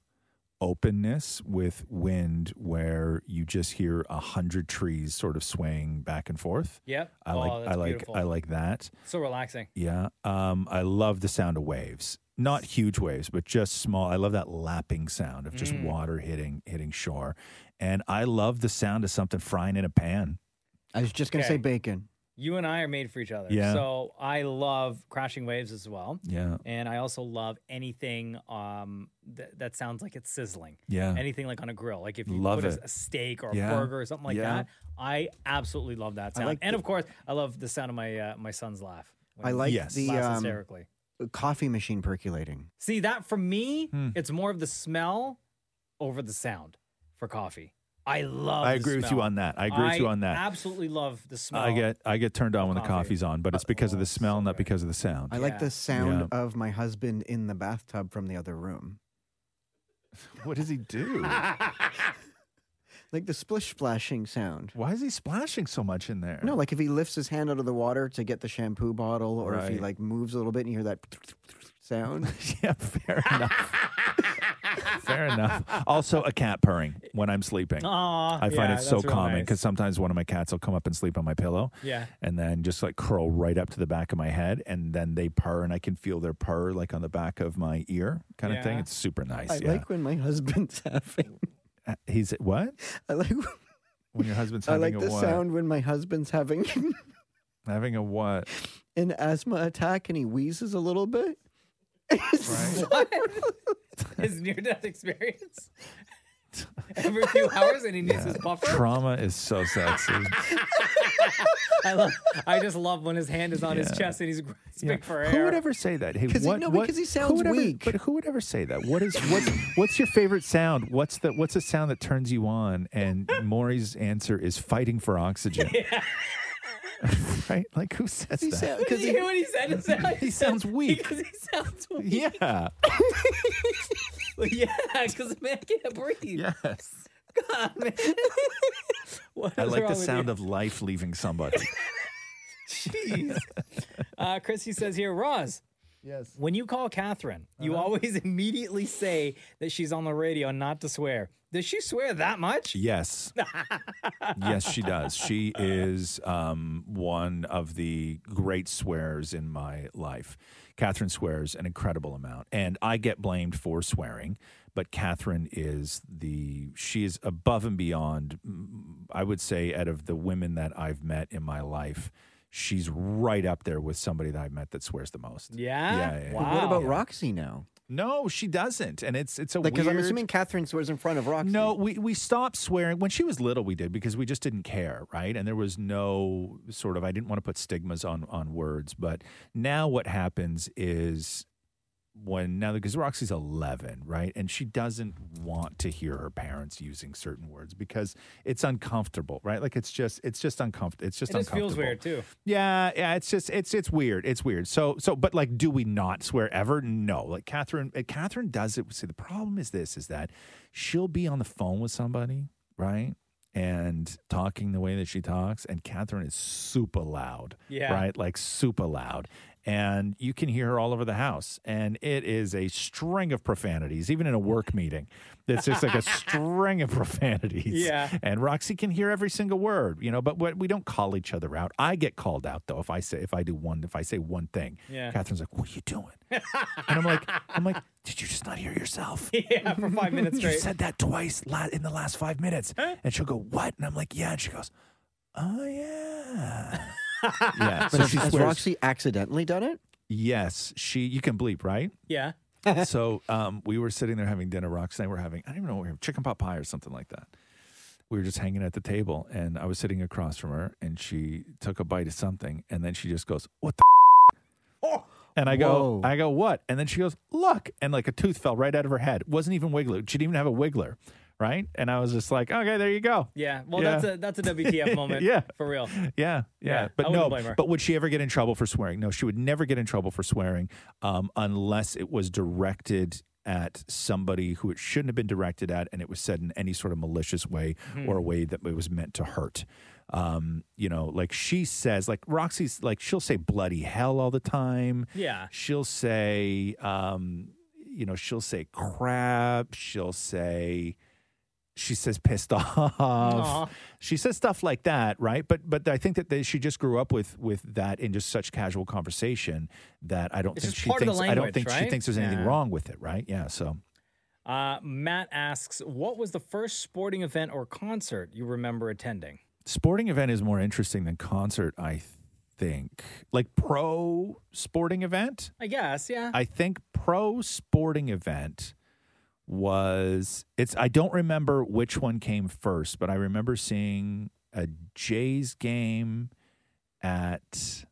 [SPEAKER 4] openness with wind where you just hear a hundred trees sort of swaying back and forth.
[SPEAKER 5] Yep.
[SPEAKER 4] I
[SPEAKER 5] Oh,
[SPEAKER 4] like
[SPEAKER 5] that's
[SPEAKER 4] I like
[SPEAKER 5] beautiful.
[SPEAKER 4] I like that.
[SPEAKER 5] So relaxing.
[SPEAKER 4] Yeah. Um I love the sound of waves. Not huge waves, but just small. I love that lapping sound of just
[SPEAKER 5] Mm.
[SPEAKER 4] water hitting hitting shore. And I love the sound of something frying in a pan.
[SPEAKER 7] I was just gonna
[SPEAKER 5] Okay.
[SPEAKER 7] say bacon.
[SPEAKER 5] You and I are made for each other.
[SPEAKER 4] Yeah.
[SPEAKER 5] So I love crashing waves as well.
[SPEAKER 4] Yeah.
[SPEAKER 5] And I also love anything um, th- that sounds like it's sizzling.
[SPEAKER 4] Yeah.
[SPEAKER 5] Anything like on a grill. Like if you
[SPEAKER 4] Love
[SPEAKER 5] put a s-
[SPEAKER 4] it.
[SPEAKER 5] A, steak or a
[SPEAKER 4] Yeah.
[SPEAKER 5] burger or something like
[SPEAKER 4] Yeah.
[SPEAKER 5] that, I absolutely love that
[SPEAKER 7] I
[SPEAKER 5] sound.
[SPEAKER 7] like
[SPEAKER 5] and of course, I love the sound of my uh, my son's laugh. when
[SPEAKER 7] I
[SPEAKER 5] he
[SPEAKER 7] like
[SPEAKER 5] laughs
[SPEAKER 7] the um,
[SPEAKER 5] hysterically.
[SPEAKER 7] coffee machine percolating.
[SPEAKER 5] See that for me,
[SPEAKER 4] Hmm.
[SPEAKER 5] it's more of the smell over the sound for coffee. I love.
[SPEAKER 4] I
[SPEAKER 5] the
[SPEAKER 4] agree with you
[SPEAKER 5] smell.
[SPEAKER 4] on that. I agree with you on that.
[SPEAKER 5] Absolutely love the smell.
[SPEAKER 4] I get I get turned on when
[SPEAKER 5] coffee.
[SPEAKER 4] the coffee's on, but it's
[SPEAKER 7] Uh,
[SPEAKER 4] because of the smell, not because of the sound.
[SPEAKER 7] oh, I like the sound
[SPEAKER 4] Yeah.
[SPEAKER 7] of my husband in the bathtub from the other room.
[SPEAKER 4] What does he do?
[SPEAKER 7] like the splish splashing sound.
[SPEAKER 4] Why is he splashing <laughs> so much in there?
[SPEAKER 7] No, like if he lifts his hand out of the water to get the shampoo bottle, or if he
[SPEAKER 4] Right.
[SPEAKER 7] like moves a little bit and you hear that <laughs> sound.
[SPEAKER 4] <laughs> yeah,
[SPEAKER 5] <laughs>
[SPEAKER 4] fair enough. Fair enough. Also, a cat purring when I'm sleeping.
[SPEAKER 5] Aw,
[SPEAKER 4] I find
[SPEAKER 5] yeah,
[SPEAKER 4] it so
[SPEAKER 5] that's real
[SPEAKER 4] common because
[SPEAKER 5] nice.
[SPEAKER 4] sometimes one of my cats will come up and sleep on my pillow.
[SPEAKER 5] Yeah.
[SPEAKER 4] And then just like curl right up to the back of my head. And then they purr, and I can feel their purr like on the back of my ear kind of thing.
[SPEAKER 7] Yeah.
[SPEAKER 4] It's super nice.
[SPEAKER 7] I
[SPEAKER 4] yeah.
[SPEAKER 7] like when my husband's <laughs> having.
[SPEAKER 4] Uh, He's what?
[SPEAKER 7] I like.
[SPEAKER 4] When your husband's
[SPEAKER 7] I
[SPEAKER 4] having
[SPEAKER 7] like
[SPEAKER 4] a
[SPEAKER 7] the
[SPEAKER 4] what?
[SPEAKER 7] sound when my husband's having
[SPEAKER 4] <laughs> Having a what?
[SPEAKER 7] an asthma attack and he wheezes a little bit.
[SPEAKER 5] <laughs> his near
[SPEAKER 4] <laughs>
[SPEAKER 5] death experience every few hours, and he needs his buffer.
[SPEAKER 4] Trauma is so sexy.
[SPEAKER 5] I love. I just love when his hand is on
[SPEAKER 4] Yeah.
[SPEAKER 5] his chest and he's grasping
[SPEAKER 4] Yeah.
[SPEAKER 5] for
[SPEAKER 4] Who would
[SPEAKER 5] air.
[SPEAKER 4] ever say that? Hey,
[SPEAKER 7] 'Cause he-
[SPEAKER 4] what,
[SPEAKER 7] no,
[SPEAKER 4] what-
[SPEAKER 7] because he
[SPEAKER 4] who
[SPEAKER 7] sounds
[SPEAKER 4] would ever-
[SPEAKER 7] weak.
[SPEAKER 4] But who would ever say that? What is what's what's your favorite sound? What's the what's a sound that turns you on?
[SPEAKER 5] <laughs>
[SPEAKER 4] And Maury's answer is fighting for oxygen. <laughs> right? Like who says
[SPEAKER 11] He
[SPEAKER 4] that?
[SPEAKER 11] sound-
[SPEAKER 5] Did you hear what he said? It sounded like
[SPEAKER 4] <laughs> He sounds
[SPEAKER 5] <laughs>
[SPEAKER 4] weak.
[SPEAKER 5] Because he sounds weak.
[SPEAKER 4] yeah.
[SPEAKER 5] Well, yeah, because the man can't breathe.
[SPEAKER 4] Yes.
[SPEAKER 5] <laughs> God, man. <laughs> What
[SPEAKER 4] I
[SPEAKER 5] is
[SPEAKER 4] like
[SPEAKER 5] wrong
[SPEAKER 4] the
[SPEAKER 5] with
[SPEAKER 4] sound
[SPEAKER 5] you?
[SPEAKER 4] of life leaving somebody.
[SPEAKER 5] Jeez. <laughs> Uh, Chrissy says here, Roz.
[SPEAKER 7] Yes.
[SPEAKER 5] When you call Catherine, you always <laughs> immediately say that she's on the radio and not to swear. Does she swear that much?
[SPEAKER 4] yes. yes, she does. She is um, one of the great swearers in my life. Catherine swears an incredible amount, and I get blamed for swearing. But Catherine is the she is above and beyond. mm, I would say out of the women that I've met in my life, she's right up there with somebody that I've met that swears the most.
[SPEAKER 5] Yeah?
[SPEAKER 7] What about
[SPEAKER 4] Yeah.
[SPEAKER 7] Roxy now?
[SPEAKER 4] No, she doesn't, and it's it's a
[SPEAKER 7] Because
[SPEAKER 4] weird.
[SPEAKER 7] I'm
[SPEAKER 5] <laughs>
[SPEAKER 7] assuming Catherine swears in front of Roxy.
[SPEAKER 4] No, we, we stopped swearing when she was little. We did because we just didn't care, right? And there was no sort of I didn't want to put stigmas on on words. But now what happens is when now because Roxy's 11, right? And she doesn't want to hear her parents using certain words because it's uncomfortable, right? Like it's just it's just uncomfortable. It's just
[SPEAKER 5] it just
[SPEAKER 4] uncomfortable.
[SPEAKER 5] feels weird too.
[SPEAKER 4] Yeah, yeah, it's just it's it's weird. It's weird. So so but like do we not swear ever? No. Like Catherine uh, Catherine does it. See, the problem is this is that she'll be on the phone with somebody, right? And talking the way that she talks, and Catherine is super loud.
[SPEAKER 5] Yeah.
[SPEAKER 4] Right? Like super loud. and you can hear her all over the house. And it is a string of profanities, even in a work meeting. It's just
[SPEAKER 5] <laughs>
[SPEAKER 4] like a string of profanities.
[SPEAKER 5] Yeah.
[SPEAKER 4] And Roxy can hear every single word, you know, but what, we don't call each other out. I get called out though if I say if I do one if I say one thing.
[SPEAKER 5] Yeah.
[SPEAKER 4] Catherine's like, What are you doing? and I'm like, I'm like, did you just not hear yourself?
[SPEAKER 5] <laughs> yeah, <laughs> for five minutes
[SPEAKER 4] You
[SPEAKER 5] straight.
[SPEAKER 4] said that twice la- in the last five minutes. And she'll go, What? And I'm like, Yeah. And she
[SPEAKER 5] <laughs>
[SPEAKER 4] goes, Oh, yeah. yeah.
[SPEAKER 5] <laughs>
[SPEAKER 7] But has, has Roxy accidentally done it?
[SPEAKER 4] Yes. She, you can bleep, right?
[SPEAKER 5] Yeah.
[SPEAKER 4] so um, we were sitting there having dinner. Roxy and I were having, I don't even know, what we were, chicken pot pie or something like that. We were just hanging at the table and I was sitting across from her and she took a bite of something and then she just goes, What the? And I go,
[SPEAKER 5] Whoa.
[SPEAKER 4] I go, what? And then she goes, look. And like a tooth fell right out of her head. Wasn't even wiggler. She didn't even have a wiggler. Right. And I was just like, okay, there you go.
[SPEAKER 5] Yeah. Well,
[SPEAKER 4] Yeah.
[SPEAKER 5] that's a that's a
[SPEAKER 4] <laughs>
[SPEAKER 5] WTF moment.
[SPEAKER 4] Yeah.
[SPEAKER 5] For real.
[SPEAKER 4] Yeah, yeah,
[SPEAKER 5] Yeah, I
[SPEAKER 4] but
[SPEAKER 5] wouldn't
[SPEAKER 4] no.
[SPEAKER 5] blame her.
[SPEAKER 4] But would she ever get in trouble for swearing? No, she would never get in trouble for swearing um, unless it was directed at somebody who it shouldn't have been directed at, and it was said in any sort of malicious way
[SPEAKER 5] Mhm.
[SPEAKER 4] or a way that it was meant to hurt. Um, you know, like she says, like Roxy's, like she'll say "bloody hell" all the time.
[SPEAKER 5] Yeah.
[SPEAKER 4] she'll say, um, you know, she'll say "crap." She'll say she says pissed <laughs> off.
[SPEAKER 5] Aw.
[SPEAKER 4] She says stuff like that, right? But but I think that they, she just grew up with with that in just such casual conversation that I don't
[SPEAKER 5] It's
[SPEAKER 4] think
[SPEAKER 5] just
[SPEAKER 4] she
[SPEAKER 5] part of the
[SPEAKER 4] thinks I don't
[SPEAKER 5] language,
[SPEAKER 4] think she
[SPEAKER 5] right?
[SPEAKER 4] thinks there's anything
[SPEAKER 5] Yeah.
[SPEAKER 4] wrong with it, right? Yeah. So
[SPEAKER 5] Uh, Matt asks, what was the first sporting event or concert you remember attending?
[SPEAKER 4] sporting event is more interesting than concert, I think. Like pro sporting event,
[SPEAKER 5] I guess. Yeah.
[SPEAKER 4] I think pro sporting event was it's I don't remember which one came first, but I remember seeing a Jays game at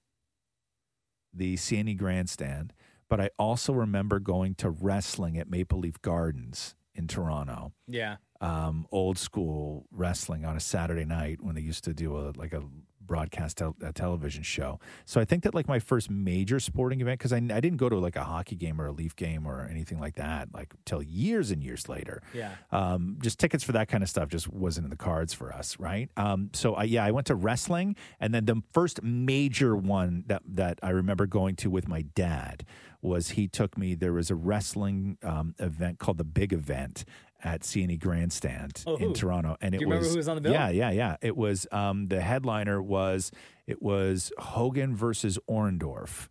[SPEAKER 4] the CNE grandstand, but I also remember going to wrestling at Maple Leaf Gardens in Toronto
[SPEAKER 5] yeah.
[SPEAKER 4] um, old school wrestling on a Saturday night when they used to do a like a broadcast tel- a television show. So I think that like my first major sporting event because I, I didn't go to like a hockey game or a Leaf game or anything like that like till years and years later.
[SPEAKER 5] Yeah.
[SPEAKER 4] Um, just tickets for that kind of stuff just wasn't in the cards for us, right? Um, so I, yeah, I went to wrestling, and then the first major one that that I remember going to with my dad was he took me. There was a wrestling um, event called the Big Event at CNE Grandstand
[SPEAKER 5] Oh,
[SPEAKER 4] in
[SPEAKER 5] who?
[SPEAKER 4] Toronto, and
[SPEAKER 5] Do
[SPEAKER 4] it
[SPEAKER 5] you
[SPEAKER 4] was
[SPEAKER 5] remember who was on the bill?
[SPEAKER 4] yeah, yeah, yeah. It was um, the headliner was it was Hogan versus Orndorff.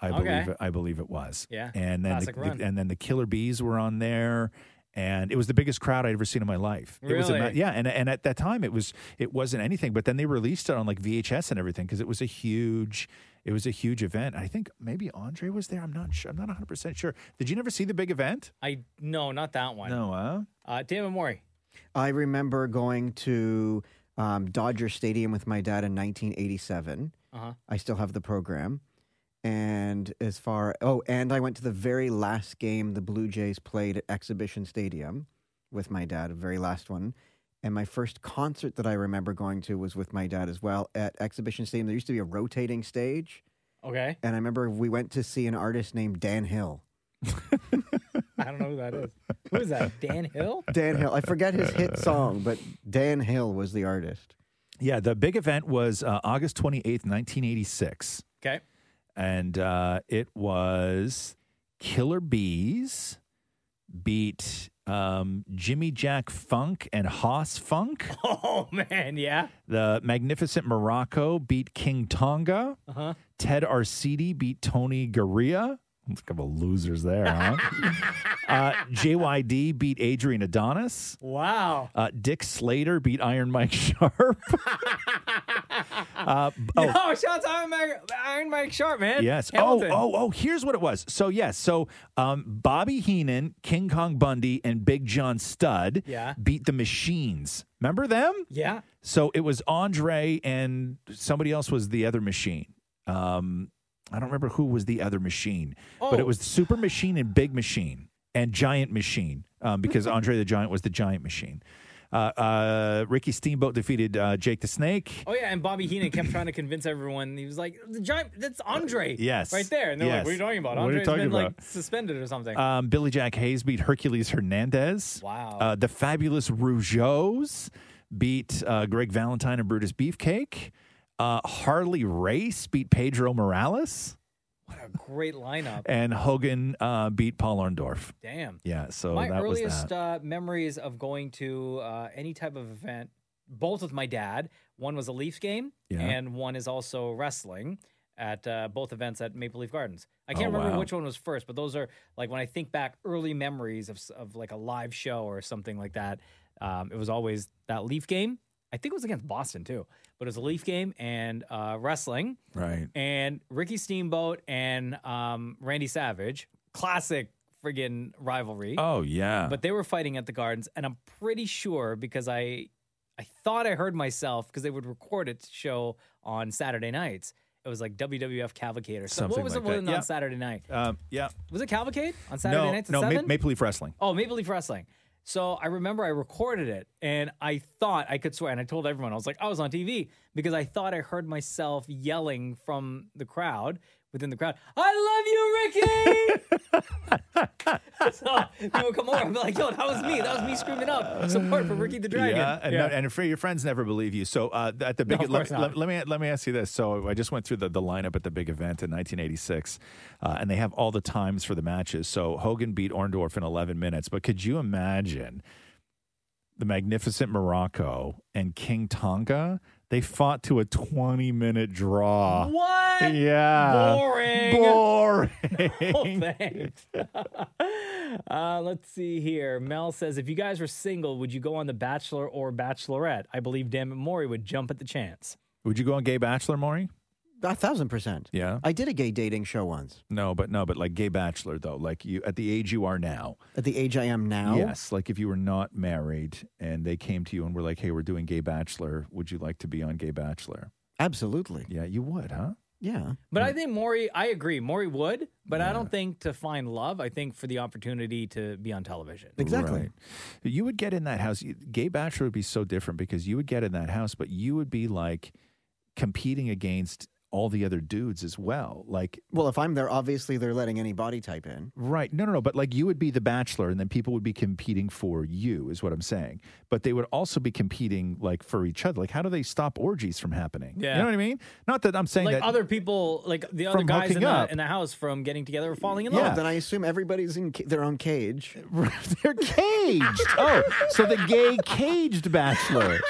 [SPEAKER 4] I
[SPEAKER 5] Okay.
[SPEAKER 4] believe it, I believe it was.
[SPEAKER 5] Yeah.
[SPEAKER 4] and then the,
[SPEAKER 5] Classic run.
[SPEAKER 4] the- and then the Killer Bees were on there, and it was the biggest crowd I'd ever seen in my life. It was a, ma-
[SPEAKER 5] Really?
[SPEAKER 4] yeah, and and at that time it was it wasn't anything, but then they released it on like VHS and everything because it was a huge it was a huge event. I think maybe Andre was there. I'm not sure. I'm not 100 percent sure. Did you never see the big event?
[SPEAKER 5] I no, not that one.
[SPEAKER 4] No, huh?
[SPEAKER 5] Uh, David Morey.
[SPEAKER 7] I remember going to um, Dodger Stadium with my dad in 1987.
[SPEAKER 5] Uh-huh.
[SPEAKER 7] I still have the program. And as far oh, and I went to the very last game the Blue Jays played at Exhibition Stadium with my dad, the very last one. And my first concert that I remember going to was with my dad as well at Exhibition Stadium. There used to be a rotating stage,
[SPEAKER 5] Okay.
[SPEAKER 7] and I remember we went to see an artist named Dan Hill.
[SPEAKER 5] I don't know who
[SPEAKER 4] <laughs>
[SPEAKER 5] that is. Who is that? Dan Hill?
[SPEAKER 7] Dan Hill, I forget his hit song, but Dan Hill was the artist.
[SPEAKER 4] Yeah, the big event was uh, August 28th, 1986.
[SPEAKER 5] Okay.
[SPEAKER 4] And uh, it was Killer Bees beat um, Jimmy Jack Funk and Haas Funk.
[SPEAKER 5] <laughs> Oh man, yeah.
[SPEAKER 4] The Magnificent Morocco beat King Tonga.
[SPEAKER 5] Uh-huh.
[SPEAKER 4] Ted Arcidi beat Tony Gurria. Let's couple of losers there,
[SPEAKER 5] <laughs>
[SPEAKER 4] huh? uh, JYD beat Adrian Adonis.
[SPEAKER 5] Wow.
[SPEAKER 4] Uh, Dick Slater beat Iron Mike <laughs> Sharp. uh, b- oh,
[SPEAKER 5] No, shots Iron Mike, Iron Mike Sharp, man.
[SPEAKER 4] Yes.
[SPEAKER 5] Hamilton.
[SPEAKER 4] Oh, oh, oh, here's what it was. So, yes. So, um, Bobby Heenan, King Kong Bundy, and Big John Studd
[SPEAKER 5] Yeah.
[SPEAKER 4] beat the Machines. Remember them?
[SPEAKER 5] Yeah.
[SPEAKER 4] So, it was Andre and somebody else was the other machine. Um, I don't remember who was the other machine, but
[SPEAKER 5] Oh.
[SPEAKER 4] it was Super Machine and Big Machine and Giant Machine um, because
[SPEAKER 5] Hmm.
[SPEAKER 4] Andre the Giant was the Giant Machine. Uh, uh, Ricky Steamboat defeated uh, Jake the Snake.
[SPEAKER 5] Oh yeah, and Bobby Heenan kept trying to convince everyone. He was like, "The giant, that's Andre."
[SPEAKER 4] Yes.
[SPEAKER 5] right there. And they're
[SPEAKER 4] Yes.
[SPEAKER 5] like, "What are you talking about?
[SPEAKER 4] What are you
[SPEAKER 5] Andre's
[SPEAKER 4] talking
[SPEAKER 5] been like
[SPEAKER 4] about?"
[SPEAKER 5] suspended or something."
[SPEAKER 4] Um, Billy Jack Hayes beat Hercules Hernandez.
[SPEAKER 5] Wow.
[SPEAKER 4] Uh, the fabulous Rougeaus beat uh, Greg Valentine and Brutus Beefcake. Uh, Harley Race beat Pedro Morales.
[SPEAKER 5] What a great lineup.
[SPEAKER 4] and Hogan uh, beat Paul Orndorff.
[SPEAKER 5] Damn.
[SPEAKER 4] Yeah, so
[SPEAKER 5] my
[SPEAKER 4] that was
[SPEAKER 5] earliest
[SPEAKER 4] that.
[SPEAKER 5] Uh, memories of going to uh, any type of event, both with my dad. One was a Leafs game,
[SPEAKER 4] Yeah.
[SPEAKER 5] and one is also wrestling at uh, both events at Maple Leaf Gardens. I can't
[SPEAKER 4] Oh,
[SPEAKER 5] remember
[SPEAKER 4] wow.
[SPEAKER 5] which one was first, but those are like when I think back, early memories of s- of like a live show or something like that. Um, it was always that Leaf game. I think it was against Boston too, but it was a Leaf game and uh, wrestling
[SPEAKER 4] Right.
[SPEAKER 5] and Ricky Steamboat and um, Randy Savage, classic friggin' rivalry.
[SPEAKER 4] Oh, yeah.
[SPEAKER 5] But they were fighting at the Gardens, and I'm pretty sure because I, I thought I heard myself because they would record it to show on Saturday nights. It was like WWF Cavalcade or
[SPEAKER 4] Something
[SPEAKER 5] something. What was
[SPEAKER 4] like
[SPEAKER 5] it
[SPEAKER 4] that.
[SPEAKER 5] one on
[SPEAKER 4] Yep.
[SPEAKER 5] Saturday night?
[SPEAKER 4] Um, yeah.
[SPEAKER 5] Was it Cavalcade on Saturday
[SPEAKER 4] no,
[SPEAKER 5] nights at
[SPEAKER 4] no, Ma-
[SPEAKER 5] seven?
[SPEAKER 4] Maple Leaf Wrestling.
[SPEAKER 5] Oh, Maple Leaf Wrestling. So I remember I recorded it and I thought I could swear. And I told everyone, I was like, I was on TV because I thought I heard myself yelling from the crowd, within the crowd, I
[SPEAKER 4] <laughs>
[SPEAKER 5] love you, Ricky. <laughs> so people come over and be like, yo, that was me. That was me screaming out uh, support for Ricky the Dragon.
[SPEAKER 4] Yeah, and, and if your friends never believe you. So uh, at the
[SPEAKER 5] No,
[SPEAKER 4] big,
[SPEAKER 5] of
[SPEAKER 4] let,
[SPEAKER 5] course
[SPEAKER 4] let,
[SPEAKER 5] not.
[SPEAKER 4] let me let me ask you this. So I just went through the, the lineup at the big event in 1986, uh, and they have all the times for the matches. So Hogan beat Orndorff in 11 minutes, but could you imagine the magnificent Morocco and King Tonga? They fought to a 20 minute draw.
[SPEAKER 5] What?
[SPEAKER 4] Yeah.
[SPEAKER 5] Boring.
[SPEAKER 4] Boring.
[SPEAKER 5] <laughs>
[SPEAKER 4] <laughs>
[SPEAKER 5] Oh, thanks. <laughs> uh, let's see here. Mel says, if you guys were single, would you go on The Bachelor or Bachelorette? I believe Dammit Maury would jump at the chance.
[SPEAKER 4] Would you go on Gay Bachelor, Maury?
[SPEAKER 7] A thousand percent.
[SPEAKER 4] Yeah.
[SPEAKER 7] I did a gay dating show once.
[SPEAKER 4] No, but no, but like Gay Bachelor though, like you at the age you are now.
[SPEAKER 7] At the age I am now?
[SPEAKER 4] Yes, like if you were not married and they came to you and were like, "Hey, we're doing Gay Bachelor. Would you like to be on Gay Bachelor?"
[SPEAKER 7] Absolutely.
[SPEAKER 4] Yeah, you would, huh?
[SPEAKER 7] Yeah.
[SPEAKER 5] But I think Maury, I agree. Maury would, but I don't think to find love. I think for the opportunity to be on television.
[SPEAKER 4] Right. You would get in that house. you- Gay Bachelor would be so different because you would get in that house, but you would be like competing against all the other dudes as well. Like
[SPEAKER 7] Well, if I'm there, obviously they're letting any body type in.
[SPEAKER 4] Right. No, no, no. But like you would be the bachelor and then people would be competing for you, is what I'm saying. But they would also be competing like for each other. Like, how do they stop orgies from happening?
[SPEAKER 5] Yeah.
[SPEAKER 4] You know what I mean? Not that I'm saying
[SPEAKER 5] Like
[SPEAKER 4] that.
[SPEAKER 5] other people, like the other
[SPEAKER 4] From
[SPEAKER 5] guys in
[SPEAKER 4] hooking
[SPEAKER 5] the,
[SPEAKER 4] up.
[SPEAKER 5] in the house from getting together or falling in
[SPEAKER 7] Yeah.
[SPEAKER 5] love.
[SPEAKER 7] Then I assume everybody's in ca- their own
[SPEAKER 5] <laughs>
[SPEAKER 7] cage.
[SPEAKER 4] they're caged. <laughs> oh, so the gay caged bachelor.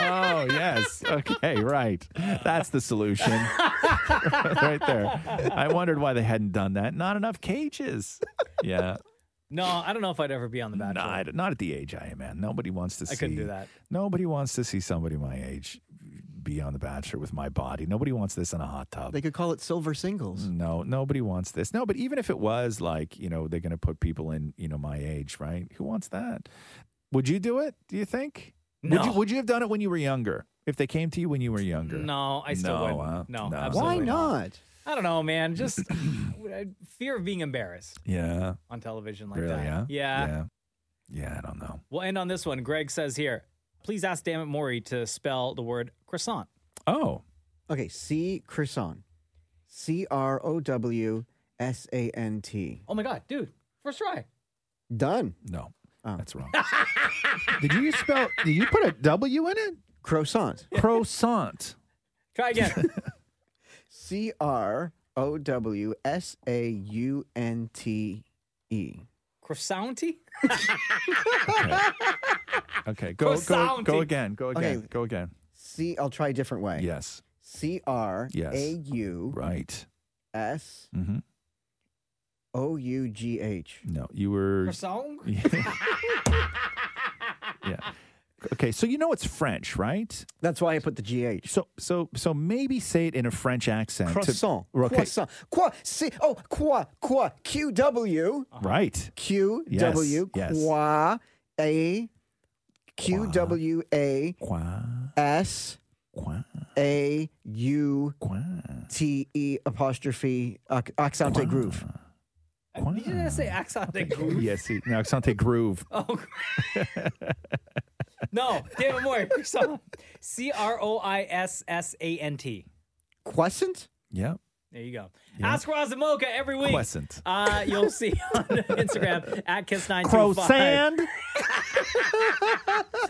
[SPEAKER 4] Oh, yes. Okay, right. That's the solution. <laughs> <laughs> right there.
[SPEAKER 5] <laughs>
[SPEAKER 4] I wondered why they hadn't done that. Not enough cages. Yeah.
[SPEAKER 5] no, I don't know if I'd ever be on The Bachelor.
[SPEAKER 4] Not, not at the age I am, man. Nobody wants to see.
[SPEAKER 5] I couldn't do that.
[SPEAKER 4] Nobody wants to see somebody my age be on The Bachelor with my body. Nobody wants this in a hot tub.
[SPEAKER 7] They could call it silver singles.
[SPEAKER 4] No, nobody wants this. No, but even if it was like, you know, they're going to put people in, you know, my age, right? Who wants that? Would you do it? Do you think? Would you,
[SPEAKER 5] No.
[SPEAKER 4] would you have done it when you were younger? If they came to you when you were younger?
[SPEAKER 5] No, I still
[SPEAKER 4] No,
[SPEAKER 5] wouldn't.
[SPEAKER 4] huh?
[SPEAKER 5] no,
[SPEAKER 4] No.
[SPEAKER 5] absolutely
[SPEAKER 4] Why
[SPEAKER 7] not?
[SPEAKER 5] I don't
[SPEAKER 4] <clears throat>
[SPEAKER 5] know, man. Just fear of being embarrassed
[SPEAKER 4] Yeah.
[SPEAKER 5] on television like
[SPEAKER 4] Really,
[SPEAKER 5] that.
[SPEAKER 4] huh?
[SPEAKER 5] Yeah.
[SPEAKER 4] Yeah. Yeah, I don't know.
[SPEAKER 5] We'll end on this one. Greg says here, please ask Dammit Maury to spell the word croissant.
[SPEAKER 4] Oh.
[SPEAKER 7] Okay. C croissant. C R O W S A N T.
[SPEAKER 5] Oh my God, dude. First try.
[SPEAKER 7] Done. Oh.
[SPEAKER 4] No. That's
[SPEAKER 5] <laughs>
[SPEAKER 4] wrong.
[SPEAKER 7] did
[SPEAKER 4] you spell, did you put a W in it?
[SPEAKER 7] Croissant.
[SPEAKER 4] Croissant.
[SPEAKER 5] <laughs> Try again.
[SPEAKER 7] C R O W S A U N T E.
[SPEAKER 5] Croissanty?
[SPEAKER 4] Okay, go, go,
[SPEAKER 7] Croissant.
[SPEAKER 4] go again. Go again.
[SPEAKER 7] Okay.
[SPEAKER 4] Go again.
[SPEAKER 7] C, I'll try a different way.
[SPEAKER 4] Yes.
[SPEAKER 7] C R
[SPEAKER 4] Yes.
[SPEAKER 7] A U
[SPEAKER 4] Right.
[SPEAKER 7] S
[SPEAKER 4] Mm-hmm.
[SPEAKER 7] O U G H.
[SPEAKER 4] No, you were.
[SPEAKER 5] Croissant?
[SPEAKER 4] yeah. Okay, so you know it's French, right?
[SPEAKER 7] That's why I put the GH.
[SPEAKER 4] So so so maybe say it in a French accent. to-
[SPEAKER 7] Croissant.
[SPEAKER 4] okay.
[SPEAKER 7] Croissant. Qua. C. Oh, qua. Qua. Q W.
[SPEAKER 4] Right.
[SPEAKER 7] Q
[SPEAKER 4] Yes,
[SPEAKER 7] W.
[SPEAKER 4] yes.
[SPEAKER 7] Qua. A. Q W A. S. A U T E apostrophe ac- accente groove.
[SPEAKER 5] Did you just say
[SPEAKER 4] <laughs>
[SPEAKER 5] accent de goût?
[SPEAKER 4] Yes, see, no, accent
[SPEAKER 7] <laughs>
[SPEAKER 4] groove.
[SPEAKER 5] Oh, <laughs> no. Dammit Maury, croissant. C R O I S S A N T.
[SPEAKER 7] Crescent?
[SPEAKER 4] Yeah.
[SPEAKER 5] There you go. Ask Roz and Mocha every week.
[SPEAKER 4] Crescent.
[SPEAKER 5] Uh, you'll <laughs> see on Instagram at Kiss925.
[SPEAKER 7] <laughs>
[SPEAKER 4] Croissant.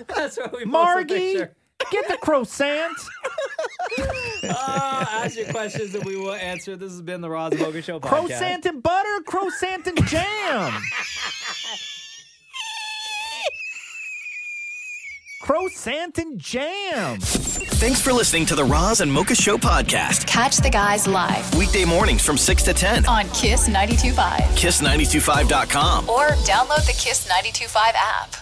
[SPEAKER 5] That's what we post a
[SPEAKER 4] Margie,
[SPEAKER 5] picture.
[SPEAKER 7] <laughs>
[SPEAKER 4] get the croissant.
[SPEAKER 5] Uh, ask your questions and we will answer. This has been the Roz and Mocha
[SPEAKER 7] Oh
[SPEAKER 5] Show podcast.
[SPEAKER 4] Croissant and butter, croissant and jam. croissant and jam.
[SPEAKER 1] Thanks for listening to the Roz and Mocha Show podcast.
[SPEAKER 3] Catch the guys live
[SPEAKER 1] Weekday mornings from 6 to 10.
[SPEAKER 3] on Kiss 925
[SPEAKER 1] Kiss925.com.
[SPEAKER 3] or download the Kiss 925 app.